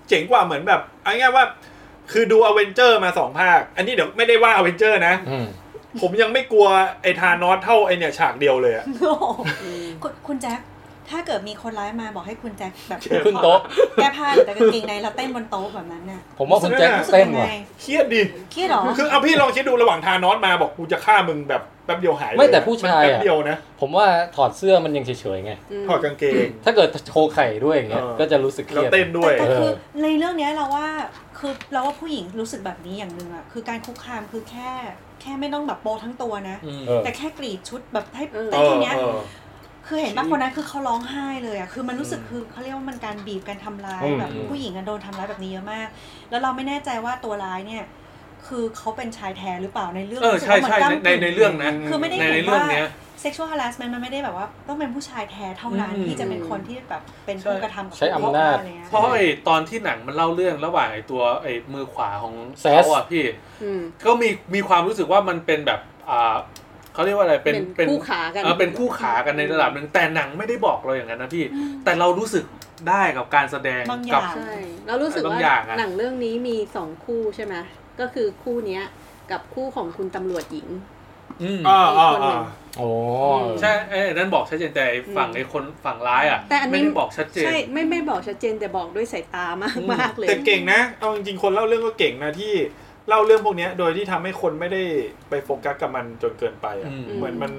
C: เจ๋งกว่าเหมือนแบบเอาง่ายๆว่า คือดูอเวนเจอร์มาสองภาค อันนี้เดี๋ยวไม่ได้ว่าอเวนเจอร์นะ
K: อืม
C: ผมยังไม่กลัวไอ้ธานอสเท่าไอ้เนี่ยฉากเดียวเลยอะ
F: โอ้โหคุณคุณแจ็ค ถ้าเกิดมีคนร้ายมาบอกให้คุณแจ็คแบบ
K: ขึ้นโต๊ะ
F: แก้ผ้าหรือแต่กางเกงในแล้วเต้นบนโต๊ะแบบนั้นน่ะ
K: ผมว่าคุณแจ็ค
C: รู้สึก
K: เต้นว่ะ
C: เครียดดิ
F: เครียดเหรอ
C: คือเอาพี่ลองคิดดูระหว่างธานอสมาบอกกูจะฆ่ามึงแบบแป๊บเดียวหายเลย
K: ไม่แต่ผู้ชายอะ
C: แป๊บเดียวนะ
K: ผมว่าถอดเสื้อมันยังเฉยๆไง
C: ถอดกางเกง
K: ถ้าเกิดโชว์ไข่ด้วยอย่างเงี้ย
C: เออ
K: ก็จะรู้สึกเค
C: แล้ว
K: รียด
C: เต้นด้วย
F: แต่
K: เออ
F: คือในเรื่องเนี้ยเราว่าคือเราว่าผู้หญิงรู้สึกแบบนี้อย่างหนึ่งอะคือการคุกคามคือแค่แค่ไม่ต้องแบบโปทั้งตัวนะ
K: เออ
F: แต่แค่กรีดชุดแบบให้
G: เออ
F: แต่แค่เนี้ย
C: เออ
F: คือเห็นป่ะคนนั้นคือเขาร้องไห้เลยอะคือมันรู้สึกคือเขาเรียกว่ามันการบีบการทำร้ายแบบผู้หญิงอะโดนทำร้ายแบบนี้เยอะมาก แล้วเราไม่แน่ใจว่าตัวร้ายเนี่ย คือเขาเป็นชายแท้หรือเปล่าในเรื่อง
D: เออ
F: รู้สึก
D: ใช่
F: ว่าเหมืน
D: ใช่
F: กล้าม
D: ใน
F: กึ่ง
D: ในในเรื่องนะ
F: คือไม่ได้
D: ใน
F: เห็
D: ใน
F: น
D: เรื่อ
F: ว่า
D: งเนี้ย
F: sexual harassment มันไม่ได้แบบว่าต้องเป็นผู้ชายแท้เท่านั้น
D: อืม
F: ที่จะเป็นคนที่แบบเป็นผู้
D: ใช่
F: กระทำกับ
K: ใช้อำนาจ
F: ผู้กระทำอะไรเงี้ย
D: เพราะไอ้ตอนที่หนังมันเล่าเรื่องระหว่างไอ้ตัวไอ้มือขวาของ
K: แซส
D: เขาอ่ะพี่
G: อืม
D: ก็มีมีความรู้สึกว่ามันเป็นแบบอ่าเขาเรียกว่าอะไรเป็น
G: เป็นคู่ขากัน
D: เออเป็นคู่ขากันในระดับหนึ่งแต่หนังไม่ได้บอกเราอย่างนั้นนะพี่ แต่เรารู้สึกได้กับการแสดง
F: บางอย่า
D: กั
F: ง
G: ใช่ เรารู้สึก
D: บาง
G: ว่า
D: อย่างอะ
G: หนังเรื่องนี้มีสองคู่ใช่ไหมก็คือคู่เนี้ยกับคู่ของคุณตำรวจหญิง
D: อืม
C: อ่าอ่า
G: อีกคนหนึ่
C: อ่าง
K: โอ้
D: ใช่ไอ้ไอ้นั่นบอกชัดเจนแต่ไอ้ฝั่งไอ้คนฝั่งร้ายอ่ะ
G: แต่อันนี้
D: ไม่ได้บอกชัดเจน
G: ใช่ ไม่ไม่บอกชัดเจนแต่บอกด้วยสายตามากมากเลย
C: แต่เก่งนะ เอาจริงๆ คนเล่าเรื่องก็เก่งนะที่เล่าเรื่องพวกเนี้ยโดยที่ทำให้คนไม่ได้ไปโฟกัสกับมันจนเกินไปอ่ะ
D: อืม
C: เหมือนมัน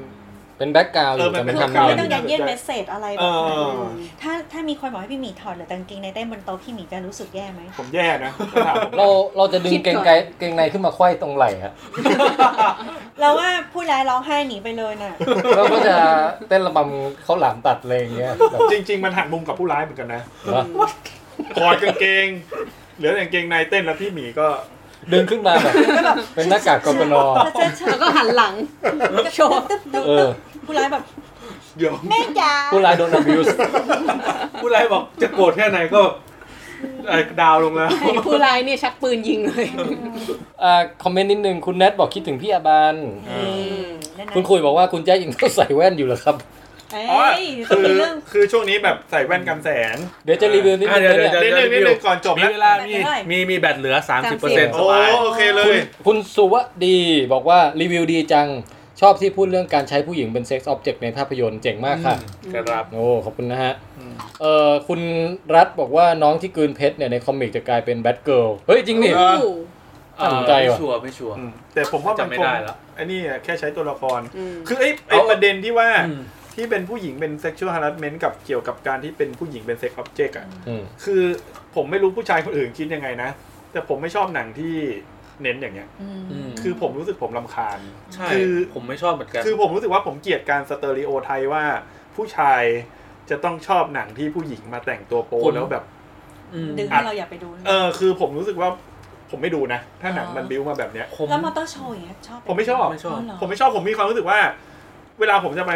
K: เป็นแบ็กกราวด์อ
C: เออยู่ มั
K: แต่
C: นเป็
K: มัน
C: น
K: ทำ
C: แบ็คกราวด์
K: เนี
F: ไม่ต้อง
K: ยน
F: ยัดเยียดเมสเซจอะไรแบบนั้น
C: เออ
F: ถ้าถ้ามีคนบอกให้พี่หมีถอดหรือแต่กางเกงในเต้นบนโต๊ะพี่หมีจะรู้สึกแย่ไหม
C: ผมแย่ นะถามผม
K: เราเราจะดึงเกงไกเกงในขึ้นมาไขว้ตรงไหล่อะ
F: เราว่าผู้ร้ายร้องไห้หนีไปเลยน่ะ
K: เราก็จะเต้นระบำเขาวหลามตัดอะไรอย่างเงี้ยแบบ
C: จริง ๆ มันหักมุมกับผู้ร้ายเหมือนกันนะ
K: เหรอ
C: ถอดกางเกง เหลือแต่กางเกงในเต้นแล้วพี่หมีก็
K: ดึงขึ้นมาแบบเป็นหน้ากากกปน
F: แล้วจะเชิญ
G: แล้วก็หันหลัง
F: โชว์ตึ๊บตึ๊บ
K: เออ
F: ผู้ร้ายแบบ
C: เดี๋ยว
F: แม่จ๋า
K: ผู้ร้ายโดน abuse
D: ผู้ร้ายบอกจะโกรธแค่ไหนก็เอ่อดาวลงแล้ว
G: ไอ้ผู้ร้ายเนี่ยชักปืนยิงเลย
K: อ่าคอมเมนต์นิดนึงคุณแนทบอกคิดถึงพี่อาบาน
F: นั่นนะ
K: คุณคุยบอกว่าคุณแจ๊คยังต้องใส่แว่นอยู่เหรอครับ
F: เอ้
C: อ๋อย คื
F: เป็
C: อน
F: เรื่อง
C: คือช่วงนี้แบบใส่แว่นกันแสง
K: เดี๋ยวจะรีวิวนิดนึงนะ
D: อ่ะเดี๋ยวเดี๋
K: เนี่ย
D: ยว
C: นิดนึงนิดนึงก่อนจบ
D: มี
C: แล้ว
D: เวลามีมีมีแบตเหลือ
K: ว
D: 30%ส
C: โอ้
D: บาย
C: โอเคเลย
K: คุณสุวดีบอกว่ารีวิวดีจังชอบที่พูดเรื่องการใช้ผู้หญิงเป็น sex object ในภาพยนตร์เจ๋งมากค่ะ
D: ครับ
K: โอ้ขอบคุณนะฮะเอ่อคุณรัฐบอกว่าน้องที่กลืนเพชรเนี่ยในคอมิกจะกลายเป็นแบทเกิลเฮ้ย จริงดิ
C: เออ
K: น่าสนใจว่ะ
D: ไม่ชัวร์ไม่ชัวร์
C: อืมแต่ผมว่ามัน
D: จำไม่
C: คง
D: ได้แล้ว
C: ไอ้นี่อะแค่ใช้ตัวละคร
G: อืม
C: คือไอ้ไอ้ประเด็นที่ว่า
D: อืม
C: ที่เป็นผู้หญิงเป็น sexual harassment กับเกี่ยวกับการที่เป็นผู้หญิงเป็น sex object อ่ะ
K: อืม
C: คือผมไม่รู้ผู้ชายคนอื่นคิดยังไงนะ แต่ผมไม่ชอบหนังที่เน้นอย่างเงี้ย
D: อืม
C: คือผมรู้สึกผมลำคาญ
D: ใช่
C: คือ
D: ผมไม่ชอบเหมือนกัน
C: คือผมรู้สึกว่าผมเกลียดการสเตอริโอไทยว่าผู้ชายจะต้องชอบหนังที่ผู้หญิงมาแต่งตัวโป
D: ผม
C: แล้วแบบ
D: ม
F: ดึงให้เราอย่าไปดูเลย
C: เออคือผมรู้สึกว่าผมไม่ดูนะ ถ้าหนังมันบิ้วมาแบบเนี้ย
D: ผม
F: แล้วมอเตอร์โชว์อย่างเงี้ยชอบห
C: ผมไม่ชอบ
D: ไม่ชอบ
F: อ๋อเหรอ
C: ผมไม่ชอบผมมีความรู้สึกว่า เวลาผมจะไป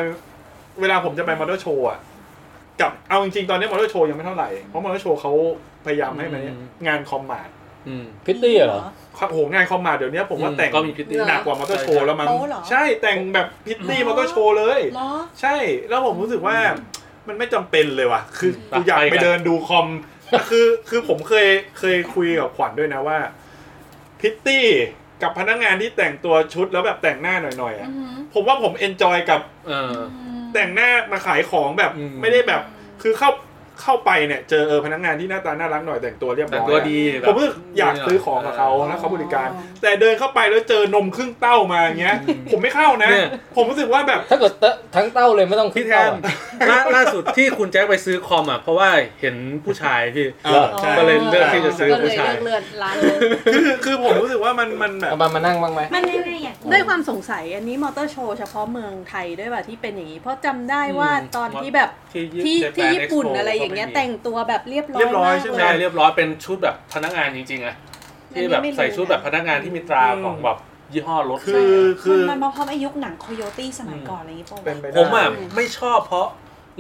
C: เวลาผมจะไปมอเตอร์โชว์อะกับเอาจริงๆตอนนี้มอเตอร์โชว์ยังไม่เท่าไหร่เพราะมอเตอร์โชว์เขาพยายามให้มันเนี่ย
D: อืม
C: งานคอมมานด์
D: อืม
K: พิตตี้เหรอ
C: ครับโหงานคอมมานด์เดี๋ยวนี้ผมว่า
D: อืม
C: แต่ง
D: ก็มี Pretty
C: หนักกว่ามอเตอร์โชว์แล้วมั้ง
F: โอ้เหรอ
C: ใช่แต่งแบบพิตตี้มอเตอร์โชว์เลย
F: เหรอ
C: ใช่แล้วผมรู้สึกว่ามันไม่จำเป็นเลยว่ะ คือ
D: ไป
C: กูอยาก
D: ไปกั
C: ไป
D: น
C: เดินดูคอม คือคือผมเคยเคยคุยกับขวัญด้วยนะว่าพิตตี้กับพนักงานที่แต่งตัวชุดแล้วแบบแต่งหน้าหน่อยๆอะผมว่าผมเอนจอยกับ
D: เออ
C: แต่งหน้ามาขายของแบบ
D: อืม
C: ไม่ได้แบบ คือเข้าเข้าไปเนี่ยเจอเออพนักงานที่หน้าตาน่ารักหน่อยแต่งตัวเรียบร้อย
D: แต่งตัวดี
C: อะ
D: แบบ
C: ผมก็อยากซื้อของกับเขาแล้วเขาบริการ แต่เดินเข้าไปแล้วเจอนมครึ่งเต้ามาอย่างเงี้ย ผมไม่เข้านะ
D: เนี่ย
C: ผมรู้สึกว่าแบบ
K: ถ้าเกิดเตะทั้งเต้าเลยไม่ต้องคิด
D: พี่แท
K: เต้าน อะ
D: ล่าล่าสุดที่คุณแจ็คไปซื้อคอมอ่ะเพราะว่าเห็นผู้ชายพี่
C: เออใช่
D: ก็เลยเลือกที่จะซื้อ
G: ก็เล
D: ผู้
G: ย
D: ชา
G: เลื
D: ย
G: อกเลือดล้างเลย
C: คือคือผมรู้สึกว่ามันมันแบบ
K: เอามามานั่งบ้างไหม
F: มันไม่ไม่อยาก
G: ด้วยความสงสัยอันนี้มอเตอร์โชว์เฉพาะเมืองไทยด้วยป่ะที่เป็นอย่างนี้ เพราะจำได้ว่า
D: อืม
G: ตอนที่แบบ
D: ที่
G: ที่
D: ญี่
G: ที่ญี่ปุ่น
D: แปล Expo
G: อะไรอย่างเงี้ย
D: ก็ไม่มี
G: แต่งตัวแบบเรียบร้อย
C: เรียบร้อย
G: มาก
C: ใช่ไหม
G: เล
D: ใช่
G: ย
D: เรียบร้อยเป็นชุดแบบพนักงานจริงๆอะที่แบบใส่ชุดแบบพนักงานที่มีตราของแบบยี่ห้อรถ
C: คือ คือ
F: มันมาพร้อมไอายุคหนังโคโยตี้สมัยก่อนอะไรอย่างงี้ป่ะวะ
C: เป็นไปได้
D: ผมอ่ะไม่ชอบเพราะ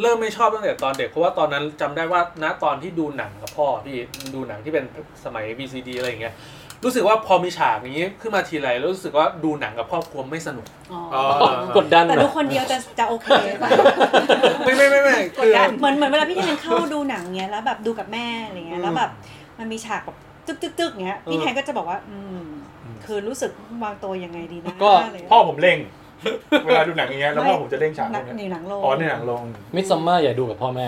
D: เริ่มไม่ชอบตั้งแต่ตอนเด็กเพราะว่าตอนนั้นจำได้ว่าณตอนที่ดูหนังกับพ่อที่ดูหนังที่เป็นสมัย VCD อะไรอย่างเงี้ย รู้สึกว่าพอมีฉากอย่างนี้ขึ้นมาทีไรแล้วรู้สึกว่าดูหนังกับครอบครัวไม่สนุก
G: อ๋อ
A: กดดัน
F: แต่
A: เหร
F: ดู
A: อ
F: คนเดียวจะจะโอเค
D: ไม่ไม่ไม่ไม่คือ
F: เหมือนเหมือนเวลาพี่แทนเข้าดูหนังเงี้ยแล้วแบบดูกับแม่อะไรเงี้ยแล้วแบบมันมีฉากแบบจึ๊กจึ๊กจึ๊กเงี้ยพี่แทนก็จะบอกว่า อืม คือรู้สึกวางตัวยังไงดี
C: ก็
F: นะะไรเงี้ย
C: พ่อผมเร่ง เวลาดูหนังอย่างเงี้ยแล้วพ่อผมจะเร่งฉาก
F: ห
C: พ
F: นั
C: ว
F: ง
C: กเนี้ย
F: ในหนังโล
C: อ๋อในหนังลง
A: มิดซัมมาอย่าดูกับพ่อแม่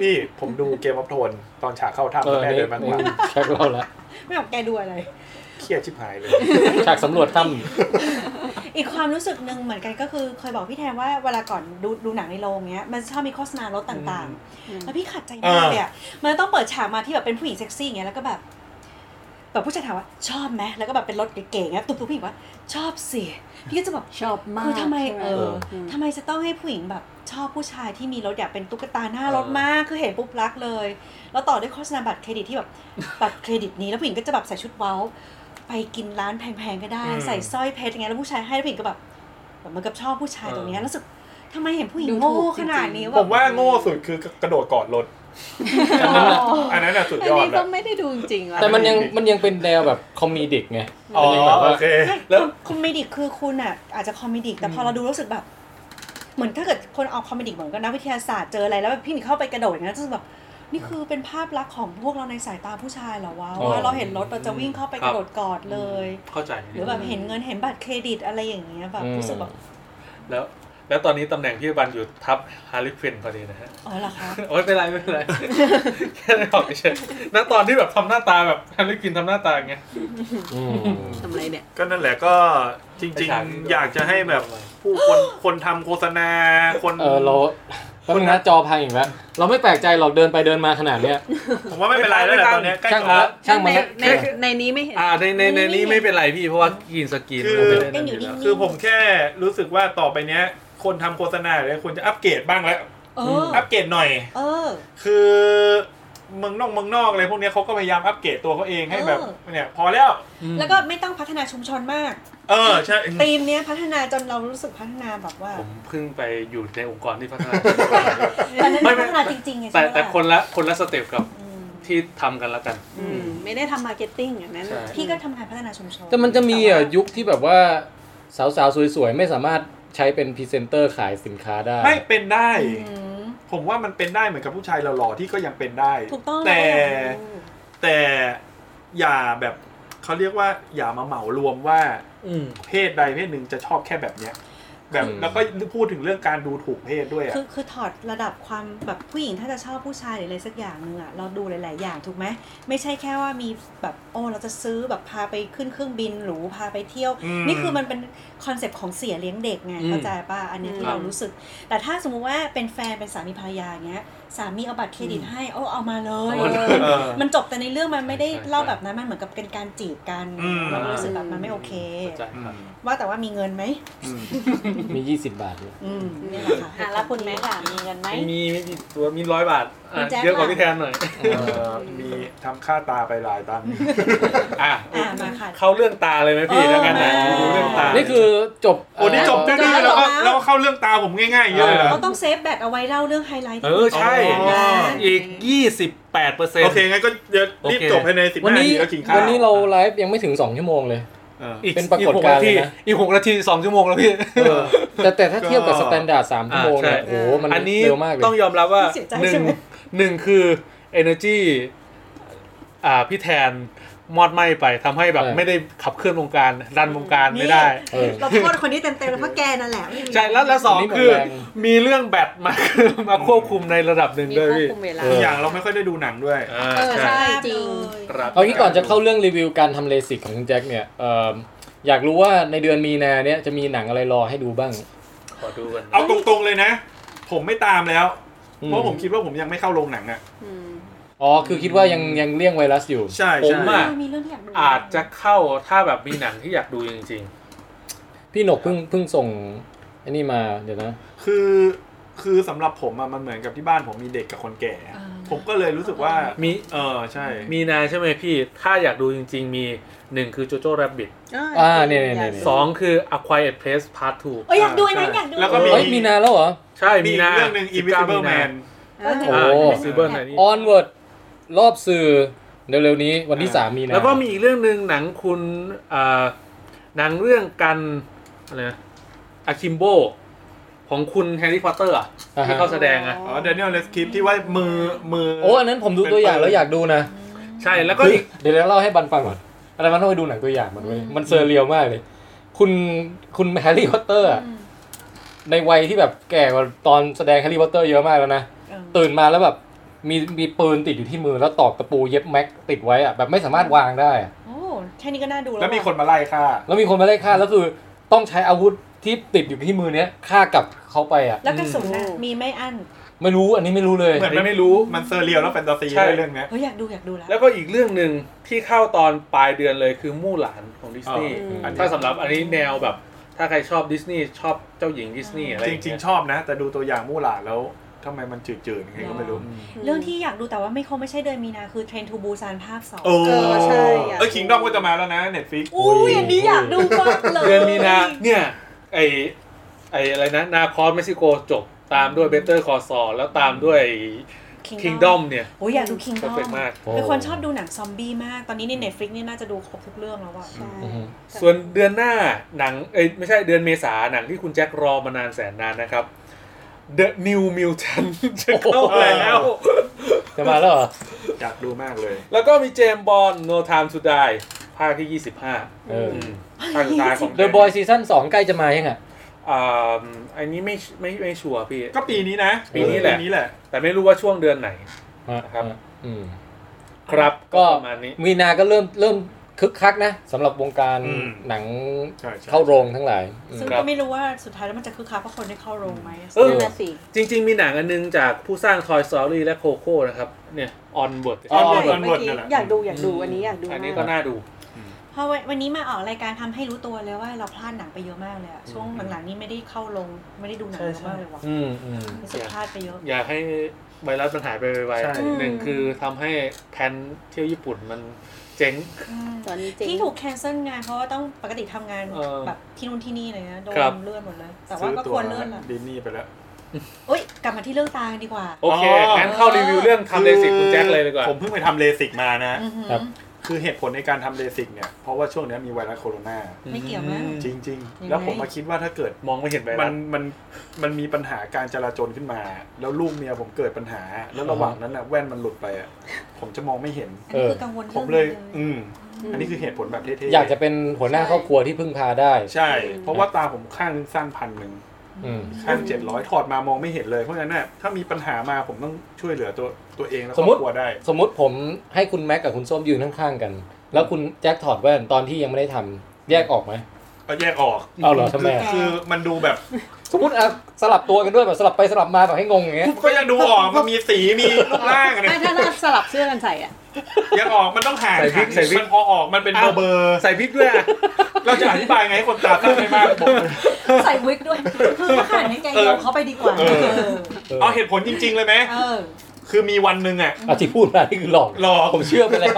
C: พี่ผมดูเกมออฟโทนตอนฉากเข้า
A: เออ
C: ถ้ำแม่
A: นี่
C: เดินมาข้างหลัง
A: นี่ชักเราละ
F: ไม่บอกแกดูอะไร
C: เครียดชิบ หายเลย
A: ฉากสำรวจถ้
F: อีกความรู้สึกหนึ่งเหมือนกันก็คือเคยบอกพี่แทนว่าเวลาก่อนดูดูหนังในโรงเงี้ยมันชอบมีโฆษณารถต่างๆ แล้วพี่ขัดใจมากเลยอ่ะมันต้องเปิดฉากมาที่แบบเป็นผู้หญิงเซ็กซี่เงี้ยแล้วก็แบบแบบผู้ชายถามว่าชอบไหมแล้วก็แบบเป็นรถเก๋ๆเงี้ยตุ๊บตุ๊บผู้หญิงว่าชอบสิพี่ก็จะแบบ
G: ชอบมาก
F: คือทำไม
G: ใช่ห
F: เอออ
G: ม
F: ทำไมจะต้องให้ผู้หญิงแบบชอบผู้ชายที่มีรถอยากเป็นตุ๊กตาหน้ารถมากคือเห็นปุ๊บรักเลย แล้วต่อด้วยโฆษณาบัตรเครดิตที่แบบ บัตรเครดิตนี้แล้วผู้หญิงก็จะแบบใส่ชุดเว้า ไปกินร้านแพงๆก็ได้
C: อืม
F: ใส่สร้อยเพชรอย่างเงี้ยแล้วผู้ชายให้ผู้หญิงก็แบบแบบเหมันกับชอบผู้ชายตรงเนี้ยรู้สึกทำไมเห็นผู้หญิง
G: ดูถูก
F: โง่
G: จริ
F: ข
G: งๆ
F: นาดนี้
C: ผ
F: แบ
C: ม
F: บ
C: ว่าโง่สุดคือกระโดดกอดรถอันนั้นน่ะอันนั้นน่ะสุด
G: อัน
C: ยอด
G: นี้
C: แล้
G: ก็
C: ว
G: ไม่ได้ดูจริงๆ
A: ำ
G: ว่ะ
A: แต่มันยังมันยังเป็นแนวแบบคอมเมดิกไง
C: อ๋อ
A: มันยังแบบว่า
C: โอเค
F: ไม่
D: แล้ว
F: คุณคอมเมดิกคือคุณอ่ะอาจจะคอมเมดิกแต่พอเราดูรู้สึกแบบ เหมือนถ้าเกิดคนเอาคอมเมดิกเหมือนกับนักวิทยาศาสตร์เจออะไรแล้วแบบพี่หมีเข้าไปกระโดดอย่างนั้นรู้สึกแบบนี่คือเป็นภาพลักษณ์ของพวกเราในสายตาผู้ชายเหรอวะว่าเราเห็นรถเราจะวิ่งเข้าไปกระโดดกอดเลย
D: เข้าใจ
F: หรือแบบเห็นเงินเห็นบัตรเครดิตอะไรอย่างเงี้ยแบบรู้สึกแบบ
D: แล้ว แล้วตอนนี้ตำแหน่งพี่บันอยู่ทับฮาริควินพอดีนะฮะ
F: อ๋อเหรอคะ
D: โอ้ยไม่เป็นไรไม่เป็นไร แค่ได้บอกเฉยๆณตอนที่แบบทำหน้าตาแบบฮาริควินทำหน้าตาอย่างเงี้ย
A: อืม
G: ทำอะไรเนี่ย
C: ก็นั่นแหละก็จริง ๆ อยากจะให้แบบผู้คนคนทำโฆษณาคน
A: เออเราคนนะจอพังอีกแล้วเราไม่แปลกใจหรอกเดินไปเดินมาขนาดเนี้ย
C: ผมว่าไม่เป็นไรแล้วแหละตอนเนี้ยใกล้
A: ช่าง
C: จ
A: มัน
C: บ
A: ละช่างมัน
G: ใน
A: ละ
G: ในในนี้ไม่เห็น
D: อ่าในในในนี้ไม่เป็นไรพี่เพราะว่ากินสกิน
C: คือ
D: ไม่ได้
F: ยั
D: นั่
F: ง
D: น
F: อยู่นิ่งๆ
C: คือผมแค่รู้สึกว่าต่อไปเนี้ย คนทำโฆษณาเลยควรจะอัปเกรดบ้างแล้ว
F: เออ
C: อัปเกรดหน่อย
F: เออ
C: คือเมืองนอกเมืองนอกอะไรพวกเนี้ยเขาก็พยายามอัปเกรดตัวเขาเองให้แบบ
F: เออ
C: เนี่ยพอแล้ว
F: แล้วก็ไม่ต้องพัฒนาชุมชนมาก
C: เออใช่
F: ธีมเนี้ยพัฒนาจนเรารู้สึกพัฒนาแบบว่า
D: ผมเพิ่งไปอยู่ในองค์กรที่พัฒนา
F: แต่นั้น
D: ไม่
F: มัน
D: ไม่
F: พัฒนาจริงๆไงใช่
D: แต่
F: ไหม
D: แต่คนละคนละสเต็ปกับ
F: อืม
D: ที่ทำกันแล้วกัน
G: อืม ไม่ได้ทำมาร์เก็ตติ้งอย่างนั้น
D: ใช่
F: พี่ก็ทำงานพัฒนาชุมชน
A: แต่มันจะมีอ่ะยุคที่แบบว่าสาวๆ สวยๆ ไม่สามารถใช้เป็นพรีเซนเตอร์ขายสินค้าได้
C: ไม่เป็นได้
F: อืม
C: ผมว่ามันเป็นได้เหมือนกับผู้ชายหล่อๆที่ก็ยังเป็นได้
F: ถูกต้อง
C: แต่
F: เราอยากรู้
C: แต่อย่าแบบเขาเรียกว่าอย่ามาเหมารวมว่าเพศใดเพศหนึ่งจะชอบแค่แบบเนี้ยแบบ
A: อืม
C: แล้วก็พูดถึงเรื่องการดูถูกเพศด้วยอะ
F: คือคือถอดระดับความแบบผู้หญิงถ้าจะชอบผู้ชายหรืออะไรสักอย่างหนึ่งอะเราดูหลาย ๆ อย่างถูกไหมไม่ใช่แค่ว่ามีแบบโอ้เราจะซื้อแบบพาไปขึ้นเครื่องบินหรูพาไปเที่ยว
C: อืม
F: นี่คือมันเป็นคอนเซปต์ของเสียเลี้ยงเด็กไง
A: อืม
F: เข้าใจป่ะอันเนี้ยที่เรารู้สึก แต่ถ้าสมมุติว่าเป็นแฟนเป็นสามีภรรยาอย่างเงี้ยสามีเอาบัตรเครดิตให้โอ้เอามาเลย
C: เออ
F: มันจบแต่ในเรื่องมันไม่ได้
D: ใช่ใช่
F: เล่าแบบนั้นมันเหมือนกับเป็นการจีบกัน
C: อืม
F: เรารู้สึกแบบมันไม่โอเค
D: เข้าใจครับ
F: ว่าแต่ว่ามีเงินไหม
C: อืม
A: มี 20 บาทด้วย
F: อืมนี่แหละ
Q: อ่ะ
F: ค่ะ
Q: แล้วคุณแม็กซ์ล่ะมีเงินไหม
D: ไม่มีไม่มีตัวมีร้อยบาทอ่ะ
Q: คุณแจ็ค
D: เยอะกว่า
Q: ล่ะ
D: พี่แทนหน่อย
C: เออมีทำค่าตาไปหลายตังค์
D: อ่ะ
F: อ่ามาค่ะ
D: เข้าเรื่องตาเลยไหมพี่
F: เออ
D: แล้วกันนะ
F: มา
D: ดูเรื่องตา
A: นี่คือจบ
C: โอ้นี่จบด้วย
F: จบ
C: นี่
F: แล้ว
C: แล้วก็
F: จบแล้ว
C: แล้วก็เข้าเรื่องตาผมง่ายๆอย่างเงี้ยเลยเหรอ
F: เราต้องเซฟแบตเอาไว้เล่าเรื่องไฮไลท์ที่
D: เออใช่
C: อ๋อ
D: อีก 28เปอร์เซ็นต์
C: โอเคงั้นก็เดี๋ยวรีบ
D: โอเค
C: จบภายในสิบ
A: วัน
C: ห้านา
A: นี้
C: ทีแล้วกินข้าว
A: วันนี้เราไลฟ์ยังไม่ถึง 2 ชั่วโมงเลย
C: เออ
D: อีก
A: เป็นปรากฏการณ์เลยนะ
D: อีหกนทีอีกหกนาทีสองชั่วโมงแล้วพี่
A: แต่แต่ถ้า
C: ก็
A: เทียบกับสแตนดาร์ดสามชั่วโมงเนี่ย
D: อ่าใช่
A: โอ้โหมัน
D: อันนี้
A: เร็วมากเลย
D: ต้องยอมรับว่า
F: เสียใจ
D: หนึ่
F: ใช่
D: ง
F: ไหม
D: หนึ่งคือ energy อ่าพี่แทนมอดไหมไปทำให้แบบ
A: เออ
D: ไม่ได้ขับเคลื่อนวงการรันวงการไม่ได้
A: เออ
F: เราโทษคนนี้เต็มๆเลยเพราะแกนั่นแหละไม่มี
D: ใช่แล้วแล้วสอง
A: นี่มัน
D: คือ
A: แรง
D: มีเรื่องแบตมา มาควบคุมในระดับหนึ่ง
G: มี
D: ด้วย
G: ควบ
D: พี่
G: คุมเวลา
A: เอ
C: อีกอย่างเราไม่ค่อยได้ดูหนังด้วย
D: อ่า
G: เออใช่ จริง
D: ครับ
A: เอางี้ก่อนจะเข้าเรื่องรีวิวการทำเลสิกของคุณแจ็คเนี่ยเอออยากรู้ว่าในเดือนมีนาเนี่ยจะมีหนังอะไรรอให้ดูบ้าง
D: ขอดูกัน
C: เอาตรงๆเลยนะ ผมไม่ตามแล้ว
A: อืม
C: เพราะผมคิดว่าผมยังไม่เข้าโรงหนังอ่ะ
G: อืม
A: อ๋อคือคิดว่ายังยังเลี่ยงไวรัสอยู่
C: ใช่
D: ผม
C: ใช่
D: อ่ะ
F: เออมีเรื่องที่อยากดู
D: อาจจะเข้าถ้าแบบมีหนังที่อยากดูจริง
A: พี่หนกเพิ่งเพิ่งส่งอันนี้มาเดี๋ยวนะ
C: คือคือสำหรับผมอะมันเหมือนกับที่บ้านผมมีเด็กกับคนแก่ ผมก็เลยรู้สึกว่า
D: ๆ มี
C: เออใช่
D: มีนาใช่ไหมพี่ ถ้าอยากดูจริง ๆ มีหนึ่งคือโจโจ้แรบบิท
A: อ่าเนี่ยเนี่ยเนี่ย
D: สองคือ A Quiet Place Part
F: เอยอยากดูอันนั้นอยากดู
C: แล้วก็
A: เฮ้ยมีนาแล้วเหรอ
D: 2 ใช่
C: มีอี
D: มีนาก
C: เรื่องหนึ่ง
D: 19
C: Invisible Man
F: เออ
A: โอ้
D: อ่า Invisible Man นี่
A: Onward รอบสื่อ เร็วๆนี้วันที่สามมีนา
D: แล้วก็มีอีกเรื่องหนึ่งหนังคุณอ่าหนังเรื่องกันอะไรนะอาคิมโบ ของคุณแฮร์รี่พอตเตอร์ที่เขาแสดงอะ
C: อ๋อเดนิเอลเลสคริปที่ว่ามือมือ
A: โอ้อันนั้นผมดูตัวอย่างแล้วอยากดูนะ
D: ใช่แล้วก็
A: เฮ้ย
D: อีก
A: เดี๋ยวเล่าให้บันฟังก่อนอะไรมันต้องไปดูหนังตัวอย่างมันเว้ยมันเซอร์เรียลมากเลย คุณคุณแฮร์รี่พอตเตอร์อะในวัยที่แบบแก่กว่าตอนแสดงแฮร์รี่พอตเตอร์เยอะมากแล้วนะ ตื่นมาแล้วแบบมีมีปืนติดอยู่ที่มือแล้วตอกตะปูเย็บแม็กติดไว้อะแบบไม่สามารถวางได้อะ
F: โอ้แค่นี้ก็น่าดูแล้ว
C: แล้วมี
F: อะ
C: คนมาไล่ฆ่า
A: แล้วมีคนมาไล่ฆ่าแล้วคือต้องใช้อาวุธที่ติดอยู่ที่มือเนี้ยฆ่ากลับเขาไปอ่ะ
F: แล้วกระสุนน่ะมีไม่อั้น
A: ไม่รู้อันนี้ไม่รู้เลย
C: เหมือนมันไม่รู้มันเซอร์เรียลแล้วแฟนตาซีอะไรเรื่องเนี้ย
F: เฮ้ยอยากดูอยากดูแล้ว
D: แล้วก็อีกเรื่องหนึ่งที่เข้าตอนปลายเดือนเลยคือมู่หลานของดิสนีย์
A: อ๋ออันนี้
D: ถ้าสำหรับอันนี้แนวแบบ ถ้าใครชอบดิสนีย์ชอบเจ้าหญิงดิสนีย์อะไร
C: จ
D: อย่า
C: ริ
D: เย
C: ง ๆ ชอบนะ แต่ดูตัวอย่างมู่หลานแล้วทำไมมันจืดๆยังไงก็ไม่รู้
F: เรื่องที่อยากดูแต่ว่าไม่คงไม่ใช่เดือนมีนาคือเทรนทูบูซานภาคสอง
C: โอ้
G: เออใช่อยาก
C: เอ้ยคิงดอมก็จะมาแล้วนะเน็ตฟิก
F: อุ้ยอันนี้อยากดูมากเลย
D: เดือนมีนาเนี่ยไอไออะไรนะนาคอสเม็กซิโกจบตามด้วยเบเตอร์คอซอแล้วตามด้วยคิงดอมเนี่ย
F: โอ้ยอยากดูคิง
D: เพ
F: ดอ
D: อร์
F: ม
D: เฟกมาก
F: เป็นคนชอบดูหนังซอมบี้มาก ตอนนี้ใน Netflix นี่น่าจะดูครบทุกเรื่องแล้วอะ
A: อือฮึ
D: ส่วนเดือนหน้าหนังเอ้ยไม่ใช่เดือนเมษาหนังที่คุณแจ็ครอมานานแสนนานนะครับ The New Mutant จะเข้าแล้ว
A: จะมาแล้วเหรอ
C: อยากดูมากเลย
D: แล้วก็มีเจมส์บอล No Time to Die ภาคที่ 25
A: เออ
D: อืมภาคสุดท้ายของ
A: เดอะบอยซีซั่นสองใกล้จะมายังอ่ะ
D: อ่าอันนี้ไม่ไม่ไม่ชัวร์พี่
C: ก็ปีนี้นะ
D: ปีนี้แหละ
C: ปีนี้แหละ
D: แต่ไม่รู้ว่าช่วงเดือนไหน ครับ
A: อืม
D: ครับ
A: ก็
D: ประมาณนี้
A: มีนาก็เริ่มเริ่มคึกคักนะสำหรับวงการ
C: อืม
A: หนัง
C: ใช่ใช่
A: เข้าโรงทั้งหลายอืม
F: ซึ่ง
D: ครับ
F: ก็ไม่รู้ว่าสุดท้ายแล้วมันจะคึกคักเพราะคนได้เข้าโรงไหม
D: เออ
G: นั่นน่ะสิ
D: จริง ๆ มีหนังอันนึงจากผู้สร้าง Toy Story และ Coco นะครับ เนี่ย Onward
C: ออนเวิร์ดอ
G: ใช่
C: อน
G: เมื่
C: เวิร์ด
G: อกี้
C: นั่นแหละ
G: อยากดูอยากดูอันนี้อยากดู
D: อันนี้
G: มาก
D: ก็น่าดู
F: เพราะวันนี้มาออกรายการทำให้รู้ตัวเลยว่าเราพลาดหนังไปเยอะมากเลยอะช่วงหลังๆนี้ไม่ได้เข้าโรงไม่ได้ดูหนังเยอะมากเลยว่ะ
A: อืมอืม
F: รู้สึกพลาดไปเยอะ
D: อยากให้ไวรัสมันหายไปไว
C: ใช่
D: ๆหนึ่งคือทำให้แพลนเที่ยวญี่ปุ่นมันเจ๊ง
G: ตอนนี้เจ๊ง
F: ที่ถูกแคนเซิลงานเพราะว่าต้องปกติทำงาน
D: เออ
F: แบบที่นู่นที่นี่อะไรเงี้ยโดน
D: ครับ
F: เลื่อนหมดเลย แต่ว่า
C: ซื้อ
F: ก็
C: ตั
F: คว วรเลื่อนละ
C: ดิสนีย์ไปแล้ว
F: โอ๊ยกลับมาที่เรื่องตากันดีกว่า
D: โอเค
C: อ๋อ
D: งั้นเข้ารีวิวเรื่องทำเลสิกคุณแจ็คเลยดีกว่า
C: ผมเพิ่งไปทำเลสิกมานะ
F: อือหือ
A: ครับ
C: คือเหตุผลในการทำเลสิกเนี่ย เพราะว่าช่วงเนี้ยมีไวรัสโคโรนา
F: ไม่เกี่ยวมาก
C: จริง ๆ แล้วผมมาคิดว่าถ้าเกิด
D: มองไม่เห็นไว
C: มัน
D: รัส
C: มันมันมีปัญหาการจราจรขึ้นมา แล้วลูกเมียผมเกิดปัญหา แล้วระหว่างนั้นน่ะแว่นมันหลุดไปอ่ะผมจะมองไม่เห็น
F: อันนี้คือกังวล
C: ผ
F: เรื่
C: ม
F: อง
C: เลย
F: นี้
C: อืม อันนี้คือเหตุผลแบบเท่ๆ
A: อยากจะเป็นหัวหน้าครอบครัวที่พึ่งพาได้
C: ใช่ เพราะว่าตาผมข้างสร้างพันหนึ่ง
A: อืม
C: ข้างเจ็ดร้อยถอดมามองไม่เห็นเลยเพราะฉะนั้นน่ะถ้ามีปัญหามาผมต้องช่วยเหลือตัวตัวเองและครอบครัวได้
A: สมมุติผมให้คุณแม็กกับคุณส้มยืนข้างๆกัน แล้วคุณแจ็คถอดแว่นตอนที่ยังไม่ได้ทำแยกออกไหม
C: ก็แยกออก
A: เอาเหรอทำไมอ่ะ
C: คือคือมันดูแบบ
A: สมมติอ่ะสลับตัวกันด้วยแบบสลับไปสลับมาแบบให้งงอย่างเงี้ย
C: ก็ยังดูออกมันมีสีมีรูปร่างอะไร
R: ไม่ถ้าเราสลับเสื้อกันใส่อ่ะ
C: ยังออกมันต้องห่าง
D: ใส่พริกใส่พริก
C: มันพอออกมันเป็นเบอร์เบอร์
D: ใส่พริกด้วยอะ
C: เราจะอธิบายไงให้คนตาสั้นไม่มากผม
F: ใส่วิกด้วยคือถ้าขาดในใจยอมเขาไปดีกว่า
C: เออ
F: เออ
C: เอาเหตุผลจริง ๆ เลยไหม
F: เออ
C: คือมีวันหนึ่งอ่ะ
A: อาที่พูดมานี่คือหลอก
C: หลอก
A: ผมเชื่อไปแล้ว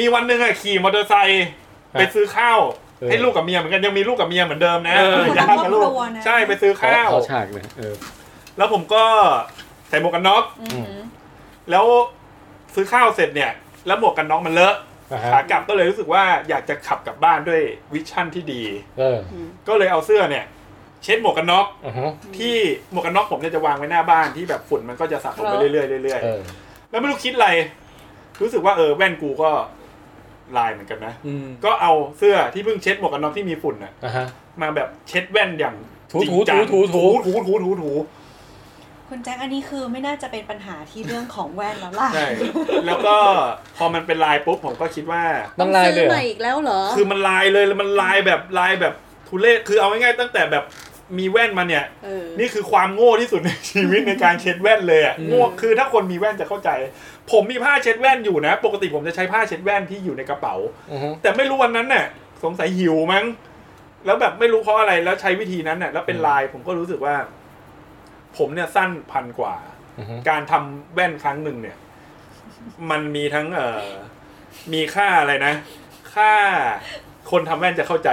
C: มีวันหนึ่งอ่ะขี่มอเตอร์ไซค์ไปซื้อข้าว ให้ลูกกับเมียเหมือนกันยังมีลูกกับเมียเหมือนเดิมนะ
D: เออ
C: ย่ากับลูก
F: ครอบครัวนะ
C: ใช่ไปซื้อข้าว
A: เขาฉากเลยเออ
C: แล้วผมก็ใส่หมวกกันน็อกแล้วซื้อข้าวเสร็จเนี่ย แล้วหมวกกันน็อกมันเลอะ
A: อ่าฮะ
C: ขากลับก็เลยรู้สึกว่าอยากจะขับกลับบ้านด้วยวิชั่นที่ดี
A: เออ
C: ก็เลยเอาเสื้อเนี่ย เช็ดหมวกกันน็อก
A: อ่ะฮะ
C: ที่หมวกกันน็อกผมเนี่ยจะวางไว้หน้าบ้านที่แบบฝุ่นมันก็จะสะสมไปเรื่อยๆเรื่อย
A: เอ
C: ๆ
A: อ
C: แล้วไม่รู้คิดอะไร รู้สึกว่าเออแว่นกูก็ลายเหมือนกันนะ
D: อืม
C: ก็เอาเสื้อที่เพิ่งเช็ดหมวกกันน็อกที่มีฝุ่นน่ะ
A: อ่ะฮะ
C: มาแบบเช็ดแว่นอย่าง
A: ถู
C: จริ
A: ถู
C: งจัง
A: ถูถู
C: ถูถูถูถู
F: คุณแจ็คอันนี้คือไม่น่าจะเป็นปัญหาที่เรื่องของแว่นแล้วล่ะ
C: ใช่ แล้วก็พอมันเป็นลายปุ๊บผมก็คิดว่า
A: น้ำลายเลย
R: ซื้อให
A: เหรอ
R: ม่อีกแล้วเหรอ
C: คือมันลายเลยแล้วมันลายแบบลายแบบทุเรศคือเอาง่ายๆตั้งแต่แบบมีแว่นมาเนี่ย
R: เออ
C: นี่คือความโง่ที่สุดใน ชีวิตในการเช็ดแว่นเลยอ่ะโง่คือถ้าคนมีแว่นจะเข้าใจ ผมมีผ้าเช็ดแว่นอยู่นะ ปกติผมจะใช้ผ้าเช็ดแว่นที่อยู่ในกระเป๋า
A: อือฮึ
C: แต่ไม่รู้วันนั้นน่ะสงสัยหิวมั้ง แล้วแบบไม่รู้เพราะอะไรแล้วใช้วิธีนั้นน่ะแล้วเป็นลายผมก็รู้สึกว่า ผมเนี่ยสั้นพันกว่า
A: อือฮึ
C: การทำแว่นครั้งหนึ่งเนี่ย มันมีทั้งเอ่อมีค่าอะไรนะ ค่าคนทำแว่นจะเข้าใจ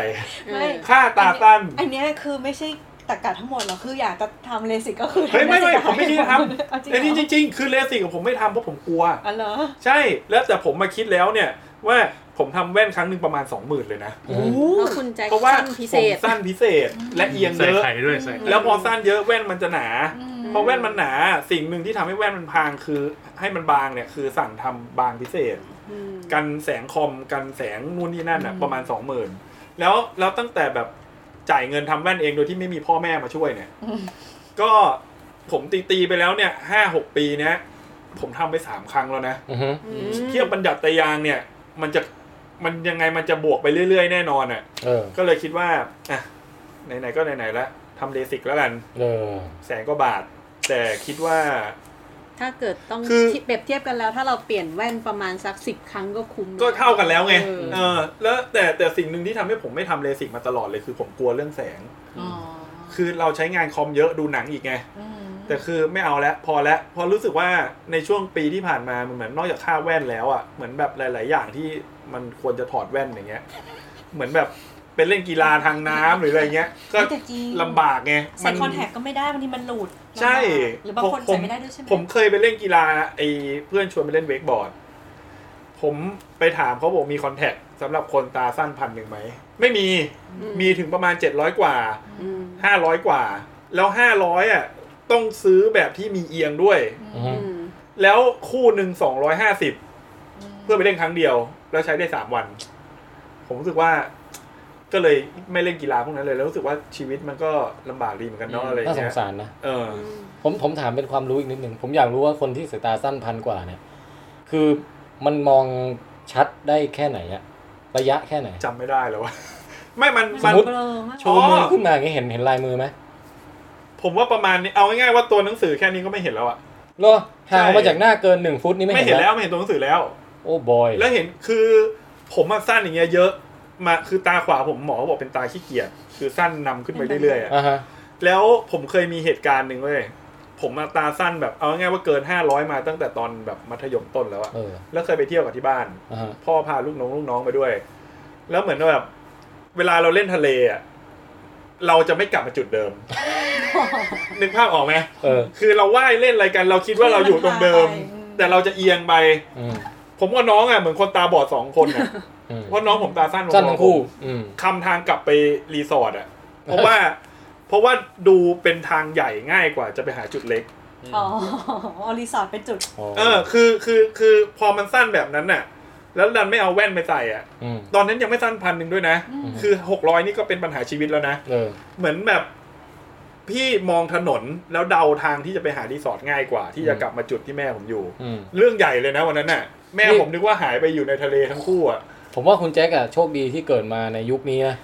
F: ไม่
C: ค่าตาสั้น
F: อันเนี้ยคือไม่ใช่ ตรรกะทั้งหมดเหรอคืออยากจะทำเลสิกก็คือ
C: เฮ้ยไม่ไม่ผมไม่คิดจะท
F: เอา
C: ำ
F: จริง
C: ไอ้นี่
F: เห
C: จ
F: รอ
C: ริง ๆ คือเลสิกผมไม่ทำเพราะผมกลัว
F: อ๋อเหรอ
C: ใช่แล้วแต่ผมมาคิดแล้วเนี่ยว่าผมทำแว่นครั้งหนึ่งประมาณ 20,000 เลยนะ
F: โอ้โห
L: เพราะคุณแจ็ค
C: เพราะว่า
L: สั้นพิเศ
C: ผม
L: ษ
C: สั้นพิเศษและเอียง
D: ใส่
C: เยอะ
D: ไข่ด้วยใส่
C: แล้วพอสั้นเยอะแว่นมันจะหนา พอแว่นมันหนาสิ่งหนึ่งที่ทำให้แว่นมันพางคือให้มันบางเนี่ยคือสั่งทำบางพิเศษ กันแสงคอมกันแสงนู่นนี่นั่นอ่ะประมาณ 20,000 แล้วแล้วตั้งแต่แบบจ่ายเงินทำแว่นเองโดยที่ไม่มีพ่อแม่มาช่วยเนี่ย ก็ผมตีตีๆไปแล้วเนี่ยห้าหกปีเนี้ยผมทำไปสามครั้งแล้วนะ
S: อือฮึ
C: เทียบบัญญัติตายางเนี่ย มันจะมันยังไงมันจะบวกไปเรื่อย ๆ แน่นอนอ่ะ
S: เออ
C: ก็เลยคิดว่าอ่ะไหนๆก็ไหนๆละทำเลสิกแล้วกัน
S: เออ
C: แสนกว่าบาท แต่คิดว่า
L: ถ้าเกิดต้อง
C: คือ
L: ที่เปรียบเทียบกันแล้วถ้าเราเปลี่ยนแว่นประมาณสักสิบครั้งก็คุ้ม
C: ก็เท่ากันแล้วไง
L: เออ
C: เออ แล้วแต่แต่สิ่งหนึ่งที่ทำให้ผมไม่ทำเลสิกมาตลอดเลยคือผมกลัวเรื่องแสง
J: อ๋อ
C: คือเราใช้งานคอมเยอะดูหนังอีกไง แต่คือไม่เอาแล้วพอแล้วพอรู้สึกว่าในช่วงปีที่ผ่านมามันเหมือนนอกจากค่าแว่นแล้วอ่ะเหมือนแบบหลาย ๆ อย่างที่มันควรจะถอดแว่นอย่างเงี้ย เหมือนแบบเป็นเล่นกีฬาทางน้ำหรืออะไรเงี้ย ก็
F: แต่จริง
C: ลำบากไง
F: ใส่คอนแทคก็ไม่ได้บางทีมันหลุด
C: ใช่
F: หรือบางคน
C: ผ
F: ใส่ไม่ได้ด้วยใช่ไหม
C: ผมเคยไปเล่นกีฬาไอ้เพื่อนชวนไปเล่นเวกบอร์ด ผมไปถามเขาบอกมีคอนแทคสำหรับคนตาสั้นพันหนึ่งไหมไม่มีมีถึงประมาณเจ็ดร้อยกว่า
L: อืม
C: ห้าร้อยกว่า แล้วห้าร้อยอ่ะต้องซื้อแบบที่มีเอียงด้วย
S: อือฮึ
L: อืม
C: แล้วคู่หนึ่งสองร้อยห้าสิบเพื่อไปเล่นครั้งเดียว แล้วใช้ได้สามวัน ผมรู้สึกว่า ก็เลยไม่เล่นกีฬาพวกนั้นเลย แล้วรู้สึกว่าชีวิตมันก็ลำบากดีเหมือนกันเนาะอะไรอย่า
S: น่าง สง
C: เงี้ย
S: สารนะ
C: เออ
S: ผมผมถามเป็นความรู้อีกนิดหนึ่งผมอยากรู้ว่าคนที่สายตาสั้นพันกว่าเนี่ย คือมันมองชัดได้แค่ไหนอะระยะแค่ไหน
C: จำไม่ได้แล้วว่า ไม่มัน
S: ส
C: มั
S: ม
C: น
S: มติ
L: เบลอมาก
S: ชูมือ
C: อ
S: ขึ้นมาอย่างเงี้ยเห็นเห็นลายมือไหม
C: ผมว่าประมาณนี้เอาง่ายๆว่าตัวหนังสือแค่นี้ก็ไม่เห็นแล้วอ่ะ
S: เหรอห่างออกมา
C: ใช่
S: จากหน้าเกินหนึ่งฟุตนี่ไม่
C: ไม่
S: เห็
C: เห็
S: น
C: นแล้
S: แล้วว
C: ไม่เห็นตัวหนังสือแล้ว
S: โอ้บอย
C: แล้วเห็นคือผมมาสั้นอย่างเงี้ยเยอะมาคือตาขวาผมหมอบอกเป็นตาขี้เกียจคือสั้นนำขึ้นไปเรื่อยๆอะ
S: อ่ะฮะ
C: แล้วผมเคยมีเหตุการณ์หนึ่งเว้ยผมมาตาสั้นแบบเอาง่ายๆว่าเกิน 500 มาตั้งแต่ตอนแบบมัธยมต้นแล้วอะ
S: เออ
C: แล้วเคยไปเที่ยวกับที่บ้าน
S: อ่ะฮะ
C: พ่อพาลูกน้องลูกน้องไปด้วย แล้วเหมือนแบบ เวลาเราเล่นทะเลอะเราจะไม่กลับมาจุด เดิม นึกภาพออกไหม
S: เออ
C: คือเราว่ายเล่นอะไรกัน เราคิดว่าเราอยู่ตรงเดิม แต่เราจะเอียงไป
S: อืม
C: ผมกับน้องอ่ะเหมือนคนตาบอดสองคนอ่ะ
S: อืม
C: เพราะน้องผมตาสั้นกว่า
S: สั้นทั้งคู่
C: ผม
S: อืม
C: คำทางกลับไปรีสอร์ทอ่ะ เพราะว่า เพราะว่าดูเป็นทางใหญ่ง่ายกว่าจะไปหาจุดเล็ก
F: อ๋อเอารีสอร์ทเป็นจุด
C: เออ คือคือคือพอมันสั้นแบบนั้นน่ะ แล้วดันไม่เอาแว่นไปใส่อ่ะ
S: ม
C: ตอนนั้นยังไม่สั้นพันหนึ่งด้วยนะ
S: อืม
C: คือหกร้อยนี่ก็เป็นปัญหาชีวิตแล้วนะ
S: เออ
C: เหมือนแบบ พี่มองถนนแล้วเดาทางที่จะไปหารีสอร์ทง่ายกว่า ที่จะกลับมาจุดที่แม่ผมอยู่
S: อืม
C: เรื่องใหญ่เลยนะวันนั้นน่ะ แม่
S: นี่
C: ผมนึกว่าหายไปอยู่ในทะเลทั้งคู่อ่ะ
S: ผมว่าคุณแจ็คอะโชคดีที่เกิดมาในยุคนี้นะ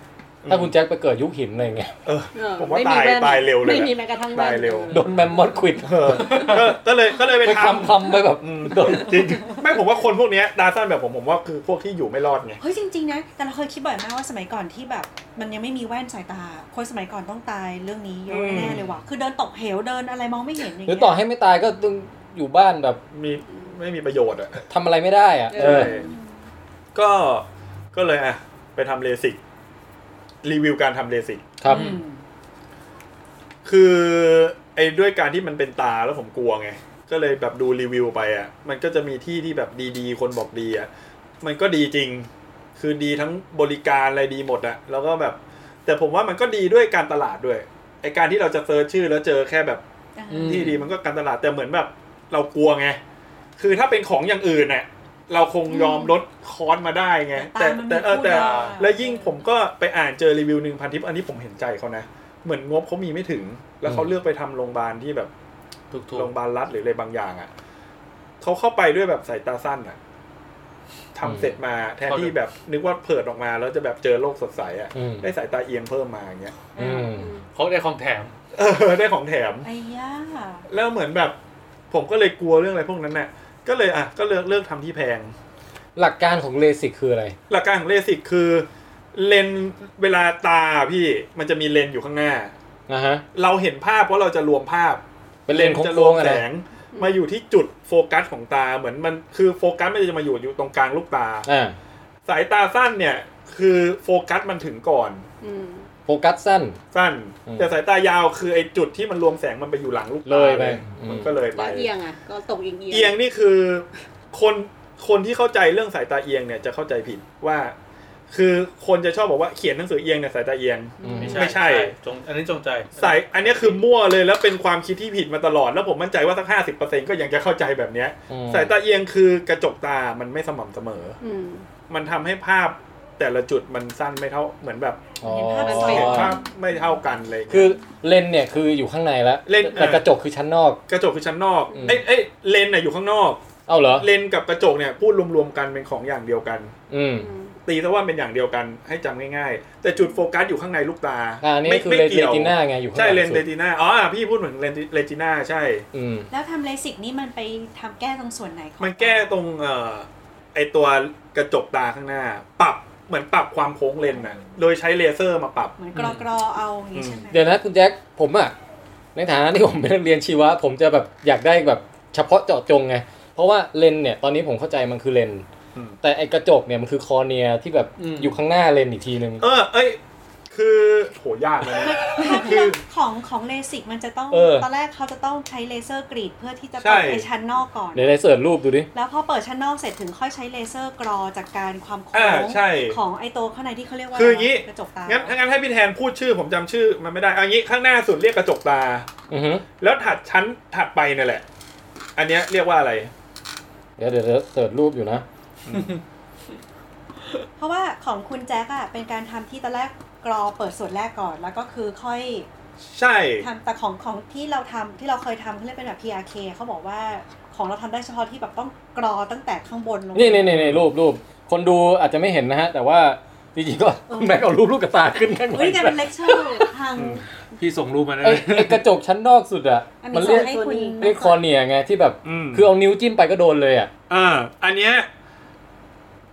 S: ถ้าคุณแจ็คไปเกิดยุคหินอะไรเงี้ย
C: เออ
L: เออ
C: ผมว่า
L: ไม่มี
C: ตาย
L: แน
C: ตายเร็วเลย
L: ไม่มี
C: อะ
L: แม้กระทั่งแว่น
C: ตายเร็ว
S: โดนแมมมอธควิด
C: เออก็ก็เลยก็เลยไป
S: ไป
C: ทำ
S: คำคำไปแบบ
C: อืม
S: โดน
C: จริงไม่ผมว่าคนพวกเนี้ยดาสั้นแบบผมผมว่าคือพวกที่อยู่ไม่รอดไง
F: เฮ้ยจริงๆนะ แต่เราเคยคิดบ่อยมากว่าสมัยก่อนที่แบบ มันยังไม่มีแว่นสายตา คนสมัยก่อนต้องตายเรื่องนี้เยอะแน่เลยว่ะ คือเดินตกเหวเดินอะไรมองไม่เห็นอย่าง
S: หรือ
F: เงี้
S: ต่อย ให้ไม่ตายก็ต้องอยู่บ้านแบบ
C: มีไม่มีประโยชน์อ่ะ
S: ทำอะไรไม่ได้อะเออ
C: ใช่ก็ก็เลยอ่ะ ไปทำเลสิก รีวิวการทำเลสิก
S: ครับ
C: คือไอ้ด้วยการที่มันเป็นตาแล้วผมกลัวไง ก็เลยแบบดูรีวิวไปอ่ะ มันก็จะมีที่ที่แบบดีๆ คนบอกดีอ่ะ มันก็ดีจริง คือดีทั้งบริการอะไรดีหมดอะแล้วก็แบบ แต่ผมว่ามันก็ดีด้วยการตลาดด้วย ไอการที่เราจะเซิร์ชชื่อแล้วเจอแค่แบบ
S: อืม
C: ที่ดีมันก็การตลาดแต่เหมือนแบบเรากลัวไง คือถ้าเป็นของอย่างอื่นเนี่ยเราคงยอมลดคอสมาได้ไง แต่แต่เออแต่ แล้วยิ่งผมก็ไปอ่านเจอรีวิวหนึ่งพันทิป อันนี้ผมเห็นใจเขานะ เหมือนงบเขามีไม่ถึง แล้วเขาเลือกไปทำโรงพยาบาลที่แบบ
D: ถูกถูก
C: โรงพยาบาลรัฐหรืออะไรบางอย่างอ่ะเขาเข้าไปด้วยแบบสายตาสั้นอ่ะทำเสร็จมาแทนที่แบบนึกว่าเผิดออกมาแล้วจะแบบเจอโลกสดใสอ่ะ
S: อืม
C: ได้สายตาเอียงเพิ่มมาอย่างเงี้ย
S: อืม
D: เขาได้ของแถม
C: เออ ได้ของแถม
F: ไอ้ย่า
C: แล้วเหมือนแบบ ผมก็เลยกลัวเรื่องอะไรพวกนั้นน่ะ ก็เลยอ่ะ ก็เลือกเลือกทำที่แพง
S: หลักการของเลสิกคืออะไร
C: หลักการของเลสิกคือ เลนส์เวลาตาพี่มันจะมีเลนส์อยู่ข้างหน้า
S: นะฮะ
C: เราเห็นภาพเพราะเราจะรวมภาพ
S: เป็นเลนส์
C: จะ
S: โค้
C: รวม
S: งๆอะ
C: แส
S: นะ
C: งมาอยู่ที่จุดโฟกัสของตาเหมือนมันคือโฟกัสมันจะมาอยู่อยู่ตรงกลางลูกตา
S: อ่า
C: สายตาสั้นเนี่ย คือโฟกัสมันถึงก่อน
L: อืม
A: โฟกัสสั้น
C: สั้น
A: อืม
C: แต่สายตายาวคือไอ้จุดที่มันรวมแสงมันไปอยู่หลังลูกตา
A: เลยไปอืม
C: มันก็เลยไป
G: แล้วเอียงอ่ะ ก็ตกเอียงๆ
C: เอียงนี่คือคนคนที่เข้าใจเรื่องสายตาเอียงเนี่ยจะเข้าใจผิดว่า คือคนจะชอบบอกว่าเขียนหนังสือเอียงเนี่ยสายตาเอียง
A: อืม
C: ไม่ใช่
D: จงอันนี้จงใจ
C: สายอันเนี้ยคือมั่วเลยแล้วเป็นความคิดที่ผิดมาตลอด แล้วผมมั่นใจว่าสักห้าสิบเปอร์เซ็นก็ยังจะเข้าใจแบบเนี้ย
A: อืม
C: สายตาเอียงคือกระจกตามันไม่สม่ำเสมอ
G: อืม
C: มันทำให้ภาพแต่ละจุดมันสั้นไม่เท่าเหมือนแบบ
A: อ๋อ
C: เห็นภาพไม่เท่ากันเลย
A: คือเลนส์เนี่ยคืออยู่ข้างในแล้ว
C: เลนส์
A: แต่กระจกคือชั้นนอก
C: กระจกคือชั้นนอก
A: อืม
C: เอ้ยเอ้ยเลนส์น่ะอยู่ข้างนอก
A: เอาเหรอ
C: เลนส์กับกระจกเนี่ยพูดรวมๆกันเป็นของอย่างเดียวกัน
A: อืม
C: ตีซะว่าเป็นอย่างเดียวกันให้จำง่ายๆ แต่จุดโฟกัสอยู่ข้างในลูกตา
A: อ่านี่
C: ไม่
A: คือ
C: ไม่
A: เลน
C: กี่ยว
A: เลติน่าไงอยู่ข้างหลัง
C: ใช่เลน
A: สุด
C: เลติน่าอ๋อพี่พูดเหมือนเลนเลติน่าใช่
A: อืม
F: แล้วทำเลสิกนี่มันไปทำแก้ตรงส่วนไหนของ
C: มันแก้ตรงเอ่อไอตัวกระจกตาข้างหน้า ปรับเหมือนปรับความโค้งเลนน่ะโดยใช้เลเซอร์มาปรับ
F: เหมือนกรอกรอเอาอย่างนี้ใช่ไหม
A: เดี๋ยวนะคุณแจ็คผมอะในฐานะที่ผมเป็นนักเรียนชีวะ ผมจะแบบอยากได้แบบเฉพาะเจาะจงไง เพราะว่าเลนส์เนี่ยตอนนี้ผมเข้าใจมันคือเลนส์
C: อืม
A: แต่ไอกระจกเนี่ยมันคือคอเนียที่แบบ
D: อืม
A: อยู่ข้างหน้าเลนส์อีกทีนึง
C: เออเอ้ยคือโหยากเลยนะ
F: ถ้าเรื่องของของเลสิกมันจะต้อง
A: เออ
F: ตอนแรกเขาจะต้องใช้เลเซอร์กรีดเพื่อที่จะ
C: ใช่
F: เปิดไอชั้นนอกก่อน
A: เดี๋ยวได้เสิร์ชรูปดูดิ
F: แล้วพอเปิดชั้นนอกเสร็จถึงค่อยใช้เลเซอร์กรอจากการความโค้
C: อ่าง ใช่
F: ของไอตัวข้างในที่เขาเรียกว่า
C: คืออย่างงี้
F: กระจกตา
C: งั้นงั้นให้พี่แทนพูดชื่อผมจำชื่อมันไม่ได้เอางี้ข้างหน้าสุดเรียกกระจกตา
A: อือฮึ
C: แล้วถัดชั้นถัดไปนั่นแหละ อันเนี้ยเรียกว่าอะไร
A: เดี๋ยวเดี๋ยวเดี๋ยวเสิร์ชรูปอยู่นะ
F: เพราะว่าของคุณแจ็คอะเป็นการทำที่ตอนแรกกรอเปิดส่วนแรกก่อน แล้วก็คือค่อย
C: ใช่
F: ทำแต่ของของที่เราทำที่เราเคยทำเขาเรียกเป็นแบบ PRK เขาบอกว่าของเราทำได้เฉพาะที่แบบต้องกรอตั้งแต่ข้างบนลง
A: นี่นี่นี่นี่รูปรูปคนดูอาจจะไม่เห็นนะฮะ แต่ว่าจริงๆก็แม็กเอารูปลูกกระตาขึ้นข้างหลั
F: เฮ้ยกลายเป็น
A: ง
F: เลคเชอร์ทาง
D: พี่ส่งรูปมาได้
A: ไอ้
D: ไหม
A: ไอ้กระจกชั้นนอกสุดอะ
F: อัน
A: มั
F: นี้
A: น
F: ส่
A: เรีย
F: ง
A: ก
F: ให้คุณ
A: เรียกคอเนียไงที่แบบ
C: อืม
A: คือเอานิ้วจิ้มไปก็โดนเลยอะ
C: อ่า อันเนี้ย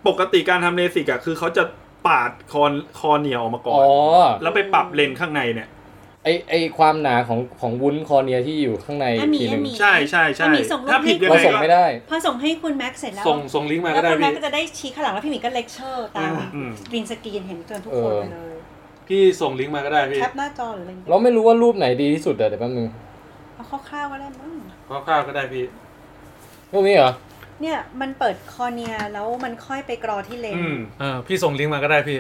C: ปกติการทำเลสิกอะคือเขาจะปาดคอนคอเหนียวออกมาก่อ
A: อ๋
C: น
A: อ
C: แล้วไปปรับเลนข้างในเนี่ย
A: ไอไอความหนาของของวุ้นคอเนียที่อยู่ข้างในอีกทีหนึง
C: ใช่ใช่ใช่
F: อันนี้ส่งรูป
C: ถ้าผิด
F: ให้
A: เรา
C: ยังไง
A: ส่ง
C: ก็
A: ไม่ได้
F: พอส่งให้คุณแม็กซ์เสร็จแล้ว
D: ส่งส่งลิงก์มา
F: แล้ว
D: ก็ได้
F: คุณแม็กซ์
D: พี่
F: ก็จะได้ชี้ข้างหลังแล้วพี่หมีก็เลคเชอร์ตาม
C: อืม
F: กรีนสกรีนเห็นเกินทุกคนไปเลย
D: พี่ส่งลิงก์มาก็ได้พี่
F: แคปหน้าจอหรืออะไรอย่างเงี้ย
A: เราไม่รู้ว่ารูปไหนดีที่สุดอะเดี๋ยวแป๊บนึง
F: เอาคร่าวๆก็ได้มั้ง
D: คร่าวๆก็ได้พี่
A: รูปนี้เหรอ
F: เนี่ยมันเปิดคอเนียแล้วมันค่อยไปกรอที่เลน
C: อืม
D: เออพี่ส่งลิงก์มาก็ได้พี่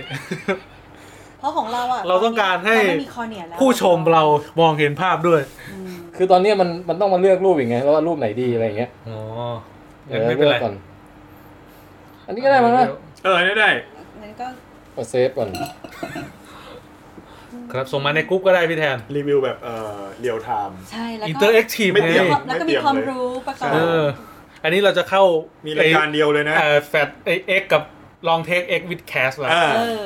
F: เพราะของเราอะ
D: เราต้องการให้
F: เไม่มีคอเนียแล้ว
D: ผู้ชมเรามองเห็นภาพด้วย
F: อืม
A: คือตอนเนี้ยมันมันต้องมาเลือกรูปอย่างไงแล้วว่ารูปไหนดีอะไรอย่างเงี้ย
D: อ๋อ
A: เดี๋ยว
D: ไม่เป็
A: เลื
D: น
A: อก
D: ไร
A: ก่อน อันนี้ก็ได้มั้งนะ
C: เออได้ได้
F: งั้นก็
A: กดเซฟก่อน
D: ครับส่งมาในกรุ๊ปก็ได้พี่แทน
C: รีวิวแบบเอ่อเรียลไทม์
F: ใช่แล้ว
D: อินเต
F: ก็
D: อร์แอคทีฟ
C: ไม่เตรียม
F: แล้วก็มีความรู้ประกอบ
D: เออ อันนี้เราจะเข้า
C: มี
D: มี
C: รายการเดียวเลยนะ
D: แฟดเอ็กกับลองเทคเอ็กวิดแคสละ
C: อ่า
F: เออ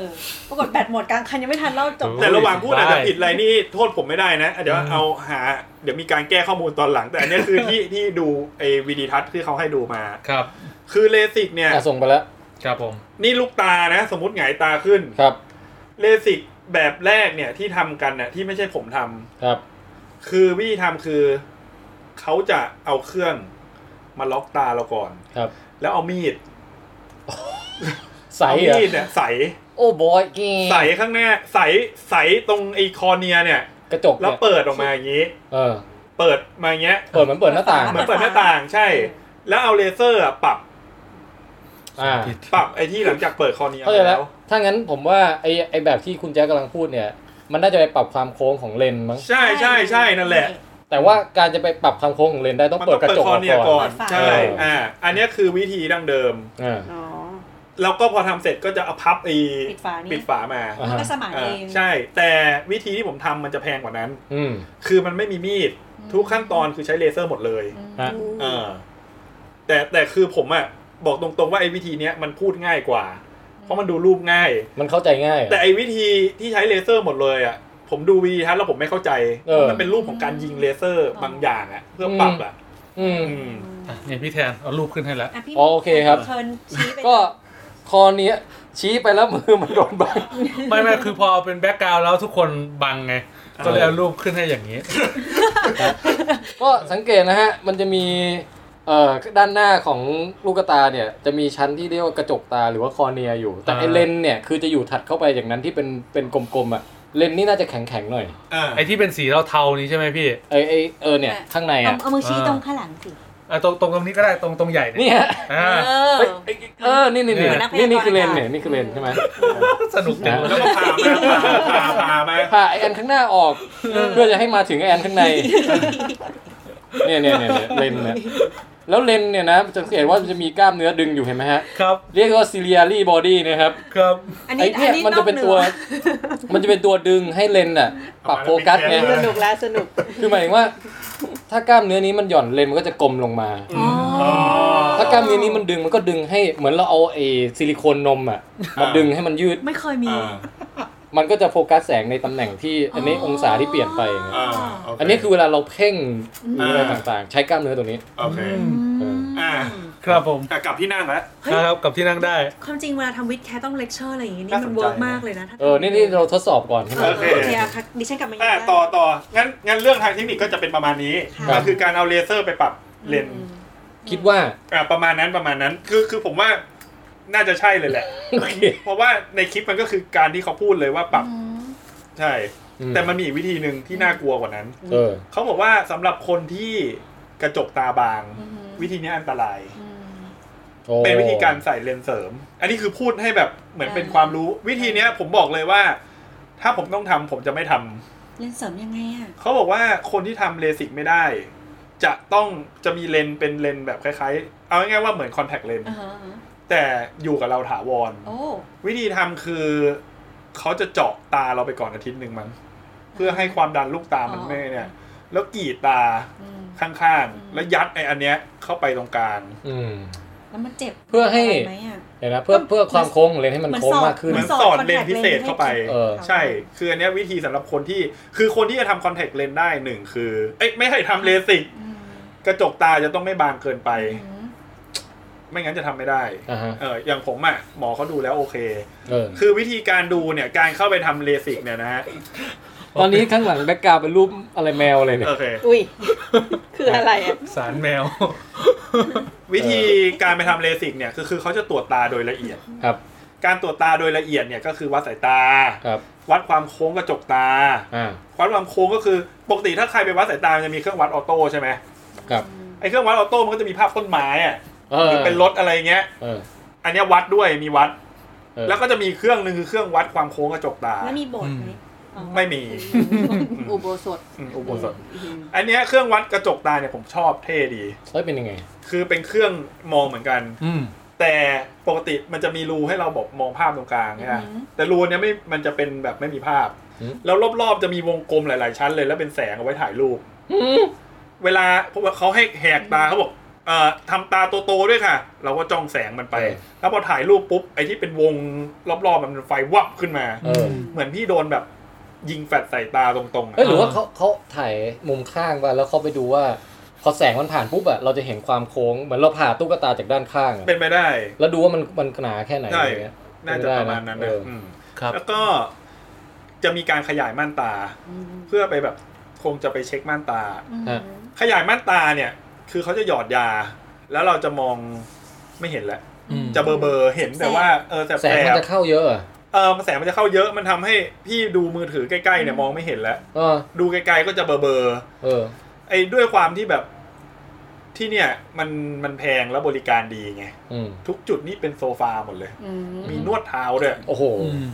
F: ปรากฏแบตหมดกลางคันยังไม่ทันเล่าจบ
C: แต่ระหว่างพูดอาจจะ
D: ได้
C: ผิดอะไรนี่โทษผมไม่ได้นะ เดี๋ยวเอาหา เดี๋ยวมีการแก้ข้อมูลตอนหลัง แต่อันเนี้ยคือที่ที่ดูไอ้วิดีทัศน์ที่เขาให้ดูมา
D: ครับ
C: คือเลสิกเนี่ย
A: อ่ะส่งไปแล้ว
D: ครับผม
C: นี่ลูกตานะ สมมติหงายตาขึ้น
A: ครับ
C: เลสิกแบบแรกเนี่ยที่ทำกันเนี่ยที่ไม่ใช่ผมทำ
A: ครับ
C: คือวิธีทำคือเขาจะเอาเครื่องมาล็อกตาเราก่อน
A: ครับ
C: แล้วเอามีด
A: ใส
C: เอา
A: เหรอ
C: มีดเนี่ยใส
A: โอ้บอยแก
C: ใสข้างหน้าใสใสตรงไอคอเนียเนี่ย
A: กระจก
C: แล้ว
A: เนี่ย
C: เปิดออกมาอย่างนี้
A: เออ
C: เปิดมาอย่างเงี้ย
A: เปิดเหมือนเปิดหน้าต่าง
C: เหมือนเปิดหน้าต่างใช่ แล้วเอาเลเซอร์อะปรับ
A: อ่า
C: ปรับไอที่หลังจากเปิดคอเนีย
A: เข้าใจแล้
C: แล้ว ว
A: ถ้างั้นผมว่าไอไอแบบที่คุณแจ๊คกำลังพูดเนี่ย มันน่าจะไปปรับความโค้งของเลนส์มั้ง
C: ใช่ใช่ใช่นั่นแหละ
A: แต่ว่าการจะไปปรับความโค้งของเลนส์ได้ต้อง
C: มัน
A: เปิ
C: ต้อ
A: ดก
C: ง
A: ระ
C: เปิด
A: จก
C: ค
A: อ
C: อ
A: อก
C: เนีย
A: ก่
C: ก่
A: อ
C: อน นใช่อ่าอันเนี้ยคือวิธีดั้งเดิม
A: อ่า
G: อ๋อ
C: แล้วก็พอทำเสร็จก็จะเอาพับไอ้
F: ปิดฝานี่
C: ปิดฝามา
A: อ่ะ
F: ก็สมาน
C: อ่า
F: เอง
C: ใช่ แต่วิธีที่ผมทำมันจะแพงกว่านั้น
A: อืม
C: คือมันไม่มีมีด ทุกขั้นตอนคือใช้เลเซอร์หมดเลย
A: ฮะ
C: เออแต่แต่คือผมอะบอกตรงๆว่าไอ้วิธีเนี้ยมันพูดง่ายกว่า เพราะมันดูรูปง่าย
A: มันเข้าใจง่ายอะ
C: แต่ไอ้วิธีที่ใช้เลเซอร์หมดเลยอะผมดูวีทัศน์แล้วผมไม่เข้าใจ
A: เออ
C: มันเป็นรูปของการยิงเลเซอร์บางอย่างอะเพื่อปรับอะ
A: อืม
C: อืม
D: เนี่ยพี่แทนเอารูปขึ้นให้แล้ว
F: อ่ะพี่
A: อ๋อโอเคครับ
F: เชิญชี้ไป
A: ก็คอเนี้ยชี้ไปแล้วมือมันโดนบัง
D: ไม่ไม่คือพอเป็นแบ็กกราวแล้วทุกคนบังไง ก็เลยเอารูปขึ้นให้อย่างนี้
A: ก็สังเกตนะฮะ มันจะมี เอ่อ ด้านหน้าของลูกตาเนี่ย จะมีชั้นที่เรียกว่ากระจกตาหรือว่าคอเนียอยู่ แต่ไอ
D: อ่า
A: เลนส์เนี่ย คือจะอยู่ถัดเข้าไปอย่างนั้นที่เป็น เป็นกลมๆอ่ะ เลนส์นี่น่าจะแข็งๆหน่อย
C: อ่า
D: ไอที่เป็นสีเทาๆนี้ใช่ไหมพี่
A: ไอไอเออเนี่ยข้างใน
F: เอา
A: อ่ะ
F: เอามือชี้ตรงข้างหลังสิ
D: อ่ะตรงตรงตรงนี้ก็ได้ตรงตรงใหญ่
A: เนี่
D: เนี่ย
A: ย
D: อ่า
T: เออ
A: เอ้ยเอ้ยเออนี่นี่นี่
D: เหมือนนักพยากรณ์
A: นี่นี่คือเลนส์เนี่ยนี่คือเลนส์ใช่ไหม
D: สนุกจังเล
C: แล้ว
D: ย
C: ก็พามาพาพามา
A: ผ่าไอแอนข้างหน้าออก เพื่อจะให้มาถึงไอแอนข้างใน เนี่ยเนี่ยเนี่ยเนี่ยเลนเนี่ยแล้วเลนเนี่ยนะจะสังเห็นว่ามันจะมีกล้ามเนื้อดึงอยู่เห็นไหมฮะ
D: ครับ
A: เรียกว่าซีเรียรี่บอดี้นะครับ
D: ครับ
A: ไอ้เนี่ยมันจะเป็นตัว มันจะเป็นตัวดึงให้เลนน่ะปรับโฟกัสไง
G: สนุกแล้วสนุก
A: คือหมายถึงว่า ถ้ากล้ามเนื้อนี้มันหย่อนเลนมันก็จะกลมลงมา
C: อ๋อ
A: ถ้ากล้ามเนื้อนี้มันดึงมันก็ดึงให้เหมือนเราเอาไอ้ซิลิโคนนมอ่ะมาดึงให้มันยืด
F: ไม่เคยมี
C: อ่า
A: มันก็จะโฟกัสแสงในตำแหน่งที่อันนี้องศาที่เปลี่ยนไปอย่างเงี้ย
C: อ่าโเ
A: อันนี้คือเวลาเราเพ่งหรืออะไรต่างๆ ใช้กล้ามเนื้อตรงนี้
C: โอเค
A: เออ
C: อ่า
D: ครับผม
C: อ่ะกลับที่นั่งแล้ว
D: ครับกับที่นั่งได้
F: ความจริงเวลาทำวิดแคต้องเลคเชอร์อะไรอย่างงี้นี่
C: น่าส
F: มั
C: ใจ
F: น นเวิร์ก
C: นะ
F: มากเลยนะถ้า
A: เออ นี่นี่เราทดสอบก่อนใช่ไหม
C: โอ
F: โอ
C: เค
F: เคค่ะดิฉันกลับมา
C: อ่ะ
F: ย้อน
C: ต่อต่องั้นงั้นเรื่องทางเทคนิคก็จะเป็นประมาณนี้
A: ค่ะ
C: ก็คือการเอาเลเซอร์ไปปรับเลนส์
A: คิดว่า
C: อ่ะประมาณนั้นประมาณนั้นคือคือผมว่าน่าจะใช่เลยแหละ
A: โอเค
C: เพราะว่าในคลิปมันก็คือการที่เขาพูดเลยว่าปรับใช่
A: อืม
C: แต่มันมีอีกวิธีหนึ่งที่น่ากลัวกว่านั้น
A: เออ
C: เขาบอกว่าสำหรับคนที่กระจกตาบาง วิธีนี้อันตราย
A: โอ้
C: เป็นวิธีการใส่เลนส์เสริม อันนี้คือพูดให้แบบเหมือนเป็นความรู้ วิธีเนี้ยผมบอกเลยว่า ถ้าผมต้องทำผมจะไม่ทำ
F: เล่นเสริมยังไงอ่ะ
C: เขาบอกว่าคนที่ทำเลสิกไม่ได้ จะต้องจะมีเลนส์เป็นเลนส์แบบคล้ายๆ เอาง่ายๆว่าเหมือนคอนแทคเลนส์แต่อยู่กับเราถาวร
F: โอ้
C: วิธีทำคือเขาจะเจาะตาเราไปก่อนอาทิตย์หนึ่งมั้งเพื่อให้ความดันลูกตามันไม่เนี่ย แล้วกรีดตาข้างๆ แล้วยัดไอ้อันเนี้ยเข้าไปตรงกลาง
A: อืม
F: แล้วมันเจ็บ
A: เพื่อให้
F: ไหมอ่ะ
A: เห็นนะเพื่อเพื่อความโค้งของเลนให้มันโค้งมากขึ้น
C: เหมือน
F: สอด
C: สอด
F: contact
C: เลนส์พิเศษเข้าไป
F: เลนส์ให้
A: เออ
C: ใช่ คืออันเนี้ยวิธีสำหรับคนที่ คือคนที่จะทำคอนแทคเลนส์ได้หนึ่งคือ เอ้ยไม่ให้ทำเลสิก กระจกตาจะต้องไม่บางเกินไป ไม่งั้นจะทำไม่ได้
A: อ่าฮะ
C: เออ อย่างผมอะหมอเขาดูแล้วโอเค
A: เออ
C: คือวิธีการดูเนี่ย การเข้าไปทำเลสิกเนี่ยนะฮะ
A: ตอนนี้ข้างหลังแบ็กกราวด์เป็นรูปอะไรแมวอะไรเนี่ย
C: โอเค
G: อุ้ย คืออะไรอ่ะ
D: สารแมว
C: วิธีการไปทำเลสิกเนี่ย คือคือเขาจะตรวจตาโดยละเอียด
A: ครับ
C: การตรวจตาโดยละเอียดเนี่ยก็คือวัดสายตา
A: ครับ
C: วัดความโค้งกระจกตา
A: อ่า
C: วัดความโค้งก็คือปกติถ้าใครไปวัดสายตา มันจะมีเครื่องวัดออโต้ใช่ไหม
A: ครับ
C: ไอ้เครื่องวัดออโต้มันก็จะมีภาพต้นไม้อะ
A: เอ
C: ห
A: อ
C: รือเป็นรถอะไรเงี้ย
A: เออ
C: อันเนี้ยวัดด้วยมีวัด
A: เออ
C: แล้วก็จะมีเครื่องหนึ่งคือเครื่องวัดความโค้งกระจกตา
F: แล้วมีบทไหม
C: ไม่มี
U: อุโบสถ
C: อืมอุโบสถอันเนี้ยเครื่องวัดกระจกตาเนี่ยผมชอบเท่ดี
A: เฮ้ยเป็นยังไง
C: คือเป็นเครื่องมองเหมือนกัน
D: อืม
C: แต่ปกติมันจะมีรูให้เราบอกมองภาพตรงกลางใช่ไหมแต่รูเนี้ยไม่มันจะเป็นแบบไม่มีภาพ
A: อืม
C: แล้วรอบๆจะมีวงกลมหลาย ๆ ชั้นเลยแล้วเป็นแสงเอาไว้ถ่ายรูปเวลาเพราะว่าเขาให้แหกตาเขาบอกเอ่อทำตาโตๆด้วยค่ะ เราก็จ้องแสงมันไป แล้วพอถ่ายรูปปุ๊บไอ้ที่เป็นวงรอบๆมันเป็นไฟวับขึ้นมา
A: เออ
C: เหมือนพี่โดนแบบยิงแฟลชใส่ตาตรงๆอะ
A: เอ้ยหรือว่าเขาเขาถ่ายมุมข้างว่าแล้วเขาไปดูว่า พอแสงมันผ่านปุ๊บอะเราจะเห็นความโค้งเหมือนเราผ่าตุ๊กตาจากด้านข้างอะ
C: เป็นไปได้
A: แล้วดูว่ามันมันหนาแค่ไหน
C: ใช่
A: อะไรเงี้ย
C: น่าจะประมาณนั้น
A: เอ
C: นะ
A: ออื
C: ม
D: ครับ
C: แล้วก็จะมีการขยายม่านตา เพื่อไปแบบคงจะไปเช็คม่านตา
A: ฮะ
C: ขยายม่านตาเนี่ย คือเขาจะหยอดยา แล้วเราจะมองไม่เห็นแล้ว
D: อืม
C: จะเบอร์เบอร์เห็นแต่ว่าเออแต่
A: แสงมันจะเข้าเยอะอะ
C: เออแสงมันจะเข้าเยอะมันทำให้พี่ดูมือถือใกล้ๆเนี่ยมองไม่เห็นแล้ว
A: เออ
C: ดูไกลๆก็จะเบอร์เบอร์
A: เออ
C: ไอ้ด้วยความที่แบบที่เนี่ย มันมันแพงแล้วบริการดีไง
A: อืม
C: ทุกจุดนี่เป็นโซฟาหมดเลย มีนวดเท้าด้วย
A: โอ้โห
D: อืม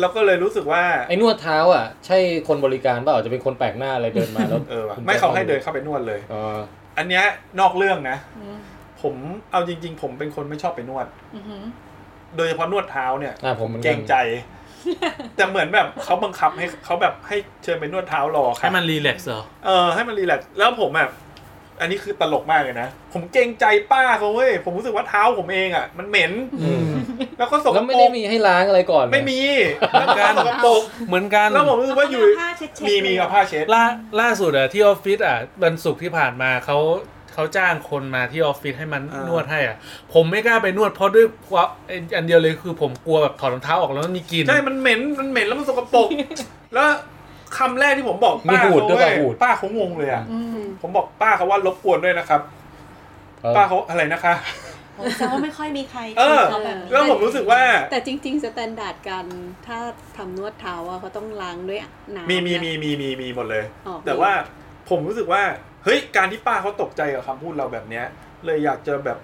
C: เราก็เลยรู้สึกว่า
A: ไอ้นวดเท้าอ่ะ ใช่คนบริการเปล่าจะเป็นคนแปลกหน้าอะไรเดิน มาแล้ว
C: เออว่ะไม่เขาให้เดินเข้าไปนวดเลย
A: เออ
C: อันเนี้ยนอกเรื่องนะ ผมเอาจริง ๆ ผมเป็นคนไม่ชอบไปนวด โดยเฉพาะนวดเท้าเนี่ย
A: หน้าผมเหมือน
C: เกร
A: กั
C: ง ใจ แต่เหมือนแบบเขาบังคับให้เขาแบบให้เชิญไปนวดเท้ารอค่ะ
D: ให้มันรีแลกซ์เหรอ
C: เออให้มันรีแลกซ์แล้วผมแบบอันนี้คือตลกมากเลยนะ ผมเกรงใจป้าเขาเว้ยผมรู้สึกว่าเท้าผมเองอ่ะ มันเหม็น
A: อืม
C: แล้วก็สก
A: แล้วไม่
C: ปร
A: ได้
C: ก
A: มีให้ล้างอะไรก่อนนะ
C: ไม่มีแล้วก็สกปรก
D: เหมือนกัน
C: แล้วผมรู้สึกว่าอยู่
F: เขไม่เผ้าเช็ดๆ
C: มีมีเอาผ้าเช็ด
D: ล่าล่าสุดอะที่ออฟฟิศอะวันศุกร์ที่ผ่านมาเขาเขาจ้างคนมาที่ออฟฟิศให้มัน
C: อ่าน น
D: วดให้อะผมไม่กล้าไปนวดเพราะด้วยความไอ้อันเดียวเลยคือผมกลัวแบบถอดรองเท้าออกแล้วมันมีกลิ่น
C: ใช่มันเหม็นมันเหม็นแล้วมันสก ปรกแล้วคำแรกที่ผมบอกป้าเขาเว้ยป้าเขางงเลยอ่ะผมบอกป้าเขาว่ารบกวนด้วยนะครับ
A: เออ
C: ป้าเขาอะไรนะคะ
F: ผมแซวว่าไม่ค่อยมีใคร
C: เออ
F: เขาแบบนี้
C: แล้วผมรู้สึกว่า
G: แต่จริง ๆ สแตนดาร์ดกันถ้าทำนวดเท้าอะเขาต้องล้างด้วยน้ำ
C: มีมี
G: นะ
C: มีมีมีมีหมดเลย
G: อ๋อ
C: แต่ว่าผมรู้สึกว่า เฮ้ย การที่ป้าเขาตกใจกับคำพูดเราแบบเนี้ย เลยอยากจะแบบ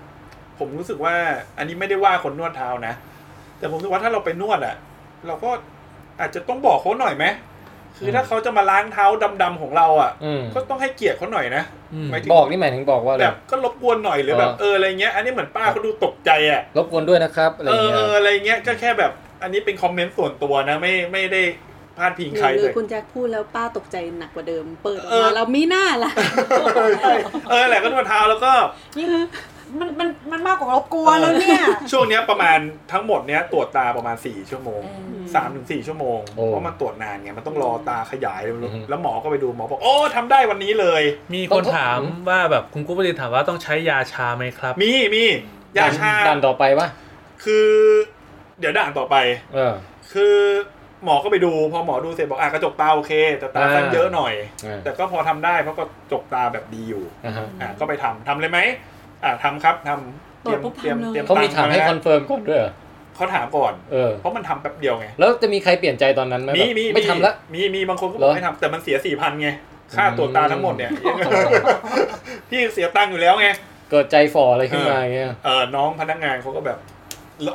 C: ผมรู้สึกว่า อันนี้ไม่ได้ว่าคนนวดเท้านะ แต่ผมรู้สึกว่าถ้าเราไปนวดอะเราก็อาจจะต้องบอกเขาหน่อยไหมคือถ้าเขาจะมาล้างเท้าดำๆของเราอะ
A: อืม
C: ก็ต้องให้เกียรติเขาหน่อยนะหมายถึง
A: บอกนี่หมายถึงบอกว่าอะไร
C: แบบก็รบกวนหน่อยหรือแบบ
A: เออ
C: เอออะไรเงี้ย อันนี้เหมือนป้าเขาดูตกใจอะ
A: รบกวนด้วยนะครับอะไร
C: เอ
A: อย่าง
C: อ
A: เงี้
C: เอย ออะไรเงี้ยก็แค่แบบ อันนี้เป็นคอมเมนต์ส่วนตัวนะ ไม่ไม่ได้พาดพิง
G: หรือ
C: ใคร
G: หรื
C: เล
G: อย คุณแจ็คพูดแล้วป้าตกใจหนักกว่าเดิม เปิดออก
C: เออ
G: มาแล้วมีหน้าล่ะ
C: ใช่เออแหละก็นวดเท้าแล้วก็
F: มันมันมันมากกว่ารบกวนแล้วเนี่ย
C: ช่วงเนี้ยประมาณทั้งหมดเนี้ยตรวจตาประมาณ 4 ชั่วโมงสามถึงสี่ชั่วโมง
A: โอ้
C: เพราะมันตรวจนานไงมันต้องรอตาขยาย
A: อือฮึ
C: แล้วหมอก็ไปดูหมอบอกโอ้ทำได้วันนี้เลย
B: มีคนถามว่าแบบคุณกุ๊บดินถามว่าต้องใช้ยาชาไหมครับ
C: มีมียาชา
A: ดันต่อไปปะ
C: คือ เดี๋ยวด่านต่อไป
A: เออ
C: คือหมอก็ไปดูพอหมอดูเสร็จบอกอ่ะกระจกตาโอเคแต่ตาสั้นเยอะหน่อย
A: เออ
C: แต่ก็พอทำได้เพราะกระจกตาแบบดีอยู่
A: อ่าฮะ
C: อ่ะก็ไปทำทำเลยไหมอ่ะทำครับทำเตรียมเตรียมเตรียม
A: เขามีถามให้ค
C: ตั
A: อง น
C: ค์
A: เฟิร์มก่อนด้วยเหรอ
C: เขาถามก่อน
A: เออ
C: เพราะมันทำแป๊บเดียวไง
A: แล้วจะมีใครเปลี่ยนใจตอนนั้นไหม
C: มี
A: แบบ
C: มี
A: ไม่ทำ ละ
C: มีมีบางคนก็
A: เห
C: บ
A: ร
C: อ
A: อ
C: กให้ทำแต่มันเสียสี่พันไง ค่าตรวจตาทั้งหมดเนี่ย พี่เสียตังค์อยู่แล้วไง
A: เกิดใจฝ่ออะไรขึ้นมาอย่างเงี้ย
C: เออน้องพนักงานเขาก็แบบ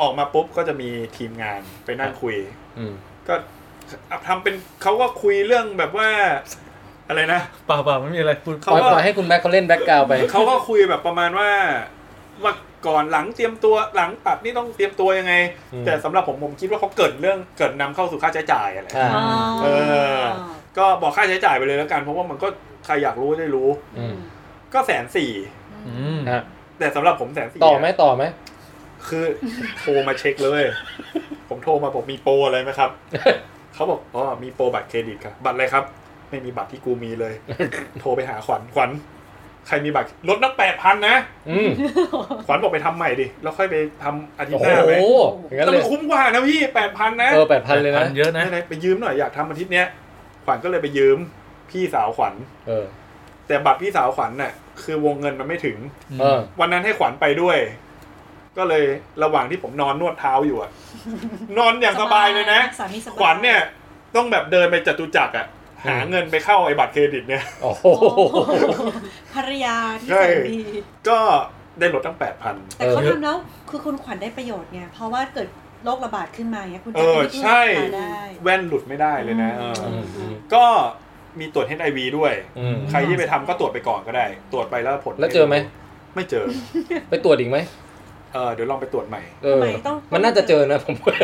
C: ออกมาปุ๊บก็จะมีทีมงานไปนั่งคุย
A: อืม
C: ก็ทำเป็นเขาก็คุยเรื่องแบบว่า อะไรนะ
B: เปล่าเปล่าไม่มีอะไรคุณ
A: ป
C: เขา
A: ล่อย
C: ก็
A: ปล่อยให้คุณแม็กเขาเล่นแบ็กกราวไป
C: เขาก็คุยแบบประมาณว่าว่าก่อนหลังเตรียมตัวหลังตัดนี่ต้องเตรียมตัวยังไง
A: อืม
C: แต่สำหรับผมผมคิดว่าเขาเกิดเรื่องเกิดนำเข้าสู่ค่าใช้จ่ายอะไร
A: อ่า
C: เออ ก็บอกค่าใช้จ่ายไปเลยแล้วกันเพราะว่ามันก็ใครอยากรู้ได้รู้
A: อืม
C: ก็แสนสี่
B: อืม
A: ฮะ
C: แต่สำหรับผมแสนสี่
A: ต่อไหมต่อไหม
C: คือโทรมาเช็คเลย ผมโทรมาบอกมีโปรอะไรไหม ครับ เขาบอกอ๋อมีโปรบัตรเครดิตครับบัตรอะไรครับ ไม่มีบัตรที่กูมีเลย โทรไปหาขวัญขวัญใครมีบัตรลดตั้งแปดพันนะ
A: อืม
C: ขวัญบอกไปทำใหม่ดิ แล้วค่อยไปทำอาทิต
A: โอ้
C: ย์
A: โห
C: หน้าไหม
A: อย่างนั้น
C: แต่
A: เล
C: มั
A: ย
C: นคุ้มกว่านะพี่แปดพันนะ
A: เออแปดพันเลยนะ
B: เยอะนะ
C: ไหนๆไปยืมหน่อยอยากทำอาทิตย์เนี้ย ขวัญก็เลยไปยืมพี่สาวขวัญ
A: เออ
C: แต่บัตรพี่สาวขวัญน่ะ คือวงเงินมันไม่ถึง
A: เออ
C: วันนั้นให้ขวัญไปด้วย ก็เลยระหว่างที่ผมนอนนวดเท้าอยู่ อะ นอนอย่างสบายเลยนะ
F: สามีสบาย
C: ขวัญเนี่ย ต้องแบบเดินไปจตุจักรอะหาเงินไปเข้าไอ้บัตรเครดิตเนี่ย
A: โอ้โห
F: ภรรยาที่
C: ใช่
F: แสนดี
C: ก็ได้ลดตั้งแปดพัน
F: แต่เขาทำแล้วคือคุณขวัญได้ประโยชน์ไงเพราะว่าเกิดโรคระบาดขึ้นมาเนี่ยคุณ
C: เอ
F: จะ
C: อ
F: ได้
C: ใช่
F: พึ่งพาได้
C: แว่นหลุดไม่ได้เลยนะเอออ
A: อืมอืม
C: ก็มีตรวจ HIV ด้วย
A: อืม
C: ใครที่ไปทำก็ตรวจไปก่อนก็ได้ ตรวจไปแล้วผล
A: แล้วเจอไหม
C: ไม่เจอ
A: ไปตรวจอีกไหม
C: เออเดี๋ยวลองไปตรวจใหม่
A: เออ
F: ทำไมต้อง
A: มันน่าจะเจอนะ ผมว่า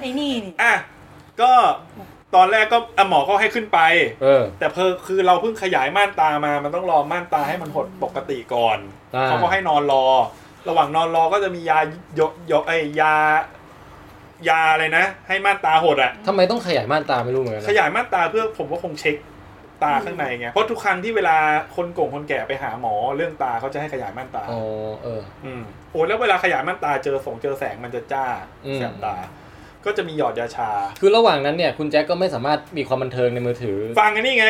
F: ไอ้นี่นี่
C: อ่ะ ก็ตอนแรกก็อ่ะหมอก็ให้ขึ้นไป
A: เออ
C: แต่เพอคือเราเพิ่งขยายม่านตามา มันต้องรอม่านตาให้มันหดปกติก่อน
A: อ่า
C: เขาก็ให้นอนรอ ระหว่างนอนรอก็จะมียายกยกไอ้ยา ยาอะไรนะ ให้ม่านตาหดอะ
A: ทำไมต้องขยายม่านตาไม่รู้เหมือนกัน
C: ข
A: นะ
C: ยายม่านตาเพื่อผมก็คงเช็คตาข้างในไง เพราะทุกครั้งที่เวลาคนโก่งคนแก่ไปหาหมอเรื่องตาเขาจะให้ขยายม่านตา
A: อ๋อเออ
C: อืมโอ้แล้วเวลาขยายม่านตาเจอสงเจอแสงมันจะจ้า
A: อืม
C: แสบตา ก็จะมีหยอดยาชา
A: คือระหว่างนั้นเนี่ย คุณแจ็คก็ไม่สามารถมีความบันเทิงในมือถือ
C: ฟังอันนี้ไง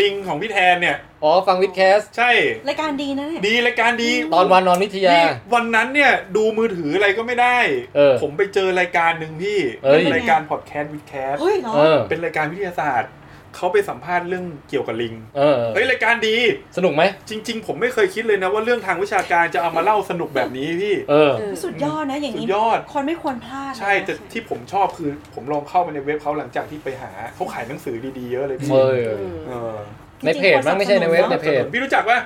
C: ลิงของพี่แทนเนี่ย
A: อ๋อฟังวิดแคสต์
C: ใช่
F: รายการดีนะเนี่ย
C: ดีรายการดี
A: ตอนวานนอนวิทยา
C: นี่วันนั้นเนี่ยดูมือถืออะไรก็ไม่ได้
A: เออ
C: ผมไปเจอรายการหนึ่งพี่
A: เอ้ย
C: เป็นรายการพอดแคสต์วิดแคส
F: เฮ้ยเหรอ
A: เออ
C: เป็นรายการวิทยาศาสตร์เขาไปสัมภาษณ์เรื่องเกี่ยวกับลิง
A: เออ
C: เฮ้ยรายการดี
A: สนุกไหม
C: จริง ๆ ผมไม่เคยคิดเลยนะว่าเรื่องทางวิชาการจะเอามาเล่าสนุกแบบนี้พี่
A: เออ
F: สุดยอดนะอย่างนี้
C: สุดยอด
F: คนไม่ควรพลาดนะ
C: ใช่แต่ที่ผมชอบคือ ผมลองเข้าไปในเว็บเขาหลังจากที่ไปหาเขาขายหนังสือดีๆเยอะเลยพี่
A: เออ
C: เออ
A: ในเพจมั้งไม่ใช่ในเว็บในเพจ
C: พี่รู้จักป่ะ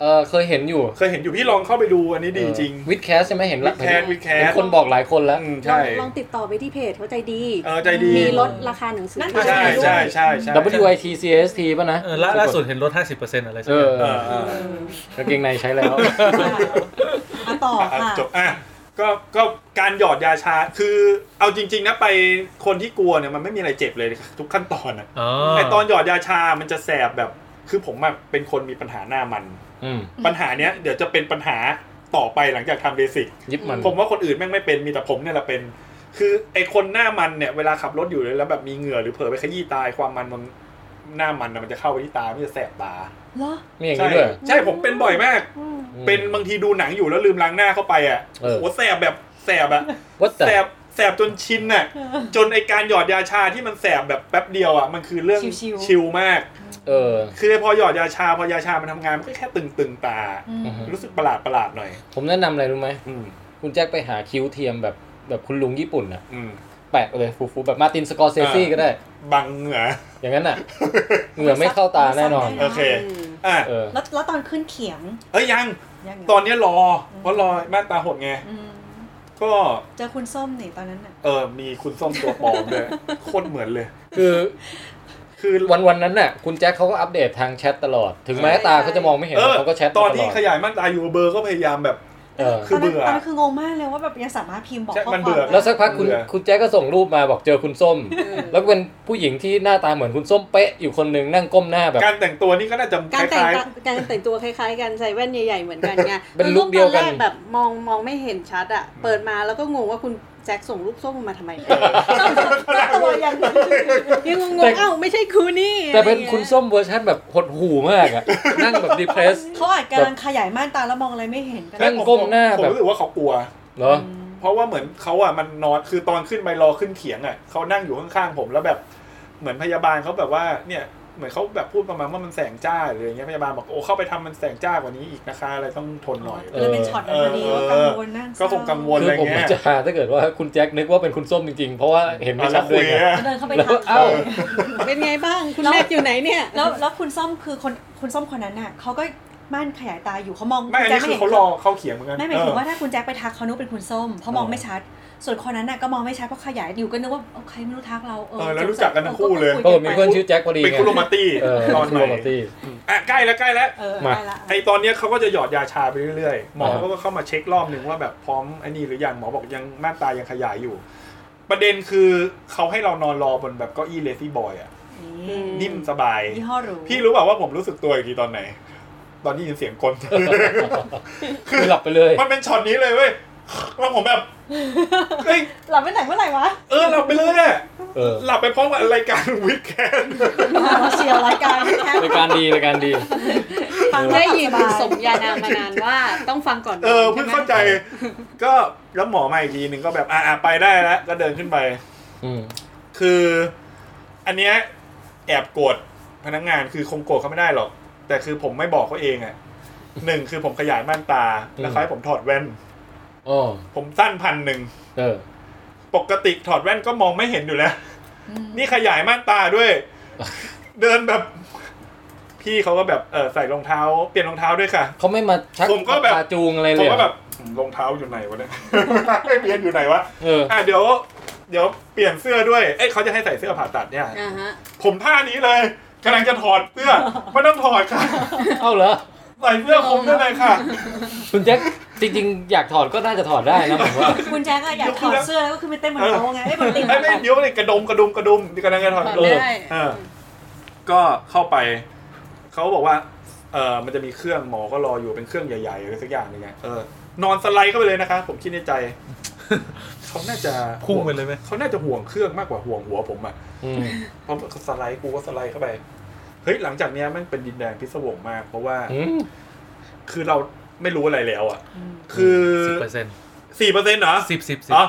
A: เออเคยเห็นอยู่
C: เคยเห็นอยู่พี่ลองเข้าไปดูอันนี้ดีจริง
A: วิดแคสต์ใช่ไหมเห็นละ
C: Witcast Witcast
A: เห็นคนบอกหลายคนแล้ว
C: อืม
G: ลอ
C: ใช่
G: งลองติดต่อไปที่เพจเขาใจดี
C: เออใจดี
G: มีลดราคาหนังสือ
F: นั่น
C: ใช่
F: ถ่ายรูป
C: ใช่ใช่ใช่
A: W I T C S T ป่ะนะ
B: เออล่าล่าสุดเห็นลด 50%อะไรสัก
A: เอ
B: อ
A: อย่าง
C: เออเออก
A: างเกงในใช้แล้ว
F: อ่ะต่อ
C: อ่ะ
F: ค่ะ
C: จบอ่ะก็ก็การหยอดยาชาคือเอาจริง ๆ นะไปคนที่กลัวเนี่ยมันไม่มีอะไรเจ็บเลยทุกขั้นตอนอ่ะ
B: อ๋อ
C: ไอตอนหยอดยาชามันจะแสบแบบ คือผมอะเป็นคนมีปัญหาหน้ามัน
A: อืม
C: ปัญหาเนี้ยเดี๋ยวจะเป็นปัญหาต่อไปหลังจากทำเบสิก
A: ยิบมัน
C: ผมว่าคนอื่นแม่งไม่เป็นมีแต่ผมเนี่ยแหละเป็น คือไอคนหน้ามันเนี่ยเวลาขับรถอยู่แล้วแบบมีเหงื่อหรือเผลอไปขยี้ตายความมันมันหน้ามันน่ะมันจะเข้าไปที่ตามันจะแสบตา
G: เหรอ
A: มีอย่าง
C: ใช่
A: นี้ด้วย
C: ใช่ผมเป็นบ่อยมาก เป็นบางทีดูหนังอยู่แล้วลืมล้างหน้าเข้าไปอ่ะ
A: เอ
C: โอ้
A: อ
C: โหแสบแบบแสบอ่ะ
A: วัดแต่
C: แสบแสบจนชินอ่ะ จนไอการหยอดยาชาที่มันแสบแบบแป๊บเดียวอ่ะมันคือเรื่อง
V: ชิวๆ
C: ชิลมาก
A: เออ
C: คือพอหยอดยาชาพอยาชามันทำงานมันก็แค่ตึงตึงๆตา
A: อือฮึ
C: รู้สึกประหลาดประหลาดๆหน่อย
A: ผมแนะนำอะไรรู้ไหม
C: อืม
A: คุณแจ็คไปหาคิ้วเทียมแบบแบบคุณลุงญี่ปุ่นน่ะ
C: อืม
A: แปะเลยฟูๆแบบมาร์ตินสกอร์เซซี่
C: อ่า
A: ก็ได้
C: บังเหงื่อ
A: อย่างนั้นน่ะ เหงื่อไม่เข้าตาแน่นอน
C: โอเค อ่ะ
A: เออ
F: แล้วแล้วตอนขึ้นเขียง
C: เอ้ยยัง
F: ยังไง
C: ตอนเนี้ยรอเพราะรอมาตราหดไง
F: อืม
C: ก็
F: เจอคุณส้มนี่ตอนนั้นน่ะ
C: เออมีคุณส้มตัวปลอมเลยโคตรเหมือนเลย
A: คือ
C: คือ
A: วันวันนั้นน่ะ คุณแจ็คเขาก็อัปเดตทางแชทตลอด ถึงแม้ตาเขาจะมองไม่เห็น
C: เออ
A: เขาก็แชทมา
C: ต
A: ต
C: อ
A: ล
C: น
A: อด
C: ที่ขยายมาตราอยู่เบอร์ก็พยายามแบบ
A: เออ
C: คือเบื่อ
F: ตอนนั้นตนนั้นคืองงมากเลยว่าแบบยังสามารถพิมพ์บอก
C: ใช่
F: ข้อความ
C: มันเบื่อ
F: ได้
A: แล้วสักพักคุณ
C: เบื่อ
A: คุณแจ๊กก็ส่งรูปมาบอกเจอคุณส้ม แล้วก็เป็นผู้หญิงที่หน้าตาเหมือนคุณส้มเป๊ะอยู่คนหนึ่งนั่งก้มหน้าแบบ
C: การแต่งตัวนี่ก็น่าจะค
G: การแต่ง
C: ล้าย
G: ตาการแต่งตัวคล้ายๆกันใส่แว่นใหญ่ ๆ เหมือนกันไง
A: เป็น
G: คือ
A: ลุคเดียวกัน
G: ตอแรแบบมองมองไม่เห็นชัดอ่ะ เปิดมาแล้วก็งงว่าคุณแจ็คส่งรูปส้มมาทำไม
F: ตัวยัง
G: ยังงงๆเอ้าไม่ใช่คูนี่
A: แต่เป็นคุณ
G: อะไรงี้ย
A: ส้มเวอร์ชันแบบหดหู่มากอะ นั่งแบบดีเพรส
F: เขาอาจกำลังขยายม่านตาแล้วมองอะไรไม่เห็นกัน
C: ๆ
A: นั่งก้มหน้า
C: ผม
A: แบบ
C: รู้สึกว่าเขากลัว
A: เหรอ
C: เพราะว่าเหมือนเขาอ่ะมันนอนคือตอนขึ้นไปรอขึ้นเขียงอ่ะเขานั่งอยู่ข้างๆผมแล้วแบบ เหมือนพยาบาลเขาแบบว่าเนี่ยเหมือนเขาแบบพูดประมาณว่ามันแสงจ้าหรืออย่างเงี้ยพยาบาลบอกโอ้เข้าไปทำมันแสงจ้ากว่านี้อีกนะคะอะไรต้องทนหน่อย
F: เลยเป็นช็อตนั้นพอดีว่ากังวลนั่งเศร้า
C: ก็คงกังวล
A: คือ
C: อะไร
A: ผม
C: เงี้ย
A: จะหาถ้าเกิดว่าคุณแจ็คนึกว่าเป็นคุณส้มจริงๆ เพราะว่าเห็นไม่
C: อ่ะ
A: ชัด
C: แล้ว
A: ด้
C: คุ
A: วย
C: ย
A: ไง
C: อะ
V: เดินเข้าไป
A: แล้ว
V: ทัก
A: เอ้า
G: เป็นไงบ้าง คุณแม่อยู่ไหนเนี่ย
F: แล้วแล้วคุณส้มคือคนคุณส้มคนนั้นน่ะเขาก็ม่านขยายตาอยู่เขามอง
C: ไม่อัน
F: แจ็
C: นี้
F: ค
C: คือเขารอเขาเขียงเหมือนกัน
F: ไม่หมายถึงว่า
C: เออ
F: ถ้าคุณแจ็คไปทักเขานึกเป็นคุณส้มเพราะมองไม่ชัด ส่วนคนนั้นน่ะก็มองไม่ชัดเพราะขยายอยู่ก็นึกว่าเอ้าใครไม่รู้ทักเราเออ
C: เออแล้วรู้จักกันทั้งคู่เลย
A: ก็มีเพื่อนชื่อแจ็คพอดี
C: เป็น
A: ไง
C: คุณโรมาตี้
A: เออ
C: ตอน
A: คุณ
C: ให
A: โรมา
C: ม่
A: ตี้
C: อ่ะใกล้แล้วใกล้แล้ว
F: เออ
A: มา
F: ได้ละ
C: ไอตอนเนี้ยเขาก็จะหยอดยาชาไปเรื่อยๆ หมอ
A: อ่าฮะ
C: เขาก็เข้ามาเช็ครอบหนึ่งว่าแบบพร้อมไอ้นี่หรือยังหมอบอกยังม่านตายังขยายอยู่ ประเด็นคือเขาให้เรานอนรอบนแบบเก้าอี้เลซี่บอยอะ
F: นี่
C: นิ่มสบาย
F: ยี่ห้อหรู
C: พี่รู้เปล่าว่าผมรู้สึกตัวอีกทีตอนไหน ตอนที่ยินเสียงกล
A: คือหลับไปเลย
C: มันเป็นช็อตนี้เลยเว้ยแล้วผม แบบเอ้ย
F: หลับไปไหนเมื่อไหร่วะ
C: เออหลับไปเลยอะ
A: เออ
C: หลับไปพร้อมกับรายการ วิกแคน
F: เชียร์รายการแค่
A: รายการดีรายการดี
F: ฟัง
G: ได้
F: ได้
G: ยิ
F: ยิ
G: น
F: นส
G: ส
F: ม
G: มญานามมานานว่าต้องฟังก่อน
C: เออเพิ่งเข้า ใจ ก็แล้วหมอมาอีกทีหนึ่งก็แบบอ่าไปได้แล้วก็เดินขึ้นไป
A: อืม
C: คืออันเนี้ยแอบโกรธพนักงานคือคงโกรธเขาไม่ได้หรอก แต่คือผมไม่บอกเขาเองอะหนึ่งคือผมขยายม่านตา แล้วเขาให้ผมถอดแว่น
A: อ๋อ
C: ผมสั้นพันหนึ่ง
A: เออ
C: ปกติถอดแว่นก็มองไม่เห็นอยู่แล้ว นี่ขยายม่านตาด้วย เดินแบบ พี่เขาก็แบบเออใส่รองเท้า เปลี่ยนรองเท้าด้วยค่ะ
A: เขาไม่มาชัก
C: ผมก็แบบ
A: พาจูงอะไร
C: ผ
A: เล
C: ม
A: ย
C: ก็
A: อะ
C: แบบอืมรองเท้าอยู่ไหนวะเนี่ย ไม่เรียนอยู่ไหนวะ
A: เออ
C: อ่ะเดี๋ยว เดี๋ยวเปลี่ยนเสื้อด้วยเอ้ยเขาจะให้ใส่เสื้อผ่าตัดเนี่ย
G: อ่าฮะ
C: ผมท่านี้เลยกำลังจะถอดเสื้อ ไม่ต้องถอดค่ะ
A: เอ้าเหรอ
C: ใส่เสื้อคลุมได้เลยค่ะ
A: คุณแจ็คจริงๆ อยากถอดก็น่าจะถอดได้นะผมว่า
F: คุณแจ๊คอะอยากถอดเสื้อแล้วก็ขึ้นไปเต้นเหมือนเขาไงไอ้บนติ่ง
C: ไอ้ไม่เดี๋ยวเลยกระดมกระดุมกระดุมกำลังจะถอด
G: ถอด
C: เออ
G: ได้
C: เออ ก็เข้าไป เขาบอกว่า เออมันจะมีเครื่องหมอก็รออยู่เป็นเครื่องใหญ่ๆอะไรสักอย่างหนึงไงเออนอนสไลด์เข้าไปเลยนะคะ ผมคิดในใจ เขาน่าจะ
A: พุ่งไปเลยไหม
C: เขาน่าจะห่วงเครื่องมากกว่าห่วงหัวผมอะ
A: อืม
C: เพราะสไลด์กูก็สไลด์เข้าไป เฮ้ยหลังจากเนี้ยมันเป็นดินแดนพิศวงมาก เพราะว่า
A: อืม
C: คือเราไม่รู้อะไรแล้วอ่ะ คือ
B: สิบเปอร์เซ็นต์
C: สี่เปอร์เซ็นต์เหรอ
B: สิบสิบสิบ
C: อ๋อ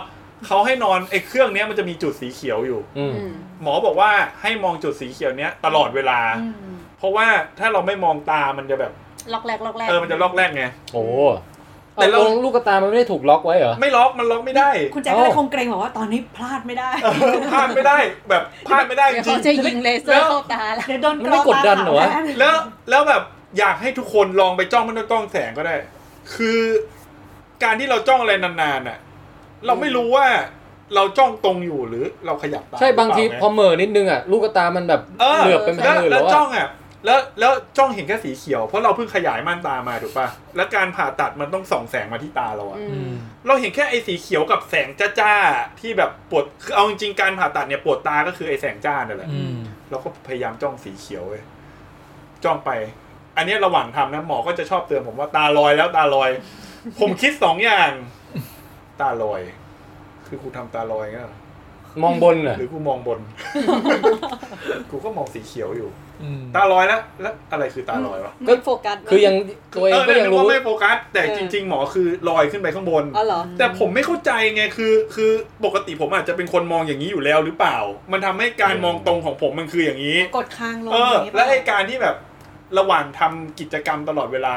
C: เขาให้นอนไอ้เครื่องเนี้ยมันจะมีจุดสีเขียวอยู่
A: อืม
C: หมอบอกว่าให้มองจุดสีเขียวเนี้ยตลอดเวลา เพราะว่าถ้าเราไม่มองตามันจะแบบ
G: ล็อกแรกล็อกแรก
C: เออมันจะล็อกแรกไง
A: โอ้
C: แต่
A: แต่
C: เรา
A: เราลูกกระตามันไม่ได้ถูกล็อกไว้เหรอ
C: ไม่ล็อกมันล็อกไม่ได้
F: คุณแจ๊คก็เลยคงเกรงบอกว่าตอนนี้พลาดไม่ได้
C: เออพลาดไม่ได้แบบพลาดไม่ได้จ
G: เดี๋ยว
C: ริ
G: เขา
C: ง
G: จะยิงเลเซอ
C: แล้
G: ร์
C: ว
G: เข้าตาละ
F: เดี๋ยวโดน
A: มันไม่กดดันเหรอวะ
C: ๆแล้วแล้วแบบอยากให้ทุกคนลองไปจ้องมันด้วยกล้องแสงก็ได้ คือการที่เราจ้องอะไรนานๆน่ะ เราไม่รู้ว่าเราจ้องตรงอยู่หรือเราขยับตา
A: ใช่บางที
C: หรือ
A: พ
C: เป
A: อ
C: ล่ไ
A: เหม่อนิดนึงอ่ะลูกกระตามันแบบ
C: เออ
A: เหลือบไปทา
C: แล้
A: ง
C: ว
A: อื่น
C: แล้ว
A: แล้ว
C: จ้
A: อะ
C: องอ่ะแล้วแล้วจ้องเห็นแค่สีเขียวเพราะเราเพิ่งขยายม่านตามาถูกป่ะแล้วการผ่าตัดมันต้องส่องแสงมาที่ตาเราอะ
G: อืม
C: เราเห็นแค่ไอ้สีเขียวกับแสงจ้าๆที่แบบปวดคือเอาจริงๆการผ่าตัดเนี่ยปวดตาก็คือไอ้แสงจ้านั่นแหละ
B: อืม
C: เราก็พยายามจ้องสีเขียวเว้ยจ้องไป อันเนี้ยระหว่างทำนะหมอก็จะชอบเตือนผมว่าตาลอยแล้วตาลอย ผมคิดสองอย่าง ตาลอย คือกูทำตาลอยงั้นเหรอ
A: มองบนเหรอ
C: หรือกูมองบน กูก็มองสีเขียวอยู่ ตาลอยแล้วแล้วอะไรคือตาลอยวะ
G: ไม่โฟกัส
A: คือยังตัวเอง
C: เออ
A: ก็
C: เนี่ย
A: ยัง
C: นึก
A: รู้
C: ว่าไม่โฟกัส แต่จริง ๆ หมอคือลอยขึ้นไปข้างบน
G: อ๋อเหรอ
C: แต่ผมไม่เข้าใจไงคือ คือปกติผมอาจจะเป็นคนมองอย่างนี้อยู่แล้วหรือเปล่า มันทำให้การมองตรงของผมมันคืออย่างนี้
F: กดค้างลง
C: เออ
F: อย่างนี้ป
C: และไอการที่แบบระหว่างทำกิจกรรมตลอดเวลา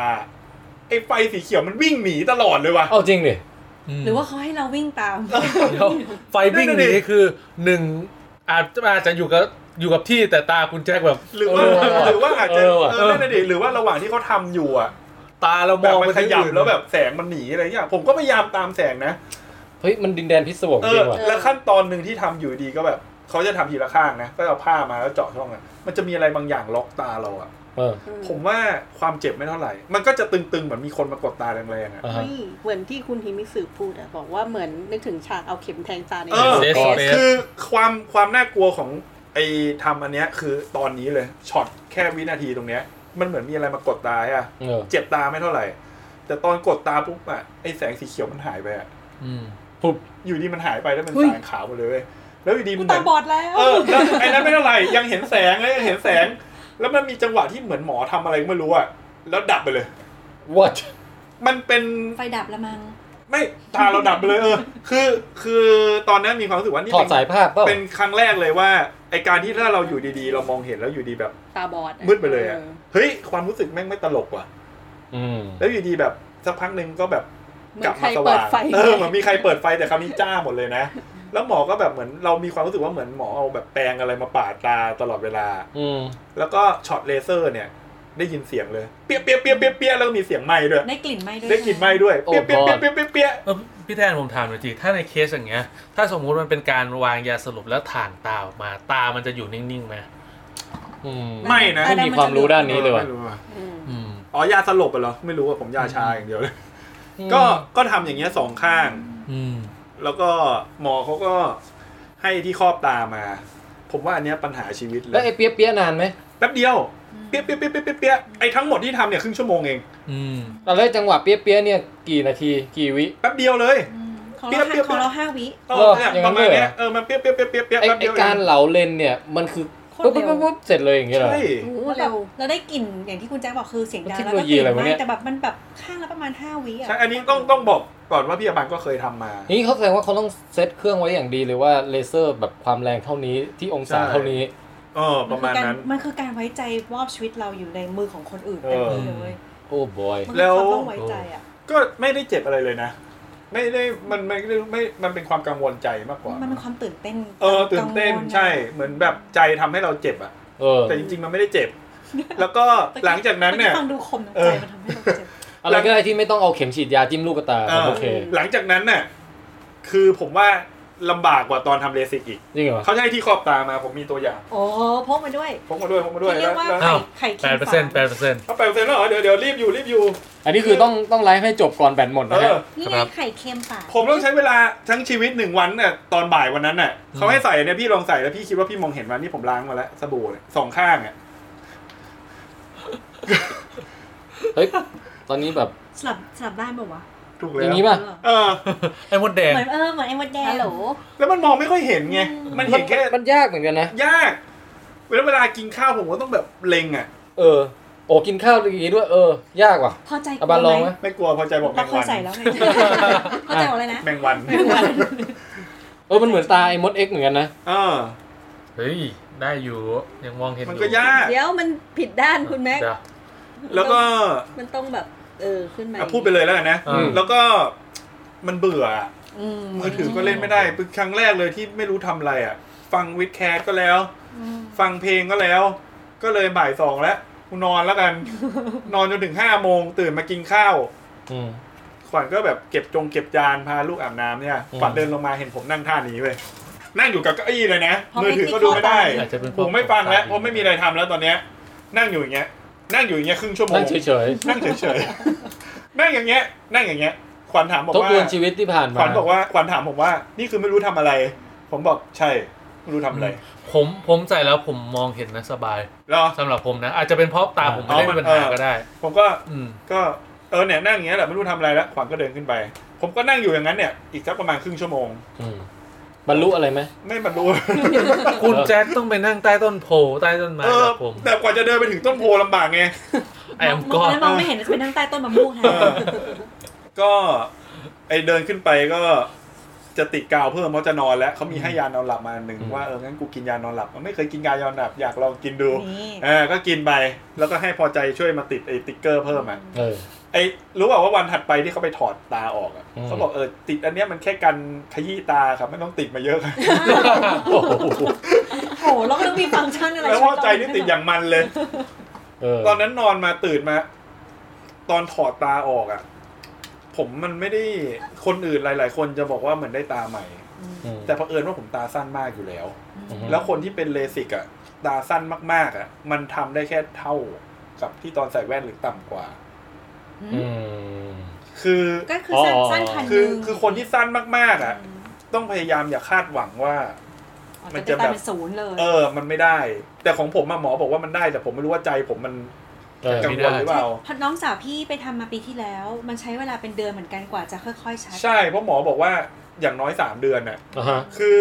C: ไอไฟสีเขียวมันวิ่งหนีตลอดเลยวะ
A: เอาจริงดิ
F: หรือว่าเขาให้เราวิ่งตาม
B: เดี๋ยวไฟวิ่งหนีคือหนึ่งอาจจะอาจจะอยู่กับอยู่กับที่แต่ตาคุณแจ็คแบบ
C: หรือว่า
A: เออว่ะ
C: หรือว่าอาจจะ
A: เออว่ะ
C: เออนั่นนะดิหรือว่าระหว่างที่เขาทำอยู่อ่ะ
B: ตาเราม
C: แบบ
B: อง
C: มัน
B: ไป
C: ข
B: ที่
C: ยับ
B: อื่น
C: แล้วแบบแสงมันหนีอะไรอย่างเงี้ยผมก็พยายามตามแสงนะ
A: เฮ้ยมันดินแดนพิศวง
C: เอ
A: จริ
C: อง
A: ว่ะ
C: แล้วขั้นตอนหนึ่งที่ทำอยู่ดีก็แบบเขาจะทำทีละข้างนะก็เอาผ้ามาแล้วเจาะช่องอ่ะมันจะมีอะไรบางอย่างล็อกตาเราอ่ะ
A: เออ
C: ผมว่าความเจ็บไม่เท่าไหร่ มันก็จะตึงๆเหมือนมีคนมากดตาแรงๆอ่ะ
A: อ่าฮะ
G: เฮ้ยเหมือนที่คุณฮิมิสึพูดอะบอกว่าเหมือนนึกถึงฉากเอาเข็มแทงตาใน
C: เออ
G: เดส
B: เฟส
C: คือความความน่ากลัวของไอ้ทำอันเนี้ยคือตอนนี้เลยช็อตแค่วินาทีตรงเนี้ย มันเหมือนมีอะไรมากดตาอ่ะ
A: เออ
C: เจ็บตาไม่เท่าไหร่ แต่ตอนกดตาปุ๊บอะไอแสงสีเขียวมันหายไปอะ
A: ปุ๊บ
C: อยู่ดีมันหายไปแล้วมัน
B: เฮ้ย
C: สางขาวหมดเลยเว้ยแล้วอยู่ดี
F: กู
C: มัน
F: ตาบอดแล้ว
C: เออแล้วไอ้นั้นไม่เท่าไหร่ยังเห็นแสงเลยยังเห็นแสง แล้วมันมีจังหวะที่เหมือนหมอทำอะไรก็ไม่รู้อะแล้วดับไปเลย
A: วัด
C: มันเป็น
F: ไฟดับละมั้ง
C: ไม่ตาเราดับไปเลยเออคือคือตอนนั้นมีความรู้สึกว่านี่
A: ถอด
C: เป็น
A: สายภาพเปล่า
C: เป็นครั้งแรกเลยว่าไอการที่ถ้าเราอยู่ดีๆ เรามองเห็นแล้วอยู่ดีแบบ
G: ตาบอดอะ
C: มืดไปเลยอะเฮ้ยความรู้สึกแม่งไม่ตลกว่ะ
A: อืม
C: แล้วอยู่ดีแบบสักพักหนึ่งก็แบบ
G: เหมื
C: ก
G: อ
C: ลับ
G: นใคร
C: มาส
G: เ
C: ว่าง
G: ปิดไฟ
C: เออเหมือนมีใครเปิดไฟแต่คราวนี้จ้าหมดเลยนะ แล้วหมอก็แบบเหมือนเรามีความรู้สึกว่าเหมือนหมอเอาแบบแปรงอะไรมาปาดตาตลอดเวลา
A: อืม
C: แล้วก็ช็อตเลเซอร์เนี่ย ได้ยินเสียงเลย เปี้ยเปี้ยเปี้ยเปี้ยเปี้ยแล้วก็มีเสียงไหม้ด้วย
F: ได้กลิ่นไหมด้วย
C: ได้กลิ่นไหม้ด้วย เปี้ยเปี้ยเปี้ยเปี้ยเปี้ยเปี้ย
B: เออพี่แทนผมถามหน่อยจีถ้าในเคสอย่างเงี้ย ถ้าสมมุติมันเป็นการวางยาสลบแล้วถ่านตาออกมา ตามันจะอยู่นิ่งๆไหม
A: อืม
C: ไม่นะ
A: ไม่มีความรู้ด้านนี้เลยว่ะ
C: ไม่รู้อะ
B: อืม
C: อ๋อยาสลบไปเหรอไม่รู้อ่ะผมยาชาอย่างเดียวเลย ก็ก็ทำอย่างเงี้ยสองข้าง
B: อืม
C: แล้วก็หมอเขาก็ให้ที่ครอบตามา ผมว่าอันเนี้ยปัญหาชีวิตเล
A: แล้ว
C: ย
A: ไอ้เปียเปียนานไหม
C: แป๊บเดียว เปี้ยะเปี้ยะเปี้ยะเปี้ยะเปี้ยะไอ้ทั้งหมดที่ทำเนี่ยครึ่งชั่วโมงเอง
B: อืม
A: ตอนแรกจังหวะเปียเปียเนี่ยกี่นาทีกี่วิ
C: แป๊บเดียวเลย
F: ของ
C: เปรี้
F: เรา
C: ยวๆ
F: ห้าของเราห้าวิ
C: เอ
A: เอ
C: อ
A: อ
C: เนี่ย
A: อย่าง
C: ป
A: นั้
C: ระ
A: น
C: มาณ
A: เลยเหรอ
C: เนี้ยเออมันเปี้ยะเปี้ยะเปี้ยะเปี้ยะเปี้ยะ
A: ไอ้
C: แป๊บ
A: ไอ้
C: เดียว
A: การเหลาเลนเนี่ยมันคือ
F: โคตร
A: ปุ๊บ
F: เร็
A: ปุ๊
F: ว
A: บปุ๊บเสร็จเลยอย่างเงี้ยเหรอ
C: ใช่
F: แล้วเราได้กลิ่นอย่างที่คุณแจ็คบอกคือเสียงดัง
A: เทค
F: แล้ว
A: โนโล
F: ก็
A: ยี
F: กลิ่น
A: อะไรวะ
F: ไห
A: เนี่
F: ม
A: ย
F: แต่แบบมันแบบข้างละประมาณห้าวิอ่ะ
C: ใช่ อันนี้ต้องต้องบอกก่อนว่าพี่อบันก็เคยทำมา
A: นี่เขาแสดงว่าเขาต้องเซตเครื่องไว้อย่างดีเลยว่าเลเซอร์แบบความแรงเท่านี้ที่องศา
C: ใช่
A: เท่านี้
C: เออ ประมาณนั้น
F: มันคือการไว้ใจมอบชีวิตเราอยู่ในมือของคนอื่น
C: เอ
F: เต็ม
C: อ
F: ที่เลยเว้ย
A: โอ้บอย
F: มัน
C: แล้ว
F: คือความต้องไว้ใจอ่ะ
C: ก็ไม่ได้เจ็บอะไรเลยนะ ไม่ได้มันไม่ได้ไม่มันเป็นความกังวลใจมากกว่า
F: มันเป็นความตื่นเต้น
C: เออตื่นเต้น
F: กังวลอะ
C: ใช่เหมือนแบบใจทำให้เราเจ็บอะ
A: เออ
C: แต่จริงๆมันไม่ได้เจ็บ แล้วก็หลังจากนั้นเนี่ย
F: มัฟังดูคมน้ำ
C: เอ
F: ใจ
C: อ
F: มันทำให้เราเจ็บ
A: อะไรก็ได้ที่ไม่ต้องเอาเข็มฉีดยาจิ้มลูกตา
C: เออ
A: โอเค
C: หลังจากนั้นเนี่ยคือผมว่าลำบากกว่าตอนทำเลสิกอีก
A: จริงเหรอ
C: เขาจะให้ที่ขอบตามาผมมีตัวอย่าง
F: โอ้พกมาด้วย
C: พกมาด้วยพกมาด้วย
F: ที่เรี
C: แล้
F: ยว กว่า
C: แล้ว
F: ไข่ไข่
B: แปด
F: คิง
B: เปอร์
F: ฟ้า
B: เซ็นต์แปดเปอร์เซ็นต์
C: เอาไปเซ็นแล้วเหรอเดี๋ยวเดี๋ยวรีบอยู่รีบอยู่
A: อันนี้คือต้องต้องไลฟ์ให้จบก่อนแบตหมด
C: เอ
A: นะฮะ
C: อ
F: นี่
B: ค
F: ไง
B: รับ
F: ไข่เค็มฝา
C: ผมต้องใช้เวลาทั้งชีวิตหนึ่งวันน่ะตอนบ่ายวันนั้นน่ะเขาให้ใส่เนี่ยพี่ลองใส่แล้วพี่คิดว่าพี่มองเห็นมันนี่ผมล้างมาแล้วสบู่เนี่ยสองข้างอ่ะ
A: เฮ้ยตอนนี้แบบ
F: สลับสลับด้านเปล่าวะ
C: ถูก
A: อ
C: แล้
A: ย่าว งนี้ป่ะ
C: เออ
B: ไอ้มดแดง
F: เหมือนเออเหมือนไอ้มดแดง
G: ฮัลโหล
C: แล้วมันมองไม่ค่อยเห็นไงมันเห็นแค่
A: มันยากเหมือนกันนะ
C: ยากแล้วเวลากินข้าวผมก็ต้องแบบเล็งอ่ะ
A: เออ โอ้กินข้าวอย่างนี้ด้วย เออ ยากว่ะ
F: พอใจ
A: อาบานลองไหม
C: ไม่กลัวพอใจบอกแม
F: เรา
C: ง
F: เค
C: วั
F: ย
C: น
F: ใส่แล้วไงพอใจหม ดเลยนะ
C: แมงวัน
A: เออ มันเหมือนตาไอ้มดเอ็กซ์เหมือนกันนะ
C: เออ
B: เฮ้ย ได้อยู่ยังมองเห็น
C: มัน
B: อ
C: ก็ยาก
G: เดี๋ยวมันผิดด้านคุณแม็ก
B: เดี๋ยว
C: แล้วก็
G: มันต้องแบบ เออ ขึ้นมา
C: อ่ะพูดไปเลยแล้วกันนะ
B: อืม
C: แล้วก็มันเบื่ออ่ะ
G: อืม
C: มือถือก็เล่นไม่ได้เป็นครั้งแรกเลยที่ไม่รู้ทำอะไรอ่ะ ฟังวิดแคสก็แล้ว ฟังเพลงก็แล้ว ก็เลยบ่ายสองแล้วกูนอนแล้ว กัน นอนจนถึงห้าโมงตื่นมากินข้าว
A: อืม
C: ขวัญก็แบบเก็บจงเก็บจานพาลูกอาบน้ำเนี่ย
A: อืม
C: ขวัญเดินลงมาเห็นผมนั่งท่านี้เว้ยนั่งอยู่กับเก้าอี้เลยนะ
F: เพราะ
C: มือถือก็ดูไม่ได้
B: อาจจะเป็น
C: ผมไม่ฟังแล้วผมไม่มีอะไรทำแล้วตอนเนี้ย นั่งอยู่อย่างเงี้ย นั่งอยู่อย่างเงี้ยครึ่งชั่วโม
A: นั่
C: ง
A: งเฉย
C: นั่งเฉยๆ นั่งอย่างเงี้ย นั่งอย่างเงี้ย ขวัญถามบอก
A: ๆ ทบ
C: ว่า
A: ทวนชีวิตที่ผ่าน
C: ข
A: มา
C: วัญบอกว่า ขวัญถามผมว่า นี่คือไม่รู้ทำอะไร ผมบอกใช่ ไม่รู้ทำอะไร
B: ผมผมใส่แล้วผมมองเห็นนะสบาย
C: เหรอ
B: สำหรับผมนะ อาจจะเป็นเพราะตาผมไม่ได้
C: อ๋อมั
B: มี
C: น
B: ปัญหาก็ได้
C: ผมก็
B: อืม
C: ก็เออเนี่ยนั่งอย่างเงี้ยแหละไม่รู้ทำอะไรแล้ว ขวัญก็เดินขึ้นไป ผมก็นั่งอยู่อย่างนั้นเนี่ย อีกสักประมาณครึ่งชั่วโมง
A: อืม
S: บรรลุอะไรไหม
C: ไม่บรรลุ
D: คุณแจ็คต้องไปนั่งใต้ต้นโพใต้ต้นไม้
C: เออ
D: แบบผม
C: แต่กว่าจะเดินไปถึงต้นโพลำบากไง
D: ไอ้แอมก็
F: แล้วมองไม่เห็นจะไปนั่งใต้ต้นมะม่วงแทน
C: ก็ไอเดินขึ้นไปก็จะติดกาวเพิ่มเพราะจะนอนแล้วเขามีให้ยานอนหลับมาอันหนึ่ง
S: อืม
C: ว่าเอองั้นกูกินยานอนหลับไม่เคยกินยานอนหลับอยากลองกินดู
F: นี่
C: เอ่าก็กินไปแล้วก็ให้พอใจช่วยมาติดไอติ๊กเกอร์เพิ่มอ่ะ
S: เออ
C: ไอรู้เปล่าว่าวันถัดไปที่เขาไปถอดตาออกอ่ะ
S: อืม
C: เขาบอกเออติดอันเนี้ยมันแค่กันขยี้ตาครับไม่ต้องติดมาเยอะ
S: โอ้โห
F: โหแล้วก็ต้องมีฟังก์ชันอะไร
C: แล้วพอใจนี่ติดอย่างมันเลย
S: เออ
C: ตอนนั้นนอนมาตื่นมา ตอนถอดตาออกอ่ะ ผมมันไม่ได้คนอื่นหลาย ๆ คนจะบอกว่าเหมือนได้ตาใหม่
S: อืม
C: แต่เผอิญว่าผมตาสั้นมากอยู่แล้ว
S: อืม
C: แล้วคนที่เป็นเลสิกอะตาสั้นมากๆอะมันทำได้แค่เท่ากับที่ตอนใส่แว่นหรือต่ำกว่า
S: อืม
C: คือ
F: ก็คือสั้น
S: อ๋อ
F: สั้นคันห
C: คือ
F: นึง
C: คือคนที่สั้นมากๆอะต้องพยายามอย่าคาดหวังว่า มันจะ
F: จะ
C: แบบ
F: ตามเป็นศูนย์เลย
C: เออ มันไม่ได้ แต่ของผมอะหมอบอกว่ามันได้ แต่ผมไม่รู้ว่าใจผมมัน
S: เออ
C: กังวลหรือเปล่า
F: พอน้องสาวพี่ไปทำมาปีที่แล้ว มันใช้เวลาเป็นเดือนเหมือนกันกว่าจะค่อยๆชัด
C: ใช่เพราะหมอบอกว่าอย่างน้อยสามเดือนอะ
S: อ่ะฮะ
C: คือ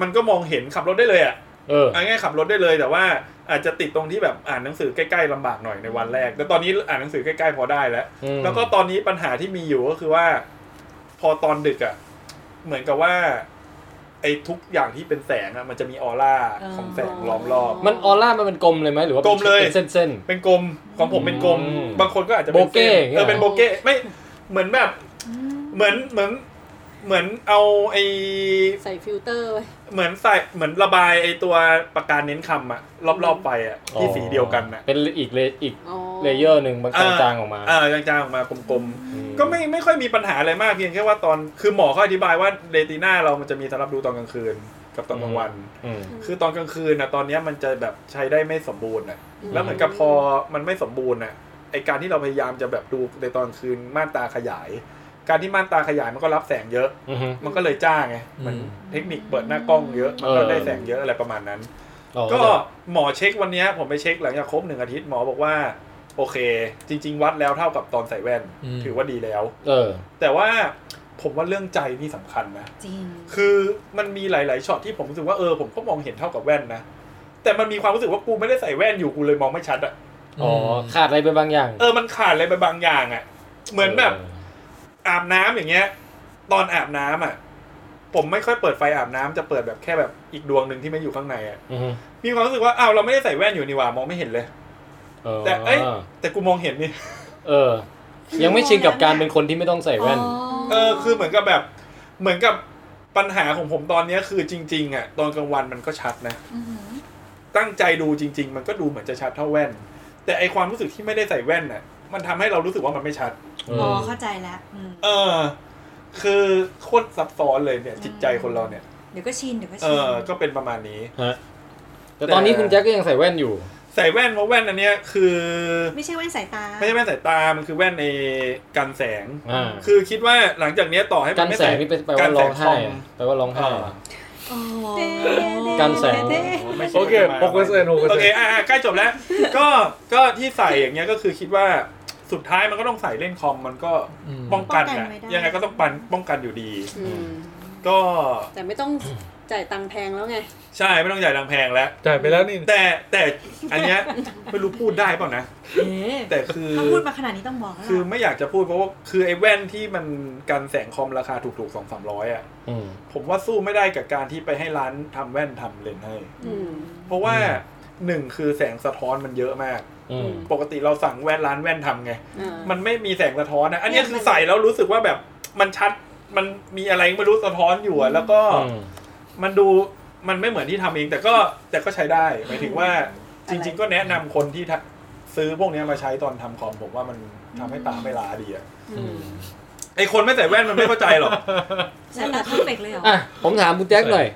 C: มันก็มองเห็นขับรถได้เลยอะ
S: เออ
C: เอาง่ายๆขับรถได้เลย แต่ว่าอาจจะติดตรงที่แบบอ่านหนังสือใกล้ๆลำบากหน่อยในวันแรก แต่ตอนนี้อ่านหนังสือใกล้ๆพอได้แล้ว
S: อืม
C: แล้วก็ตอนนี้ปัญหาที่มีอยู่ก็คือว่า พอตอนดึกอะ่ะ เหมือนกับว่า ไอ้ทุกอย่างที่เป็นแสงอะ่ะ มันจะมีออร่า
F: เออ
C: ของแสงล้อมรอบ
S: มันออร่ามันเป็นกลมเลยไหมหรือว่าป็น
C: กลมเลย
S: เส้นเส้น
C: เป็นกลมของผมเป็นกลม
S: อืม
C: บางคนก็อาจจะป็น
S: โบเก้อย่างเงี้
C: เอย อเป็นโบเก้ไม่เหมือนแบบเหมือนเหมือน เหมือนเอาไอ
L: ใส่ฟิลเตอร์ไว้
C: เหมือนใส่เหมือนระบายไอตัวปากกาเน้นคำอะรอบๆไปอะ
S: ๆ
C: ที่สีเดียวกัน
S: นะ
C: อะ
S: เป็นอีกเลอีก
L: อ๋อ
S: เลเยอร์หนึ่งมันจางๆออกมา
C: เออจางๆออกมากลมๆ
S: อื
C: ก็ไม่ไม่ค่อยมีปัญหาอะไรมากเพียงแค่ว่าตอนคือหมอเขาอธิบายว่าเรติน่าเรามันจะมีสำหรับดูตอนกลางคืน กับตอนกลางวัน
S: อืม
C: คือตอนกลางคืนนะตอนเนี้ยมันจะแบบใช้ได้ไม่สมบูรณ์นะแล้วเหมือนกับพอมันไม่สมบูรณ์นะไอการที่เราพยายามจะแบบดูในตอนคืนม่านตาขยาย การที่ม่านตาขยายมันก็รับแสงเยอะ
S: อือฮึ
C: มันก็เลยจ้าไงเหมัน
S: อืม
C: เทคนิคเปิดหน้ากล้องเยอะมันก็
S: เออ
C: ได้แสงเยอะอะไรประมาณนั้น
S: อ๋อ
C: ก็หมอเช็ควันเนี้ยผมไปเช็คหลังจากครบหนึ่งอาทิตย์หมอบอกว่า โอเค จริง ๆ วัดแล้วเท่ากับตอนใส่แว่น
K: อืม
C: ถือว่าดีแล้ว
S: เออ
C: แต่ว่าผมว่าเรื่องใจนี่สำคัญนะ
F: จริง
C: คือมันมีหลาย ๆช็อตที่ผมรู้สึกว่าเออผมก็มองเห็นเท่ากับแว่นนะ แต่มันมีความรู้สึกว่ากูไม่ได้ใส่แว่นอยู่กูเลยมองไม่ชัดอะ
S: อ๋อขาดอะไรไปบางอย่าง
C: เออมันขาดอะไรไปบางอย่างอะเหมือนแบบอาบน้ำอย่างเงี้ย ตอนอาบน้ำอะผมไม่ค่อยเปิดไฟอาบน้ำจะเปิดแบบแค่แบบอีกดวงหนึ่งที่ไม่อยู่ข้างในอะ
S: อือฮึ
C: มีความรู้สึกว่าอ้าวเราไม่ได้ใส่แว่นอยู่นี่หว่ามองไม่เห็นเลย
S: เออ
C: แต่เอ้ยแต่กูมองเห็นนี่
S: เออ ยังไม่ชินกับการเป็นคนที่ไม่ต้องใส่แว่น
C: เออคือเหมือนกับแบบเหมือนกับปัญหาของผมตอนเนี้ยคือจริง ๆอ่ะตอนกลางวันมันก็ชัดนะ ตั้งใจดูจริง ๆ มันก็ดูเหมือนจะชัดเท่าแว่น แต่ไอความรู้สึกที่ไม่ได้ใส่แว่นน่ะ มันทำให้เรารู้สึกว่ามันไม่ชัด
S: เอ
F: อ๋อ
S: อ
F: เข้าใจแล้วอืม
C: เออ คือโคตรซับซ้อนเลยเนี่ย จิตใจคนเราเนี่ย
F: เดี๋ยวก็ชินเดี๋ยวก็
C: เอ
F: ชิน
C: อ ก็เป็นประมาณนี้
S: ฮะแต่ตอนนี้คุณแจ็คก็ยังใส่แว่นอยู่
C: ใส่แว่นเพราะแว่นอันเนี้ยคือ
F: ไม่ใช่แว่นสายตา
C: ไม่ใช่แว่นสายตา มันคือแว่นในกันแสง
S: อ่า
C: คือคิดว่าหลังจากเนี้ยต่อให้มั
S: กัน น
C: ไม่
S: แส
C: ใส่
S: งนี่แปลว่าร้องไห้อะแปลว่าร้อง
C: เอ
S: ไห้
C: อ
S: อะ
F: เด้
S: การแสง
F: เด้
C: ไม่ใช่
D: โอเค
C: ประมาณ
D: หกเปอร์เซ็นต์หกเปอร์
C: โอ
D: เซ็น
C: เค
D: ต์
C: อ่าอ่าใกล้จ บแล้ว ก็ก็ที่ใส่อย่างเงี้ยก็คือคิดว่าสุดท้ายมันก็ต้องใส่เล่นคอมมันก็ป้องกันนะยังไงก็ต้องปันป้องกันอยู่ดี
L: อืม
C: ก็
L: แต่ไม่ต้องจ่ายตังค์แพงแล้วไง
C: ใช่ไม่ต้องจ่ายตังค์แพงแล้ว
D: จ่ายไปแล้วนี่
C: แต่แต่อันเนี้ยไม่รู้พูดได้เปล่านะ แต่คือ
F: ถ้าพูดมาขนาดนี้ต้องบอกแล้ว
C: คือ
F: ล่ะ
C: ไม่อยากจะพูดเพราะว่าคือไอ้แว่นที่มันกันแสงคอมราคาถูกๆสองสามร้อยอ่ะ
S: อืม
C: ผมว่าสู้ไม่ได้กับการที่ไปให้ร้านทำแว่นทำเลนส์ให้
L: อืม
C: เพราะว่าหนึ่งคือแสงสะท้อนมันเยอะมาก
S: อืม
C: ปกติเราสั่งแว่นร้านแว่นทำไง
L: อ่า
C: มันไม่มีแสงสะท้อนนะ อันเนี้ยคือใส่แล้วรู้สึกว่าแบบมันชัด มันมีอะไรไม่รู้สะท้อนอยู่อะแล้วก็
S: อืม
C: มันดูมันไม่เหมือนที่ทำเอง แต่ก็แต่ก็ใช้ได้หมายถึงว่าจริง ๆ ก็แนะนำคนที่ทะซื้อพวกเนี้ยมาใช้ตอนทำคอมผมว่ามันทำให้ตาไม่ล้าดีอะ
L: อืม
C: ไอคนไม่ใส่แว่นมันไม่เข้าใจหรอก
F: สายตาเพอร์เฟกต์เลยเหรอ
S: อ่ะผมถามคุณแจ็คหน่อย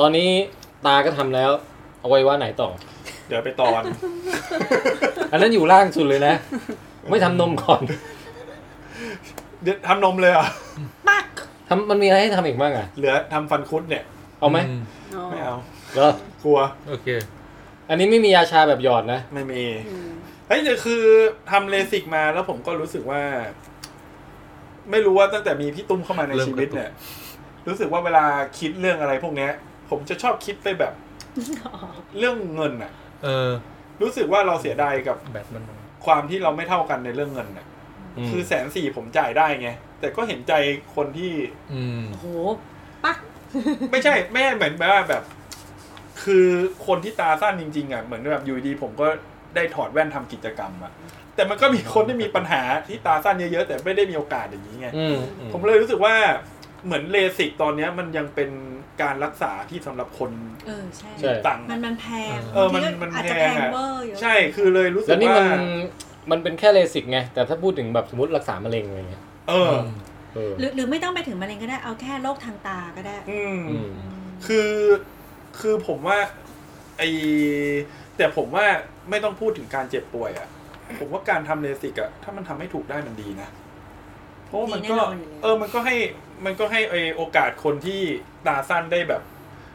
S: ตอนนี้ตาก็ทำแล้ว เอาไว้ว่าไหนต่อ
C: เดี๋ยวไปตอน
S: อันนั้นอยู่ล่างสุดเลยนะ ไม่ทำนมก่อน
C: เดี๋ยวทำนมเลยอ่ะ
F: ปัก
S: ทำมันมีอะไรให้ทำอีกบ้างอ่ะ
C: เหลือทำฟันคุดเนี่ย
S: เอาไหม
L: อ๋อ
C: ไม่เอา
S: เดี๋ยว
C: กลัว
D: โอเค
S: อันนี้ไม่มียาชาแบบหยอดนะ
C: ไม่มี
L: อืม
C: เฮ้ยแต่คือทำเลสิกมาแล้วผมก็รู้สึกว่า ไม่รู้ว่าตั้งแต่มีพี่ตุ้มเข้ามาใน
D: เริ่ม
C: ชีวิตเนี่ย รู้สึกว่าเวลาคิดเรื่องอะไรพวกเนี้ย ผมจะชอบคิดไปแบบ เรื่องเงินอะ
A: เออ
C: รู้สึกว่าเราเสียดายกับ
A: แบตมัน
C: ความที่เราไม่เท่ากันในเรื่องเงินน่ะคือแสนสี่ผมจ่ายได้ไงแต่ก็เห็นใจคนที่
A: อืม
W: โอ้โห
C: ไม่ใช่ไม่ใช่เหมือนแบบว่าแบบ คือคนที่ตาสั้นจริงๆอ่ะเหมือนแบบอยู่ดีผมก็ได้ถอดแว่นทำกิจกรรมอ่ะแต่มันก็มีคนที่มีปัญหาที่ตาสั้นเยอะๆแต่ไม่ได้มีโอกาสอย่างนี้ไง
A: อืม
C: ผมเลยรู้สึกว่าเหมือนเลสิกตอนเนี้ยมันยังเป็นการรักษาที่สำหรับคน
F: เออใช่
A: ใช่
C: ต่าง
F: มันมันแพง
C: เออมันมัน
F: อาจจะ
C: แพ
F: แพ
C: ง
F: ง
C: อะ
F: เวอร์อยู่
C: ใช่คือเลยรู้สึ
A: แล้
C: ก
A: วนี่มั
C: ว่าน
A: มันเป็นแค่เลสิกไงแต่ถ้าพูดถึงแบบสมมติรักษามะเร็งอะไรเงี้ย
C: เออ
A: เออ
F: หรือหรือไม่ต้องไปถึงมะเร็งก็ได้เอาแค่โรคทางตาก็ได้
C: อืม
A: อืม
C: คือคือผมว่าไอแต่ผมว่าไม่ต้องพูดถึงการเจ็บป่วยอะ่ะ ผมว่าการทำเลสิกอะ่ะถ้ามันทำให้ถูกได้มันดีนะ เพราะว่ามันก็
F: ดีแน่นอนอยู่แล้ว
C: เออมันก็ให้มันก็ให้ไอโอกาสคนที่ตาสั้นได้แบบ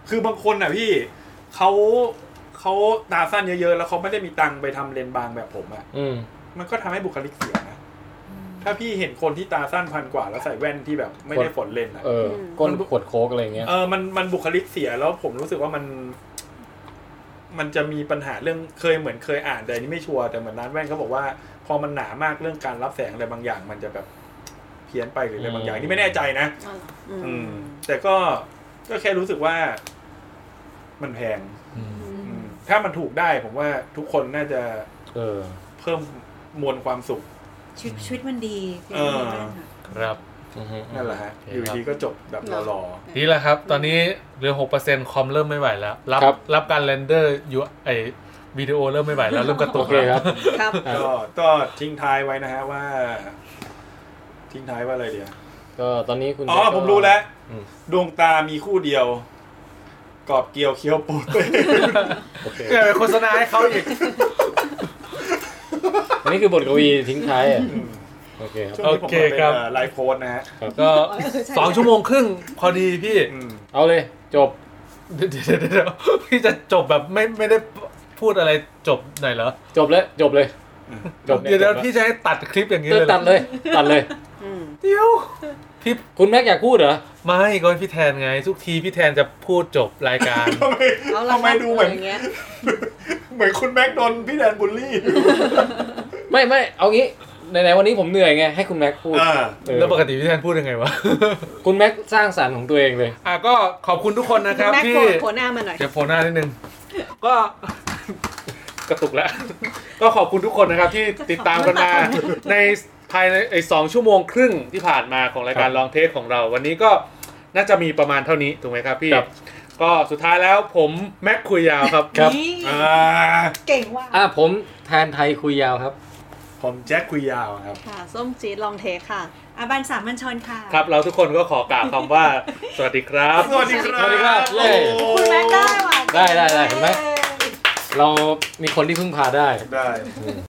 C: คือบางคนอ่ะพี่เขาเขาตาสั้นเยอะๆ แล้วเขาไม่ได้มีตังค์ไปทำเลนส์บางแบบผมอ่ะ
A: อืม
C: มันก็ทำให้บุคลิกเสียนะถ้าพี่เห็นคนที่ตาสั้นพันกว่า แล้วใส่แว่นที่แบบไม่ได้ฝนเลนส์อ่ะ
A: เออก้นขวดโค้กอะไรเงี้ย
C: เออ มัน มันบุคลิกเสียแล้วผมรู้สึกว่ามัน มันจะมีปัญหาเรื่องเคยเหมือนเคยอ่านแต่อันนี้ไม่ชัวร์แต่เหมือนร้านแว่นเขาบอกว่า พอมันหนามากเรื่องการรับแสงอะไรบางอย่าง มันจะแบบเพี้ยนไปหรืออะไรบางอย่าง
A: อืม
C: นี่ไม่แน่ใจนะ อืม แต่ก็ ก็แค่รู้สึกว่า มันแพงอืมถ้ามันถูกได้ผมว่าทุกคนน่าจะ
A: เออ
C: เพิ่มมวลความสุข
F: ชีวิตชีวิตมันดี
C: เออ
B: ครับ
A: อือฮึ
C: นั่นแหละฮะ อยู่ดีก็จบแบบหล่อ
B: นี่แหละครับ ตอนนี้เหลือหกเปอร์เซ็นต์คอมเริ่มไม่ไหวแล้ว รับ
A: ครับ
B: รับการเรนเดอร์ยูไอวิดีโอเริ่มไม่ไหวแล้วเริ่มกระตุ
A: โอกเคครับ
G: ครับ
C: ๆก็ก็ทิ้งท้ายไว้นะฮะว่า ทิ้งท้ายว่าอะไรเดียว
A: ก็ตอนนี้คุณ
C: อ๋อ
A: เจก็
C: ผมรู้แล้ว
A: อืม
C: ดวงตามีคู่เดียว กอบเกลียวเคี้ยวปูด
A: โอเค
B: เดี๋ยวไปโฆษณาให้เขาอีก
A: อันนี้คือบทกวีทิ้งท้ายอ่ะโอเคครับ
C: ช่วงนี้ผมมาเป็น
B: ครับ
C: เอ่อไลฟ์โค้ดนะฮะ
B: ก็สองชั่วโมงครึ่งพอดีพี่
C: อืม
A: เอาเลยจบ
B: เดี๋ยวเดี๋ยวเดี๋ยวพี่จะจบแบบไม่ไม่ได้พูดอะไรจบหน่อยเหรอ
A: จบเลยจบเลยจบ
B: เดี๋ยวเดี๋ยว
A: จบ
B: พี่จะให้ตัดคลิปอย่างนี้
A: เอ
B: เล
A: อย
B: เหร
A: ตั
B: อ
A: ดเลย ตัดเลย
B: เดี๋ยวพี่
A: คุณแม็กอยากพูดเหรอ
B: ไม่ก็พี่แทนไง ทุกทีพี่แทนจะพูดจบรายการ
C: ทำไมทำไมดูเหมือน
G: เงี้ย
C: เหมือนคุณแม็กโดนพี่แดนบูลลี่
A: ไม่ไม่เอางี้ไหนๆวันนี้ผมเหนื่อยไงให้คุณแม็กพูด
C: อ่า
A: เออ
B: แล้วปกติพี่แทนพูดยังไงวะ
A: คุณแม็กสร้างสรรค์ของตัวเองเลย
B: อ่ะก็ขอบคุณทุกคนนะครับ
G: แม็ก
B: ที่
G: โผล่โผล่หน้ามาหน่อย
B: เดี๋ยวโฟนหน้านิดนึง ก็ กระตุกแล้ว ก็ขอบคุณทุกคนนะครับที่ติดตามกันมาในภายในไอ้สองชั่วโมงครึ่งที่ผ่านมาของรายการลองเทสของเรา วันนี้ก็น่าจะมีประมาณเท่านี้ถูกไหมครับพี่
A: ครับ
B: ก็สุดท้ายแล้วผมแม็กคุยยาวครับ
C: อ่า
G: เก่งว่ะ
A: อ่ะผมแทนไทยคุยยาวครับ
C: ผมแจ็คคุยยาวครับ
X: ค่ะ ส้มจี๊ดลองเทคค่ะ
F: อาบันสามัญชนค่ะ
B: ครับ เราทุกคนก็ขอกล่าวคำว่า สวัสดีครับ
C: สวัสดีค
A: สวัสดีครั
C: รับบ
A: เย้
C: โอ้
G: คุณแม็กได้ว่ะ
A: ได้ได้ได้เห็นไหมเรามีคนที่พึ่งพาได้
C: ได้